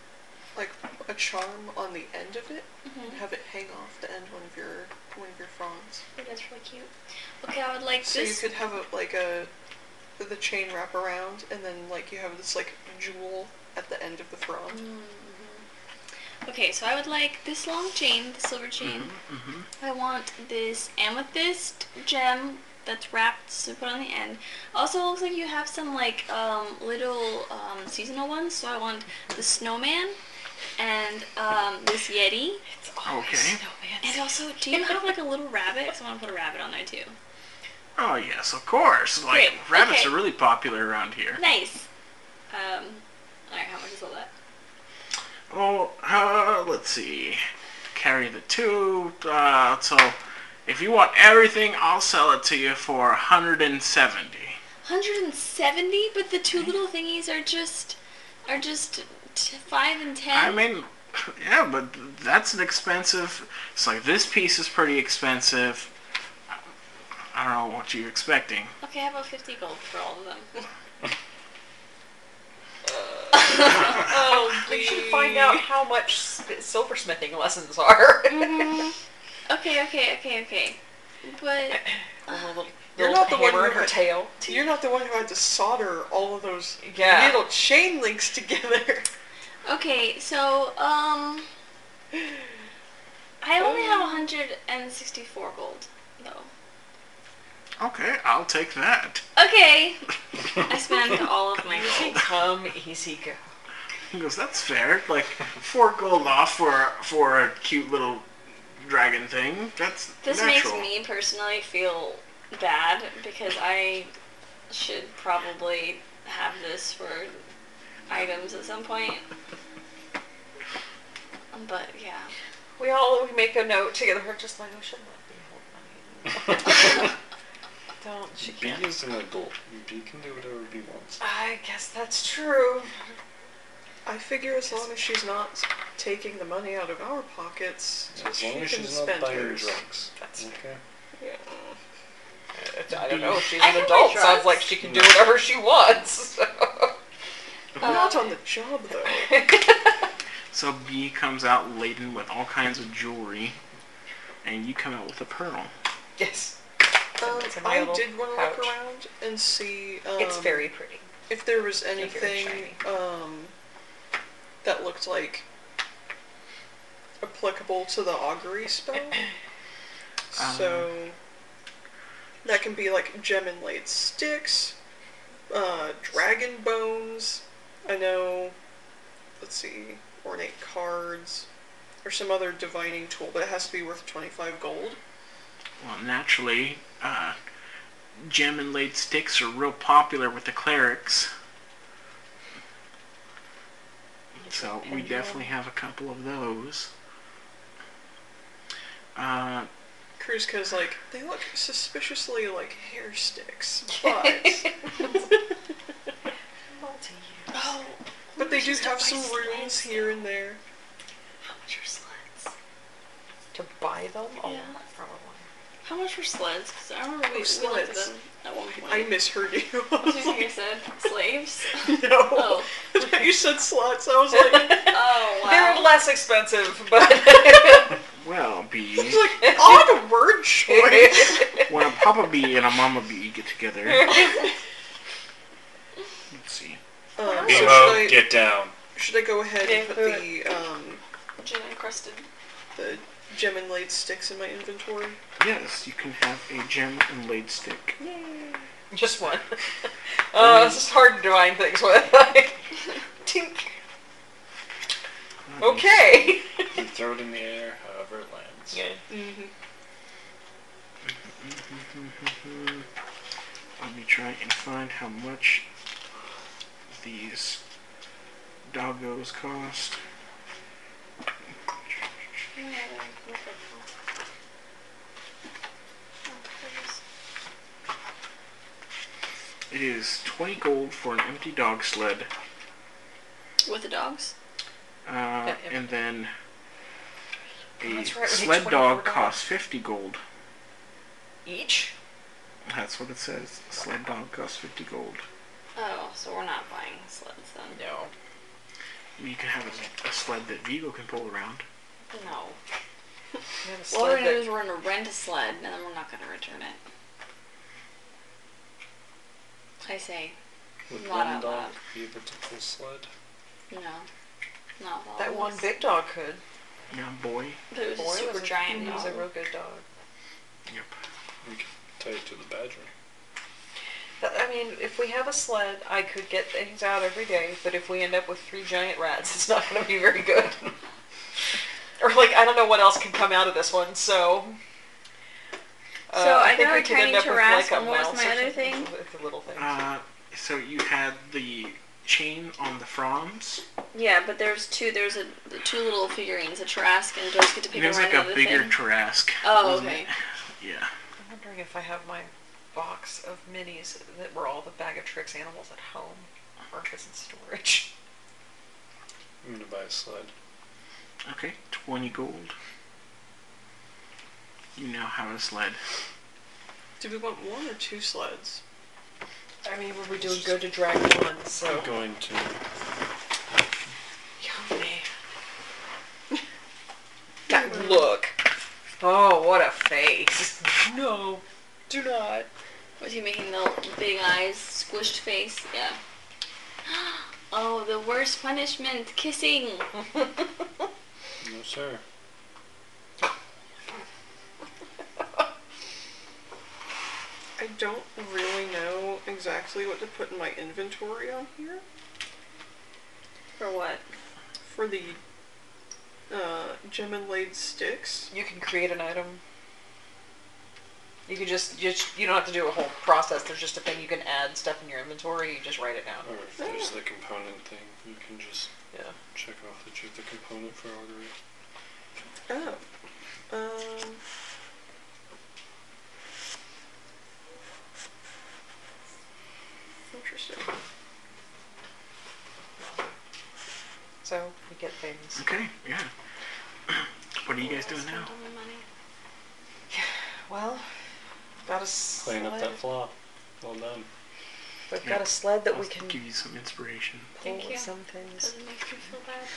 S4: like a charm on the end of it and
S2: Mm-hmm.
S4: have it hang off the end one of your one of your fronds.
S2: I think that's really cute. Okay, I would like
S4: So you
S2: this.
S4: could have a, like a the chain wrap around, and then like you have this like jewel at the end of the frond.
S2: Okay, so I would like this long chain, the silver chain.
S1: hmm
S2: I want this amethyst gem that's wrapped to put on the end. Also, it looks like you have some like um, little um, seasonal ones. So I want the snowman and um, this yeti.
S5: It's always
S1: Okay.
S2: And
S5: snowman.
S2: also, do you have like a little rabbit? Because I want to put a rabbit on there too.
S1: Oh yes, of course. Like
S2: Great,
S1: rabbits
S2: okay.
S1: are really popular around here.
S2: Nice. Um, all right, how much is all that?
S1: Well, uh, let's see. Carry the two. Uh, so, if you want everything, I'll sell it to you for 170.
S2: 170. But the two little thingies are just are just t- five and ten.
S1: I mean, *laughs* yeah, but that's an expensive. It's like this piece is pretty expensive. I don't know what
S2: *laughs*
S1: you're expecting.
S2: Okay, how about 50 gold for all of them? oh,
S5: Um, We should find out how much sp- silversmithing lessons are.
S2: Mm-hmm. Okay, okay, okay, okay. But
S5: Little-
S4: You're
S5: little
S4: not the one
S5: hammer in
S4: who-
S5: her tail.
S4: You're not the one who had to solder all of those
S5: Yeah.
S4: little chain links together.
S2: okay, so um, I only have 164 gold though.
S1: Okay, I'll take that.
S2: Okay, I
S7: *laughs*
S2: spent all of my
S5: Easy
S2: gold.
S5: come, easy go.
S1: He goes, that's fair. Like four gold off for for a cute little dragon thing. That's
S2: This
S1: natural.
S2: makes me personally feel bad because I should probably have this for items at some point. But yeah.
S5: We all we make a note together. We're just like oh, we should not be holding on. Don't she
S7: B
S5: can't.
S7: is an adult. B can do whatever B wants.
S5: I guess that's true.
S4: I figure as long as she's not taking the money out of our pockets,
S7: As
S4: she
S7: long as
S4: can
S7: she's not
S4: spend
S7: buying
S4: hers.
S7: drugs.
S5: That's
S7: Okay.
S5: I don't know. She's
S2: I
S5: an
S2: can
S5: adult.
S2: wear
S5: Sounds like
S2: drugs.
S5: she can do whatever she wants. *laughs* so.
S4: Not on the job though.
S1: So B comes out laden with all kinds of jewelry, and you come out with a pearl.
S5: yes,
S4: Um,
S5: It's in my
S4: I
S5: little
S4: did want to
S5: pouch.
S4: look around and see. Um,
S5: it's very pretty.
S4: If there was
S5: Thank you,
S4: anything um, that looked like applicable to the augury *coughs* spell, Um. so that can be like gem inlaid sticks, uh, dragon bones. I know. Let's see, ornate cards, or some other divining tool, but it has to be worth twenty-five gold.
S1: Well, naturally, uh, gem inlaid sticks are real popular with the clerics. So we
S2: uh,
S5: Pendulum.
S1: definitely have a couple of those. Uh,
S4: Kruzka's like, they look suspiciously like hair *laughs* sticks, but,
S5: Multi-use.
S2: Oh,
S4: but they do
S2: Just
S4: have
S2: buy
S4: some
S2: sleds.
S4: runes here and there.
S2: how much are sleds?
S5: To buy them? Oh,
S2: Yeah.
S5: probably.
S2: How much were sleds? Because I remember we,
S4: Oh,
S2: we looked at
S4: sleds.
S2: them at *laughs* one point.
S4: I misheard you. I
S2: Did you
S4: was *laughs*
S2: think I
S4: like,
S2: said *laughs* slaves?
S4: no.
S5: *laughs*
S2: Oh,
S4: you said sluts. I was like,
S2: oh
S5: They're
S2: wow.
S5: less expensive, but *laughs*
S1: well, B,
S4: it's like "Oh, odd word choice. *laughs*
S1: when a Papa B and a Mama B get together. Let's see.
S4: Um, so should
S7: Bimo,
S4: I,
S7: get down.
S4: should I go ahead and
S5: Yeah,
S4: put
S5: do
S4: the um,
S2: Gin encrusted.
S4: the gem inlaid sticks in my inventory?
S1: Yes, you can have a gem inlaid stick.
S2: *laughs*
S5: just one. Uh, this is hard to divine things with. *laughs* Tink.
S1: *laughs*
S2: *laughs*
S5: Okay.
S7: You throw it in the air, however it lands.
S4: Mm-hmm.
S1: Let me try and find how much these doggos cost. It is 20 gold for an empty dog sled,
S2: With the dogs?
S1: uh,
S5: yeah.
S1: and then a
S5: That's right, we need
S1: sled dog
S5: $24.
S1: costs 50 gold.
S5: Each?
S1: That's what it says. Sled dog costs 50 gold.
S2: Oh, so we're not buying sleds then.
S5: No.
S1: You can have a, a sled that Vigo can pull around.
S2: No.
S5: We have a
S2: What we're
S5: sled
S2: gonna do
S5: that-
S2: is we're gonna rent a sled and then we're not gonna return it. I say
S7: With
S2: Not
S7: one
S2: out
S7: dog,
S2: loud.
S7: be able to pull sled.
S2: no. Not all
S5: That
S2: of
S5: one
S2: us.
S5: big dog could.
S1: Yeah, boy.
S2: But it was
S5: Boy,
S2: a super
S5: was a-
S2: giant
S5: He was a
S2: dog.
S5: real good dog.
S1: Yep.
S7: We could tie it to the badger.
S5: But, I mean, if we have a sled, I could get things out every day, but if we end up with three giant rats, *laughs* it's not going to be very good. *laughs* or, like, I don't know what else can come out of this one, so. uh,
S2: So, I
S5: think
S2: got
S5: we
S2: a
S5: could
S2: tiny
S5: end up with,
S2: giraffe,
S5: like, a
S2: and what was
S5: mouse
S2: my
S5: or
S2: other
S5: something
S2: thing?
S5: With the little thing.
S1: Uh, so you had the chain on the fronds.
S2: Yeah, but there's two. There's a the two little figurines, a Trask and Dorsey to pick
S1: There's
S2: a
S1: like
S2: random
S1: a
S2: other
S1: bigger
S2: thing.
S1: Trask.
S2: oh,
S1: wasn't
S2: okay.
S1: it? Yeah.
S5: I'm wondering if I have my box of minis that were all the bag of tricks animals at home, or if it's in storage.
S7: I'm gonna buy a sled.
S1: Okay. Twenty gold. You now have a sled.
S4: Do we want one or two sleds?
S5: I mean, we were doing good to drag one, so.
S7: I'm going to
S5: *laughs*
S6: Oh, what a face.
S5: *laughs* No, do not. *laughs*
S2: Was he making the big eyes, squished face? Yeah. *gasps* Oh, the worst punishment, kissing.
S7: No, sir.
S4: I don't really know exactly what to put in my inventory on here
S2: For what?
S4: for the uh, gem inlaid sticks.
S5: You can create an item. You can just, you just you don't have to do a whole process. There's just a thing you can add stuff in your inventory. You just write it down.
S7: Or if there's the component thing, you can just
S5: Yeah.
S7: check off that you have the component for artery.
S4: Oh. Um. Interesting.
S5: So we get things.
S1: Okay, yeah. *clears throat* What are you guys doing now?
S2: Spent all my money.
S5: Well, got a sled.
S7: Playing up that flop. Well done.
S5: We've got a sled that
S1: I'll
S5: we can
S1: give you some inspiration.
S5: pull
S2: Thank
S5: with
S2: you.
S5: some things.
S2: Doesn't make me feel bad.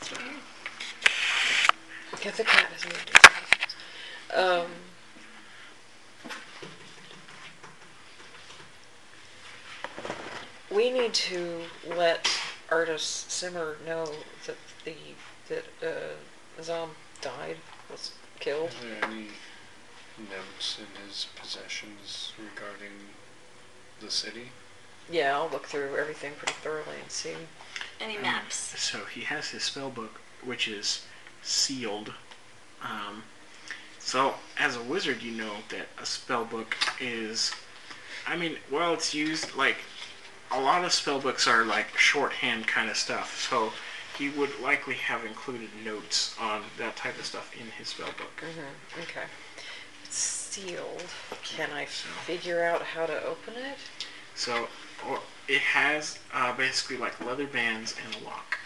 S2: It's right here.
S5: Get the cat has moved. itself. Um. We need to let artist Simmer know that the that uh, Zom died, was killed.
S7: Are there any notes in his possessions regarding the city? Mm-hmm.
S5: Yeah, I'll look through everything pretty thoroughly and see.
S2: Any maps?
S1: So he has his spell book, which is sealed. Um, so as a wizard, you know that a spell book is. I mean, while it's used, like a lot of spell books are like shorthand kind of stuff. So he would likely have included notes on that type of stuff in his spell book.
S5: Mm-hmm. Okay. It's sealed. Can I
S1: So-
S5: figure out how to open it? Oh,
S1: So, or it has uh, basically like leather bands and a lock.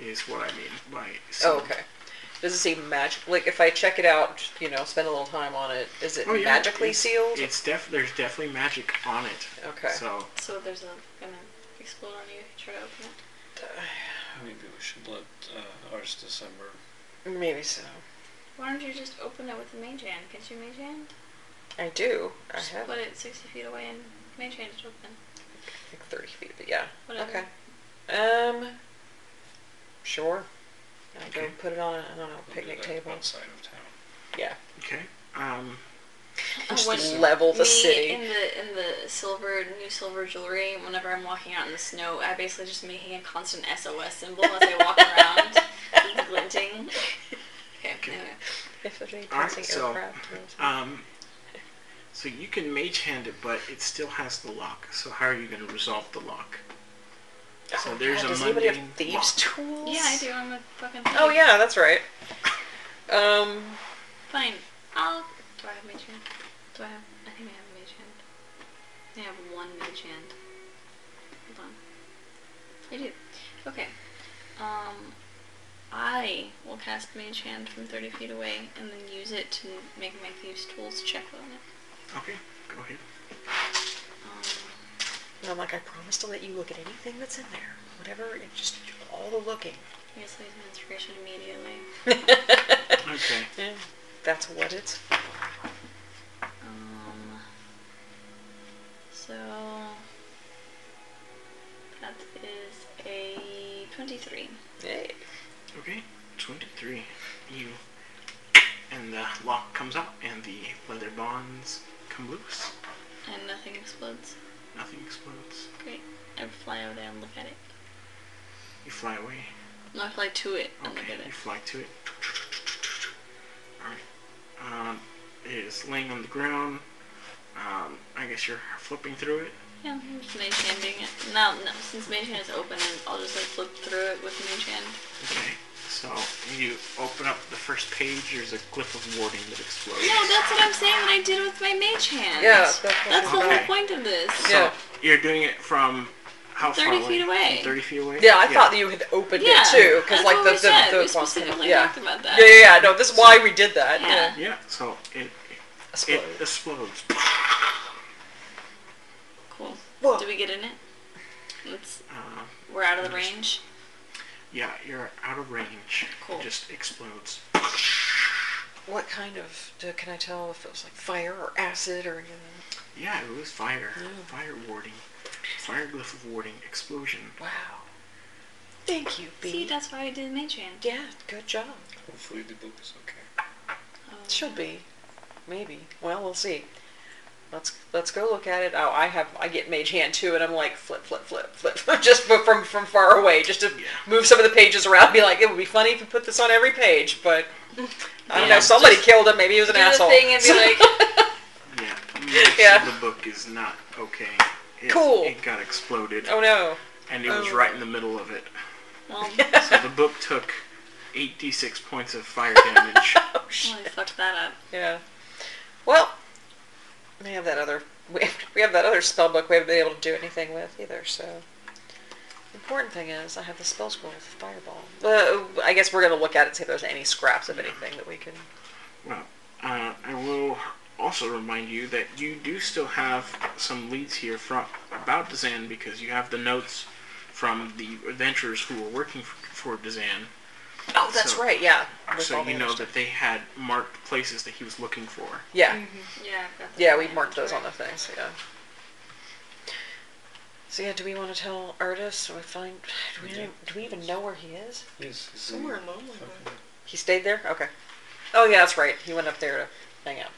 S1: Is what I mean by.
S5: Oh,
S1: sealed.
S5: okay. Does it seem magic? Like if I check it out, just, you know, spend a little time on it, is it
S1: Oh, yeah,
S5: magically
S1: it's-
S5: sealed?
S1: It's def there's definitely magic on it.
S5: okay.
S1: So
S2: So there's a gonna explode on you if you try to open it.
S7: Maybe we should let uh, Ars December.
S5: Maybe so.
S2: Why don't you just open it with the mage hand? Can't you mage hand?
S5: I do. I
S2: Just
S5: have
S2: put
S5: I
S2: it 60 feet away and mage hand it open.
S5: think thirty feet, but yeah.
S2: Whatever.
S5: Okay. Um. Sure. I'll go
S1: Okay.
S5: put it on. a I don't know,
S7: We'll do
S5: picnic
S7: that
S5: table.
S7: Outside of town.
S5: Yeah.
S1: okay. Um,
S2: I
S5: Just
S2: want
S5: level the
S2: Oh, me
S5: city.
S2: in the in the silver new silver jewelry. Whenever I'm walking out in the snow, I basically just making a constant SOS symbol as I walk
S5: *laughs*
S2: around, *laughs* glinting. Okay, anyway.
S5: If there's any
S1: Alright,
S5: passing
S1: so,
S5: aircraft. or something.
S1: um, so you can mage hand it, but it still has the lock. So how are you going to resolve the lock? So
S5: Oh,
S1: there's
S5: God,
S1: a
S5: does anybody have
S1: mundane
S5: thieves
S1: lock.
S5: tools?
S2: Yeah, I do. I'm a fucking.
S5: Oh yeah, that's right. Um.
S2: Fine. I'll. Do I have mage hand? Do I have? I think I have a mage hand. I think I have one mage hand. Hold on. I do. Okay. Um, I will cast mage hand from 30 feet away and then use it to make my thieves' tools check on it.
S1: Okay, go ahead.
S2: Um,
S5: And I'm like, I promise to let you look at anything that's in there. Whatever, it just all the looking. *laughs*
S2: I guess I use my inspiration immediately.
S1: Okay.
S5: That's what it's for.
S2: Um, so that is a 23.
S5: Hey.
S1: Okay. Twenty-three. You and the lock comes up, and the leather bonds come loose.
S2: And nothing explodes.
S1: Nothing explodes.
S2: Great. I fly over there and look at it.
S1: You fly away.
S2: No, I fly to it and
S1: Okay.
S2: look at
S1: You
S2: it.
S1: fly to it. All right. Um, it is laying on the ground. Um, I guess you're flipping through it.
S2: Yeah, I'm just mage handing it. No, no, since mage hand is open, I'll just like flip through it with mage hand.
S1: Okay, so you open up the first page, there's a glyph of warding that explodes.
S2: No, that's what I'm saying that I did with my mage hand.
S5: Yeah, that's what
S2: That's the
S5: I'm-
S1: Okay.
S2: whole point of this.
S1: So
S5: Yeah.
S1: you're doing it from how
S2: 30
S1: far
S2: feet away.
S1: From 30 feet away?
S5: Yeah, I thought that you had opened
S2: Yeah,
S5: it too, because
S2: that's
S5: like
S2: what
S5: the
S2: we said.
S5: the, the
S2: We
S5: ones-
S2: specifically
S5: yeah.
S2: talked about that.
S5: Yeah, yeah, yeah. No, this is why we did that.
S2: Yeah.
S1: Yeah, so it,
S5: Explode.
S1: it explodes.
S2: Cool.
S5: Whoa.
S2: Do we get in it? Let's,
S1: Uh,
S2: we're out of the range.
S1: yeah, you're out of range.
S2: Cool.
S1: It just explodes.
S5: What kind of do- can I tell if it was like fire or acid or anything?
S1: Yeah, it was fire.
S5: Yeah.
S1: Fire warding. Fire glyph of warding. Explosion.
S5: Wow. Thank you, B.
S2: See, that's why I did Matron.
S5: yeah, good job.
S7: Hopefully the book is okay.
S2: Oh.
S5: Should be, maybe. Well, we'll see. Let's let's go look at it. Oh, I have I get Mage Hand too, and I'm like flip, flip, flip, flip, *laughs* just fro- from from far away, just to
S1: Yeah.
S5: move some of the pages around. Be like, it would be funny if you put this on every page, but I don't
S1: Yeah,
S5: know. Somebody
S2: just
S5: killed him. Maybe he was an
S2: do the
S5: asshole.
S2: thing and be like-
S1: Yeah. Most
S5: Yeah.
S1: of the book is not okay. It,
S5: Cool.
S1: It got exploded,
S5: *laughs* oh no.
S1: and it was
S4: Oh.
S1: right in the middle of
S5: *laughs*
S1: it.
S2: Oh, Well,
S1: So the book took 8d6 points of fire
S5: *laughs*
S1: damage.
S5: Oh shit.
S2: well, I fucked that up.
S5: Yeah. Well, we have that other we have, we have that other spell book we haven't been able to do anything with either. So, important thing is I have the spell scroll with fireball. Uh, I guess we're gonna look at it and see if there's any scraps of anything that we can.
S1: Well, uh, I will also remind you that you do still have some leads here from about Dazan because you have the notes from the adventurers who were working for, for Dazan,
S5: Oh, that's
S1: So-
S5: right. Yeah. with
S1: so
S5: all the
S1: you
S5: other
S1: know
S5: stuff.
S1: that they had marked places that he was looking for.
S5: Yeah.
S2: Yeah, I've got that
S5: Yeah,
S2: in
S5: we
S2: my
S5: marked those on the
S2: inventory.
S5: things. Yeah. So yeah, do we want to tell Artis? Do we find? Do we, do we even know where he is?
S7: Yes, it's
S4: Somewhere in
S7: in
S4: Lonely Wood.
S5: He stayed there? Okay. Oh, yeah, that's right. He went up there to hang out.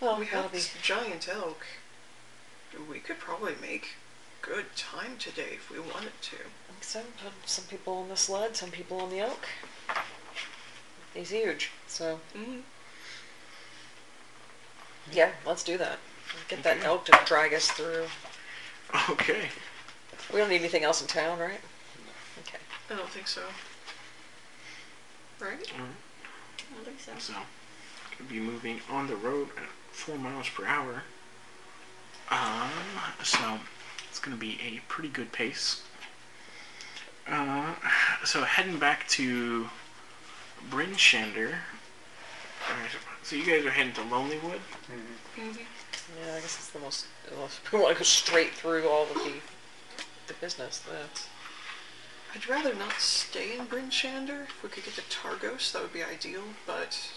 S5: Well,
S4: we
S5: that'll
S4: have
S5: be.
S4: this giant elk. We could probably make good time today if we wanted to.
S5: Some, some people on the sled, some people on the elk. He's huge. So,
S4: Mm-hmm.
S5: yeah, let's do that. Get that
S1: Okay.
S5: elk to drag us through.
S1: Okay.
S5: We don't need anything else in town, right? Okay.
S4: I don't think so. Right?
S2: I don't think so.
S1: So, could be moving on the road at four miles per hour. Um, so it's going to be a pretty good pace. Uh, so heading back to Bryn Shander. Alright, so you guys are heading to Lonelywood.
S5: Mm-hmm. Yeah, I guess it's the most. *laughs* Unless we want to go straight through all of the, the business. That's,
S4: I'd rather not stay in Bryn Shander. If we could get to Targos, that would be ideal, but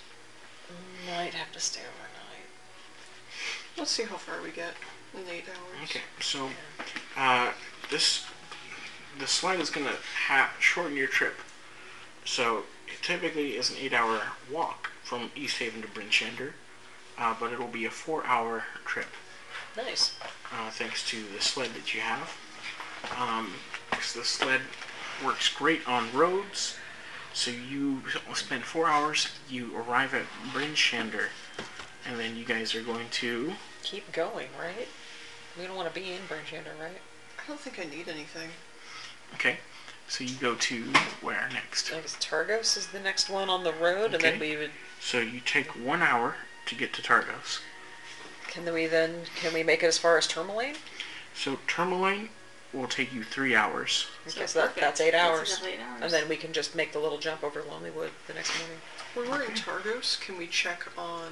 S5: might have to stay overnight.
S4: let's see how far we get in eight hours.
S1: Okay, so uh, this the sled is going to ha- shorten your trip. So it typically is an eight-hour walk from East Haven to Bryn Shander, uh, but it'll be a four-hour trip.
S5: Nice.
S1: uh, thanks to the sled that you have. Um, 'cause the sled works great on roads, so you spend four hours, you arrive at Bryn Shander, and then you guys are going to.
S5: keep going, right? We don't want to be in Bridgender, right?
S4: I don't think I need anything.
S1: Okay, so you go to where next?
S5: I guess Targos is the next one on the road, and then
S1: Okay.
S5: we would.
S1: So you take one hour to get to Targos.
S5: Can we then? Can we make it as far as Tourmaline?
S1: So Tourmaline will take you three hours.
S5: Okay,
S2: So
S5: so that,
S2: perfect.
S5: that's eight
S2: That's
S5: hours.
S2: exactly eight hours.
S5: And then we can just make the little jump over Lonelywood the next morning.
S4: When we're in Targos, can we check on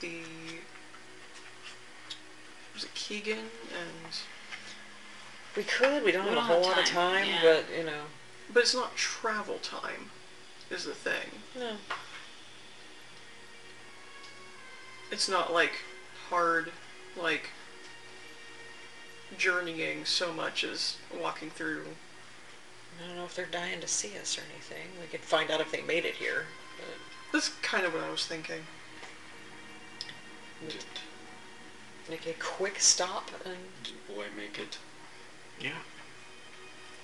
S4: the. Was it Keegan and.
S5: We could. We don't
S2: We
S5: have a
S2: don't
S5: whole
S2: have
S5: lot of
S2: time,
S5: time,
S2: yeah.
S5: but you know.
S4: But it's not travel time, is the thing.
S5: No.
S4: It's not like hard, like journeying so much as walking through.
S5: I don't know if they're dying to see us or anything. We could find out if they made it here. But
S4: That's kind of what I was thinking.
S7: Did,
S5: make a quick stop and
S7: did boy make it?
S1: Yeah.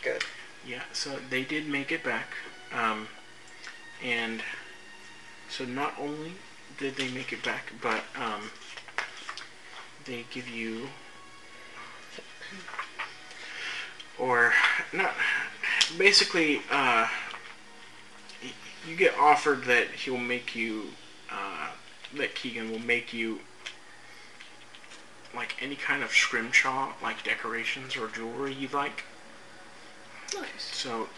S5: good.
S1: Yeah, so they did make it back. Um, and so not only did they make it back, but um, they give you. Or not. Basically, uh, y- you get offered that he'll make you. Uh, that Keegan will make you. Like any kind of scrimshaw, like decorations or jewelry you like.
S4: Nice.
S1: So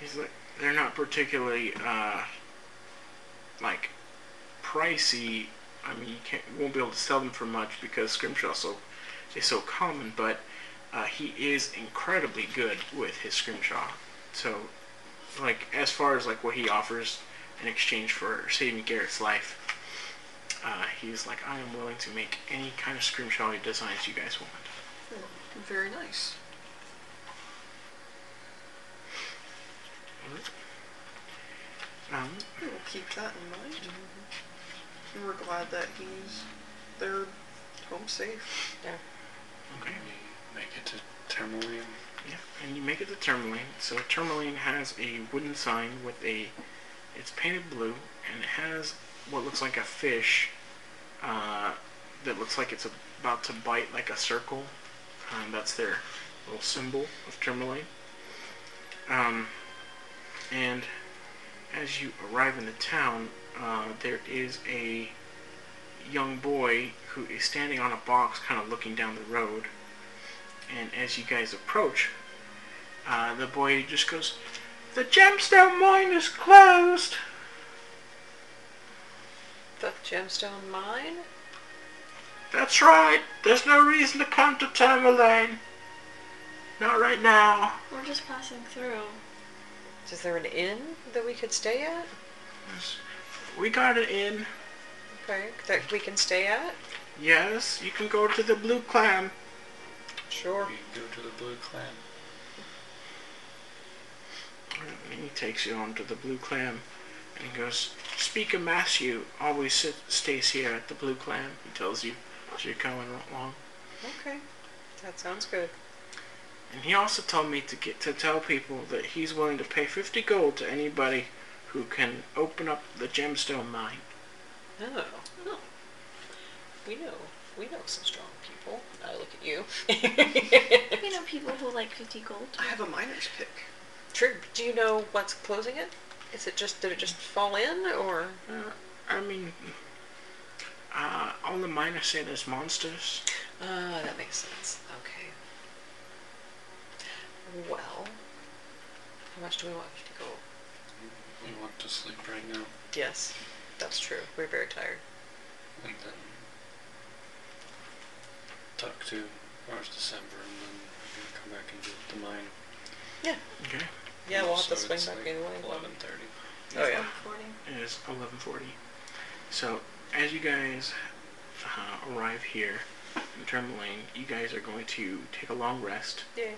S1: he's like, they're not particularly uh, like pricey. I mean, you can't you won't be able to sell them for much because scrimshaw so is so common. But uh, he is incredibly good with his scrimshaw. So like as far as like what he offers, in exchange for saving Garrett's life. Uh, he was like, I am willing to make any kind of scrimshaw designs you guys want.
S4: Very nice.
S1: Um,
S4: We will keep that in mind. And we're glad that he's they're home safe.
S1: okay.
S7: Make it to Tamerlane.
S1: Yeah, and you make it to Tourmaline. So Tourmaline has a wooden sign with a, it's painted blue, and it has what looks like a fish, uh, that looks like it's about to bite like a circle. Um, that's their little symbol of Tourmaline. Um, and as you arrive in the town, uh, there is a young boy who is standing on a box, kind of looking down the road. And as you guys approach, uh, the boy just goes, The gemstone mine is closed!
S6: The gemstone mine?
S1: That's right, there's no reason to come to Tamerlane. Not right now.
S2: We're just passing through.
S6: Is there an inn that we could stay at?
S1: We got it in.
S6: Okay, that we can stay at?
S1: Yes, you can go to the Blue Clam.
S6: Sure.
S7: We go to the Blue Clan.
S1: And he takes you on to the Blue Clam. And he goes, Speak of Matthew always sit, stays here at the Blue Clam. He tells you as you're going along.
S6: Okay, that sounds good.
S1: And he also told me to get to tell people that he's willing to pay 50 gold to anybody who can open up the gemstone mine.
S6: Oh,
S5: No. We know. We know some strong people. I look at you.
S2: You
S5: *laughs*
S2: know, people who like 50 gold.
S4: I have a miner's pick.
S6: Trig, do you know what's closing it? Is it just did it just fall in or
S1: Uh, I mean, uh, all the miners say there's monsters.
S6: Ah, that makes sense. Okay.
S5: well, how much do we want to go?
S7: We want to sleep right now.
S6: Yes,
S5: That's true. We're very tired.
S7: And then talk to Mars December and then we're gonna come back and get the mine.
S1: Okay.
S5: Yeah, we'll have
S7: Also,
S5: to swing
S7: it's
S5: back
S7: like
S5: either way.
S7: Eleven thirty.
S5: Oh yeah.
S2: Recording.
S1: It is 11:40. So as you guys uh, arrive here in Tourmaline, you guys are going to take a long rest.
S6: Yeah.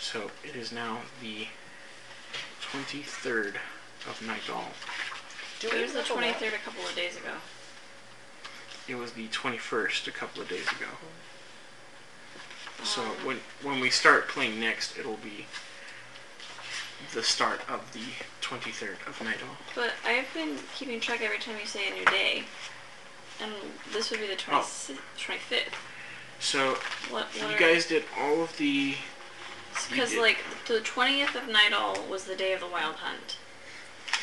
S1: So it is now the 23rd of Nightfall.
S5: Do
S2: It
S5: we
S2: was the
S5: have a map?
S2: 23rd a couple of days ago.
S1: It was the 21st a couple of days ago. So
S2: Um,
S1: when when we start playing next, it'll be the start of the 23rd of Nightfall.
S2: But I've been keeping track every time you say a new day. And this would be the 20, 25th.
S1: So
S2: What, what
S1: you
S2: are-
S1: guys did all of the
S2: Because
S1: did.
S2: like the twentieth of Night Owl was the day of the Wild Hunt,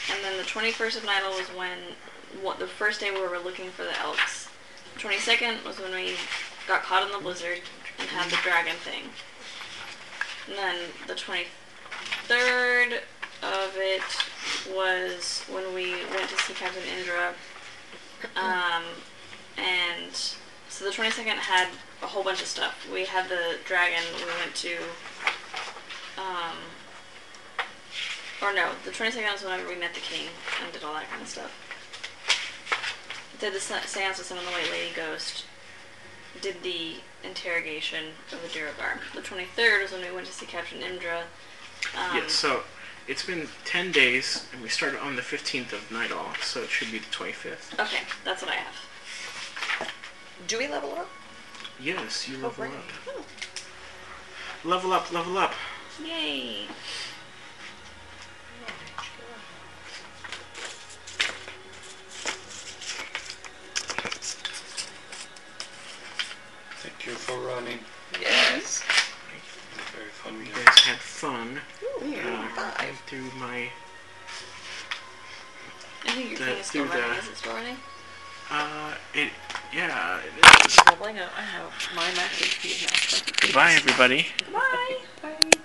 S2: and then the twenty-first of Night Owl was when what the first day where we were looking for the elks. Twenty-second was when we got caught in the blizzard and had the dragon thing. And then the twenty-third of it was when we went to see Captain Indra. Um, and so the twenty-second had a whole bunch of stuff. We had the dragon. We went to um, or no, the 22nd was whenever we met the king and did all that kind of stuff. Did the se- seance with someone, the White Lady Ghost. Did the interrogation of the Duragar. The 23rd was when we went to see Captain Indra. Um,
S1: yes. So it's been 10 days, and we started on the 15th of Nightfall. So it should be the 25th.
S2: Okay, that's what I have.
S5: Do we level up? Oh,
S1: Yes, you level
S5: Alright.
S1: up. Level up, level up.
S2: Yay!
S7: Thank you for running.
S5: Yes.
S7: Very fun
S1: You
S7: game.
S1: guys had fun.
S5: Ooh,
S1: Uh,
S5: five.
S1: through my
S2: I think your
S1: The-
S2: thing is still
S1: through the-
S2: running. Is it still running?
S1: uh, it yeah. It is.
S5: Leveling up. I have my max HP is now.
S1: Goodbye, everybody.
S2: Goodbye!
S5: Bye.